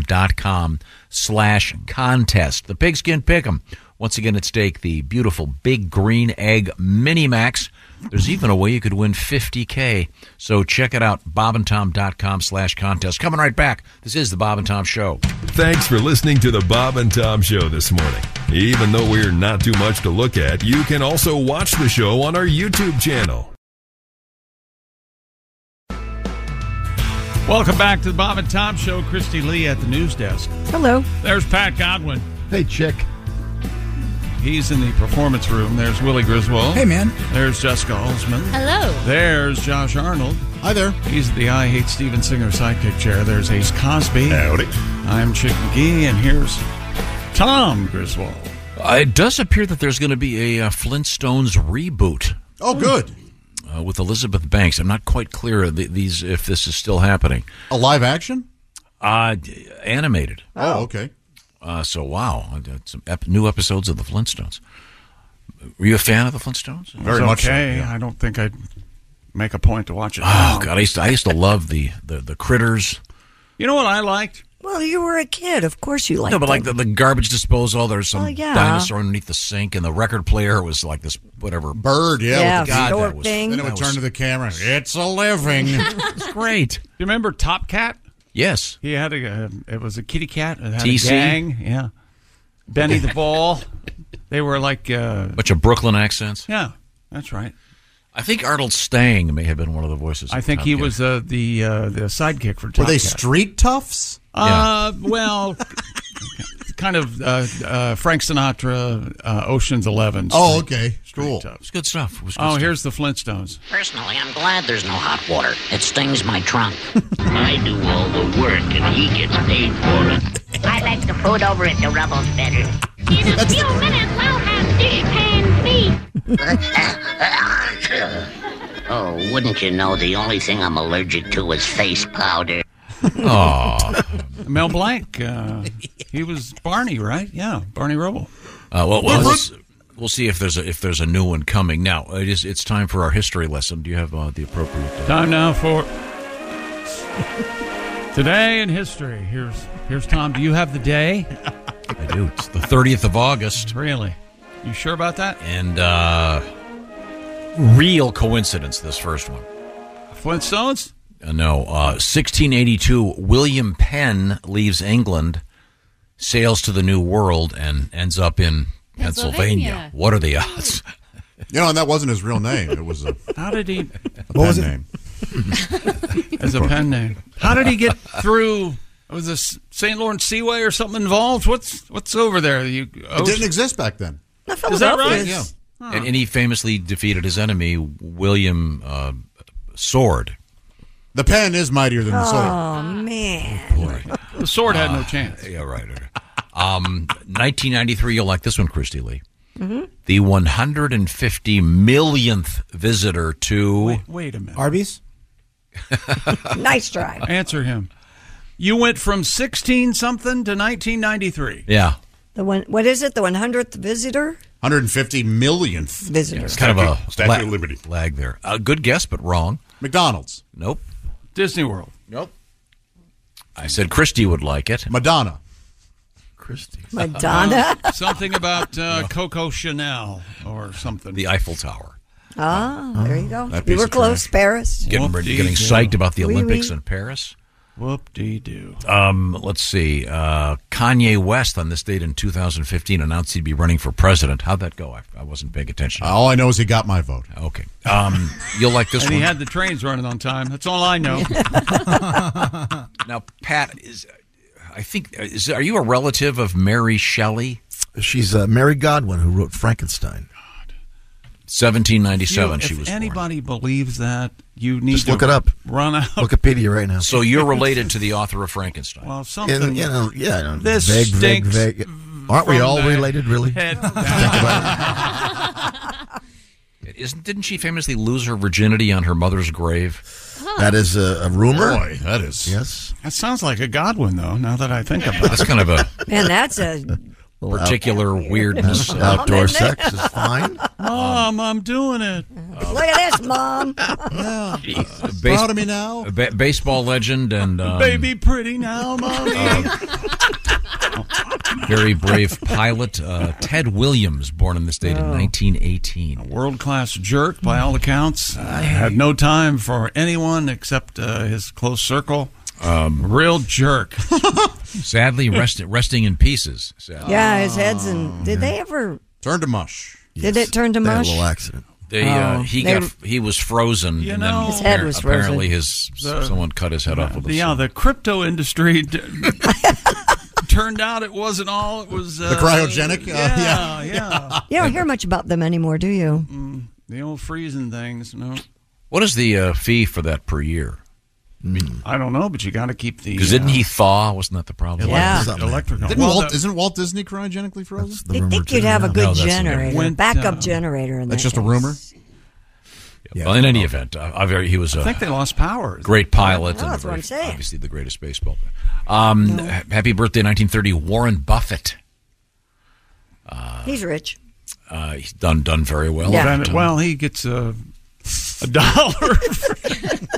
Speaker 2: bobandtom.com slash contest. The pigskin pick 'em. Once again at stake, the beautiful big green egg mini max. There's even a way you could win 50K. So check it out, bobandtom.com slash contest. Coming right back. This is the Bob and Tom Show.
Speaker 14: Thanks for listening to the Bob and Tom Show this morning. Even though we're not too much to look at, you can also watch the show on our YouTube channel.
Speaker 7: Welcome back to the Bob and Tom Show. Christy Lee at the news desk.
Speaker 10: Hello.
Speaker 7: There's Pat Godwin.
Speaker 12: Hey, chick.
Speaker 7: He's in the performance room. There's Willie Griswold.
Speaker 11: Hey, man.
Speaker 7: There's Jessica Holzman.
Speaker 18: Hello.
Speaker 7: There's Josh Arnold.
Speaker 13: Hi there.
Speaker 7: He's the I Hate Steven Singer sidekick chair. There's Ace Cosby.
Speaker 14: Howdy.
Speaker 7: I'm Chick McGee, and here's Tom Griswold.
Speaker 2: Uh, it does appear that there's going to be a uh, Flintstones reboot.
Speaker 13: Oh, good.
Speaker 2: Uh, with Elizabeth Banks. I'm not quite clear of the, these if this is still happening.
Speaker 13: A live action?
Speaker 2: Uh, d- animated.
Speaker 13: Oh, okay.
Speaker 2: Uh, so wow, I did some ep- new episodes of the Flintstones. Were you a fan of the Flintstones?
Speaker 7: It's okay. I don't think I'd make a point to watch it.
Speaker 2: Oh god, I used to, I used to love the, the, the critters.
Speaker 7: You know what I liked?
Speaker 10: Well, you were a kid. Of course you liked
Speaker 2: no, but like the, the garbage disposal. There's some
Speaker 10: Oh, yeah.
Speaker 2: dinosaur underneath the sink, and the record player was like this whatever
Speaker 13: bird.
Speaker 2: Yeah,
Speaker 10: Yeah,
Speaker 2: with the- God,
Speaker 10: short
Speaker 2: that was-
Speaker 10: thing.
Speaker 13: Then it would
Speaker 2: That
Speaker 13: turn
Speaker 2: was-
Speaker 13: to the camera. It's a living.
Speaker 2: It's great.
Speaker 7: Do you remember Top Cat?
Speaker 2: Yes.
Speaker 7: He had a. Uh, it was a kitty cat. It had
Speaker 2: TC?
Speaker 7: a gang. Yeah. Benny the Ball. They were like. Uh,
Speaker 2: bunch of Brooklyn accents.
Speaker 7: yeah, that's right.
Speaker 2: I think Arnold Stang may have been one of the voices.
Speaker 7: I
Speaker 2: of
Speaker 7: think
Speaker 2: Top
Speaker 7: he
Speaker 2: Gun.
Speaker 7: was uh, the uh, the sidekick for.
Speaker 13: Were
Speaker 7: Top
Speaker 13: they
Speaker 7: Cat.
Speaker 13: street toughs?
Speaker 7: Uh, well, kind of uh, uh, Frank Sinatra, uh, Ocean's Eleven.
Speaker 13: Oh, okay. Cool.
Speaker 2: uh, It's good stuff. It was good
Speaker 7: Oh,
Speaker 2: stuff.
Speaker 7: here's the Flintstones.
Speaker 23: Personally, I'm glad there's no hot water. It stings my trunk. I do all the work and he gets paid for it. I like the food over at the Rubble's better.
Speaker 24: In a few minutes, I'll have dishpan feet.
Speaker 23: Oh, wouldn't you know, the only thing I'm allergic to is face powder.
Speaker 2: Aw.
Speaker 7: Mel Blanc. Uh, he was Barney, right? Yeah, Barney Rubble.
Speaker 2: Uh, well, well, we'll, s- we'll see if there's a, if there's a new one coming. Now it is it's time for our history lesson. Do you have uh, the appropriate uh,
Speaker 7: Time now for today in history. Here's here's Tom. Do you have the day?
Speaker 2: I do. It's the 30th of August,
Speaker 7: Really? You sure about that?
Speaker 2: and uh, real coincidence. This first one.
Speaker 7: Flintstones.
Speaker 2: Uh, no, uh, 1682. William Penn leaves England, sails to the New World, and ends up in
Speaker 18: Pennsylvania.
Speaker 2: Pennsylvania. What are the odds?
Speaker 13: You know, and that wasn't his real name. It was a
Speaker 7: How did he?
Speaker 13: pen
Speaker 11: was it?
Speaker 13: name.
Speaker 7: As a pen name. How did he get through? Was this St. Lawrence Seaway or something involved? What's what's over there? You oh,
Speaker 13: It didn't exist back then.
Speaker 7: Is that right?
Speaker 13: Yeah.
Speaker 2: And, and he famously defeated his enemy William uh, Sword.
Speaker 13: The pen is mightier than the sword.
Speaker 10: Oh man.
Speaker 7: The sword
Speaker 2: Uh,
Speaker 7: had no chance.
Speaker 2: Yeah, right. right, right. Um, 1993. You'll like this one, Christy Lee.
Speaker 4: Mm-hmm.
Speaker 2: The 150 millionth visitor to
Speaker 7: Wait a minute.
Speaker 11: Arby's?
Speaker 10: nice try.
Speaker 7: Answer him. You went from 16 something to 1993.
Speaker 2: yeah
Speaker 10: The one. What is it? The one hundredth visitor.
Speaker 13: 150 millionth
Speaker 10: visitor.
Speaker 2: It's kind of a
Speaker 13: Statue
Speaker 2: la-
Speaker 13: of Liberty.
Speaker 2: lag there. A good guess, but wrong.
Speaker 13: McDonald's.
Speaker 2: Nope.
Speaker 7: Disney World.
Speaker 13: Nope.
Speaker 2: I said Christie would like it.
Speaker 13: Madonna.
Speaker 7: Christie.
Speaker 10: Madonna?
Speaker 7: Uh, something about uh, Coco Chanel or something.
Speaker 2: The Eiffel Tower.
Speaker 10: Ah, there you go.
Speaker 2: That
Speaker 10: You
Speaker 2: piece
Speaker 10: were
Speaker 2: of
Speaker 10: close,
Speaker 2: trash.
Speaker 10: Paris.
Speaker 2: Getting, ready- getting psyched about the
Speaker 10: Oui,
Speaker 2: Olympics
Speaker 10: oui.
Speaker 2: in Paris.
Speaker 7: Whoop de doo.
Speaker 2: Um, let's see. Uh, Kanye West on this date in 2015 announced he'd be running for president. How'd that go? I, I wasn't paying attention.
Speaker 13: All I know is he got my vote.
Speaker 2: Okay. Um, you'll like this
Speaker 7: and
Speaker 2: one.
Speaker 7: he had the trains running on time. That's all I know.
Speaker 2: now, Pat is.
Speaker 7: uh,
Speaker 2: I think is are you a relative of Mary Shelley?
Speaker 12: She's uh, Mary Godwin, who wrote Frankenstein.
Speaker 2: 1797
Speaker 7: You-
Speaker 2: she
Speaker 7: if
Speaker 2: was
Speaker 7: anybody believes that, you need
Speaker 12: Just
Speaker 7: to
Speaker 12: look it up.
Speaker 7: Run out.
Speaker 12: Wikipedia right now.
Speaker 2: So you're related to the author of Frankenstein.
Speaker 7: Well, something.
Speaker 12: you know, yeah, I know.
Speaker 7: This
Speaker 12: vague,
Speaker 7: stinks.
Speaker 12: vague, vague. Aren't we
Speaker 7: from
Speaker 12: all
Speaker 7: the
Speaker 12: related, really?
Speaker 7: head
Speaker 12: Think
Speaker 7: down.
Speaker 12: about
Speaker 2: Isn't didn't she famously lose her virginity on her mother's grave?
Speaker 12: it. That is a, a rumor.
Speaker 2: Boy,
Speaker 13: that is
Speaker 12: yes.
Speaker 7: That sounds like a Godwin, though. Now that I think about it,
Speaker 2: that's kind of a
Speaker 10: Man, that's a
Speaker 2: particular weirdness.
Speaker 12: Out- outdoor sex is fine.
Speaker 7: Mom, I'm doing it.
Speaker 10: Look at this, mom.
Speaker 2: Proud of me now. baseball legend and um,
Speaker 7: Baby, pretty now, mommy.
Speaker 2: um, very brave pilot uh, Ted Williams, born on this date in
Speaker 7: Oh.
Speaker 2: 1918.
Speaker 7: World class jerk by all accounts. had no time for anyone except uh, his close circle.
Speaker 2: Um,
Speaker 7: Real jerk.
Speaker 2: sadly, rest, resting in pieces. Sadly.
Speaker 10: Yeah, his
Speaker 2: Oh.
Speaker 10: head's in. Did they ever?
Speaker 13: Turned to mush.
Speaker 10: Did it turn to mush?
Speaker 12: accident.
Speaker 2: They, uh,
Speaker 10: Oh.
Speaker 2: he
Speaker 10: They-
Speaker 2: got he was frozen.
Speaker 7: You
Speaker 2: and then
Speaker 7: know- His head was frozen.
Speaker 2: Apparently, his
Speaker 7: The-
Speaker 2: someone cut his head off with a
Speaker 7: yeah, the crypto industry d- turned out it wasn't all. It was uh,
Speaker 13: The cryogenic? Uh, yeah.
Speaker 7: yeah, yeah, Mm,
Speaker 10: You don't hear much about them anymore, do you?
Speaker 7: The old freezing things. No,
Speaker 2: What is the uh, fee for that per year?
Speaker 7: I don't know, but you got to keep the.
Speaker 2: Because didn't Hmm. he thaw? Wasn't that the problem?
Speaker 7: Yeah. Electrical.
Speaker 13: Didn't
Speaker 7: Well,
Speaker 13: Walt,
Speaker 7: the-
Speaker 13: isn't Walt Disney cryogenically frozen?
Speaker 10: I think you'd have a good generator,
Speaker 13: Went,
Speaker 10: backup
Speaker 13: uh,
Speaker 10: generator in
Speaker 13: That's
Speaker 10: that
Speaker 13: just a
Speaker 10: case.
Speaker 13: rumor.
Speaker 2: Well, in any event, uh, I very, he was.
Speaker 7: I
Speaker 2: a
Speaker 7: think they lost power.
Speaker 2: Great pilot.
Speaker 10: Well,
Speaker 2: and
Speaker 10: that's what
Speaker 2: very-
Speaker 10: I'm saying.
Speaker 2: Obviously, the greatest baseball player. Um, ha- Happy birthday, 1930, Warren Buffett.
Speaker 10: He's rich.
Speaker 2: Uh, he's done done very well.
Speaker 7: Well, then- well, he gets a, a dollar for,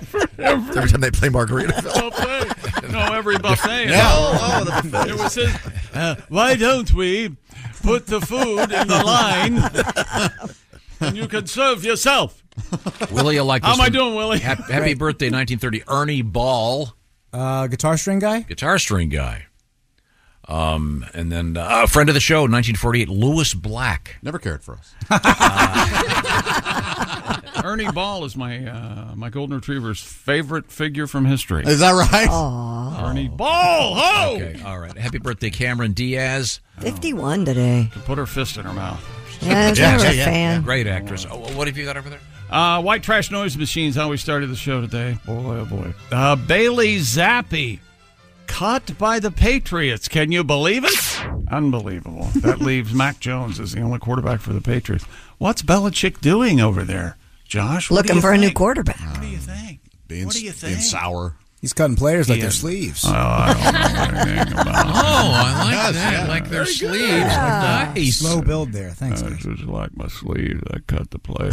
Speaker 7: for every,
Speaker 12: Every time they play Margaritaville.
Speaker 7: buffet. No, every buffet.
Speaker 12: Yeah. Oh, oh, the buffet.
Speaker 7: It was his, uh, why don't we put the food in the line and you can serve yourself?
Speaker 2: Willie, you like
Speaker 7: How
Speaker 2: this
Speaker 7: am I
Speaker 2: one?
Speaker 7: doing, Willie?
Speaker 2: Hap- Happy birthday, 1930, Ernie Ball.
Speaker 11: Uh, guitar string guy?
Speaker 2: guitar string guy. Um, and then uh, a friend of the show, 1948, Lewis Black.
Speaker 13: Never cared for us.
Speaker 7: Ernie Ball is my uh, my golden retriever's favorite figure from history.
Speaker 13: Is that right?
Speaker 7: Ernie Ball. Ho!
Speaker 2: Okay, all right. Happy birthday, Cameron Diaz.
Speaker 10: 51 today.
Speaker 7: Put her fist in her mouth.
Speaker 10: Yeah, if you're a fan.
Speaker 2: Great actress. Oh, what have you got over there?
Speaker 7: Uh, white trash noise machines. How we started the show today. Boy, oh boy. Uh, Bailey Zappi caught by the Patriots. Can you believe it? Unbelievable. That leaves Mac Jones as the only quarterback for the Patriots. What's Belichick doing over there, Josh? What do
Speaker 10: Looking
Speaker 7: you
Speaker 10: for a new
Speaker 7: think?
Speaker 10: quarterback.
Speaker 7: What do you think?
Speaker 13: Being,
Speaker 7: What do you
Speaker 13: being
Speaker 7: think?
Speaker 13: sour.
Speaker 11: He's cutting players like
Speaker 7: He
Speaker 11: their
Speaker 7: is.
Speaker 11: sleeves.
Speaker 7: Oh, I don't know anything about it.
Speaker 2: Oh, I like
Speaker 11: Yes,
Speaker 2: that.
Speaker 11: yeah.
Speaker 2: Like their
Speaker 11: Very good.
Speaker 2: sleeves.
Speaker 11: Yeah.
Speaker 2: Nice.
Speaker 11: Slow build there. Thanks.
Speaker 7: I
Speaker 11: guys.
Speaker 7: just like my sleeve. I cut the player.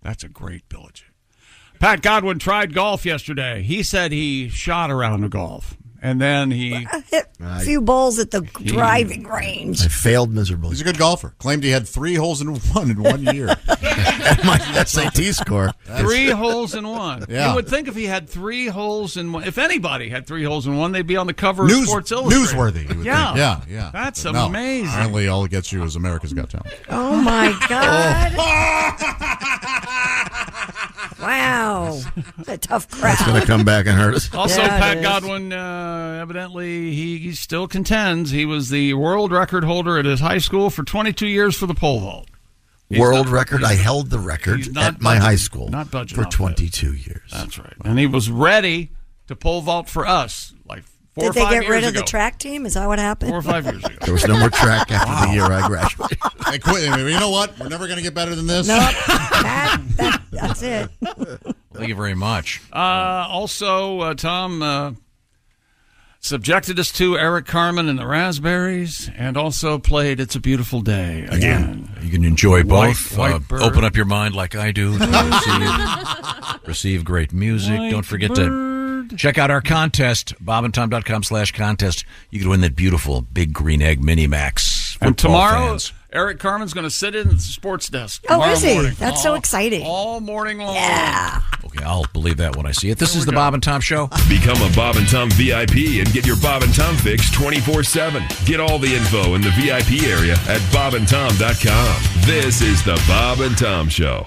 Speaker 7: That's a great Belichick. Pat Godwin tried golf yesterday. He said he shot around the golf, and then he
Speaker 10: Hit a few balls at the driving range.
Speaker 12: I failed miserably.
Speaker 13: He's a good golfer. Claimed he had three holes in one in one year.
Speaker 12: My SAT score.
Speaker 7: three holes in one.
Speaker 13: Yeah.
Speaker 7: You would think if he had three holes in one, if anybody had three holes in one, they'd be on the cover of
Speaker 13: News-
Speaker 7: Sports Illustrated.
Speaker 13: newsworthy. you would
Speaker 7: Yeah,
Speaker 13: think. yeah, yeah.
Speaker 7: That's
Speaker 13: But no,
Speaker 7: amazing.
Speaker 13: Apparently, all it gets you is America's Got Talent.
Speaker 10: Oh my God! wow, That's a tough crowd.
Speaker 12: It's going to come back and hurt us.
Speaker 7: Also,
Speaker 10: Yeah, it
Speaker 7: Pat
Speaker 10: is.
Speaker 7: Godwin, uh, evidently, he, he still contends he was the world record holder at his high school for 22 years for the pole vault. He's
Speaker 12: World
Speaker 7: not-
Speaker 12: record. I
Speaker 7: he's-
Speaker 12: held the record
Speaker 7: he's not
Speaker 12: at my
Speaker 7: budging-
Speaker 12: high school
Speaker 7: not budging
Speaker 12: for
Speaker 7: off that.
Speaker 12: 22 years.
Speaker 7: That's right. And he was ready to pole vault for us like four
Speaker 10: Did
Speaker 7: or
Speaker 10: they
Speaker 7: five
Speaker 10: get
Speaker 7: years
Speaker 10: rid of
Speaker 7: ago.
Speaker 10: the track team? Is that what happened?
Speaker 7: Four or five years ago.
Speaker 12: There was no more track after the year I graduated.
Speaker 13: I quit. I mean, you know what? We're never going to get better than this.
Speaker 10: Nope. That- that- that's it.
Speaker 2: Thank you very much.
Speaker 7: Uh, also, uh, Tom uh, subjected us to Eric Carmen and the Raspberries, and also played "It's a Beautiful Day" again.
Speaker 2: You can enjoy
Speaker 7: White-
Speaker 2: both.
Speaker 7: White
Speaker 2: Uh,
Speaker 7: Bird.
Speaker 2: open up your mind like I do. To receive, receive great music.
Speaker 7: White
Speaker 2: Don't forget to check out our contest, bobandtom.com slash contest. You can win that beautiful big green egg mini max.
Speaker 7: And
Speaker 2: football
Speaker 7: tomorrow,
Speaker 2: fans.
Speaker 7: Eric Carmen's going to sit in at the sports desk.
Speaker 2: Oh,
Speaker 7: tomorrow
Speaker 2: is he?
Speaker 7: Morning.
Speaker 2: That's
Speaker 10: so
Speaker 7: All-
Speaker 10: exciting.
Speaker 7: All morning long.
Speaker 2: Okay, I'll believe that when I see it. This is the Bob and Tom Show.
Speaker 14: Become a Bob and Tom VIP and get your Bob and Tom fix 24 7. Get all the info in the VIP area at bobandtom.com. This is the Bob and Tom Show.